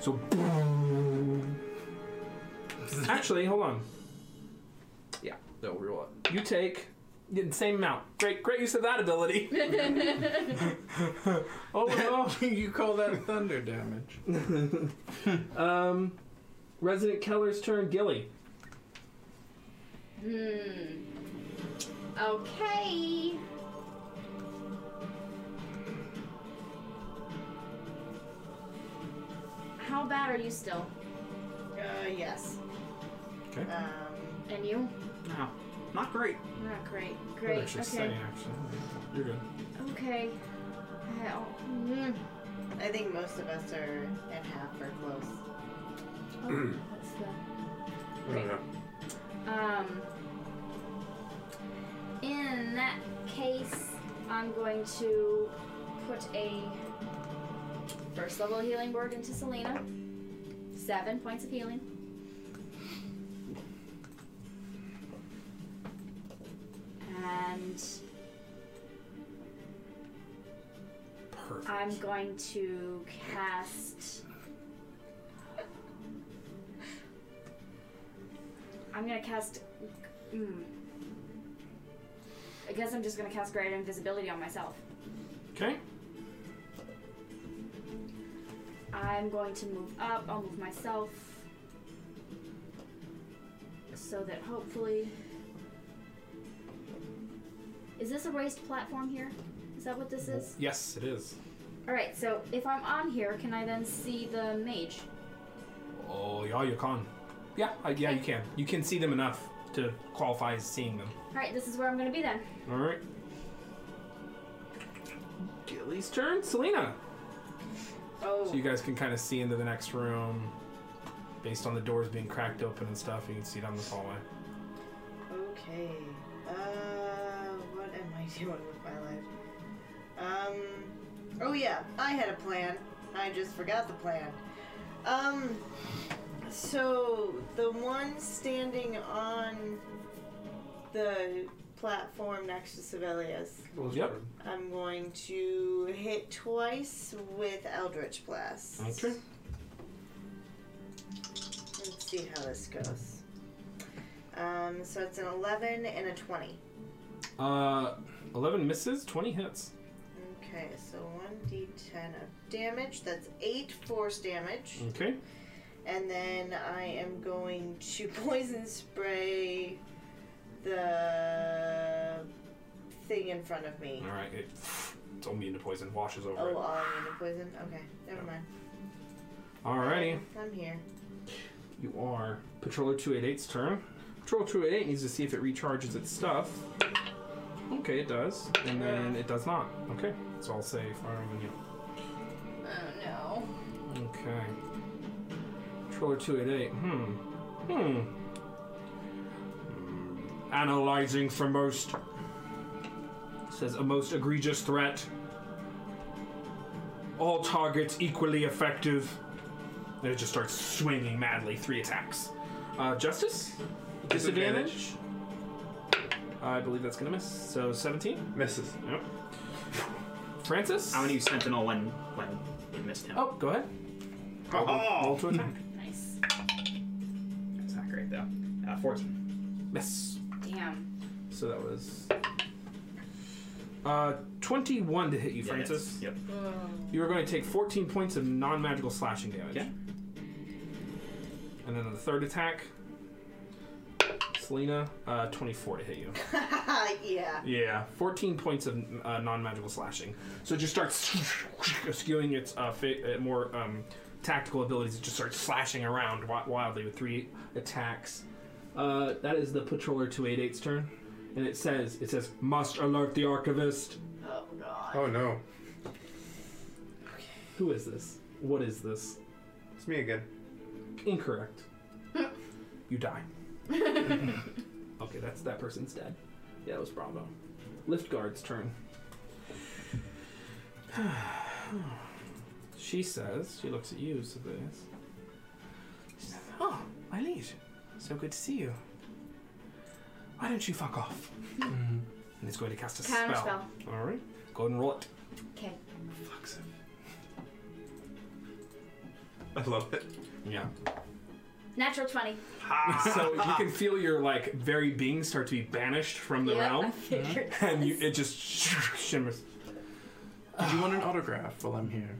S1: So. boom. Actually, hold on.
S11: Yeah, no, reroll it.
S1: You take the same amount. Great, great use of that ability. Oh no.
S5: you call that thunder damage?
S1: um, Resident Keller's turn. Gilly.
S6: Hmm. Okay. How bad are you still?
S3: Uh, yes.
S1: Okay.
S3: Um,
S6: And you?
S7: No, not great.
S6: Not great. Great. Okay.
S1: actually. You're good.
S6: Okay. I- oh, mm.
S3: I think most of us are at half or close.
S6: Oh, that's the-
S2: I don't know.
S6: Um, in that case, I'm going to put a first level healing word into Selena. Seven points of healing. And
S1: Perfect.
S6: I'm going to cast. I'm gonna cast. Mm, I guess I'm just gonna cast Great Invisibility on myself.
S1: Okay.
S6: I'm going to move up. I'll move myself. So that hopefully. Is this a raised platform here? Is that what this is?
S1: Yes, it is. Mm-hmm.
S6: Alright, so if I'm on here, can I then see the mage?
S1: Oh, yeah, you can. Yeah, uh, yeah, you can. You can see them enough to qualify as seeing them.
S6: Alright, this is where I'm gonna be then.
S1: All right. Gilly's turn. Selena.
S3: Oh,
S1: So you guys can kind of see into the next room, based on the doors being cracked open and stuff. You can see down this hallway.
S3: okay. Uh, what am I doing with my life? Um, oh yeah, I had a plan. I just forgot the plan. Um, so the one standing on the platform next to Sevelius.
S2: Well,
S1: Yep.
S2: sure.
S3: I'm going to hit twice with Eldritch Blast.
S1: Okay.
S3: Let's see how this goes. Um, so it's an 11 and a 20.
S1: Uh, eleven misses, twenty hits.
S3: Okay, so 1d10 of damage. That's 8 force damage.
S1: Okay.
S3: And then I am going to poison spray the thing in front of me.
S1: All right. It, it's immune to poison. Washes over
S3: Oh,
S1: it.
S3: all I need to poison? Okay, never mind.
S1: Alrighty.
S3: I'm here.
S1: You are Patroller 288's turn. Patroller 288 needs to see if it recharges its stuff. Okay, it does. And then it does not. Okay, so I'll say firing on you.
S6: Oh no.
S1: Okay. Patroller 288. Hmm. Hmm. Hmm. Analyzing for most. Says a most egregious threat. All targets equally effective. Then it just starts swinging madly. Three attacks. Uh, justice? Disadvantage? I believe that's gonna miss. So 17?
S2: Misses.
S1: Yep. Francis?
S7: I'm gonna use Sentinel when when we missed him.
S1: Oh, go ahead. Roll- roll to attack.
S6: Nice.
S7: It's not great though. Uh, 14.
S1: miss.
S6: Damn.
S1: So that was uh, 21 to hit you,
S7: Yeah,
S1: Francis.
S7: yes. Yep.
S1: You are going to take 14 points of non-magical slashing damage.
S7: Yeah.
S1: And then on the third attack, Selena, uh, 24 to hit you.
S3: yeah.
S1: Yeah, 14 points of uh, non-magical slashing. So it just starts skewing its uh, fa- uh, more um, tactical abilities. It just starts slashing around wi- wildly with three attacks. Uh, that is the Patroller 288's turn, and it says it says must alert the archivist.
S6: Oh god.
S2: Oh no,
S1: Who is this? What is this?
S2: it's me again.
S1: Incorrect. you die. okay, that's that person's dead. Yeah, it was Bravo. Lift guard's turn. she says, she looks at you, Sabias. She says, Oh, my liege, so good to see you. Why don't you fuck off? And it's going to cast a
S6: Counter
S1: spell. All right. Go ahead and roll it.
S6: Okay.
S2: I love it.
S1: Yeah.
S6: Natural 20.
S1: so you can feel your like very being start to be banished from the
S6: Yeah, I
S1: realm,
S6: figured
S1: and you, it just shimmers. Do you want an autograph while I'm here?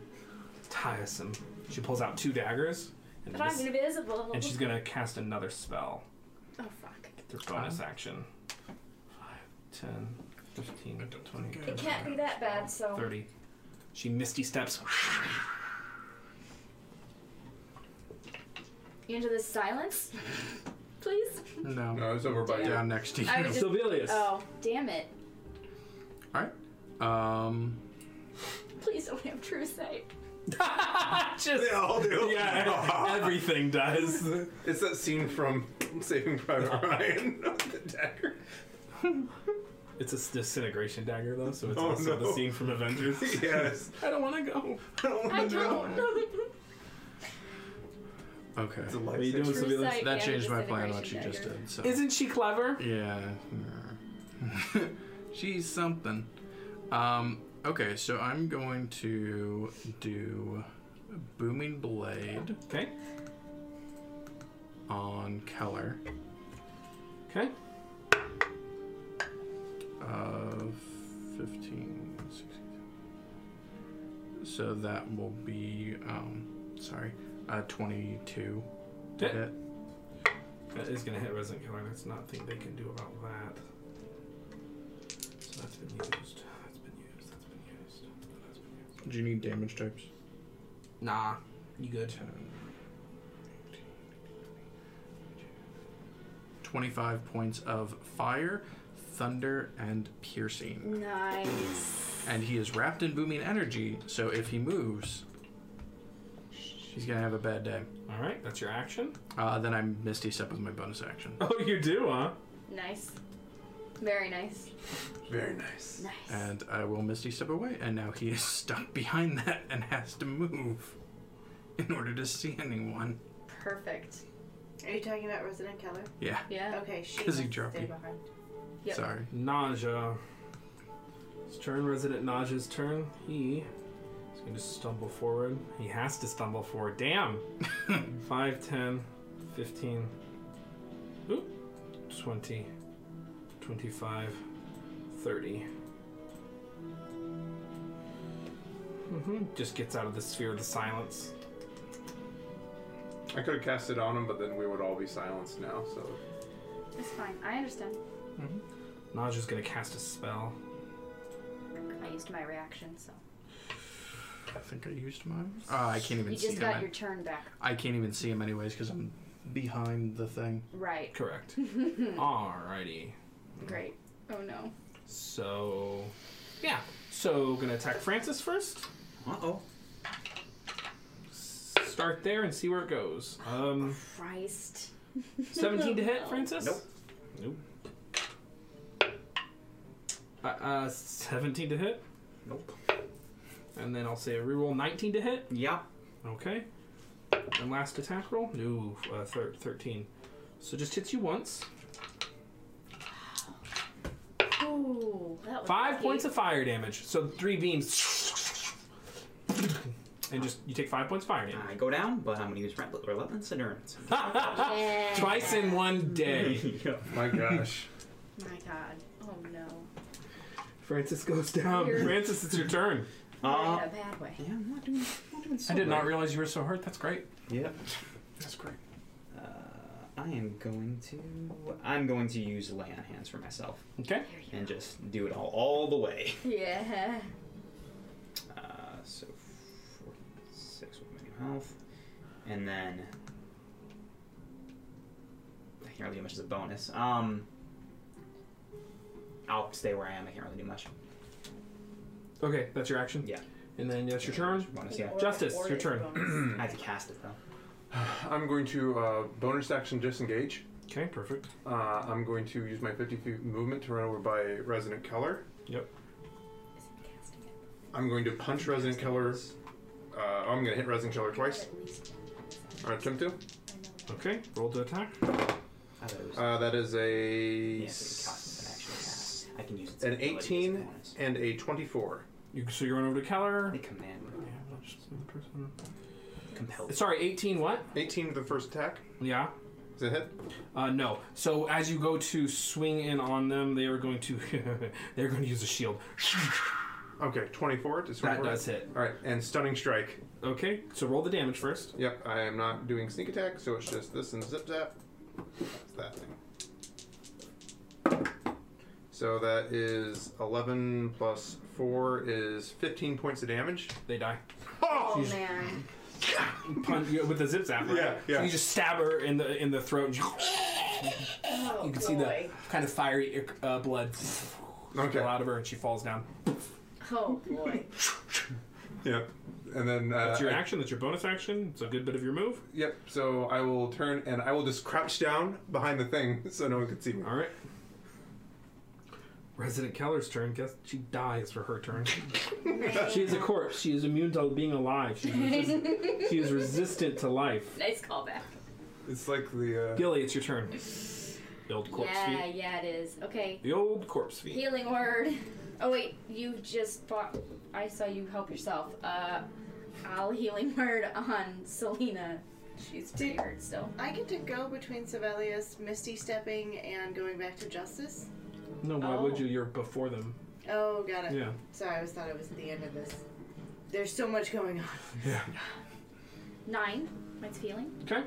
S1: Tiresome. She pulls out two daggers, and,
S10: But I'm
S1: this-
S10: invisible.
S1: Mm-hmm. and she's gonna cast another spell.
S10: Oh fuck.
S1: Through bonus action. 5, 10, 15, 20,
S10: It can't be that bad, so.
S1: 30. She misty steps.
S6: You into this silence? Please?
S5: No.
S2: No, it's over by
S5: down next to you.
S6: I was just- Oh, damn it.
S5: All right. Um.
S10: Please don't have true sight.
S1: Just
S2: they all do.
S1: Yeah, everything does.
S2: It's that scene from Saving Private Ryan. the dagger.
S1: It's a disintegration dagger though, so it's
S2: Oh,
S1: also
S2: no.
S1: the scene from Avengers.
S2: yes.
S1: I don't want to go.
S2: I
S5: Oh,
S2: don't
S10: I
S2: want to
S10: don't
S2: know.
S10: know.
S5: Okay.
S2: It's a life you
S10: doing, True Sibelius? sight
S5: That
S10: and
S5: changed my plan. What she
S10: disintegration
S5: just
S10: dagger.
S5: did. So.
S1: Isn't she clever?
S5: Yeah. She's something. Um, okay, so I'm going to do Booming Blade.
S1: Okay.
S5: On Keller.
S1: Okay.
S5: Uh, 15, 16. So that will be, um, sorry, uh, 22. to
S1: Yeah.
S5: hit.
S1: That is gonna hit Resident Killer. That's nothing they can do about that. So that's been used. That's been used. That's been used. That's been used.
S5: Do you need damage types?
S1: Nah, you good.
S5: 25 points of fire, thunder, and piercing.
S6: Nice.
S5: and he is wrapped in booming energy. So if he moves, he's gonna have a bad day.
S1: All right, that's your action.
S5: Uh, then I misty step with my bonus action,
S1: Oh, you do, huh?
S6: Nice. Very nice.
S2: Very nice.
S5: and I will misty step away, and now he is stuck behind that and has to move in order to see anyone.
S6: Perfect.
S3: Are you talking about Resident Keller?
S5: Yeah.
S6: Yeah.
S3: Okay, she
S5: Because he
S3: must
S5: dropped
S3: stay
S5: you.
S3: behind.
S6: Yep.
S5: Sorry.
S1: Nausea. It's turn, Resident Nausea's turn. He is going to stumble forward. He has to stumble forward. Damn! 5, 10, 15, oop, 20, 25, 30. hmm Just gets out of the sphere of the silence.
S2: I could have cast it on him, but then we would all be silenced now. So
S6: It's fine. I understand.
S1: Nausea's going to cast a spell.
S6: I used my reaction, so.
S5: I think I used mine. Uh, I can't even
S6: You
S5: see
S6: just
S5: him.
S6: got
S5: an-
S6: your turn back.
S5: I can't even see him anyways because I'm behind the thing.
S6: Right.
S1: Correct. Alrighty.
S6: Great. Oh no.
S1: So, yeah. So, gonna attack Francis first.
S7: Uh oh.
S1: Start there and see where it goes. Um,
S6: Christ.
S1: 17 to hit,
S6: No.
S1: Francis?
S7: Nope.
S1: Nope. Uh, uh, 17 to hit,
S7: Nope.
S1: and then I'll say a reroll 19 to hit.
S7: Yeah.
S1: Okay. And last attack roll? No, uh, thir- 13. So just hits you once.
S6: Ooh, that was
S1: Five
S6: lucky.
S1: points of fire damage. So three beams. And just, you take five points of fire damage.
S7: I go down, but I'm going to use Rel- Relentless Endurance.
S6: Yeah.
S1: Twice in one day.
S2: my gosh,
S6: My God. Oh no.
S1: Francis goes down.
S6: Weird.
S1: Francis, it's your turn.
S7: Uh,
S6: In a bad way.
S7: yeah, I'm not doing, not doing so
S1: I did not
S7: great.
S1: realize you were so hurt. That's great.
S7: Yep.
S1: That's great.
S7: Uh, I am going to. I'm going to use Lay on Hands for myself
S1: Okay.
S6: There you
S7: and just do it all, all the way.
S6: go. Yeah.
S7: Uh, so, 46 with my new health. And then. I can't really do much as a bonus. Um, I'll stay where I am. I can't really do much.
S1: Okay, that's your action.
S7: Yeah.
S1: And then that's your turn.
S7: Bonus, yeah.
S1: Justice,
S3: Or
S1: your
S3: his
S1: turn.
S3: bonus.
S7: I have to cast it, though.
S2: I'm going to uh, bonus action disengage.
S1: Okay, perfect.
S2: Uh, I'm going to use my 50 feet movement to run over by Resident Keller.
S1: Yep.
S2: I'm going to punch Resident Keller. Uh, I'm going to hit Resident Keller twice. Or attempt to.
S1: Okay, roll to attack.
S7: I thought it was.
S2: Uh, that Uh, is a
S7: Yes.
S2: an 18 and a 24.
S1: You, so you're going over to Keller.
S7: command.
S2: Compelled.
S1: Sorry, 18 what?
S2: 18 the first attack.
S1: Yeah.
S2: Is it hit?
S1: Uh, no. So as you go to swing in on them, they are going to they're going to use a shield.
S2: Okay, 24 to
S1: That does hit.
S2: All right, and stunning strike.
S1: Okay, so roll the damage first.
S2: Yep, I am not doing sneak attack, so it's just this and zip zap. That's that thing. So that is 11 plus 4 is 15 points of damage.
S1: They die.
S2: Oh,
S6: Oh man.
S1: Punch you with a zip zap. Right?
S2: Yeah, yeah.
S1: So you just stab her in the in the throat. And
S3: Oh,
S1: you can see the
S3: boy.
S1: kind of fiery uh, blood
S2: Okay.
S1: spill out of her, and she falls down.
S6: Oh boy.
S2: Yep. And then uh,
S1: That's your
S2: I-
S1: action. That's your bonus action. It's a good bit of your move.
S2: Yep. So I will turn and I will just crouch down behind the thing so no one can see me.
S1: All right. Resident Keller's turn. Guess she dies for her turn. she is a corpse. She is immune to being alive. She is, resist- she is resistant to life.
S6: Nice callback.
S2: It's like the. Uh,
S1: Gilly, it's your turn. The old corpse
S6: Yeah,
S1: feet.
S6: yeah, it is. Okay.
S1: The old corpse feet.
S6: Healing word. Oh wait, you just bought. I saw you help yourself. Uh, I'll healing word on Selena. She's pretty hurt still.
S3: I get to go between Sevelius misty stepping and going back to justice.
S1: No, why would
S6: Oh.
S1: you? You're before them.
S3: Oh, got it.
S1: Yeah.
S3: Sorry, I always thought it was the end of this. There's so much going on.
S1: Yeah.
S6: Nine. Mine's healing.
S1: Okay.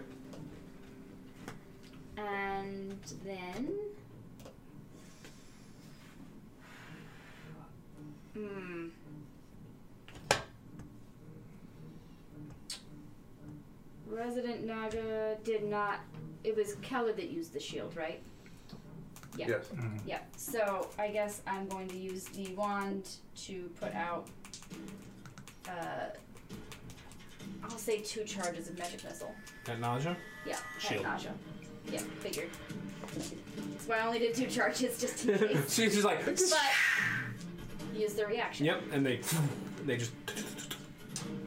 S6: And then. Hmm. Resident Naga did not. It was Keller that used the shield, right? Yeah.
S2: Yes.
S6: Yeah. So I guess I'm going to use the wand to put out. Uh, I'll say two charges of magic missile.
S1: At nausea.
S6: Yeah,
S1: Shield.
S6: shield. nausea. Yeah, figured. That's why I only did two charges just in case.
S1: She's just like.
S6: but use the reaction.
S1: Yep, and they they just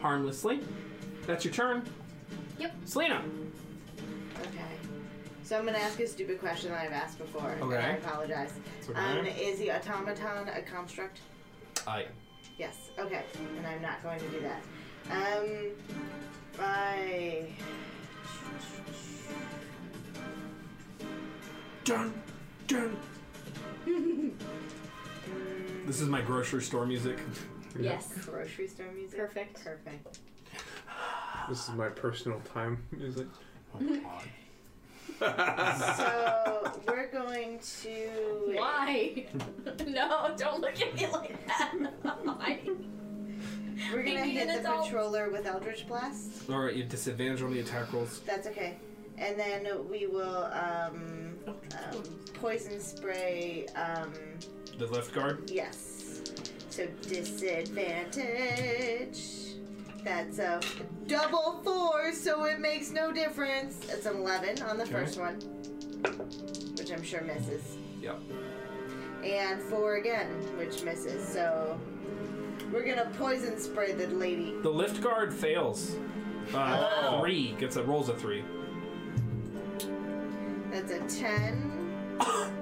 S1: harmlessly. That's your turn.
S6: Yep.
S1: Selena.
S3: Okay. So I'm gonna ask a stupid question that I've asked before. and
S1: Okay.
S3: I apologize.
S1: It's okay.
S3: Um, is the automaton a construct?
S1: Uh, yeah.
S3: Yes. Okay. And I'm not going to do that. Um, I.
S1: Dun, dun.
S3: mm,
S1: This is my grocery store music.
S6: Yes.
S3: grocery store music.
S6: Perfect.
S3: Perfect.
S2: This is my personal time music.
S5: Oh, God.
S3: So we're going to.
S10: Why? no, don't look at me like that. Why?
S3: We're gonna
S10: Maybe
S3: hit
S10: an
S3: the
S10: adult.
S3: patroller with Eldritch Blast.
S1: All right, you have disadvantage on the attack rolls.
S3: That's okay. And then we will um, um, poison spray. Um,
S1: The left guard.
S3: yes. So disadvantage. That's a double four, so it makes no difference. It's an 11 on the
S1: Okay.
S3: first one, which I'm sure misses.
S1: Yep.
S3: And four again, which misses. So we're gonna poison spray the lady.
S1: The lift guard fails. Uh,
S6: Oh.
S1: Three gets a rolls a three.
S3: That's a 10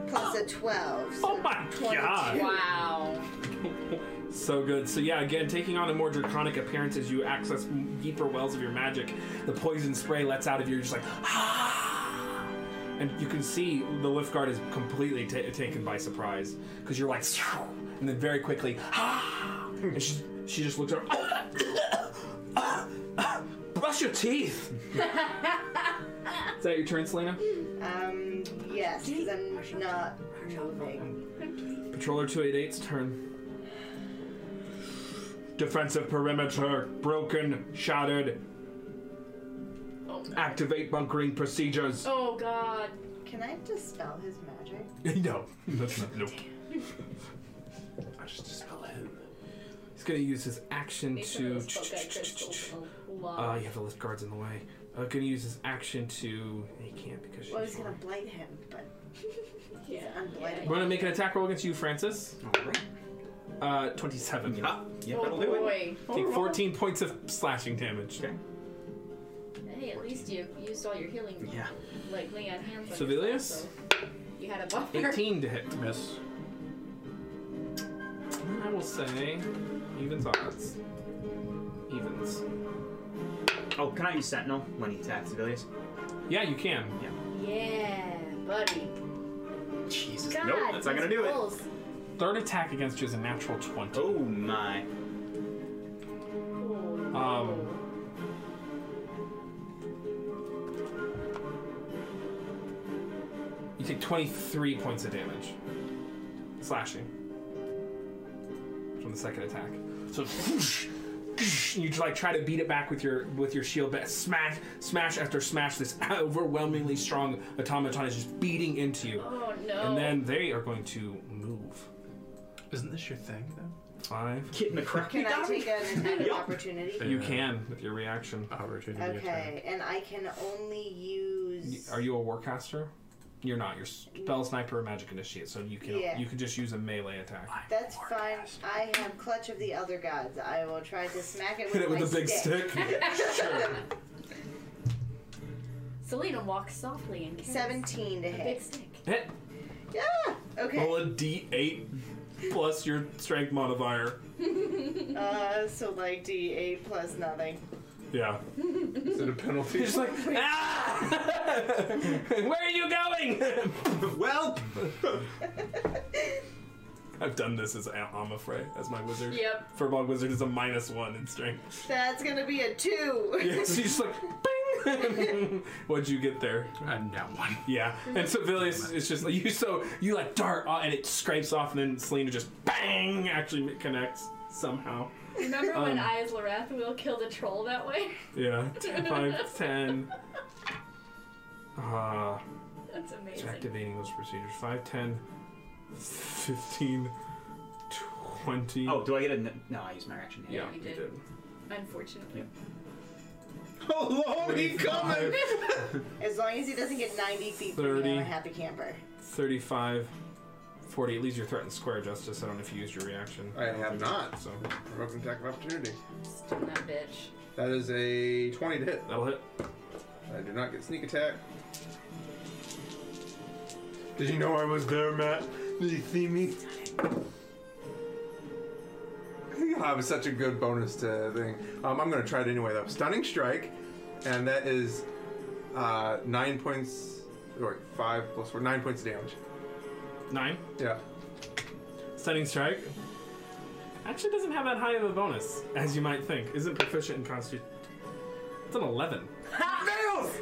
S3: plus a 12. So
S1: Oh my
S3: 22.
S1: god!
S6: Wow.
S1: So good. So yeah, again, taking on a more draconic appearance as you access m- deeper wells of your magic, the poison spray lets out of you. You're just like, "Ah!" and you can see the lift guard is completely ta taken by surprise because you're like, and then very quickly, "Ah!" and she, she just looks at her, "Ah!" brush your teeth. is that your turn, Selena?
S3: Um, yes, because I'm not moving.
S1: Patroller 288's turn. Defensive perimeter broken, shattered.
S6: Oh.
S1: Activate bunkering procedures.
S6: Oh God.
S3: Can I dispel his magic?
S1: no, that's not. Nope.
S5: I just dispel him.
S1: He's gonna use his action
S10: Make sure
S1: to.
S10: those folk got crystals.
S1: Uh, you have the lift guards in the way. Uh, gonna use his action to. He can't because she's.
S3: Well, he's
S1: flying.
S3: gonna blight him, but
S10: Yeah.
S3: unblightable.
S1: We're gonna make an attack roll against you, Francis.
S7: All right.
S1: Uh, 27.
S7: Yeah. Yeah,
S6: Oh
S7: Ah, that'll do it.
S6: boy.
S1: Take 14 points of slashing damage.
S7: Okay.
S6: Hey, at least you used all your healing.
S7: Yeah.
S6: Like lay on hands. on
S1: Sevelius?
S6: yourself, so You had a buffer.
S1: 18 to hit.
S5: Miss.
S1: I will say evens odds. Evens.
S7: Oh, can I use Sentinel when he attacks civilians?
S1: Yeah, you can.
S7: Yeah.
S6: Yeah, buddy.
S7: Jesus.
S6: God,
S7: nope, that's not gonna do it.
S6: rolls.
S1: Third attack against you is a natural 20.
S7: Oh my.
S1: Um, you take 23 points of damage. Slashing. From the second attack. So whoosh, whoosh, you like try to beat it back with your with your shield, but smash smash after smash, this overwhelmingly strong automaton is just beating into you.
S6: Oh no.
S1: And then they are going to move.
S5: Isn't this your thing, though?
S1: Five.
S7: Getting the crack.
S3: Can I take an attack of
S7: Yup.
S3: opportunity?
S1: You
S5: Yeah.
S1: can with your reaction.
S5: Opportunity attack.
S3: Okay, and I can only use.
S1: Are you a warcaster? You're not. You're spell sniper or magic initiate, so you can
S3: Yeah.
S1: you can just use a melee attack.
S3: That's fine. I have clutch of the other gods. I will try to smack it with,
S1: Hit it with
S3: my
S1: a big stick.
S6: Selena walks softly and carries
S3: Seventeen to
S6: a big
S3: hit.
S6: stick.
S1: Hit.
S3: Yeah. Okay.
S1: Roll a d8 plus your strength modifier.
S3: Uh, so like D eight plus nothing.
S1: Yeah.
S2: Is it a penalty?
S1: You're just like ah! Where are you going?
S7: well,
S1: I've done this as Am- Amafre as my wizard.
S6: Yep.
S1: Furball wizard is a minus one in strength.
S3: That's gonna be a two.
S1: Yeah, so you just like bing. What'd you get there?
S5: I'm down one.
S1: Yeah,
S10: Mm-hmm.
S1: and Sibelius is just like you. So you like dart, uh, and it scrapes off, and then Selena just bang actually connects somehow.
S10: Remember when
S1: Um,
S10: I as Larathwiel killed a troll that way?
S1: Yeah, five, ten. Uh, it's
S10: That's amazing.
S1: activating those procedures. Five, ten, fifteen, twenty.
S7: oh, do I get a n- no? I use my action.
S1: yeah, you
S10: you did.
S1: did.
S10: Unfortunately.
S2: How long Oh, he coming?
S3: As long as he doesn't get ninety feet from me,
S1: 30.
S3: I'm a happy camper.
S1: Thirty-five. 40, it leaves your threatened square justice. I don't know if you used your reaction.
S2: I have not.
S1: So
S2: Broken attack of opportunity.
S10: Sting that bitch.
S2: That is a 20 to hit.
S1: that'll hit.
S2: I do not get sneak attack. Did you know I was there, Matt? Did you see me? I think I'll have such a good bonus to thing. Um, I'm going to try it anyway, though. Stunning strike, and that is uh, nine points, or five plus four, nine points of damage.
S1: Nine.
S2: Yeah.
S1: Stunning strike. Actually, doesn't have that high of a bonus as you might think. Isn't proficient in constitution. It's an eleven. Nails!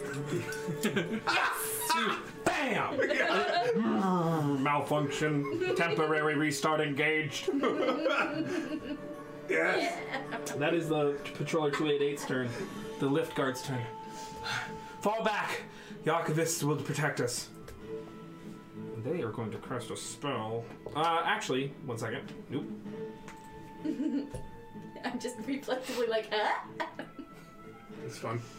S1: Bam! Mm, Malfunction. Temporary restart engaged.
S2: Yes!
S1: That is the patroller 288's turn. The lift guard's turn. Fall back! Yakovis will protect us. And They are going to cast a spell. Uh, actually, one second. Nope.
S10: I'm just reflexively like, ah.
S2: It's fun.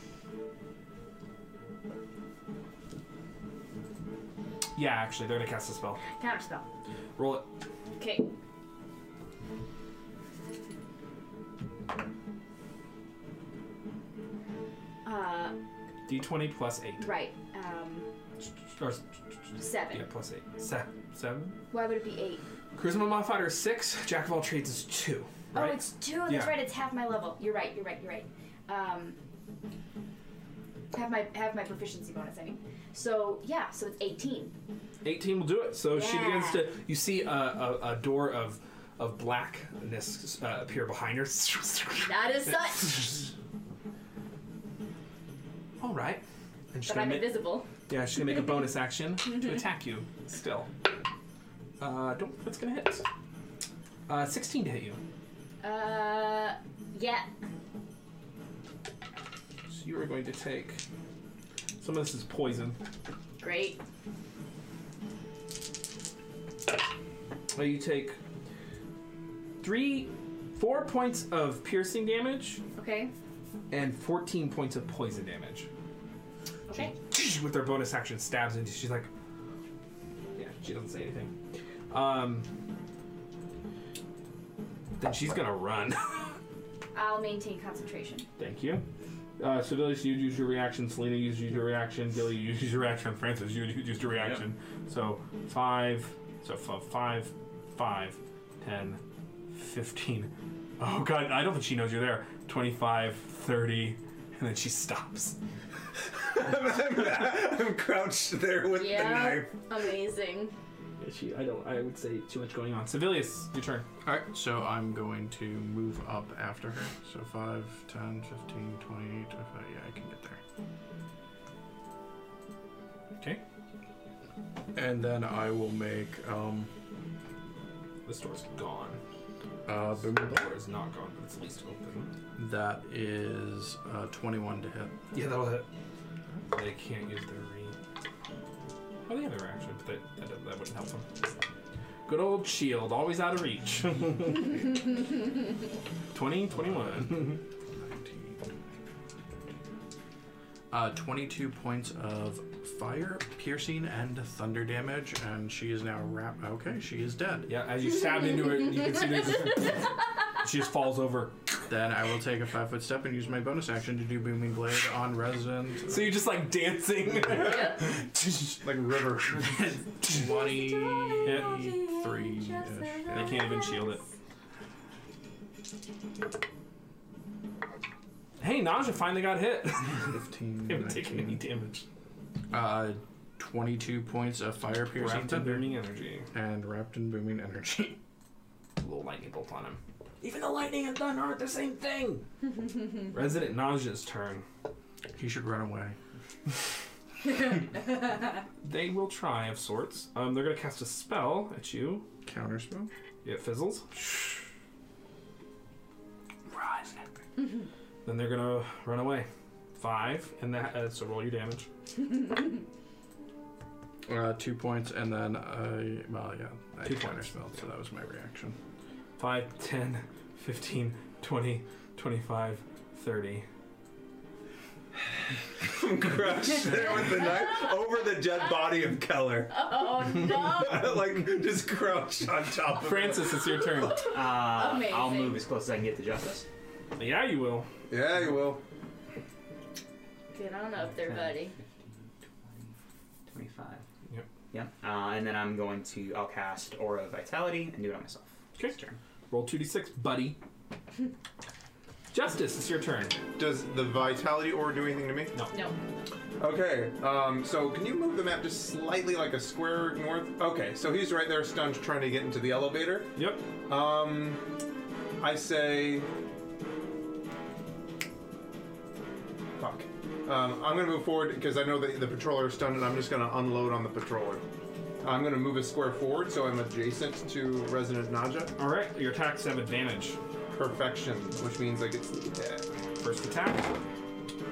S1: Yeah, actually, they're gonna cast a spell.
S6: Counter spell.
S1: Roll it.
S10: Okay.
S6: Uh,
S1: D20 plus 8.
S6: right. Um,
S1: Or,
S6: seven.
S1: yeah, plus 8. Se- 7?
S6: Why would it be eight?
S1: Charisma modifier is 6. Jack of all trades is 2. Right?
S6: Oh, it's two. That's
S1: Yeah.
S6: right. It's half my level. You're right. You're right. You're right. Um, have my have my proficiency bonus. I mean, so yeah. So it's 18.
S1: 18 will do it. So she
S6: Yeah.
S1: begins to. You see a, a, a door of of blackness uh, appear behind her.
S6: Not as such,
S1: All right. And she's
S10: But
S1: gonna
S10: I'm
S1: ma-
S10: invisible.
S1: yeah, she's gonna make a bonus action
S6: Mm-hmm.
S1: to attack you. Still, uh, don't. That's gonna hit. Uh, 16 to hit you.
S6: Uh, yeah.
S1: So you are going to take. Some of this is poison.
S6: Great.
S1: Well, you take three, four points of piercing damage
S6: Okay.
S1: and 14 points of poison damage.
S6: Okay.
S1: with their bonus action stabs into. She's like, yeah, she doesn't say anything. Um, then she's gonna run.
S6: I'll maintain concentration.
S1: Thank you. Uh, Sibelius, you use your reaction. Selena, you use your reaction. Gilly, you use your reaction. Francis, you use your reaction. So five, so f- five, five, ten, 15. Oh, God, I don't think she knows you're there. 25, 30, and then she stops.
S2: I'm crouched there with
S6: Yeah. Amazing.
S1: She, I don't, I would say too much going on. Sevilius, your turn.
S5: All right, so I'm going to move up after her. So 5, 10, 15, 20, 25. Yeah, I can get there.
S1: Okay.
S5: And then I will make um,
S1: This door's gone.
S5: uh, boom.
S1: The door is not gone, but it's at least open.
S5: That is uh, 21 to hit.
S1: Yeah, that'll hit. They can't use their re. Oh, yeah, they're actually, but that, that, that wouldn't help them. Good old shield, always out of reach. 20, 21.
S5: 19. Uh, 22 points of fire, piercing, and thunder damage, and she is now wrapped. Okay, she is dead.
S1: Yeah, as you stab into it, you can see that she just falls over.
S5: Then I will take a five foot step and use my bonus action to do booming blade on resident.
S1: So you're just like dancing.
S2: Like river.
S6: Oh,
S5: 23 ish.
S1: They can't even shield it. Hey, Naja finally got hit.
S5: 15.
S1: Haven't taken any
S5: 19,
S1: damage.
S5: uh, 22 points of fire, piercing,
S1: Wrapped in
S5: thunder,
S1: booming energy.
S5: and wrapped in booming energy.
S1: A little lightning bolt on him. Even the lightning and thunder aren't the same thing. Resident Nausea's turn.
S5: He should run away.
S1: They will try of sorts. Um, they're gonna cast a spell at you.
S5: Counterspell?
S1: It fizzles. Run. then they're gonna run away. Five, and that uh, so roll your damage.
S5: Uh, two points, and then I. Well, yeah. I
S1: Two points.
S5: counterspelled, so that was my reaction.
S1: 5, 10, 15, 20, 25, 30.
S2: I'm crouched there with the knife over the dead body of Keller.
S10: Oh no!
S2: like just crouched on top of
S1: Francis, it's your turn.
S7: Uh, I'll
S10: Amazing.
S7: move as close as I can get to justice.
S1: yeah, you will.
S2: it. Yeah, you will.
S6: Get on up there, buddy.
S7: 25.
S1: Yep.
S7: Yeah. Uh, and then I'm going to, I'll cast Aura of Vitality and do it on myself.
S1: Okay.
S7: This turn.
S1: Roll 2d6, buddy. Justice, it's your turn.
S2: Does the vitality ore do anything to me?
S10: No.
S2: Okay, um, so can you move the map just slightly like a square north? Okay, so he's right there stunned trying to get into the elevator.
S1: Yep.
S2: Um, I say. Fuck. Um, I'm gonna move forward because I know that the patroller is stunned, and I'm just gonna unload on the patroller. I'm gonna move a square forward so I'm adjacent to Resident Naja.
S1: All right, your attacks have advantage.
S2: Perfection, which means I get yeah.
S1: First attack,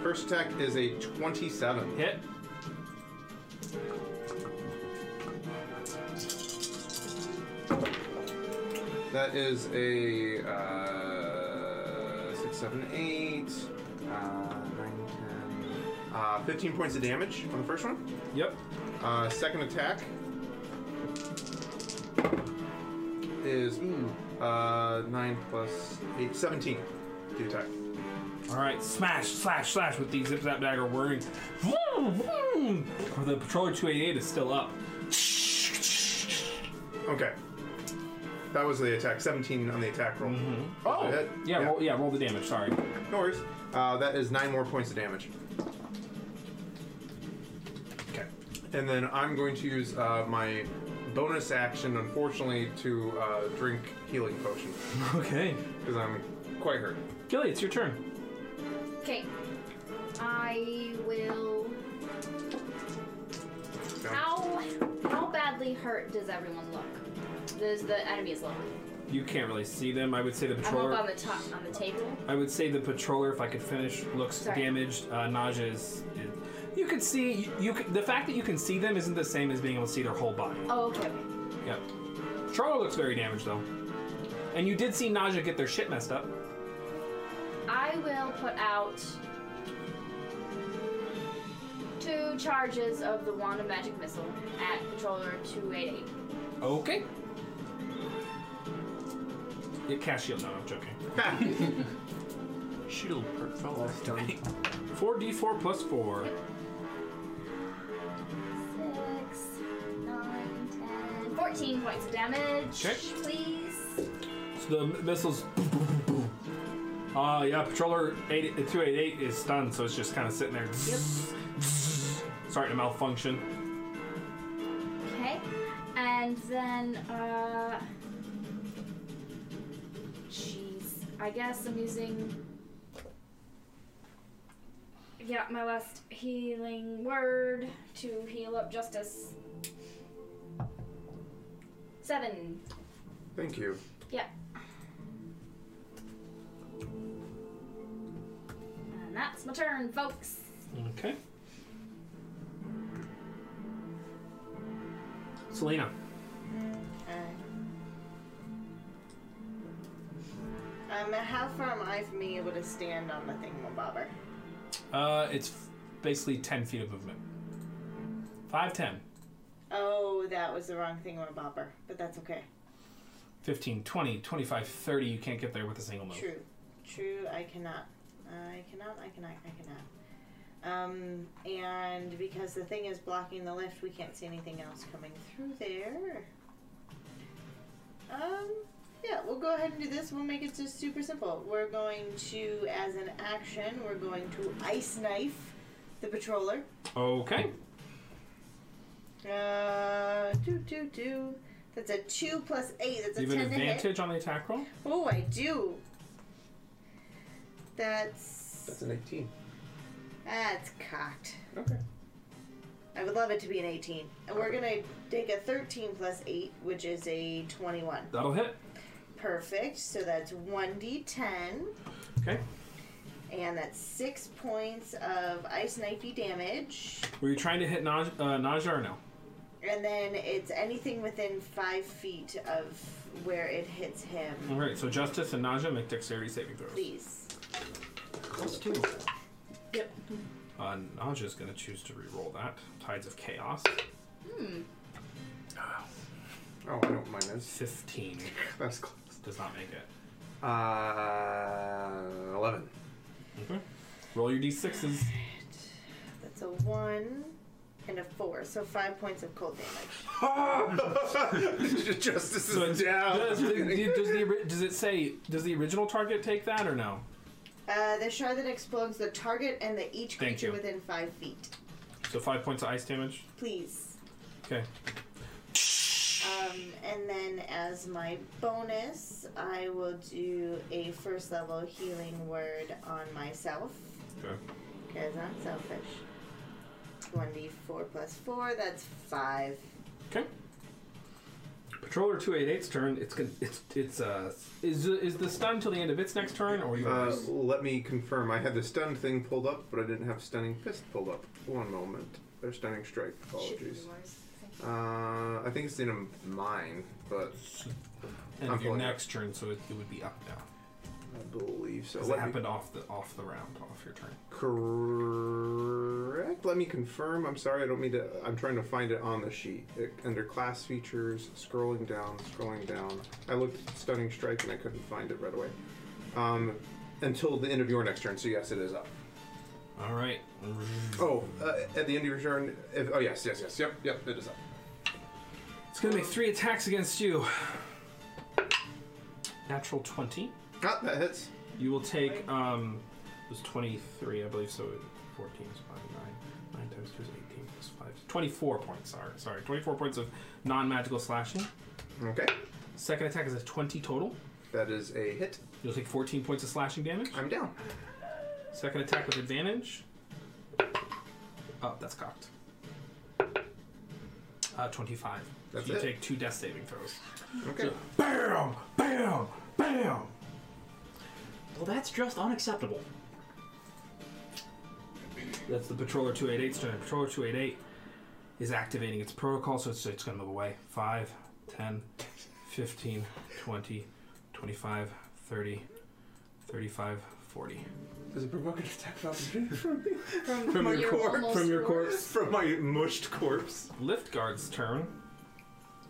S2: First attack is a 27.
S1: hit.
S2: That is a uh, 6, 7, 8, uh, 9, 10, uh, 15 points of damage on the first one.
S1: Yep.
S2: Uh, second attack is ooh, uh, 9 plus 8, 17. The attack.
S1: All right, smash, slash, slash with these zip zap dagger whirring. Vroom, vroom. The patroller 288 is still up.
S2: Okay. That was the attack. 17 on the attack roll. That's a hit.
S1: Mm-hmm. Oh, yeah, Roll, yeah, roll the damage. Sorry.
S2: No worries. Uh, that is nine more points of damage. Okay. And then I'm going to use uh, my bonus action, unfortunately, to uh, drink healing potion
S1: Okay.
S2: because I'm quite hurt.
S1: Gilly, it's your turn.
S6: Okay. I will.
S2: Okay.
S6: How how badly hurt does everyone look? Does the enemies look?
S1: You can't really see them. I would say the
S6: I'm
S1: patroller.
S6: up on the top on the table.
S1: I would say the patroller, if I could finish, looks
S6: Sorry.
S1: damaged. Uh, Naja is. is- You could see. You, you could, the fact that you can see them isn't the same as being able to see their whole body.
S6: Oh, okay. okay.
S1: Yep. Patroller looks very damaged though. And you did see Naja get their shit messed up.
S6: I will put out two charges of the wand of magic missile at controller 288.
S1: Okay. Yeah, cast shield. No, I'm joking.
S5: Shield perk fell
S1: Four D4 plus four.
S6: Six, nine, ten, fourteen points of damage,
S1: Okay.
S6: please.
S1: the m- missiles. Uh, yeah, patroller uh, 80 288 is stunned, so it's just kind of sitting there. Starting to malfunction.
S6: Okay. And then, uh. Jeez. I guess I'm using. Yeah, my last healing word to heal up Justice. Seven.
S2: Thank you.
S6: Yeah. And that's my turn, folks.
S1: Okay. Selena.
S3: Um, how far am I from being able to stand on the thingamabobber?
S1: Uh, it's f- basically 10 feet of movement. 510,
S3: Oh, that was the wrong thingamabobber, but that's okay.
S1: 15, 20, 25, 30. You can't get there with a single move.
S3: True. True, I cannot. I cannot, I cannot, I cannot. Um, and because the thing is blocking the lift, we can't see anything else coming through there. Um, yeah, we'll go ahead and do this. We'll make it just super simple. We're going to, as an action, we're going to ice knife the patroller.
S1: Okay.
S3: Uh, do, do, do. That's a 2 plus 8. That's a
S1: You have an
S3: 10 to hit.
S1: advantage on the attack roll?
S3: Oh, I do. That's
S2: That's an 18.
S3: that's cocked.
S2: Okay.
S3: I would love it to be an 18. And we're gonna take a 13 plus 8, which is a 21.
S1: That'll hit.
S3: Perfect. So that's 1d10,
S1: Okay.
S3: and that's six points of ice knifey damage.
S1: Were you trying to hit Naj- uh, Naja or no?
S3: And then it's anything within five feet of where it hits him.
S1: Alright, so Justice and Naja make dexterity saving throws.
S3: Please.
S1: Plus two.
S3: Yep.
S1: Uh, Naja's gonna choose to re-roll that. Tides of Chaos.
S6: Hmm.
S2: Oh, I don't mind this.
S1: 15.
S2: That's close.
S1: Does not make it.
S2: Uh, 11.
S1: Okay. Roll your d6s.
S3: That's a 1 and a 4, so five points of cold damage.
S2: Justice
S1: So
S2: is
S1: it's-
S2: down.
S1: Does, the, does, the, ori- does it say, does the original target take that or no?
S3: Uh, the shard that explodes the target and the each
S1: Thank
S3: creature
S1: you.
S3: within five feet.
S1: So five points of ice damage?
S3: Please.
S1: Okay.
S3: Um, and then as my bonus, I will do a first level healing word on myself
S1: Okay.
S3: because I'm selfish. 1d4 plus 4, that's 5.
S1: Okay. Patroller 288's turn. It's gonna, it's it's uh is is the stun till the end of its next turn or
S2: Uh,
S1: yours?
S2: let me confirm. I had the stun thing pulled up, but I didn't have stunning fist pulled up. One moment. There's stunning strike. Apologies. Uh, I think it's in a mine, but
S1: end
S2: I'm
S1: of your
S2: pulling it.
S1: next turn, so it, it would be up now.
S2: I believe so.
S1: 'Cause
S2: Let
S1: it
S2: me-
S1: happened off the off the round, off your turn.
S2: Correct. Let me confirm. I'm sorry. I don't mean to. I'm trying to find it on the sheet. It, under class features, scrolling down, scrolling down. I looked at stunning strike and I couldn't find it right away. Um, until the end of your next turn. So yes, it is up.
S1: All right.
S2: Oh, uh, at the end of your turn. If, oh yes, yes, yes. Yep, yep. It is up.
S1: It's gonna make three attacks against you. Natural twenty.
S2: Ah, that hits.
S1: You will take um, it was twenty three, I believe. So fourteen is five nine. Nine times two is eighteen plus five. Twenty four points. Sorry, sorry. Twenty four points of non magical slashing.
S2: Okay,
S1: Second attack is a twenty total.
S2: that is a hit.
S1: You'll take 14 points of slashing damage.
S2: I'm down.
S1: Second attack with advantage. Oh, that's cocked. Uh, 25.
S2: That's
S1: so you
S2: it.
S1: take two death saving throws.
S2: Okay.
S1: Bam! Bam! Bam!
S7: Well, that's just unacceptable.
S1: That's the Patroller 288's turn. Patroller 288 is activating its protocol, so it's, it's going to move away. 5, 10, 15, 20, 25, 30, 35, 40.
S2: Does it provoke an attack of opportunity from me?
S10: From
S2: my
S10: your
S2: corpse.
S10: almost
S1: From your
S10: corpse.
S2: From my mushed corpse.
S1: Lift guard's turn.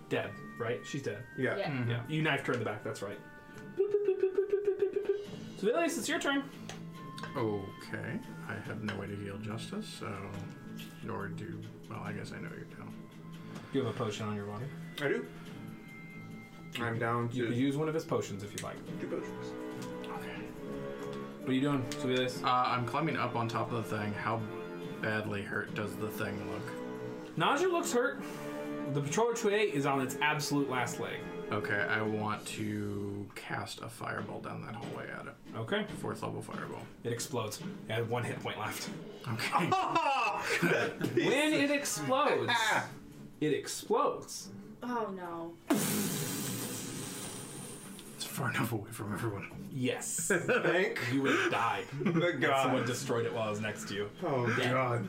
S1: Dead, right? She's dead.
S2: Yeah.
S10: Yeah.
S1: Yeah, you knifed her in the back. That's right. Boop, boop, boop, boop, boop, boop, boop, boop, boop. So, Vilius, it's your turn.
S5: Okay. I have no way to heal justice, so nor do well. I guess I know you're down.
S1: You have a potion on your body.
S2: I do. I'm down to.
S1: You could use one of his potions if you like.
S2: Two potions.
S1: What are you doing, Subiles?
S5: Uh, I'm climbing up on top of the thing. How badly hurt does the thing look?
S1: Nausea looks hurt. The Patrol 28 is on its absolute last leg.
S5: Okay, I want to cast a fireball down that hallway at it.
S1: Okay.
S5: Fourth level fireball.
S1: It explodes. It had one hit point left.
S5: Okay.
S2: Ah!
S1: when it explodes, it explodes.
S6: Oh no.
S5: it's far enough away from everyone.
S1: Yes.
S2: Thank
S1: you would have died.
S2: the
S1: if Someone
S2: god.
S1: destroyed it while I was next to you.
S2: Oh god.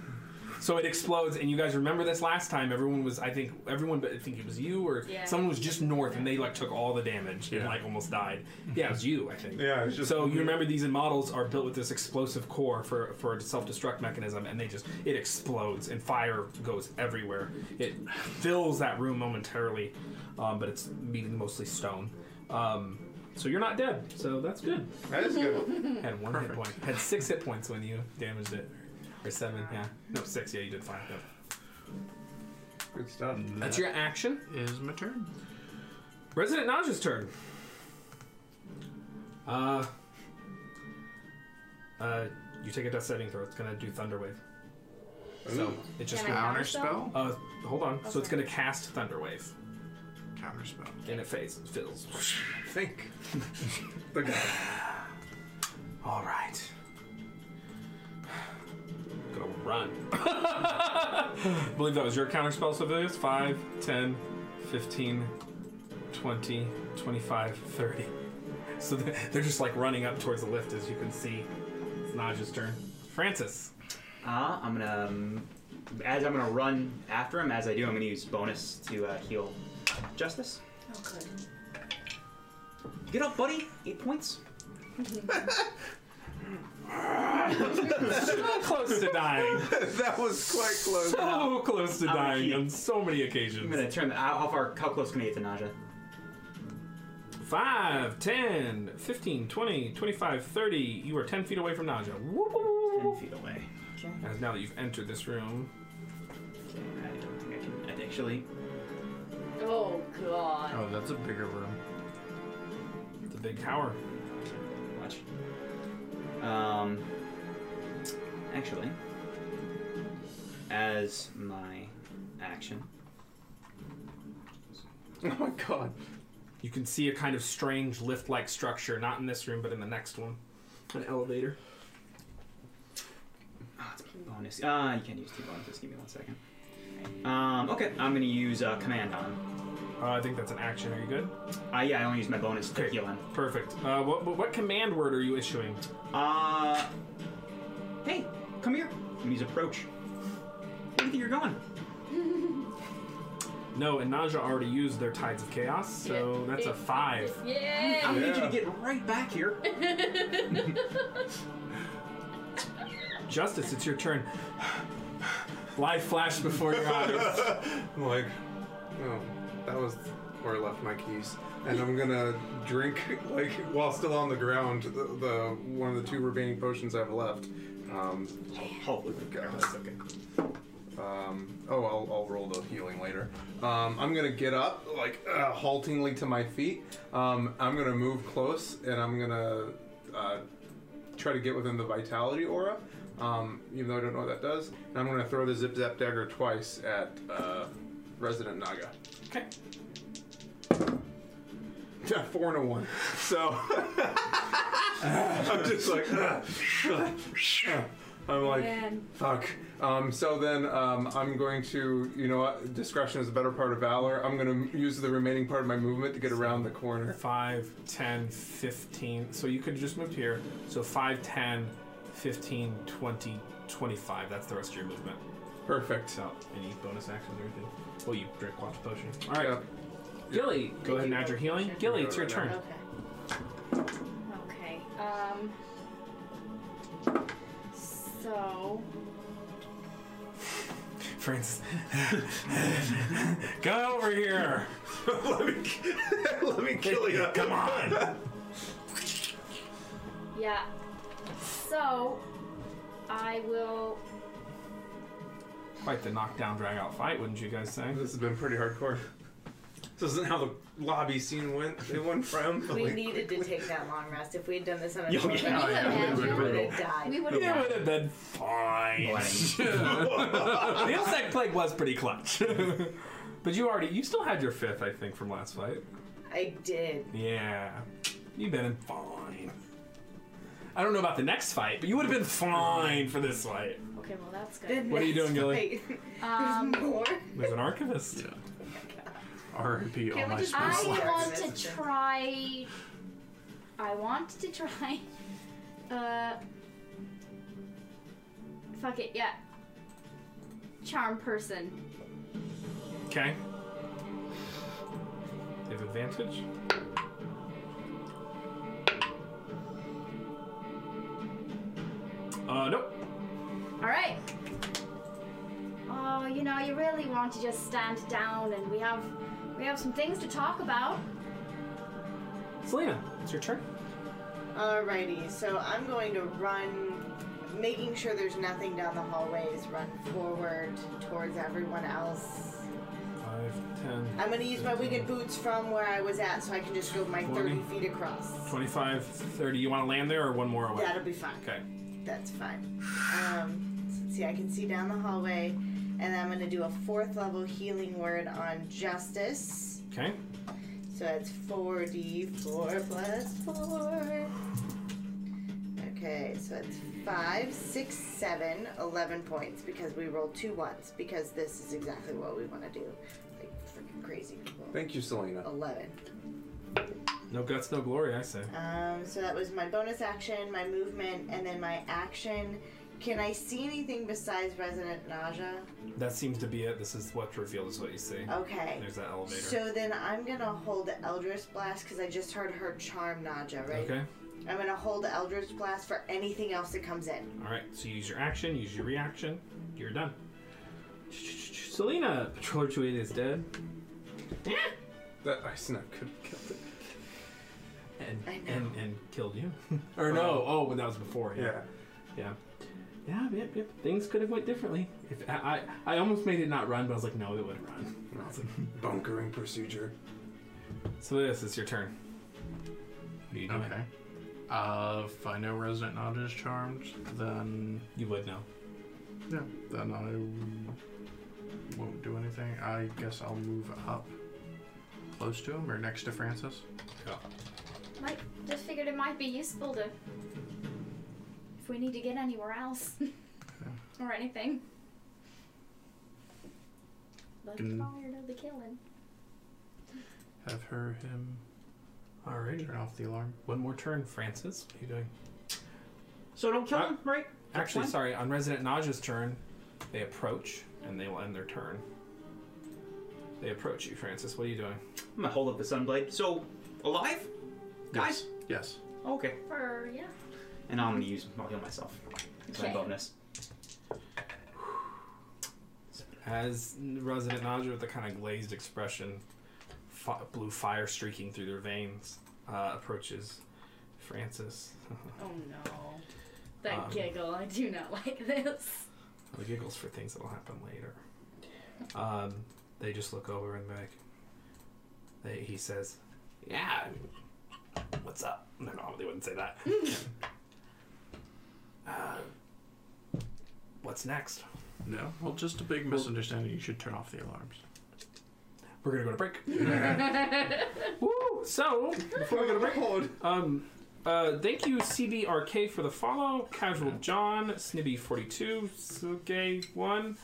S1: So it explodes, and you guys remember this last time. Everyone was, I think, everyone, but I think it was you or
S6: Yeah.
S1: someone was just north, and they like took all the damage and
S5: Yeah.
S1: like almost died. Yeah, it was you, I think.
S2: Yeah, it's just.
S1: So you remember these models are built with this explosive core for for a self-destruct mechanism, and they just it explodes and fire goes everywhere. It fills that room momentarily, um, but it's being mostly stone. Um, so you're not dead, so that's good.
S2: That is good.
S1: Had one
S5: Perfect.
S1: hit point. Had six hit points when you damaged it, or seven. Yeah, no six. Yeah, you did five. Yep.
S2: Good stuff.
S1: That's your action.
S5: Is my turn.
S1: Resident Nausea's turn. Uh, uh, you take a death saving throw. It's gonna do thunder wave. So it just
S6: Can I
S5: counter
S6: counter
S5: spell.
S1: uh, hold on. So it's
S6: Okay.
S1: gonna cast thunder wave,
S5: Counter spell.
S1: and it fades, it fills.
S2: Think. the god.
S1: All right. Go run. I believe that was your counter spell, Civilius. 5, 10, 15, 20, 25, 30. So they're they're just like running up towards the lift, as you can see. It's Naja's turn. Francis.
S7: Uh, I'm gonna, um, as I'm gonna run after him. As I do, I'm gonna use bonus to uh, heal Justice.
S6: Oh good.
S7: Get up, buddy. Eight points.
S1: So close to dying.
S2: that was quite close.
S1: So close to
S7: I'm gonna
S1: dying
S7: keep-
S1: on so many
S7: I'm
S1: occasions.
S7: gonna turn the. How how far? How close can I get to Naja?
S1: 5, 10, 15, 20, 25, 30. You are 10 feet away from Naja. Whoop, whoop, whoop,
S7: Ten
S1: whoop.
S7: feet away.
S1: As now that you've entered this room,
S7: Okay, I don't think I can. I actually.
S6: Oh god.
S5: Oh, that's a bigger room.
S1: the big tower.
S7: Watch. Um, actually, as my action,
S2: Oh my god.
S1: You can see a kind of strange lift-like structure, not in this room, but in the next one. An elevator.
S7: oh, it's bonus. Ah, you can't use two bonuses. Give me one second. Um, okay, I'm gonna use uh, command on him.
S1: Uh, I think that's an action. Are you good?
S7: Uh, yeah, I only use my bonus to
S1: Okay.
S7: heal him.
S1: Perfect. Uh, what, what, what command word are you issuing?
S7: Uh, hey, come here. I'm gonna use approach. Where do you think you're going?
S1: No, and Naja already used their Tides of Chaos, so that's a five.
S7: I
S10: Yeah.
S7: need you
S2: Yeah.
S7: to get right back here.
S1: Justice, it's your turn. Life flashed before your eyes.
S2: I'm like, oh, that was where I left my keys. And I'm gonna drink, like, while still on the ground, the, the one of the two remaining potions I've left. Um,
S7: Hopefully, Oh, that's okay.
S2: um, oh, I'll, I'll roll the healing later. Um, I'm gonna get up, like, uh, haltingly to my feet. Um, I'm gonna move close, and I'm gonna uh, try to get within the vitality aura. Um, even though I don't know what that does, and I'm gonna throw the zip zap dagger twice at uh, Resident Naga.
S1: okay.
S2: Yeah, four and a one. So I'm just like, "Ugh, ugh, ugh." I'm like,
S10: Man.
S2: fuck. Um, so then um, I'm going to, you know, what? discretion is the better part of valor. I'm going to use the remaining part of my movement to get around the corner.
S1: Five, 10, 15. So you could have just moved here. So 5, 10, 15, 20, 25. That's the rest of your movement.
S2: Perfect.
S1: So, any bonus actions or anything? Well, Oh, you drink watch potion. All right,
S2: Yeah.
S1: Gilly, go ahead and add your healing. Gilly, it's your
S2: Right
S1: turn.
S2: now.
S3: Okay.
S6: Okay. Um. So.
S1: Francis, go over here.
S2: let me, let me kill you.
S1: Come on.
S6: Yeah. So. I will.
S1: Quite the knockdown, drag out fight, wouldn't you guys say?
S2: This has been pretty hardcore. This isn't how the lobby scene went. It went from.
S3: We
S2: like,
S3: needed to take that long rest. If we had done this on a
S2: Yeah,
S3: normal
S2: yeah, Can you yeah,
S3: day,
S2: imagine?
S3: we would
S2: brutal.
S3: have died.
S6: We
S1: It would have been fine. the insect plague was pretty clutch. but you already, you still had your fifth, I think, from last fight.
S3: I did.
S1: Yeah. You've been fine. I don't know about the next fight, but you would have been fine for this fight.
S6: Okay, well that's
S3: The
S6: good.
S1: What are you doing, Gilly?
S6: Um,
S1: There's an archivist. Yeah.
S5: R.I.P.
S3: Can
S5: all
S3: we
S5: my
S3: just-
S5: spell
S6: I
S5: slots.
S6: want to try. I want to try. Uh. Fuck it, yeah. Charm person.
S1: Okay. They have advantage. Uh, nope.
S6: Alright. Oh, you know, you really want to just stand down and we have. We have some things to talk about.
S1: Selena, it's your turn.
S3: Alrighty, so I'm going to run, making sure there's nothing down the hallways, run forward towards everyone else.
S1: Five, ten,
S3: I'm going to use my winged boots from where I was at so I can just go my 30
S1: Twenty.
S3: feet across.
S1: 25, 30. You want to land there or one more away?
S3: That'll be fine.
S1: Okay.
S3: That's fine. Um, so see, I can see down the hallway, and I'm going to do a fourth level healing word on justice.
S1: Okay.
S3: So it's 4d4 plus 4. Okay, so it's five, six, seven, eleven points because we rolled two ones because this is exactly what we want to do. Like freaking crazy people.
S2: Thank you, Selena.
S3: 11.
S1: No guts, no glory, I say.
S3: Um, so that was my bonus action, my movement, and then my action. Can I see anything besides resonant nausea?
S1: That seems to be it. This is what's revealed, is what you see.
S3: Okay.
S1: There's that elevator.
S3: So then I'm gonna hold Eldritch Blast because I just heard her charm nausea, right?
S1: Okay.
S3: I'm gonna hold Eldritch Blast for anything else that comes in.
S1: All right. So you use your action, use your reaction. You're done. Selena, Patrol Druid is dead.
S2: That I snuck could have killed it.
S1: And,
S3: I know.
S1: and, and killed you. or no. Oh, but that was before. Yeah.
S2: Yeah.
S1: Yeah. Yeah, yep, yep. Things could have went differently. If I, I, I almost made it not run, but I was like, no, it would run. I was like,
S2: Bunkering procedure.
S1: so this is your turn. What are you doing?
S5: Okay. Uh, if I know Resident Not is charmed, then
S1: You would know.
S5: yeah, then I won't do anything. I guess I'll move up close to him or next to Francis.
S6: Might just figured it might be useful to if we need to get anywhere else or anything. But
S5: Can-
S6: tired of the killing.
S5: Have her, him
S1: Alrighty.
S5: turn off the alarm.
S1: One more turn, Francis. What are you doing?
S4: So don't kill
S1: Uh,
S4: him, right?
S1: Actually,
S4: fine.
S1: sorry, on Resident Naja's turn, they approach and they will end their turn. They approach you, Francis. What are you doing?
S7: I'm gonna hold up the sunblade. So, alive, guys.
S5: Yes.
S7: Okay.
S6: Or yeah.
S7: And I'm gonna use I'll heal myself. It's my
S6: Okay.
S7: bonus.
S1: As Resident Naja, with a kind of glazed expression, fi- blue fire streaking through their veins, uh, approaches Francis.
S6: Oh no. That
S1: Um,
S6: giggle. I do not like this.
S1: the giggles for things that will happen later. Um, they just look over and like, they, he says, "Yeah, what's up?" No, no, they wouldn't say that. uh, what's next?
S5: No. Well, just a big misunderstanding. You should turn off the alarms.
S1: We're gonna go to break. Woo! So before we go to break, um, uh, thank you CBRK for the follow. Casual John, Snibby forty two, Suge one,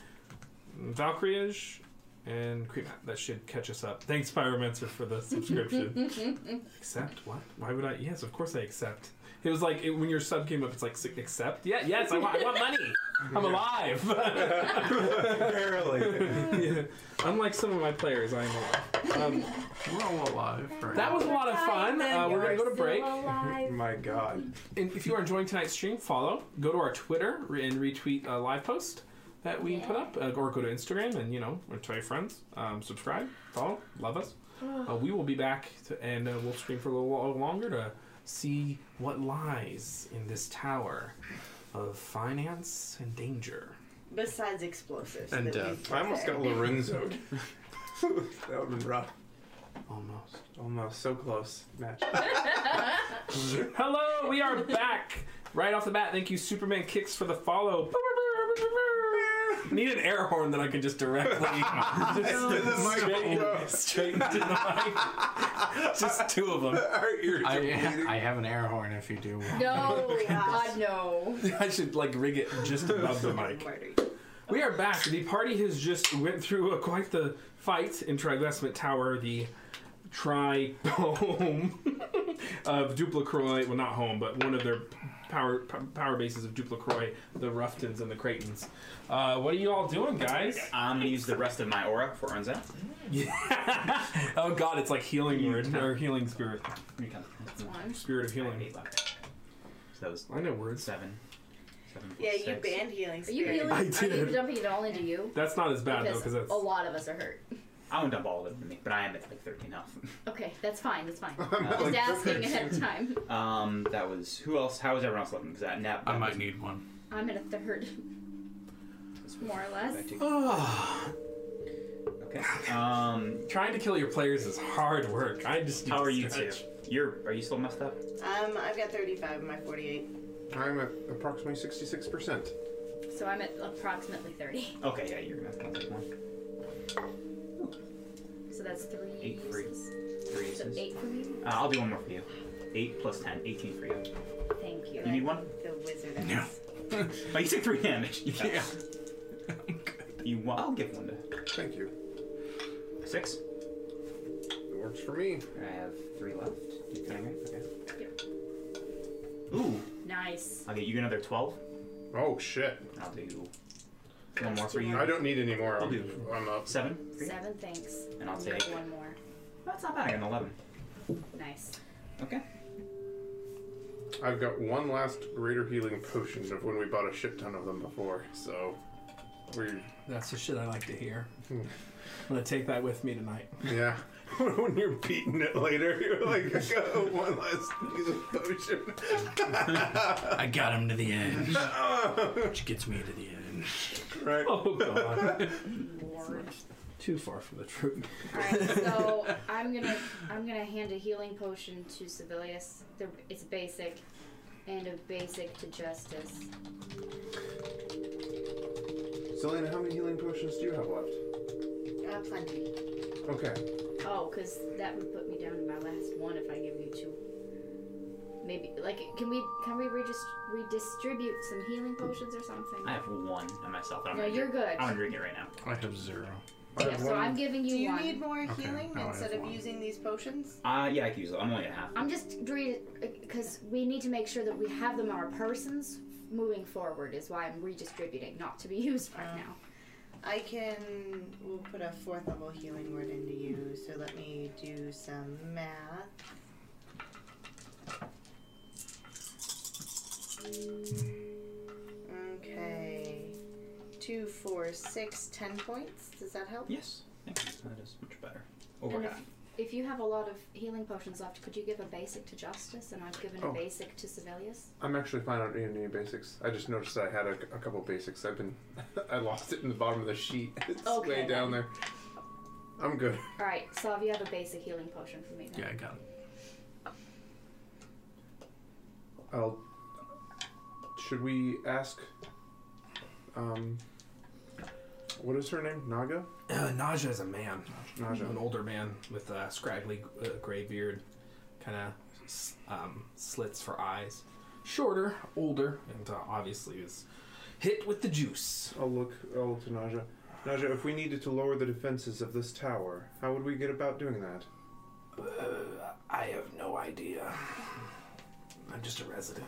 S1: Valkyrieish, and Creep. That should catch us up. Thanks Pyromancer for the subscription. accept what? Why would I? Yes, of course I accept. It was like it, when your sub came up. It's like s- accept. Yeah, yes, I want, I want money. I'm alive.
S2: Barely.
S1: Yeah. Unlike some of my players, I am alive. Um,
S5: We're all alive. Right?
S1: that was a lot of fun. Uh, we're gonna
S6: You're
S1: go to break.
S6: still alive.
S2: My God.
S1: And if you are enjoying tonight's stream, follow, go to our Twitter re- and retweet a live post that we put up, uh, or go to Instagram and you know, or tell your friends, um, subscribe, follow, love us. Uh, we will be back to, and uh, we'll stream for a little while longer to see what lies in this tower of finance and danger.
S3: Besides explosives.
S5: And
S3: that
S5: death.
S3: we've
S2: I almost got Lorenzo'd. that would have been rough. Almost. Almost. So close. Match.
S1: Hello, we are back. Right off the bat, thank you, Superman Kicks, for the follow. Need an air horn that I can just directly straight, straight into the mic. Just two of them.
S5: I, I have an air horn if you do want.
S6: No, God, no.
S1: I should like rig it just above the mic. We are back. The party has just went through a, quite the fight in Triglesmet Tower, the tri home of Duplicroy. Well, not home, but one of their power p- power bases of Duplicroy, the Ruftons and the Creightons. Uh, what are you all doing, guys?
S7: I'm gonna use the rest of my aura for Unzap.
S1: Oh God, it's like healing word or healing spirit, spirit of healing.
S7: So that was
S1: I know words.
S7: seven. Seven plus
S3: Yeah, you
S7: six.
S3: banned healing.
S6: Are you
S3: spirit.
S6: healing?
S1: I
S6: Are
S1: did.
S6: you dumping it all into you?
S1: That's not as bad though,
S6: Because
S1: because that's
S6: a lot of us are hurt.
S7: I won't dump all of it in me, but I am at like 13 health.
S6: Okay, that's fine. That's fine.
S7: not
S6: Just asking ahead of time.
S7: Um, that was who else? How was everyone else looking? Because that nap.
S5: I might need one.
S6: I'm at a third, more or less.
S7: Okay. Um,
S1: trying to kill your players is hard work. I just need
S7: how
S1: to
S7: are you two?
S1: stretch.
S7: You're are you still messed up?
S3: Um, I've got 35 in my 48.
S2: I'm at approximately 66%.
S6: So I'm at approximately 30.
S7: Okay, yeah, you're gonna have to take one.
S6: So that's three
S7: Eight for you.
S6: uses.
S7: Three
S6: So
S7: aces.
S6: eight for me.
S7: Uh, I'll do one more for you. Eight plus ten, 18 for you.
S6: Thank you.
S7: You need one?
S3: The wizard.
S5: No.
S7: Oh, you took three damage.
S5: Yeah.
S7: You want? I'll give one to
S2: Thank you.
S7: six.
S2: It works for me.
S7: I have three left. You think I'm right? Okay.
S6: Yep.
S7: Ooh,
S6: Nice.
S7: I'll get you another twelve.
S2: Oh, shit.
S7: I'll do one more for you.
S2: I don't need any more.
S7: I'll
S2: I'm,
S7: do.
S2: I'm up.
S7: Seven. for you?
S6: Seven thanks.
S7: And I'll
S6: You got
S7: take-
S6: one more.
S7: That's not bad. I got an eleven.
S6: Nice.
S7: Okay.
S2: I've got one last greater healing potion of when we bought a shit ton of them before, so. We're.
S1: That's the shit I like to hear. I'm gonna take that with me tonight.
S2: Yeah. when you're beating it later, you're like, I got one last healing potion.
S5: I got him to the edge, which gets me to the edge.
S2: right?
S1: Oh God,
S6: Lord.
S1: too far from the truth.
S6: All right, so I'm gonna I'm gonna hand a healing potion to Sevilius. The- It's basic, and a basic to Justice.
S2: Selena, how many healing potions do you have left?
S3: Uh, plenty.
S2: Okay.
S6: Oh, because that would put me down to my last one if I give you two. Maybe like can we can we redist- redistribute some healing potions or something?
S7: I have one on myself. That I'm
S6: No,
S7: gonna
S6: you're
S7: drink.
S6: good.
S7: I'm gonna drink it right now.
S5: I have zero.
S2: I
S6: Yeah,
S2: have
S6: so
S2: one-
S6: I'm giving you,
S3: Do you
S6: one.
S3: need more
S5: Okay,
S3: healing
S5: now I have
S3: instead of
S5: one.
S3: using these potions?
S7: Uh, yeah, I can use it. I'm only at half.
S6: I'm just because we need to make sure that we have them on our persons moving forward. Is why I'm redistributing, not to be used right now.
S3: I can. We'll put a fourth level healing word into you, so let me do some math. Okay. Two, four, six, ten points. Does that help?
S7: Yes. Thank you. That is much better. Over
S6: And if,
S7: half.
S6: if you have a lot of healing potions left, could you give a basic to Justice, and I've given
S2: Oh.
S6: a basic to Sevilius?
S2: I'm actually fine on any any basics. I just noticed I had a, a couple basics. I've been, I lost it in the bottom of the sheet. It's
S6: Okay,
S2: way down
S6: then.
S2: there. I'm good.
S6: All right, Sav, you have a basic healing potion for me. Then.
S5: Yeah, I got it.
S2: I'll. Should we ask? Um. What is her name? Naga.
S1: Uh, Naja is a man,
S2: Naja.
S1: an older man with a scraggly uh, gray beard, kind of um, slits for eyes, shorter, older, and uh, obviously is hit with the juice.
S2: I'll look. I'll look to Naja. Naja, if we needed to lower the defenses of this tower, how would we get about doing that?
S1: Uh, I have no idea. I'm just a resident.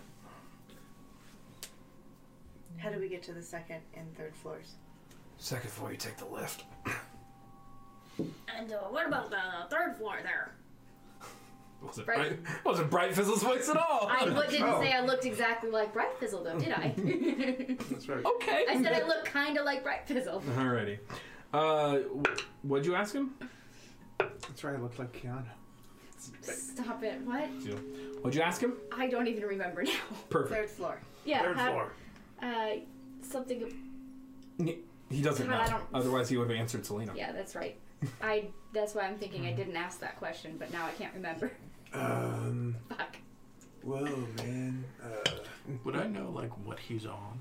S3: How do we get to the second and third floors?
S1: Second floor, you take the lift.
S10: And uh, what about the third floor there?
S1: Wasn't
S6: Bright-
S1: bright, wasn't bright fizzle's voice at all.
S6: I looked- didn't
S2: Oh.
S6: say I looked exactly like Bright Fizzle, though, did I?
S2: That's right.
S1: okay.
S6: I said I look kind of like Bright Fizzle.
S1: Alrighty. Uh, wh- what'd you ask him?
S2: That's right. I looked like Kiana.
S6: Stop it. What?
S1: What'd you ask him?
S6: I don't even remember now.
S1: Perfect.
S3: Third floor.
S6: Yeah.
S2: Third
S6: have-
S2: floor.
S6: Uh, something.
S1: He doesn't
S6: God, I
S1: know.
S6: don't-
S1: Otherwise, he would have answered Selena.
S6: Yeah, that's right. I. That's why I'm thinking
S2: Hmm.
S6: I didn't ask that question, but now I can't remember.
S5: Um.
S6: Fuck.
S5: Whoa, man. Uh, Would I know like what he's on?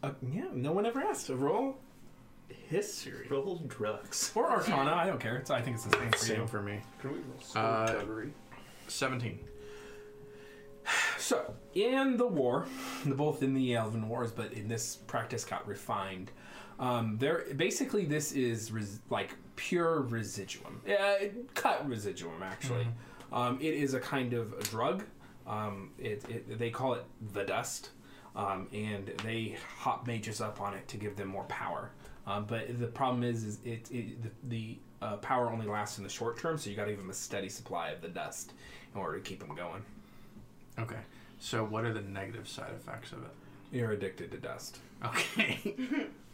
S1: Uh, yeah, no one ever asked. Roll history.
S7: Roll drugs.
S1: Or Arcana, I don't care. It's, I think it's the same for
S5: Same
S1: you.
S5: for me.
S2: Can we roll
S5: Uh,
S2: skullduggery?
S5: Seventeen.
S1: So, in the war, both in the Elven Wars, but in this practice got refined. Um, there, basically, this is res- like pure residuum, uh, cut residuum. Actually, um, it is a kind of a drug. Um, it, it, they call it the dust, um, and they hop mages up on it to give them more power. Um, but the problem is, is it, it the, the uh, power only lasts in the short term, so you got to give them a steady supply of the dust in order to keep them going.
S5: Okay. So what are the negative side effects of it?
S1: You're addicted to dust.
S5: Okay.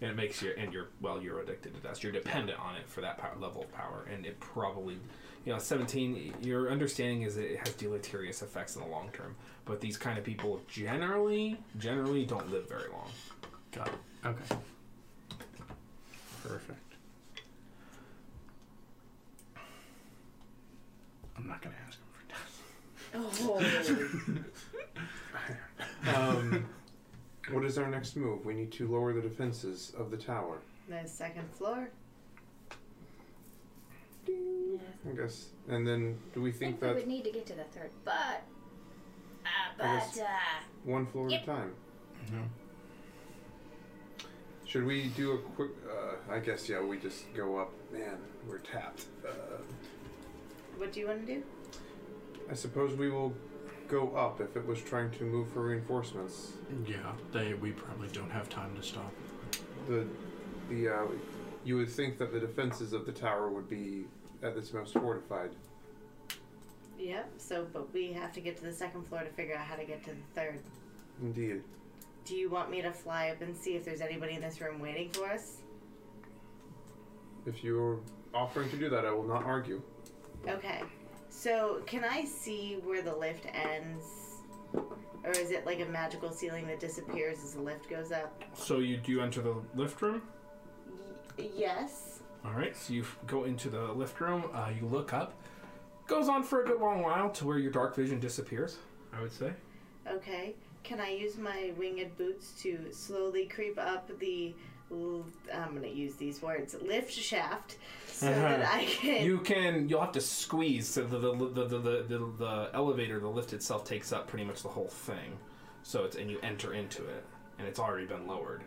S1: And it makes you, and you're, well, you're addicted to dust. You're dependent on it for that power, level of power. And it probably, you know, 17, your understanding is that it has deleterious effects in the long term. But these kind of people generally, generally don't live very long.
S5: Got it. Okay. Perfect. I'm not gonna ask him for
S6: Oh.
S2: Um, what is our next move? We need to lower the defenses of the tower.
S3: The second floor.
S2: I guess. And then, do we
S6: I think
S2: think
S6: we
S2: that
S6: would need to get to the third, but. Uh, but.
S2: I guess-
S6: Uh,
S2: one floor at
S6: Yep.
S2: a time?
S5: No.
S2: Should we do a quick? Uh, I guess yeah. We just go up. Man, we're tapped. Uh,
S3: What do you want to do?
S2: I suppose we will go up if it was trying to move for reinforcements.
S5: Yeah, they. We probably don't have time to stop.
S2: The the uh, you would think that the defenses of the tower would be at its most fortified.
S3: Yep. So, but we have to get to the second floor to figure out how to get to the third.
S2: Indeed.
S3: Do you want me to fly up and see if there's anybody in this room waiting for us?
S2: If you're offering to do that, I will not argue.
S3: Okay. So, can I see where the lift ends? Or is it like a magical ceiling that disappears as the lift goes up?
S1: So you do enter the lift room.
S3: Y- yes.
S1: All right, so you f- go into the lift room. Uh, you look up. Goes on for a good long while to where your dark vision disappears, I would say.
S3: Okay. Can I use my winged boots to slowly creep up the. l- I'm going to use these words lift shaft so that I can.
S1: Uh-huh. You can. You'll have to squeeze so the the, the, the, the, the the elevator, the lift itself, takes up pretty much the whole thing. So it's and you enter into it, and it's already been lowered.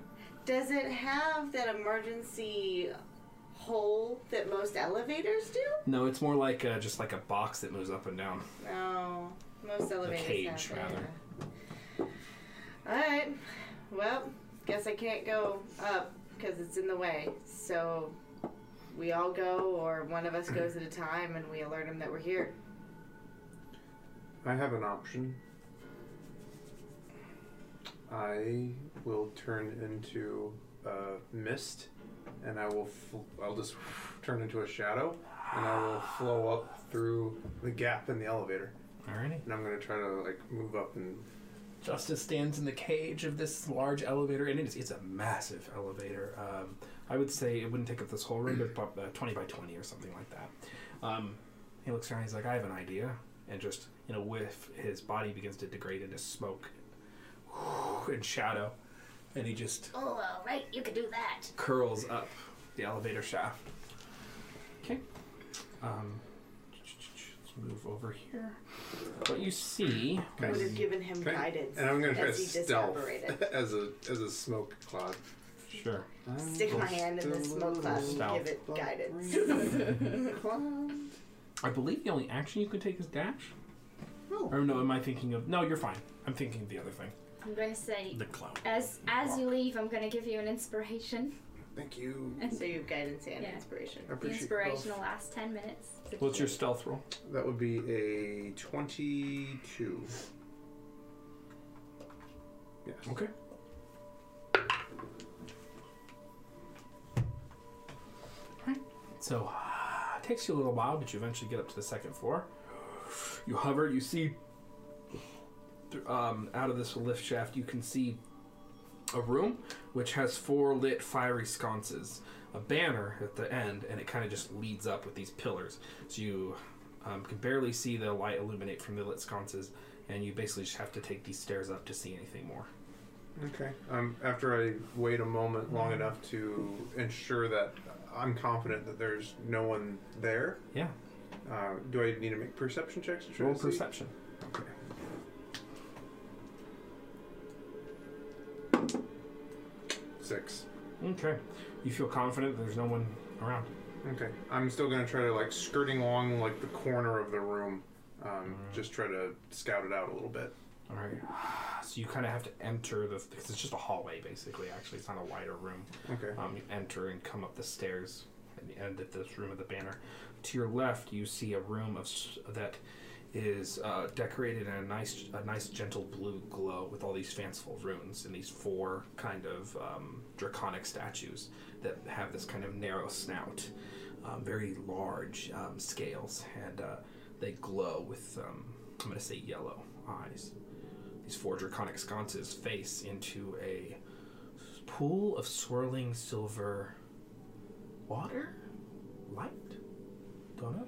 S3: Does it have that emergency hole that most elevators do?
S1: No, it's more like uh just like a box that moves up and down.
S3: No. Most elevators
S1: cage,
S3: have
S1: rather.
S3: Alright. Well, guess I can't go up because it's in the way. So we all go, or one of us goes at a time and we alert them that we're here.
S2: I have an option. I will turn into a mist, and I will. Fl- I'll just turn into a shadow, and I will flow up through the gap in the elevator.
S1: Alrighty.
S2: And I'm gonna try to like move up and
S1: Justice stands in the cage of this large elevator, and it's, it's a massive elevator. Um, I would say it wouldn't take up this whole room, but about uh, 20 by 20 or something like that. Um, he looks around, he's like, I have an idea. And just in a whiff, his body begins to degrade into smoke and shadow, and he just
S6: oh, all right, you could do that.
S1: curls up the elevator shaft. Okay. Um, let's move over here. What you see.
S3: I would have given him
S2: Okay.
S3: guidance
S2: and I'm gonna try to
S3: as he
S2: stealth
S3: disapparated.
S2: as a as a smoke cloud. Oh,
S1: Sure.
S3: Stick my hand in the smoke cloud and give it guidance.
S1: I believe the only action you can take is dash. Or no, am I thinking of? No, you're fine. I'm thinking of the other thing.
S6: I'm gonna say,
S5: The cloud.
S6: as as you leave, I'm gonna give you an inspiration.
S2: Thank you.
S3: so you have guidance and
S6: Yeah.
S3: inspiration.
S2: I
S6: The
S2: appreciate
S6: inspiration
S2: both.
S6: will last ten minutes.
S1: What's your stealth roll?
S2: That would be a twenty-two. Yes.
S1: Okay. So, uh, it takes you a little while, but you eventually get up to the second floor. You hover, you see th- um, out of this lift shaft, you can see a room which has four lit fiery sconces. a banner at the end, and it kind of just leads up with these pillars. So you um, can barely see the light illuminate from the lit sconces, and you basically just have to take these stairs up to see anything more.
S2: Okay. Um, after I wait a moment long enough to ensure that I'm confident that there's no one there.
S1: Yeah.
S2: Uh, do I need to make perception checks? to try
S1: Roll
S2: to see?
S1: perception.
S2: Okay. Six.
S1: Okay. You feel confident that there's no one around.
S2: Okay. I'm still gonna try to like skirting along like the corner of the room. Um,
S1: Mm-hmm.
S2: Just try to scout it out a little bit.
S1: All right. So you kind of have to enter the because it's just a hallway basically. Actually, it's not a wider room.
S2: Okay.
S1: Um, you enter and come up the stairs at the end of this room of the banner. To your left, you see a room of s- that is uh, decorated in a nice, a nice gentle blue glow with all these fanciful runes and these four kind of um, draconic statues that have this kind of narrow snout, um, very large um, scales, and uh, they glow with um, I'm going to say yellow eyes. These four draconic sconces face into a pool of swirling silver water? Light? Don't know.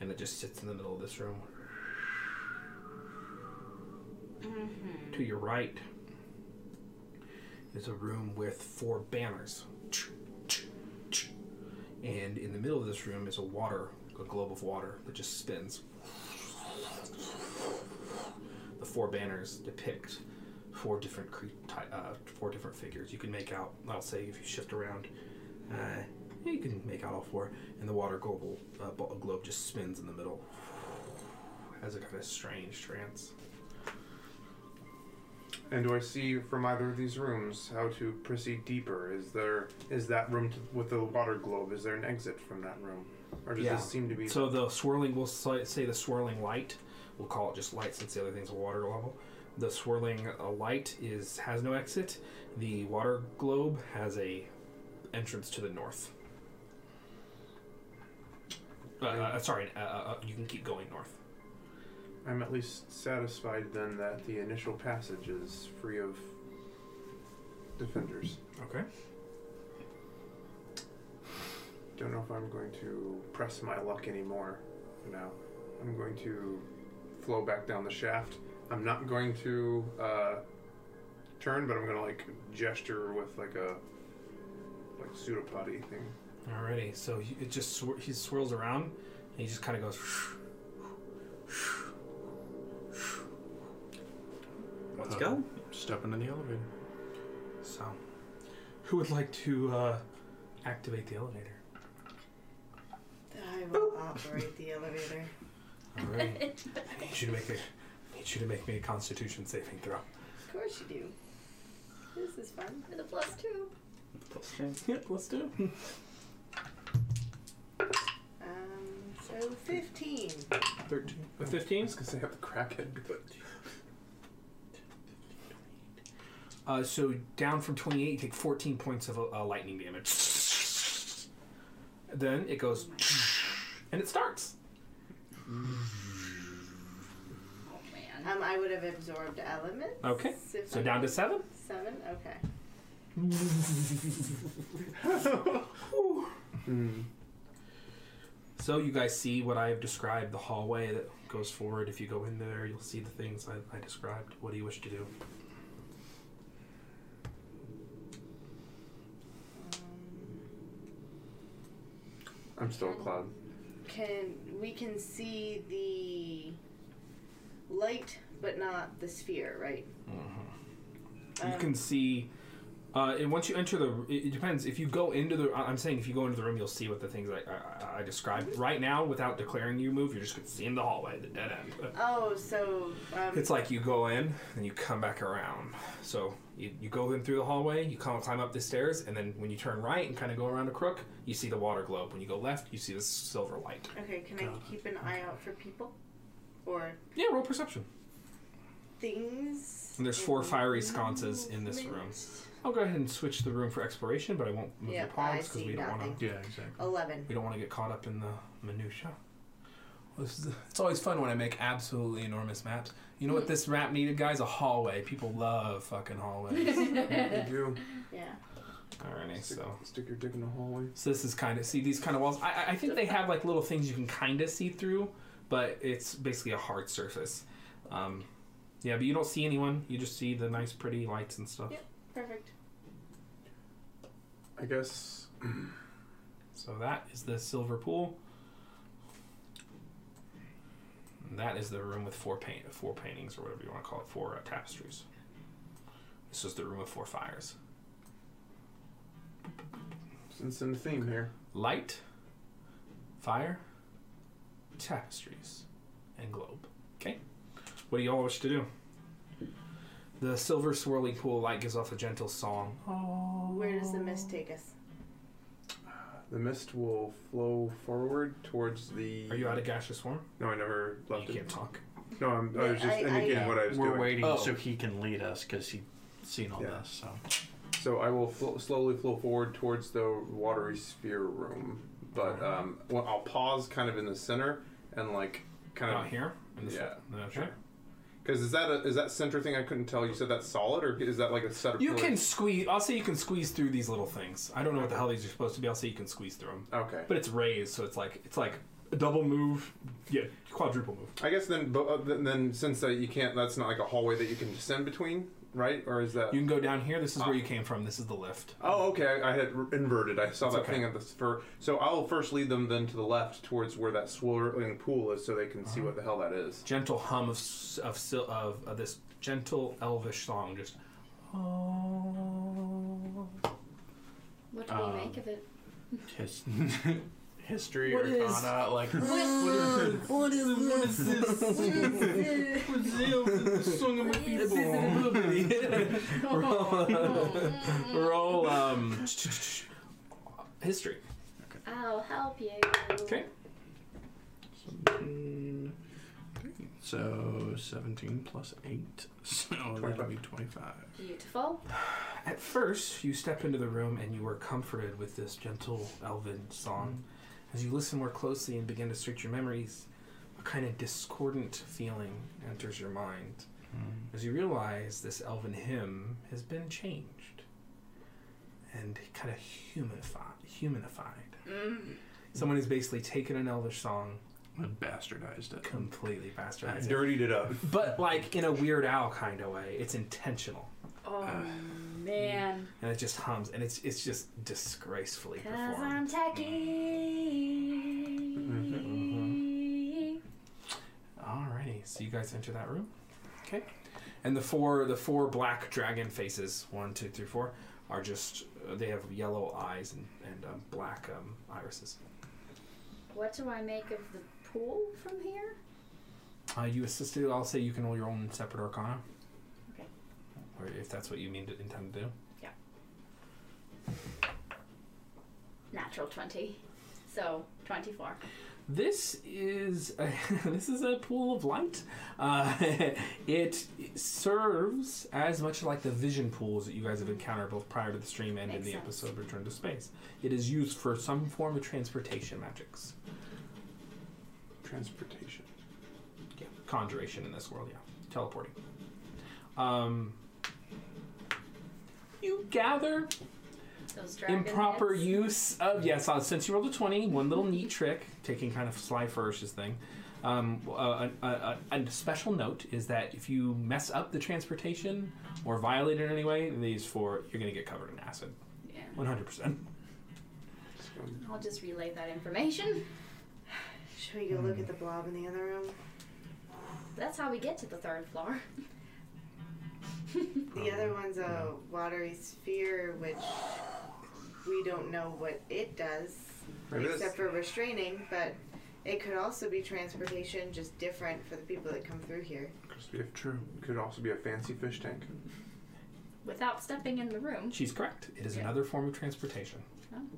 S1: And it just sits in the middle of this room. To your right is a room with four banners. And in the middle of this room is a water, a globe of water that just spins. The four banners depict four different cre- ty- uh, four different figures. You can make out. I'll say if you shift around, uh, you can make out all four. And the water global uh, bo- globe just spins in the middle, as a kind of strange trance.
S2: And do I see from either of these rooms how to proceed deeper? Is there is that room to, with the water globe? Is there an exit from that room, or does
S1: Yeah.
S2: this seem to be?
S1: So the swirling, we'll si- say the swirling light. We'll call it just light since the other thing's a water level. The swirling uh, light is has no exit. The water globe has a entrance to the north. Uh, uh, sorry, uh, uh, you can keep going north.
S2: I'm at least satisfied then that the initial passage is free of defenders.
S1: Okay.
S2: Don't know if I'm going to press my luck anymore. No, I'm going to flow back down the shaft. I'm not going to uh, turn, but I'm going to like gesture with like a like pseudopody thing.
S1: Alrighty, so he, it just swir- he swirls around, and he just kind of goes.
S7: Let's go.
S5: Step into the elevator.
S1: So, who would like to uh, activate the elevator?
S3: I will operate the elevator.
S1: Alright, I need you to make a, I need you to make me a Constitution saving throw.
S3: Of course you do. This is fun.
S10: With a plus two.
S1: Yep, let's do.
S3: Um, so 15.
S1: Thirteen. A fifteen.
S2: Because they have the crackhead, but
S1: Uh, so down from 28, you take 14 points of uh, lightning damage. Then it goes, and it starts.
S10: Oh man.
S3: Um, I would have absorbed elements.
S1: Okay.
S3: if
S1: So
S3: I-
S1: down to seven.
S3: Seven? Okay.
S1: So you guys see what I have described the hallway that goes forward. If you go in there, you'll see the things I, I described. What do you wish to do?
S3: Um,
S2: I'm still a cloud.
S3: Can we can see the light, but not the sphere, right?
S1: you can see uh, and once you enter the it, it depends if you go into the I- i'm saying if you go into the room you'll see what the things i, I, I described right now without declaring you move you're just gonna see in the hallway the dead end
S3: Oh, so um,
S1: it's like you go in and you come back around so you, you go in through the hallway you come climb up the stairs and then when you turn right and kind of go around a crook you see the water globe when you go left you see the silver light
S3: okay. Can I keep an eye out for people or
S1: yeah roll perception
S3: things? Mm-hmm.
S1: and there's four fiery sconces in this room i'll go ahead and switch the room for exploration but i won't move
S3: Yeah,
S1: your pawns
S3: I
S1: because
S3: see
S1: we don't want to
S3: nothing.
S5: Yeah, exactly.
S3: Eleven.
S1: We don't want to get caught up in the minutia. Well, this is, it's always fun when I make absolutely enormous maps. You
S3: Hmm.
S1: know what this map needed, guys? A hallway. People love fucking hallways.
S2: You do.
S3: Yeah.
S1: Alrighty,
S2: Stick-
S1: so.
S2: Stick your dick in the hallway.
S1: So this is kind of see these kind of walls. I- I, I think they have like little things you can kind of see through, but it's basically a hard surface. Um, yeah, but you don't see anyone. You just see the nice, pretty lights and stuff.
S10: Yep. Perfect.
S2: I guess.
S1: So that is the silver pool. And that is the room with four paint, four paintings or whatever you want to call it, four uh, tapestries. This is the room with four fires.
S2: Since in the theme here.
S1: light, fire, tapestries, and globe. Okay? What do y'all wish to do? The silver swirling pool light gives off a gentle song.
S3: Where does the mist take us?
S2: The mist will flow forward towards the.
S1: Are you out of gaseous form?
S2: No, I never left
S1: You
S2: it.
S1: can't talk.
S2: No, I'm, I was just
S3: I- I-
S2: indicating what I was
S5: We're
S2: doing.
S5: waiting
S1: Oh.
S5: so he can lead us because he's seen all
S2: Yeah.
S5: this. So
S2: So I will flo- slowly flow forward towards the watery sphere room, but
S1: Uh-huh.
S2: um, well, I'll pause kind of in the center and like kind
S1: Out
S2: of
S1: here? In the
S2: Yeah.
S1: no, okay.
S2: Sure. because is that a, is that center thing? I couldn't tell. You said that's solid, or is that like a set of
S1: You can
S2: pillars?
S1: squeeze. I'll say you can squeeze through these little things. I don't know what the hell these are supposed to be. I'll say you can squeeze through them.
S2: Okay.
S1: But it's raised, so it's like it's like a double move, yeah, quadruple move.
S2: I guess then, but, uh, then, then since uh, you can't, that's not like a hallway that you can descend between, right? Or is that?
S1: You can go down here. This is
S2: Ah.
S1: where you came from. This is the lift.
S2: Oh, okay. I, I had r- inverted. I saw
S1: It's
S2: that
S1: okay.
S2: thing at the fir- So I'll first lead them then to the left towards where that swirling pool is, so they can
S1: Uh-huh.
S2: see what the hell that is.
S1: gentle hum of s- of sil- of, of this gentle elvish song just oh
S6: What do
S5: Um,
S6: we make of it?
S5: his history
S1: What
S5: arcana,
S1: is-
S5: like
S1: what is what is this song of my people
S6: Oh, mm.
S1: roll, roll um history
S6: I'll help you.
S1: okay
S5: so seventeen plus eight, so that'll be twenty-five.
S6: Beautiful.
S1: At first, you step into the room and you are comforted with this gentle elven song. As you listen more closely and begin to search your memories, a kind of discordant feeling enters your mind as you realize this elven hymn has been changed and kind of humanifi- humanified.
S10: Mm.
S1: Someone has basically taken an elvish song,
S5: And bastardized it.
S1: completely bastardized it.
S2: Dirtied it up.
S1: But, like, in a Weird Owl kind of way, it's intentional.
S10: Oh man.
S1: And it just hums, and it's it's just disgracefully
S6: Cause
S1: performed.
S6: I'm techie.
S1: Alrighty, so you guys enter that room. Okay. And the four the four black dragon faces one two three four are just uh, they have yellow eyes and and um, black um, irises.
S6: What do I make of the pool from here?
S1: Uh, you assisted. I'll say you can roll your own separate arcana.
S6: Okay.
S1: Or if that's what you mean to intend to do.
S6: Natural 20. So, 24.
S1: This is a, this is a pool of light. Uh, it serves as much like the vision pools that you guys have encountered both prior to the stream and in
S6: Makes
S1: the
S6: sense.
S1: episode Return to Space. It is used for some form of transportation magics,
S2: Transportation.
S1: yeah. conjuration in this world, yeah, teleporting. Um, you gather
S6: Those dragon
S1: improper
S6: heads.
S1: use of yes. Uh, since you rolled a twenty, one little neat trick, taking kind of Sly Furish's thing. Um, a, a, a, a special note is that if you mess up the transportation or violate it in any way, these four you're going to get covered in acid,
S6: Yeah.
S1: one hundred percent.
S6: I'll just relay that information.
S3: Should we go look at the blob in the other room?
S6: That's how we get to the third floor.
S3: The other
S1: Um,
S3: one's a watery sphere, which we don't know what it does,
S2: Maybe that's-
S3: except for restraining, but it could also be transportation, just different for the people that come through here.
S2: Could be a, true. Could also be a fancy fish tank.
S6: Without stepping in the room.
S1: She's correct. It is
S6: Yeah.
S1: another form of transportation.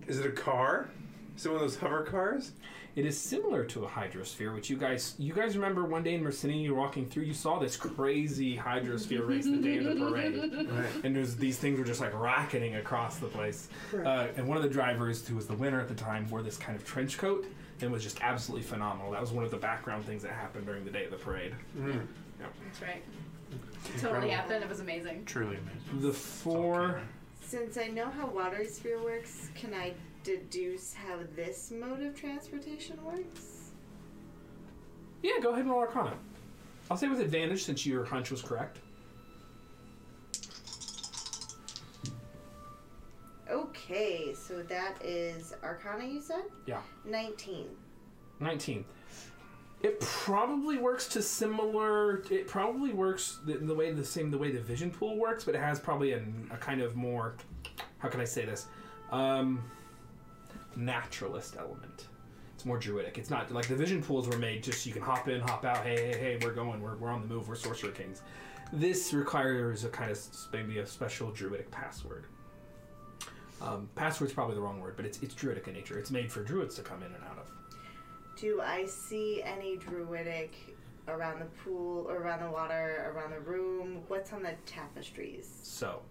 S2: Is it a car? Is it one of those hover cars?
S1: It is similar to a hydrosphere, which you guys you guys remember one day in Mercini, you were walking through, you saw this crazy hydrosphere race the day of the parade.
S2: Right.
S1: and there's, these things were just like rocketing across the place. Uh, and one of the drivers, who was the winner at the time, wore this kind of trench coat and was just absolutely phenomenal. That was one of the background things that happened during the day of the parade.
S6: That's right. Totally happened. It was amazing.
S5: Truly amazing.
S1: The four
S3: Since I know how water spear works, can I deduce how this mode of transportation works?
S1: Yeah, go ahead and roll Arcana. I'll say with advantage since your hunch was correct.
S3: Okay, so that is Arcana, you said?
S1: Yeah.
S3: 19.
S1: 19. It probably works to similar. It probably works the, the way the same the way the vision pool works, but it has probably a, a kind of more. How can I say this? Um, naturalist element. It's more druidic. It's not like the vision pools were made just so you can hop in, hop out. Hey, hey, hey, we're going. We're, we're on the move. We're sorcerer kings. This requires a kind of s- maybe a special druidic password. Um, password's probably the wrong word, but it's it's druidic in nature. It's made for druids to come in and out of.
S3: Do I see any druidic around the pool, or around the water, around the room? What's on the tapestries?
S1: So,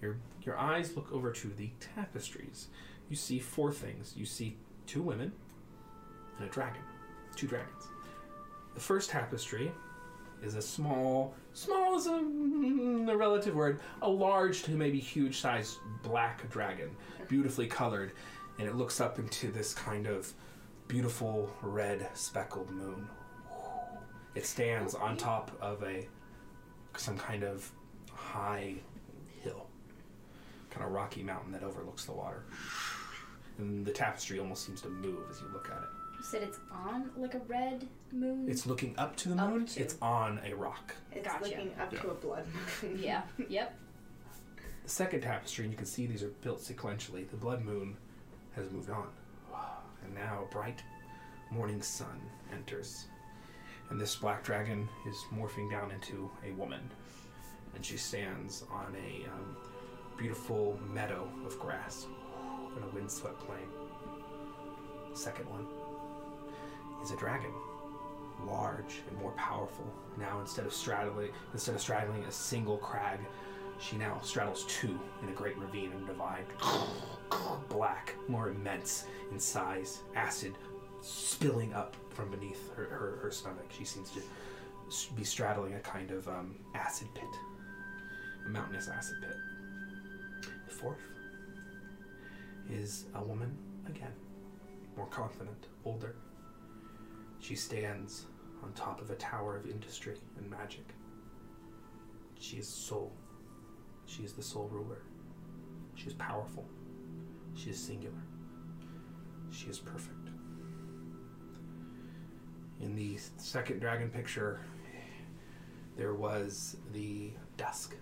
S1: your your eyes look over to the tapestries. You see four things. You see two women and a dragon. Two dragons. The first tapestry is a small, small is a, mm, a relative word, a large to maybe huge sized black dragon, beautifully colored, and it looks up into this kind of beautiful red speckled moon. It stands on top of a some kind of high hill, kind of rocky mountain that overlooks the water. And the tapestry almost seems to move as you look at it.
S6: You said it's on like a red moon.
S1: It's looking up to the moon, it's on a rock.
S3: It's
S6: Gotcha.
S3: looking up to a blood moon.
S6: yeah. Yep.
S1: The second tapestry, and you can see these are built sequentially, the blood moon has moved on. And now a bright morning sun enters. And this black dragon is morphing down into a woman. And she stands on a um, beautiful meadow of grass in a windswept plain. Second one is a dragon, large and more powerful. Now instead of straddling, instead of straddling a single crag, she now straddles two in a great ravine and divide. Black, more immense in size, acid spilling up from beneath her, her, her stomach. She seems to s- be straddling a kind of um, acid pit, a mountainous acid pit. The fourth is a woman again, more confident, older. She stands on top of a tower of industry and magic. She is soul. She is the sole ruler. She is powerful. She is singular. She is perfect. In the second dragon picture, there was the dusk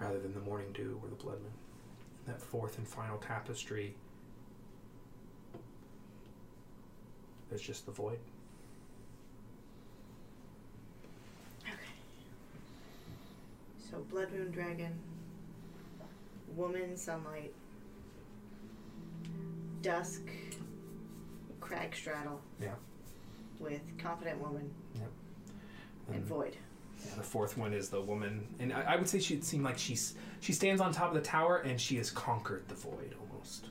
S1: rather than the morning dew or the blood moon. In that fourth and final tapestry, there's just the void.
S3: So blood moon dragon, woman sunlight, dusk, crag straddle.
S1: Yeah.
S3: With confident woman and
S1: Mm-hmm.
S3: void.
S1: Yeah, the fourth one is the woman, and I, I would say she'd seem like she's she stands on top of the tower and she has conquered the void almost.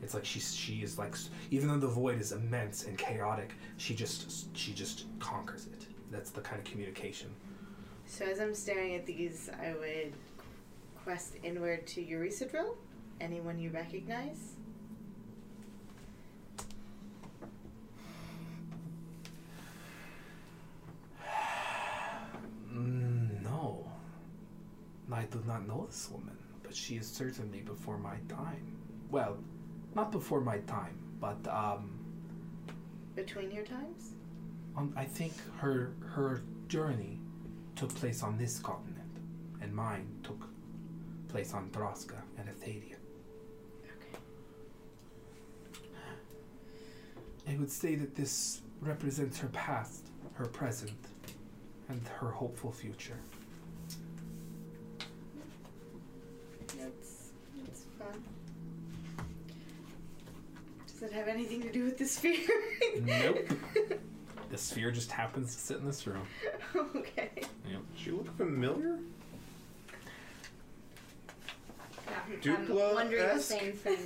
S1: It's like she's she is like s- even though the void is immense and chaotic, she just she just conquers it. That's the kind of communication.
S3: So as I'm staring at these, I would quest inward to Eurysadril. Anyone you recognize?
S1: Mm, no, I do not know this woman, but she is certainly before my time. Well, not before my time, but um,
S3: Between your times?
S1: Um, I think her her journey took place on this continent, and mine took place on Thraska and Athalia. Okay. I would say that this represents her past, her present, and her hopeful future.
S3: That's that's fun. Does it have anything to do with the sphere?
S1: Nope. the sphere just happens to sit in this room.
S3: okay.
S2: She look familiar?
S6: Yeah, I'm
S2: Duplo-esque?
S6: wondering the same thing.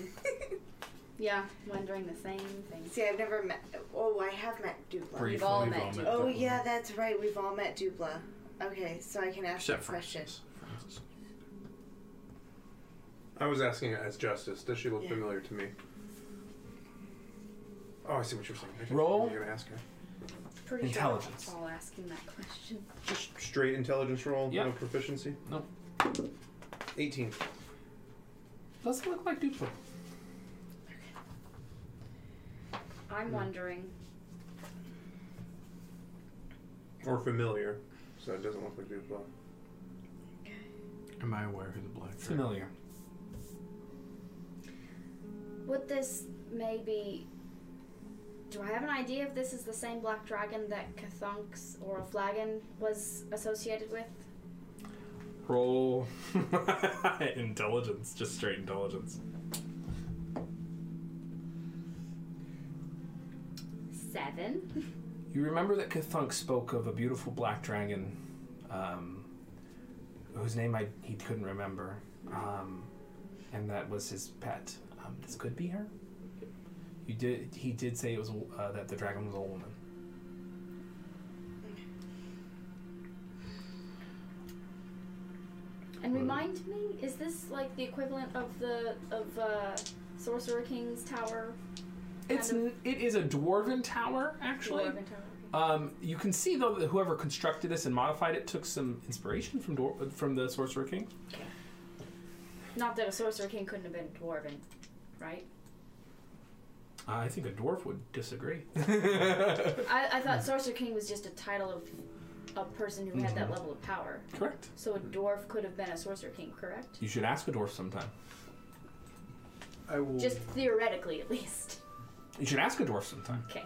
S6: yeah, wondering the same thing.
S3: See, I've never met. Oh, I have met Dupla.
S6: Briefly, We've all we've met all met Dupla.
S3: Oh
S6: Dupla.
S3: yeah, that's right. We've all met Dupla. Okay, so I can ask
S5: Except
S3: that question.
S5: Francis. Francis.
S2: I was asking it as Justice. Does she look familiar to me? Oh, I see what you're saying. I didn't-
S1: Roll.
S2: You're gonna ask her.
S6: Pretty
S2: Intelligence.
S6: Sure that's all asking that question.
S2: Just straight intelligence roll,
S1: Yeah.
S2: no proficiency.
S1: Nope.
S2: 18.
S1: Doesn't look like Duplo.
S2: Mm.
S6: I'm wondering.
S2: Or familiar, so it doesn't look like Duplo.
S5: Am I aware who the black?
S1: Familiar.
S6: Would this maybe. Do I have an idea if this is the same black dragon that Kathunk's Oral Flagon was associated with?
S1: Roll intelligence, just straight intelligence.
S6: Seven?
S1: You remember that Kathunk spoke of a beautiful black dragon, um, whose name I he couldn't remember, um, and that was his pet. Um, this could be her. You did. He did say it was a- uh, that the dragon was a woman.
S6: And remind me, is this like the equivalent of the. of uh, Sorcerer King's Tower?
S1: It's
S6: Kind
S1: n it is a dwarven tower, actually.
S6: Dwarven Tower?
S1: Um, you can see though that whoever constructed this and modified it took some inspiration from dwar- from the Sorcerer King.
S6: Not that a Sorcerer King couldn't have been dwarven, right?
S1: Uh, I think a dwarf would disagree.
S6: I, I thought Sorcerer King was just a title of a person who had that level of power.
S1: Correct.
S6: So a dwarf could have been a Sorcerer King, correct?
S1: You should ask a dwarf sometime.
S2: I will.
S6: Just theoretically, at least.
S1: You should ask a dwarf sometime.
S6: Okay.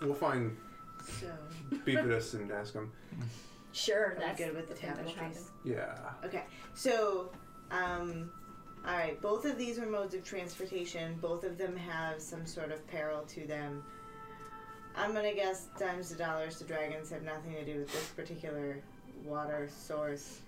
S2: We'll find
S3: So
S2: Beefidus and ask him.
S6: Sure,
S3: I'm
S6: that's
S3: good with the
S6: thing that
S3: table
S6: happened.
S3: choice.
S2: Yeah.
S3: Okay, so, um, all right. Both of these are modes of transportation. Both of them have some sort of peril to them. I'm gonna guess dimes to dollars to dragons have nothing to do with this particular water source.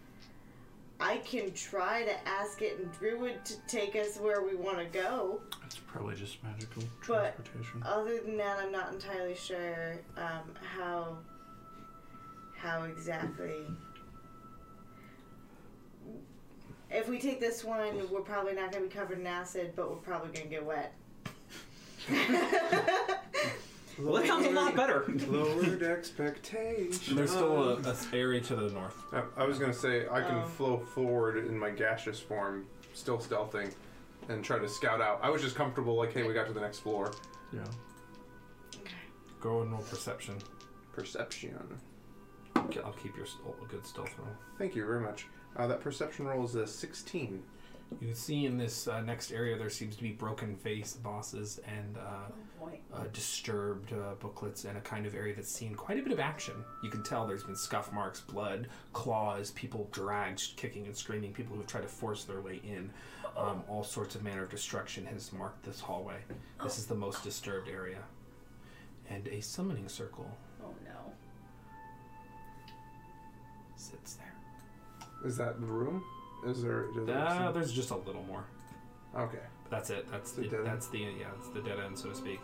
S3: I can try to ask it and Druid to take us where we want to go.
S5: It's probably just magical
S3: But-
S5: transportation.
S3: Other than that, I'm not entirely sure um, how how exactly. If we take this one, we're probably not going to be covered in acid, but we're probably going to get wet.
S7: Well, that sounds a lot better.
S2: Lowered expectations.
S1: There's still a, a area to the north.
S2: I, I was gonna say I can
S3: Oh.
S2: flow forward in my gaseous form, still stealthing, and try to scout out. I was just comfortable, like, hey, we got to the next floor.
S5: Yeah.
S1: Go and roll perception.
S2: Perception.
S1: K- I'll keep your st- a good stealth roll.
S2: Thank you very much. Uh, that perception roll is a 16.
S1: You can see in this uh, next area there seems to be broken face bosses and uh,
S6: Oh, Boy.
S1: uh, disturbed uh, booklets and a kind of area that's seen quite a bit of action. You can tell there's been scuff marks, blood, claws, people dragged, kicking and screaming, people who have tried to force their way in. Um, all sorts of manner of destruction has marked this hallway. This is the most disturbed area. And a summoning circle
S6: Oh no.
S1: sits there.
S2: Is that the room? Is there? Is there
S1: Uh,
S2: some-
S1: there's just a little more.
S2: okay.
S1: That's it. That's
S2: The
S1: the,
S2: dead end?
S1: that's the yeah, it's the dead end, so to speak.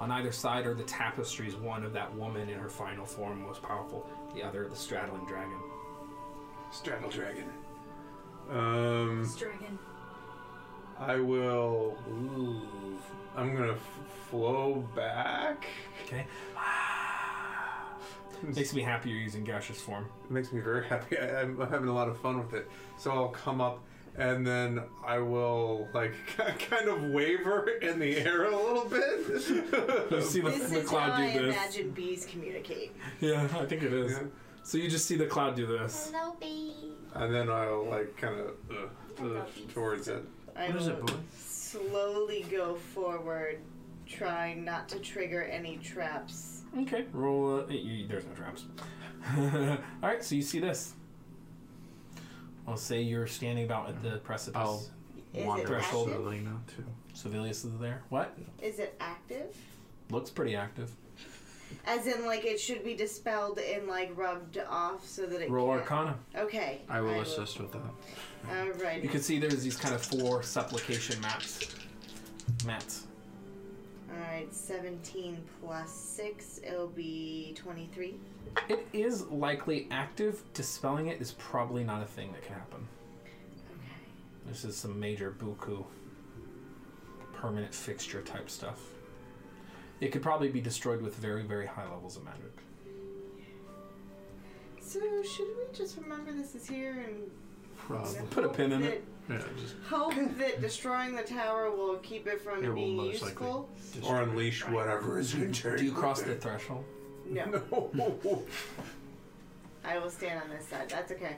S1: On either side are the tapestries, one of that woman in her final form, most powerful. The other, the straddling dragon.
S2: Straddle dragon. Um,
S10: This dragon.
S2: I will. Ooh, I'm gonna f- flow back.
S1: Okay, makes me happy you're using gaseous form.
S2: It makes me very happy. I, I'm having a lot of fun with it. So I'll come up and then I will like kind of waver in the air a little
S1: You
S2: bit.
S1: see the,
S3: this
S1: the
S3: is how
S1: cloud
S3: I
S1: do this.
S3: imagine bees communicate.
S1: Yeah, I think it is.
S2: Yeah.
S1: So you just see the cloud do this.
S6: Hello, bee.
S2: and then I'll like kind of uh, uh, towards it.
S3: I
S5: What is it,
S3: will
S5: boy?
S3: slowly go forward, trying not to trigger any traps.
S1: Okay, roll. A, you, there's no traps. All right, so you see this. I'll say you're standing about at the precipice.
S5: I'll
S3: Is it
S5: wander
S1: Threshold.
S3: active?
S5: slowly now too.
S1: Sevilius is there. What?
S3: Is it active?
S1: Looks pretty active.
S3: As in, like it should be dispelled and like rubbed off so that it.
S1: Roll
S3: can't.
S1: Arcana.
S3: Okay.
S5: I will assist with that.
S3: All right.
S1: You can see there's these kind of four supplication maps. Mats.
S3: All right. Seventeen plus six. It'll be twenty-three.
S1: It is likely active. Dispelling it is probably not a thing that can happen.
S3: Okay.
S1: This is some major buku permanent fixture type stuff. It could probably be destroyed with very, very high levels of magic.
S3: So should we just remember this is here and
S5: Probably.
S1: Put a pin in
S3: that-
S1: it.
S5: Yeah, just
S3: hope that destroying the tower will keep it from
S5: It will
S3: being
S5: most likely
S3: useful?
S2: Or unleash whatever is
S1: Do you
S2: contained.
S1: cross the threshold?
S3: No,
S2: No.
S3: I will stand on this side. That's okay.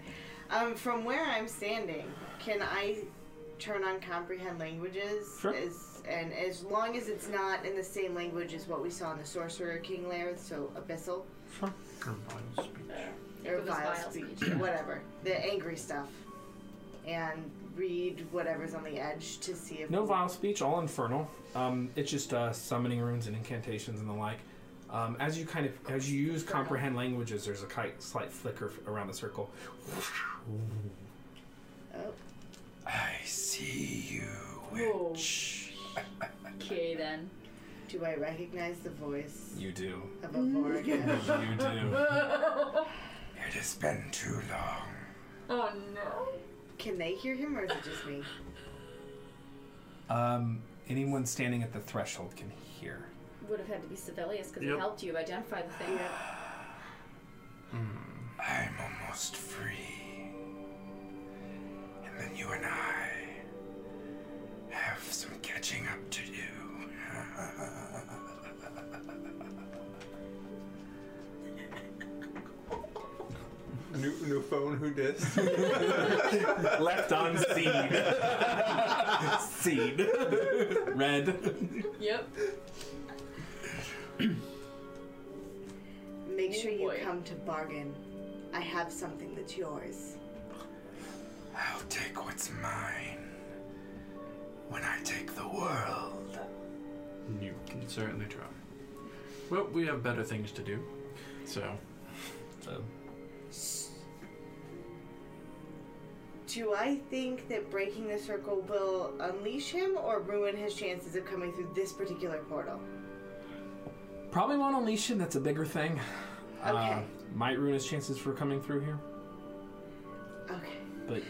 S3: Um, from where I'm standing, can I turn on comprehend languages?
S1: Sure.
S3: As, and as long as it's not in the same language as what we saw in the Sorcerer King lair, so abyssal
S5: combine speech.
S6: Think
S3: or
S6: of his
S3: vile
S6: vile
S3: speech,
S6: speech.
S3: whatever, the angry stuff, and read whatever's on the edge to see if
S1: No vile speech, all infernal. Um, it's just uh, summoning runes and incantations and the like. Um, as you kind of as you use comprehend languages, there's a kite, slight flicker f- around the circle.
S3: Oh.
S1: I see you,
S6: Whoa.
S1: witch.
S6: Oh. Okay then.
S3: Do I recognize the voice
S1: You do.
S3: of a Vorgan?
S1: You do.
S6: oh
S1: It has been too long.
S6: no.
S3: Can they hear him or is it just me?
S1: Um, anyone standing at the threshold can hear.
S6: Would have had to be Sibelius because
S5: Yep.
S6: he helped you identify the thing.
S1: I'm almost free. And then you and I have some catching up to do.
S2: New, new phone, who dis?
S1: Left on seed. seed. Red.
S10: Yep.
S3: Make sure you
S10: Boy.
S3: come to bargain. I have something that's yours.
S1: I'll take what's mine when I take the world.
S5: You can certainly try. Well, we have better things to do. So,
S1: So,
S3: Do I think that breaking the circle will unleash him or ruin his chances of coming through this particular portal?
S1: probably won't unleash him, that's a bigger thing. Uh,
S3: Okay.
S1: might ruin his chances for coming through here.
S3: Okay.
S1: But-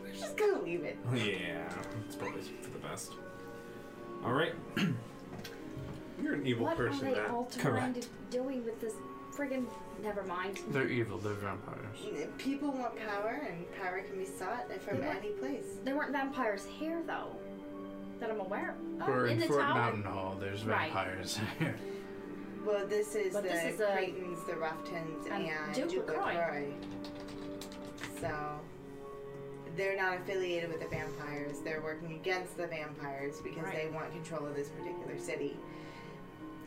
S3: we're just gonna leave it.
S1: Yeah, it's probably for the best. All right.
S2: You're an evil
S6: What
S2: person,
S6: are they
S2: Matt.
S6: all
S1: Correct.
S6: doing with this friggin' never mind?
S5: they're evil, they're vampires.
S3: People want power, and power can be sought from
S6: Yeah.
S3: any place.
S6: There weren't vampires here though, that I'm aware of.
S5: We're
S6: oh,
S5: in,
S6: the
S5: Fort
S6: tower.
S5: Mountain Hall, there's
S6: Right.
S5: vampires here.
S3: Well, this is
S6: But
S3: the
S6: this is a-
S3: Creightons, the Ruftons,
S6: and
S3: and,
S6: Duke
S3: Duke
S6: LaCroix.
S3: LaCroix. So they're not affiliated with the vampires. They're working against the vampires because
S6: Right.
S3: they want control of this particular city.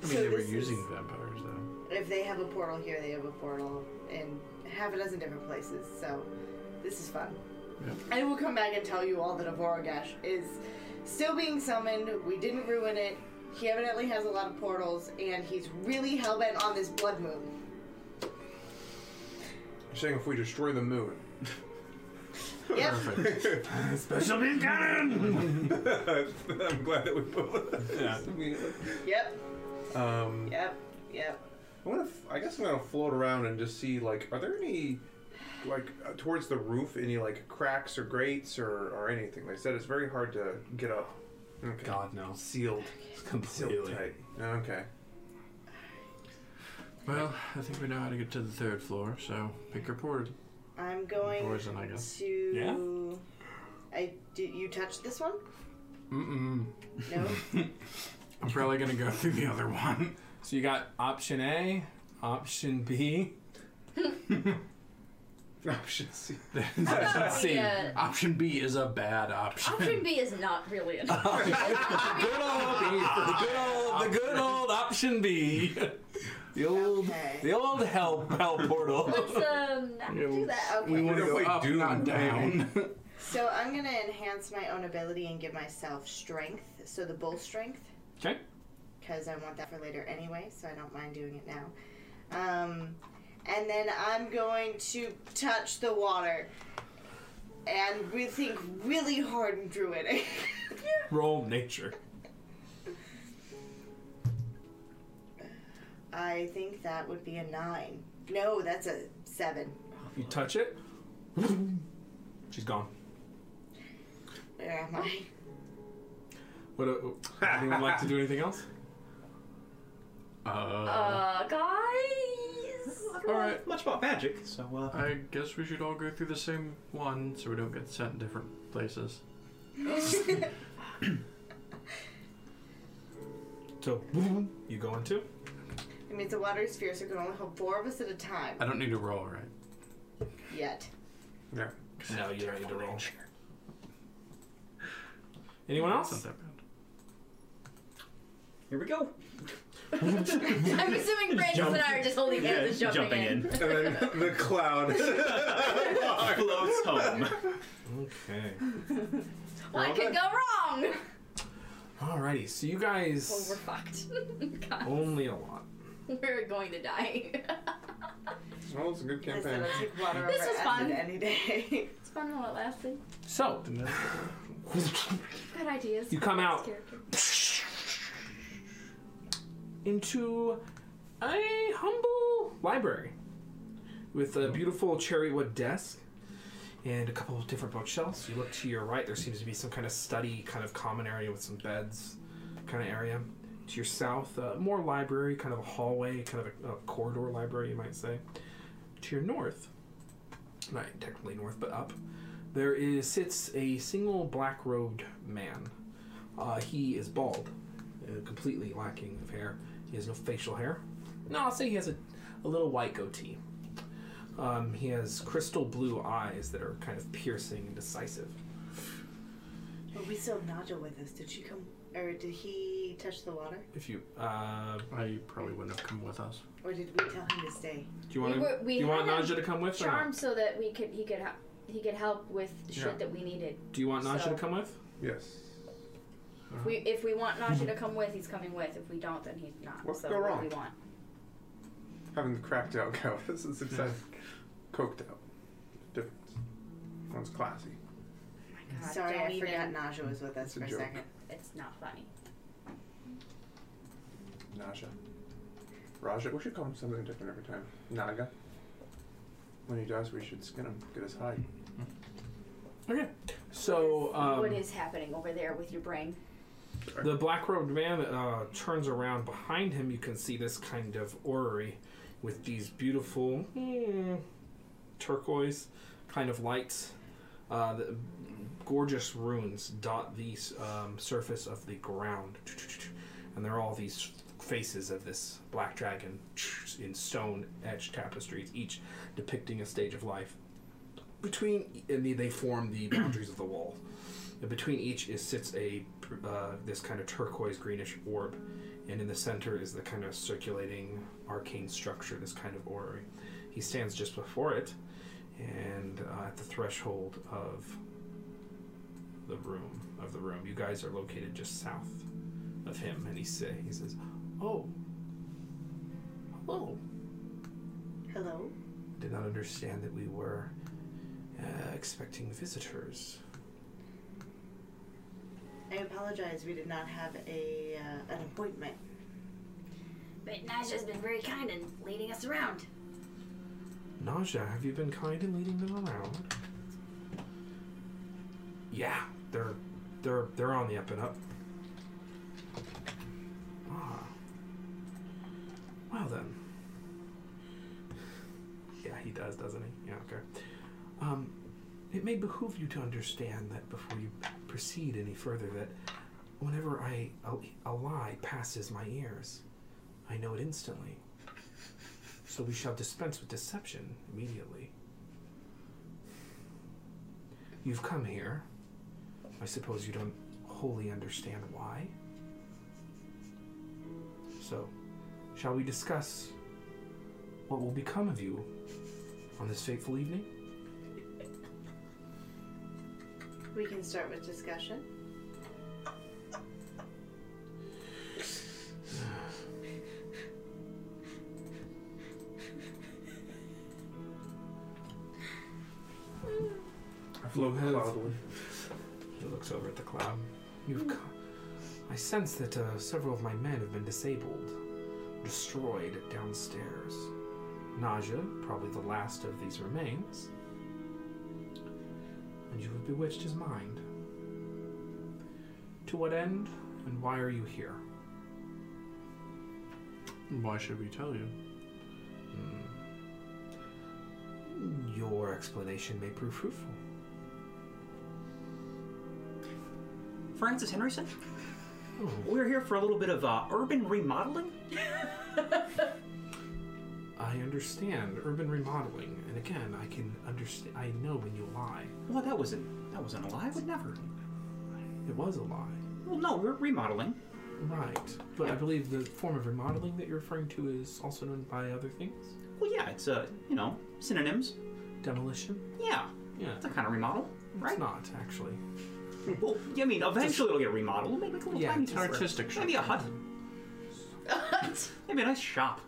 S5: I mean,
S3: So
S5: they were
S3: this is-
S5: using vampires, though.
S3: If they have a portal here, they have a portal in half a dozen different places. So this is fun.
S5: Yep.
S3: I will come back and tell you all that Avorogash is still being summoned. We didn't ruin it. He evidently has a lot of portals, and he's really hellbent on this blood moon.
S2: You're saying if we destroy the moon.
S3: Yep.
S5: Perfect.
S1: Special beam cannon!
S2: I'm glad that we both.
S1: Yeah.
S3: Yep.
S2: Um,
S3: Yep. Yep.
S2: I want to. F- I guess I'm gonna float around and just see like, are there any, like, uh, towards the roof, any like cracks or grates or or anything? They said it's very hard to get up. Okay.
S1: God no.
S2: Sealed. Sealed
S1: Completely.
S2: tight. Okay.
S5: well, I think we know how to get to the third floor, so pick your portal.
S3: I'm going
S5: Poison, I guess.
S3: to. I do. You touch this one?
S5: Mm-mm.
S3: No.
S5: I'm probably gonna go through the other one.
S1: So you got option A, option B,
S2: Option C.
S6: Not
S1: See.
S6: yet.
S5: Option B is a bad option.
S6: Option B is not really an option.
S1: good old, the good old, the good old option B, the old,
S3: Okay.
S1: the old hell hell portal.
S6: Let's um not
S5: Yeah,
S6: do that.
S5: We
S3: Okay.
S5: want to
S2: We're
S5: go
S2: gonna play
S5: up,
S2: Doom,
S5: not down.
S3: So I'm gonna enhance my own ability and give myself strength. So the bull strength.
S1: Okay.
S3: because I want that for later anyway, so I don't mind doing it now. Um, and then I'm going to touch the water and we think really hard and druidic.
S1: Roll nature.
S3: I think that would be a nine. No, that's a seven.
S1: You touch it, she's gone.
S3: Where am I?
S1: What? uh, anyone like to do anything else?
S6: Uh, guys.
S5: All right.
S4: Much about magic.
S7: So uh,
S5: I guess we should all go through the same one so we don't get sent different places.
S1: So boom, you go into.
S3: I mean, the water is fierce. It can only hold four of us at a time.
S5: I don't need to roll, right?
S3: Yet.
S5: Yeah.
S1: No, you don't need to roll. Anyone else?
S7: here we go.
S10: I'm assuming Brandon
S7: jump.
S10: and I are just holding hands and jumping, in.
S2: And then the cloud.
S7: Floats home.
S1: Okay.
S10: What could go wrong?
S1: Alrighty. So you
S10: Well, we're
S1: guys
S10: fucked. God,
S1: only a lot.
S10: we're going to die.
S2: Well, it's a good
S3: I said
S2: campaign.
S3: I'll take water
S10: This
S3: over
S10: was
S3: acid
S10: fun.
S3: any day.
S10: it's fun while it lasted.
S1: So
S10: Good ideas.
S1: you come out
S10: Character.
S1: into a humble library with a beautiful cherry wood desk and a couple of different bookshelves. You look to your right, there seems to be some kind of study, kind of common area with some beds, kind of area. To your south, uh, more library, kind of a hallway, kind of a, a corridor library, you might say. To your north, not technically north, but up, there is sits a single black-robed man. Uh, he is bald, uh, completely lacking of hair. He has no facial hair. No, I'll say he has a, a little white goatee. Um, he has crystal blue eyes that are kind of piercing and decisive.
S3: But we still have Naja with us. Did she come? Or did he touch the water?
S1: If you, uh, do
S5: I probably wouldn't have come with us.
S3: Or did we tell him to stay?
S1: you want
S6: We were-
S1: to?
S6: we
S1: do you want
S6: had
S1: Naja to come with? uh, Or
S6: Charm
S1: not?
S6: so that we could he could help he could help with shit
S2: Yeah.
S6: that we needed.
S1: Do you want Naja
S6: So-
S1: to come with?
S2: Yes.
S6: If we
S1: Uh-huh.
S6: if we want Naja to come with, he's coming with. If we don't, then he's not.
S2: What
S6: so
S2: could go
S6: what
S2: wrong?
S6: do we want? Oh
S2: Having the cracked out cow. This is exciting. Coked out. Difference. One's classy.
S6: God,
S3: Sorry,
S6: Uh, don't
S3: I
S6: even-
S3: forgot Naja was with us
S2: It's a
S3: for a
S2: joke.
S3: second.
S6: It's not funny.
S2: Naja. Raja. We should call him something different every time. Naga. When he dies, we should skin him. Get his hide.
S1: Okay. So um,
S6: what is happening over there with your brain?
S1: The black robed man uh, turns around behind him. You can see this kind of orrery with these beautiful mm, turquoise kind of lights. Uh, the gorgeous runes dot the um, surface of the ground. And there are all these faces of this black dragon in stone etched tapestries, each depicting a stage of life. Between, and they- they form the boundaries of the wall. And Between each is sits a uh, this kind of turquoise greenish orb, and in the center is the kind of circulating arcane structure, this kind of orrery. He stands just before it, and uh, at the threshold of the room of the room. You guys are located just south of him, and he say he says, "Oh, hello."
S3: Hello?
S1: Did not understand that we were uh, expecting visitors.
S3: I apologize. We did not have a uh, an appointment.
S6: But Naja's been very kind in leading us around.
S1: Nausea, have you been kind in leading them around? Yeah, they're they're they're on the up and up. Ah. Well then. Yeah, he does, doesn't he? Yeah, okay. Um, it may behoove you to understand that before you proceed any further, that whenever I a, a lie passes my ears, I know it instantly. So we shall dispense with deception immediately. You've come here. I suppose you don't wholly understand why. So, shall we discuss what will become of you on this fateful evening?
S3: We can start with discussion.
S2: I float
S1: Well, have-
S2: cloudily.
S1: He looks over at the cloud. You've come. I sense that uh, several of my men have been disabled, destroyed downstairs. Nausea, probably the last of these remains. And you have bewitched his mind. To what end? And why are you here?
S5: Why should we tell you?
S1: Your explanation may prove fruitful.
S7: Francis Henryson. We're here for a little bit of uh, urban remodeling.
S1: I understand urban remodeling, and again, I can understand. I know when you lie.
S7: Well, that wasn't that wasn't a lie. I would never.
S1: It was a lie.
S7: Well, no, we're remodeling.
S1: Right, but I believe the form of remodeling that you're referring to is also known by other things.
S7: Well, yeah, it's a you know synonyms.
S1: Demolition.
S7: Yeah,
S1: Yeah.
S7: it's a kind of remodel, right?
S1: It's not actually.
S7: Well, I mean, eventually it'll get remodeled. Maybe a little
S1: Yeah,
S7: tiny
S1: it's an
S7: place.
S1: artistic
S7: Maybe a
S1: shop.
S7: hut. Maybe a nice shop.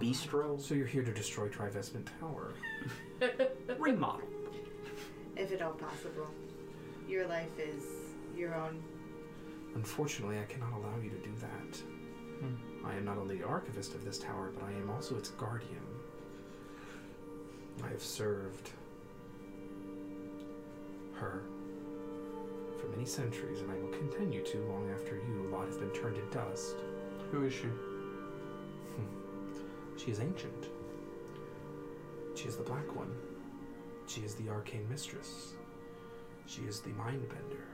S1: Bistro. So you're here to destroy Trivestment Tower.
S7: Remodel.
S3: if at all possible. Your life is your own.
S1: Unfortunately, I cannot allow you to do that. I am not only the archivist of this tower, but I am also its guardian. I have served her for many centuries, and I will continue to long after you lot have been turned to dust.
S5: Who is she?
S1: She is ancient. She is the Black One. She is the Arcane Mistress. She is the Mind Bender.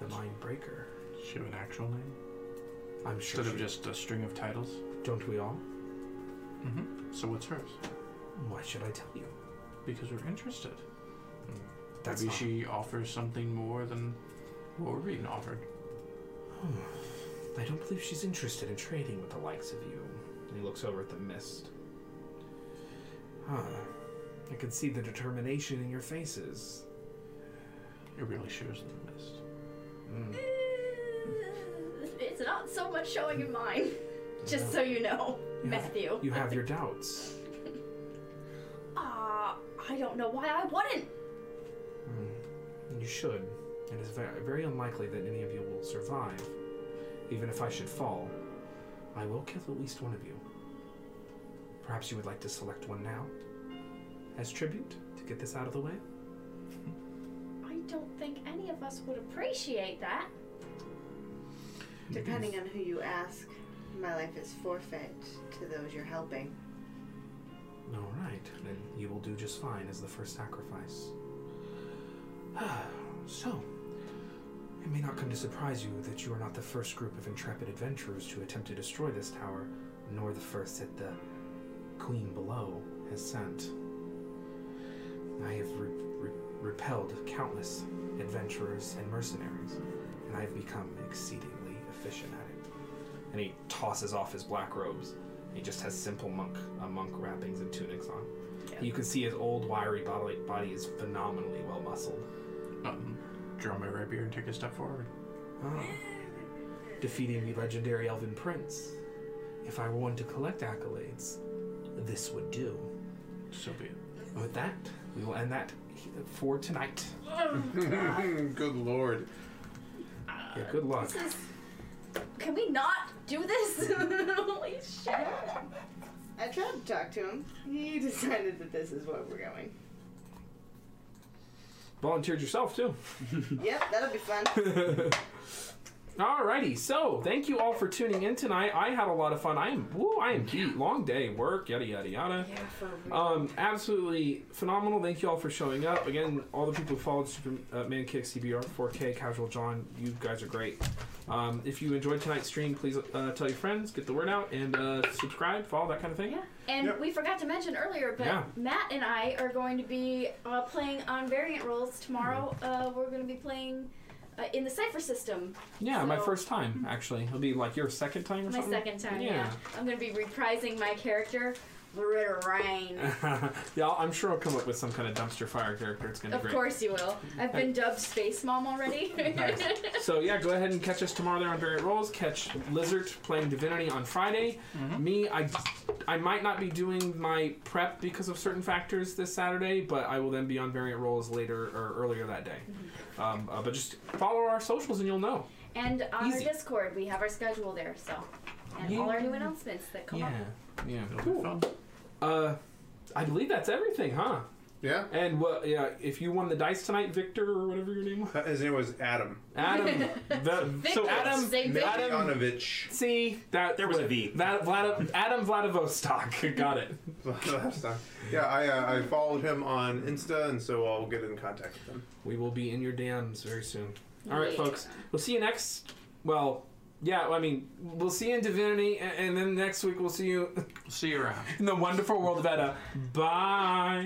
S1: The Mind Breaker.
S5: Does She have an actual name
S1: I'm sure.
S5: instead of
S1: she-
S5: just a string of titles.
S1: Don't we all?
S5: Mm-hmm. So what's hers?
S1: Why should I tell you?
S5: Because we're interested.
S1: That's
S5: Maybe
S1: not-
S5: she offers something more than what we're being offered.
S1: I don't believe she's interested in trading with the likes of you. And he looks over at the mist. Huh. I can see the determination in your faces.
S5: It really shows in the mist.
S1: Hmm.
S10: It's not so much showing in mine. Just so you know, Matthew.
S1: You have your doubts.
S10: Ah, I don't know why I wouldn't.
S1: And Mm. you should. It is very, very unlikely that any of you will survive. Even if I should fall, I will kill at least one of you. Perhaps you would like to select one now? As tribute, to get this out of the way?
S10: I don't think any of us would appreciate that.
S3: Depending on who you ask, my life is forfeit to those you're helping.
S1: All right, then you will do just fine as the first sacrifice. so, it may not come to surprise you that you are not the first group of intrepid adventurers to attempt to destroy this tower, nor the first that the Queen below has sent. I have re- re- repelled countless adventurers and mercenaries, and I've become exceedingly efficient at it. And he tosses off his black robes. He just has simple monk uh, monk wrappings and tunics on. You can see his old wiry body, body is phenomenally well muscled.
S5: Um, draw my rapier and take a step forward.
S1: Ah. Defeating the legendary elven prince. If I were one to collect accolades, this would do.
S5: So be it.
S1: And with that, we will end that for tonight.
S2: Good lord.
S1: Yeah, good luck.
S10: This is. Can we not do this? Holy shit.
S1: Oh,
S3: I tried to talk to him. He decided that this is where we're going.
S1: Volunteered yourself too.
S3: Yep, that'll be fun.
S1: Alrighty, so thank you all for tuning in tonight. I had a lot of fun. I am woo, I am beat. Long day, work, yada yada yada. Um, absolutely phenomenal. Thank you all for showing up. Again, all the people who followed uh, Superman Kick, CBR, 4K, Casual John, you guys are great. Um, if you enjoyed tonight's stream, please uh, tell your friends, get the word out, and uh, subscribe, follow that kind of thing.
S10: Yeah. And
S2: Yep.
S10: we forgot to mention earlier, but
S1: Yeah.
S10: Matt and I are going to be uh, playing on variant roles tomorrow.
S1: Mm-hmm.
S10: Uh, we're going to be playing uh, in the Cypher system.
S1: Yeah, my
S10: So-
S1: first time actually. It'll be like your second time or
S10: My
S1: something.
S10: second time, yeah.
S1: Yeah.
S10: I'm going to be reprising my character, Loretta Rain.
S1: yeah, I'll- I'm sure I'll come up with some kind of dumpster fire character. It's gonna be
S10: of
S1: great.
S10: course you will. I've been dubbed Space Mom already.
S1: So yeah, go ahead and catch us tomorrow there on Variant Rolls. Catch Lizard playing Divinity on Friday. Me, I, I might not be doing my prep because of certain factors this Saturday, but I will then be on Variant Rolls later or earlier that day. Um, uh, but just follow our socials and you'll know.
S10: and on
S1: Easy.
S10: our Discord, we have our schedule there, so. And all our new announcements that come up.
S1: yeah.
S5: It'll be fun.
S1: Uh, I believe that's everything, huh?
S2: Yeah.
S1: And what? Yeah. If you won the dice tonight, Victor or whatever your name was.
S2: Uh, his name was Adam.
S1: Adam. the, so
S6: Victor,
S1: Adam.
S6: say Victor.
S1: Adam.
S2: Ivanovich.
S1: See that there was a V. That Vlad, Adam Vladivostok got it.
S2: Last time. Yeah, I, uh, I followed him on Insta, and so I'll get in contact with him.
S1: We will be in your DMs very soon. All right,
S6: Yeah.
S1: folks. We'll see you next. Well, yeah. I mean, we'll see you in Divinity, and, and then next week we'll see you
S5: See you around.
S1: in the wonderful world of Edda. Bye.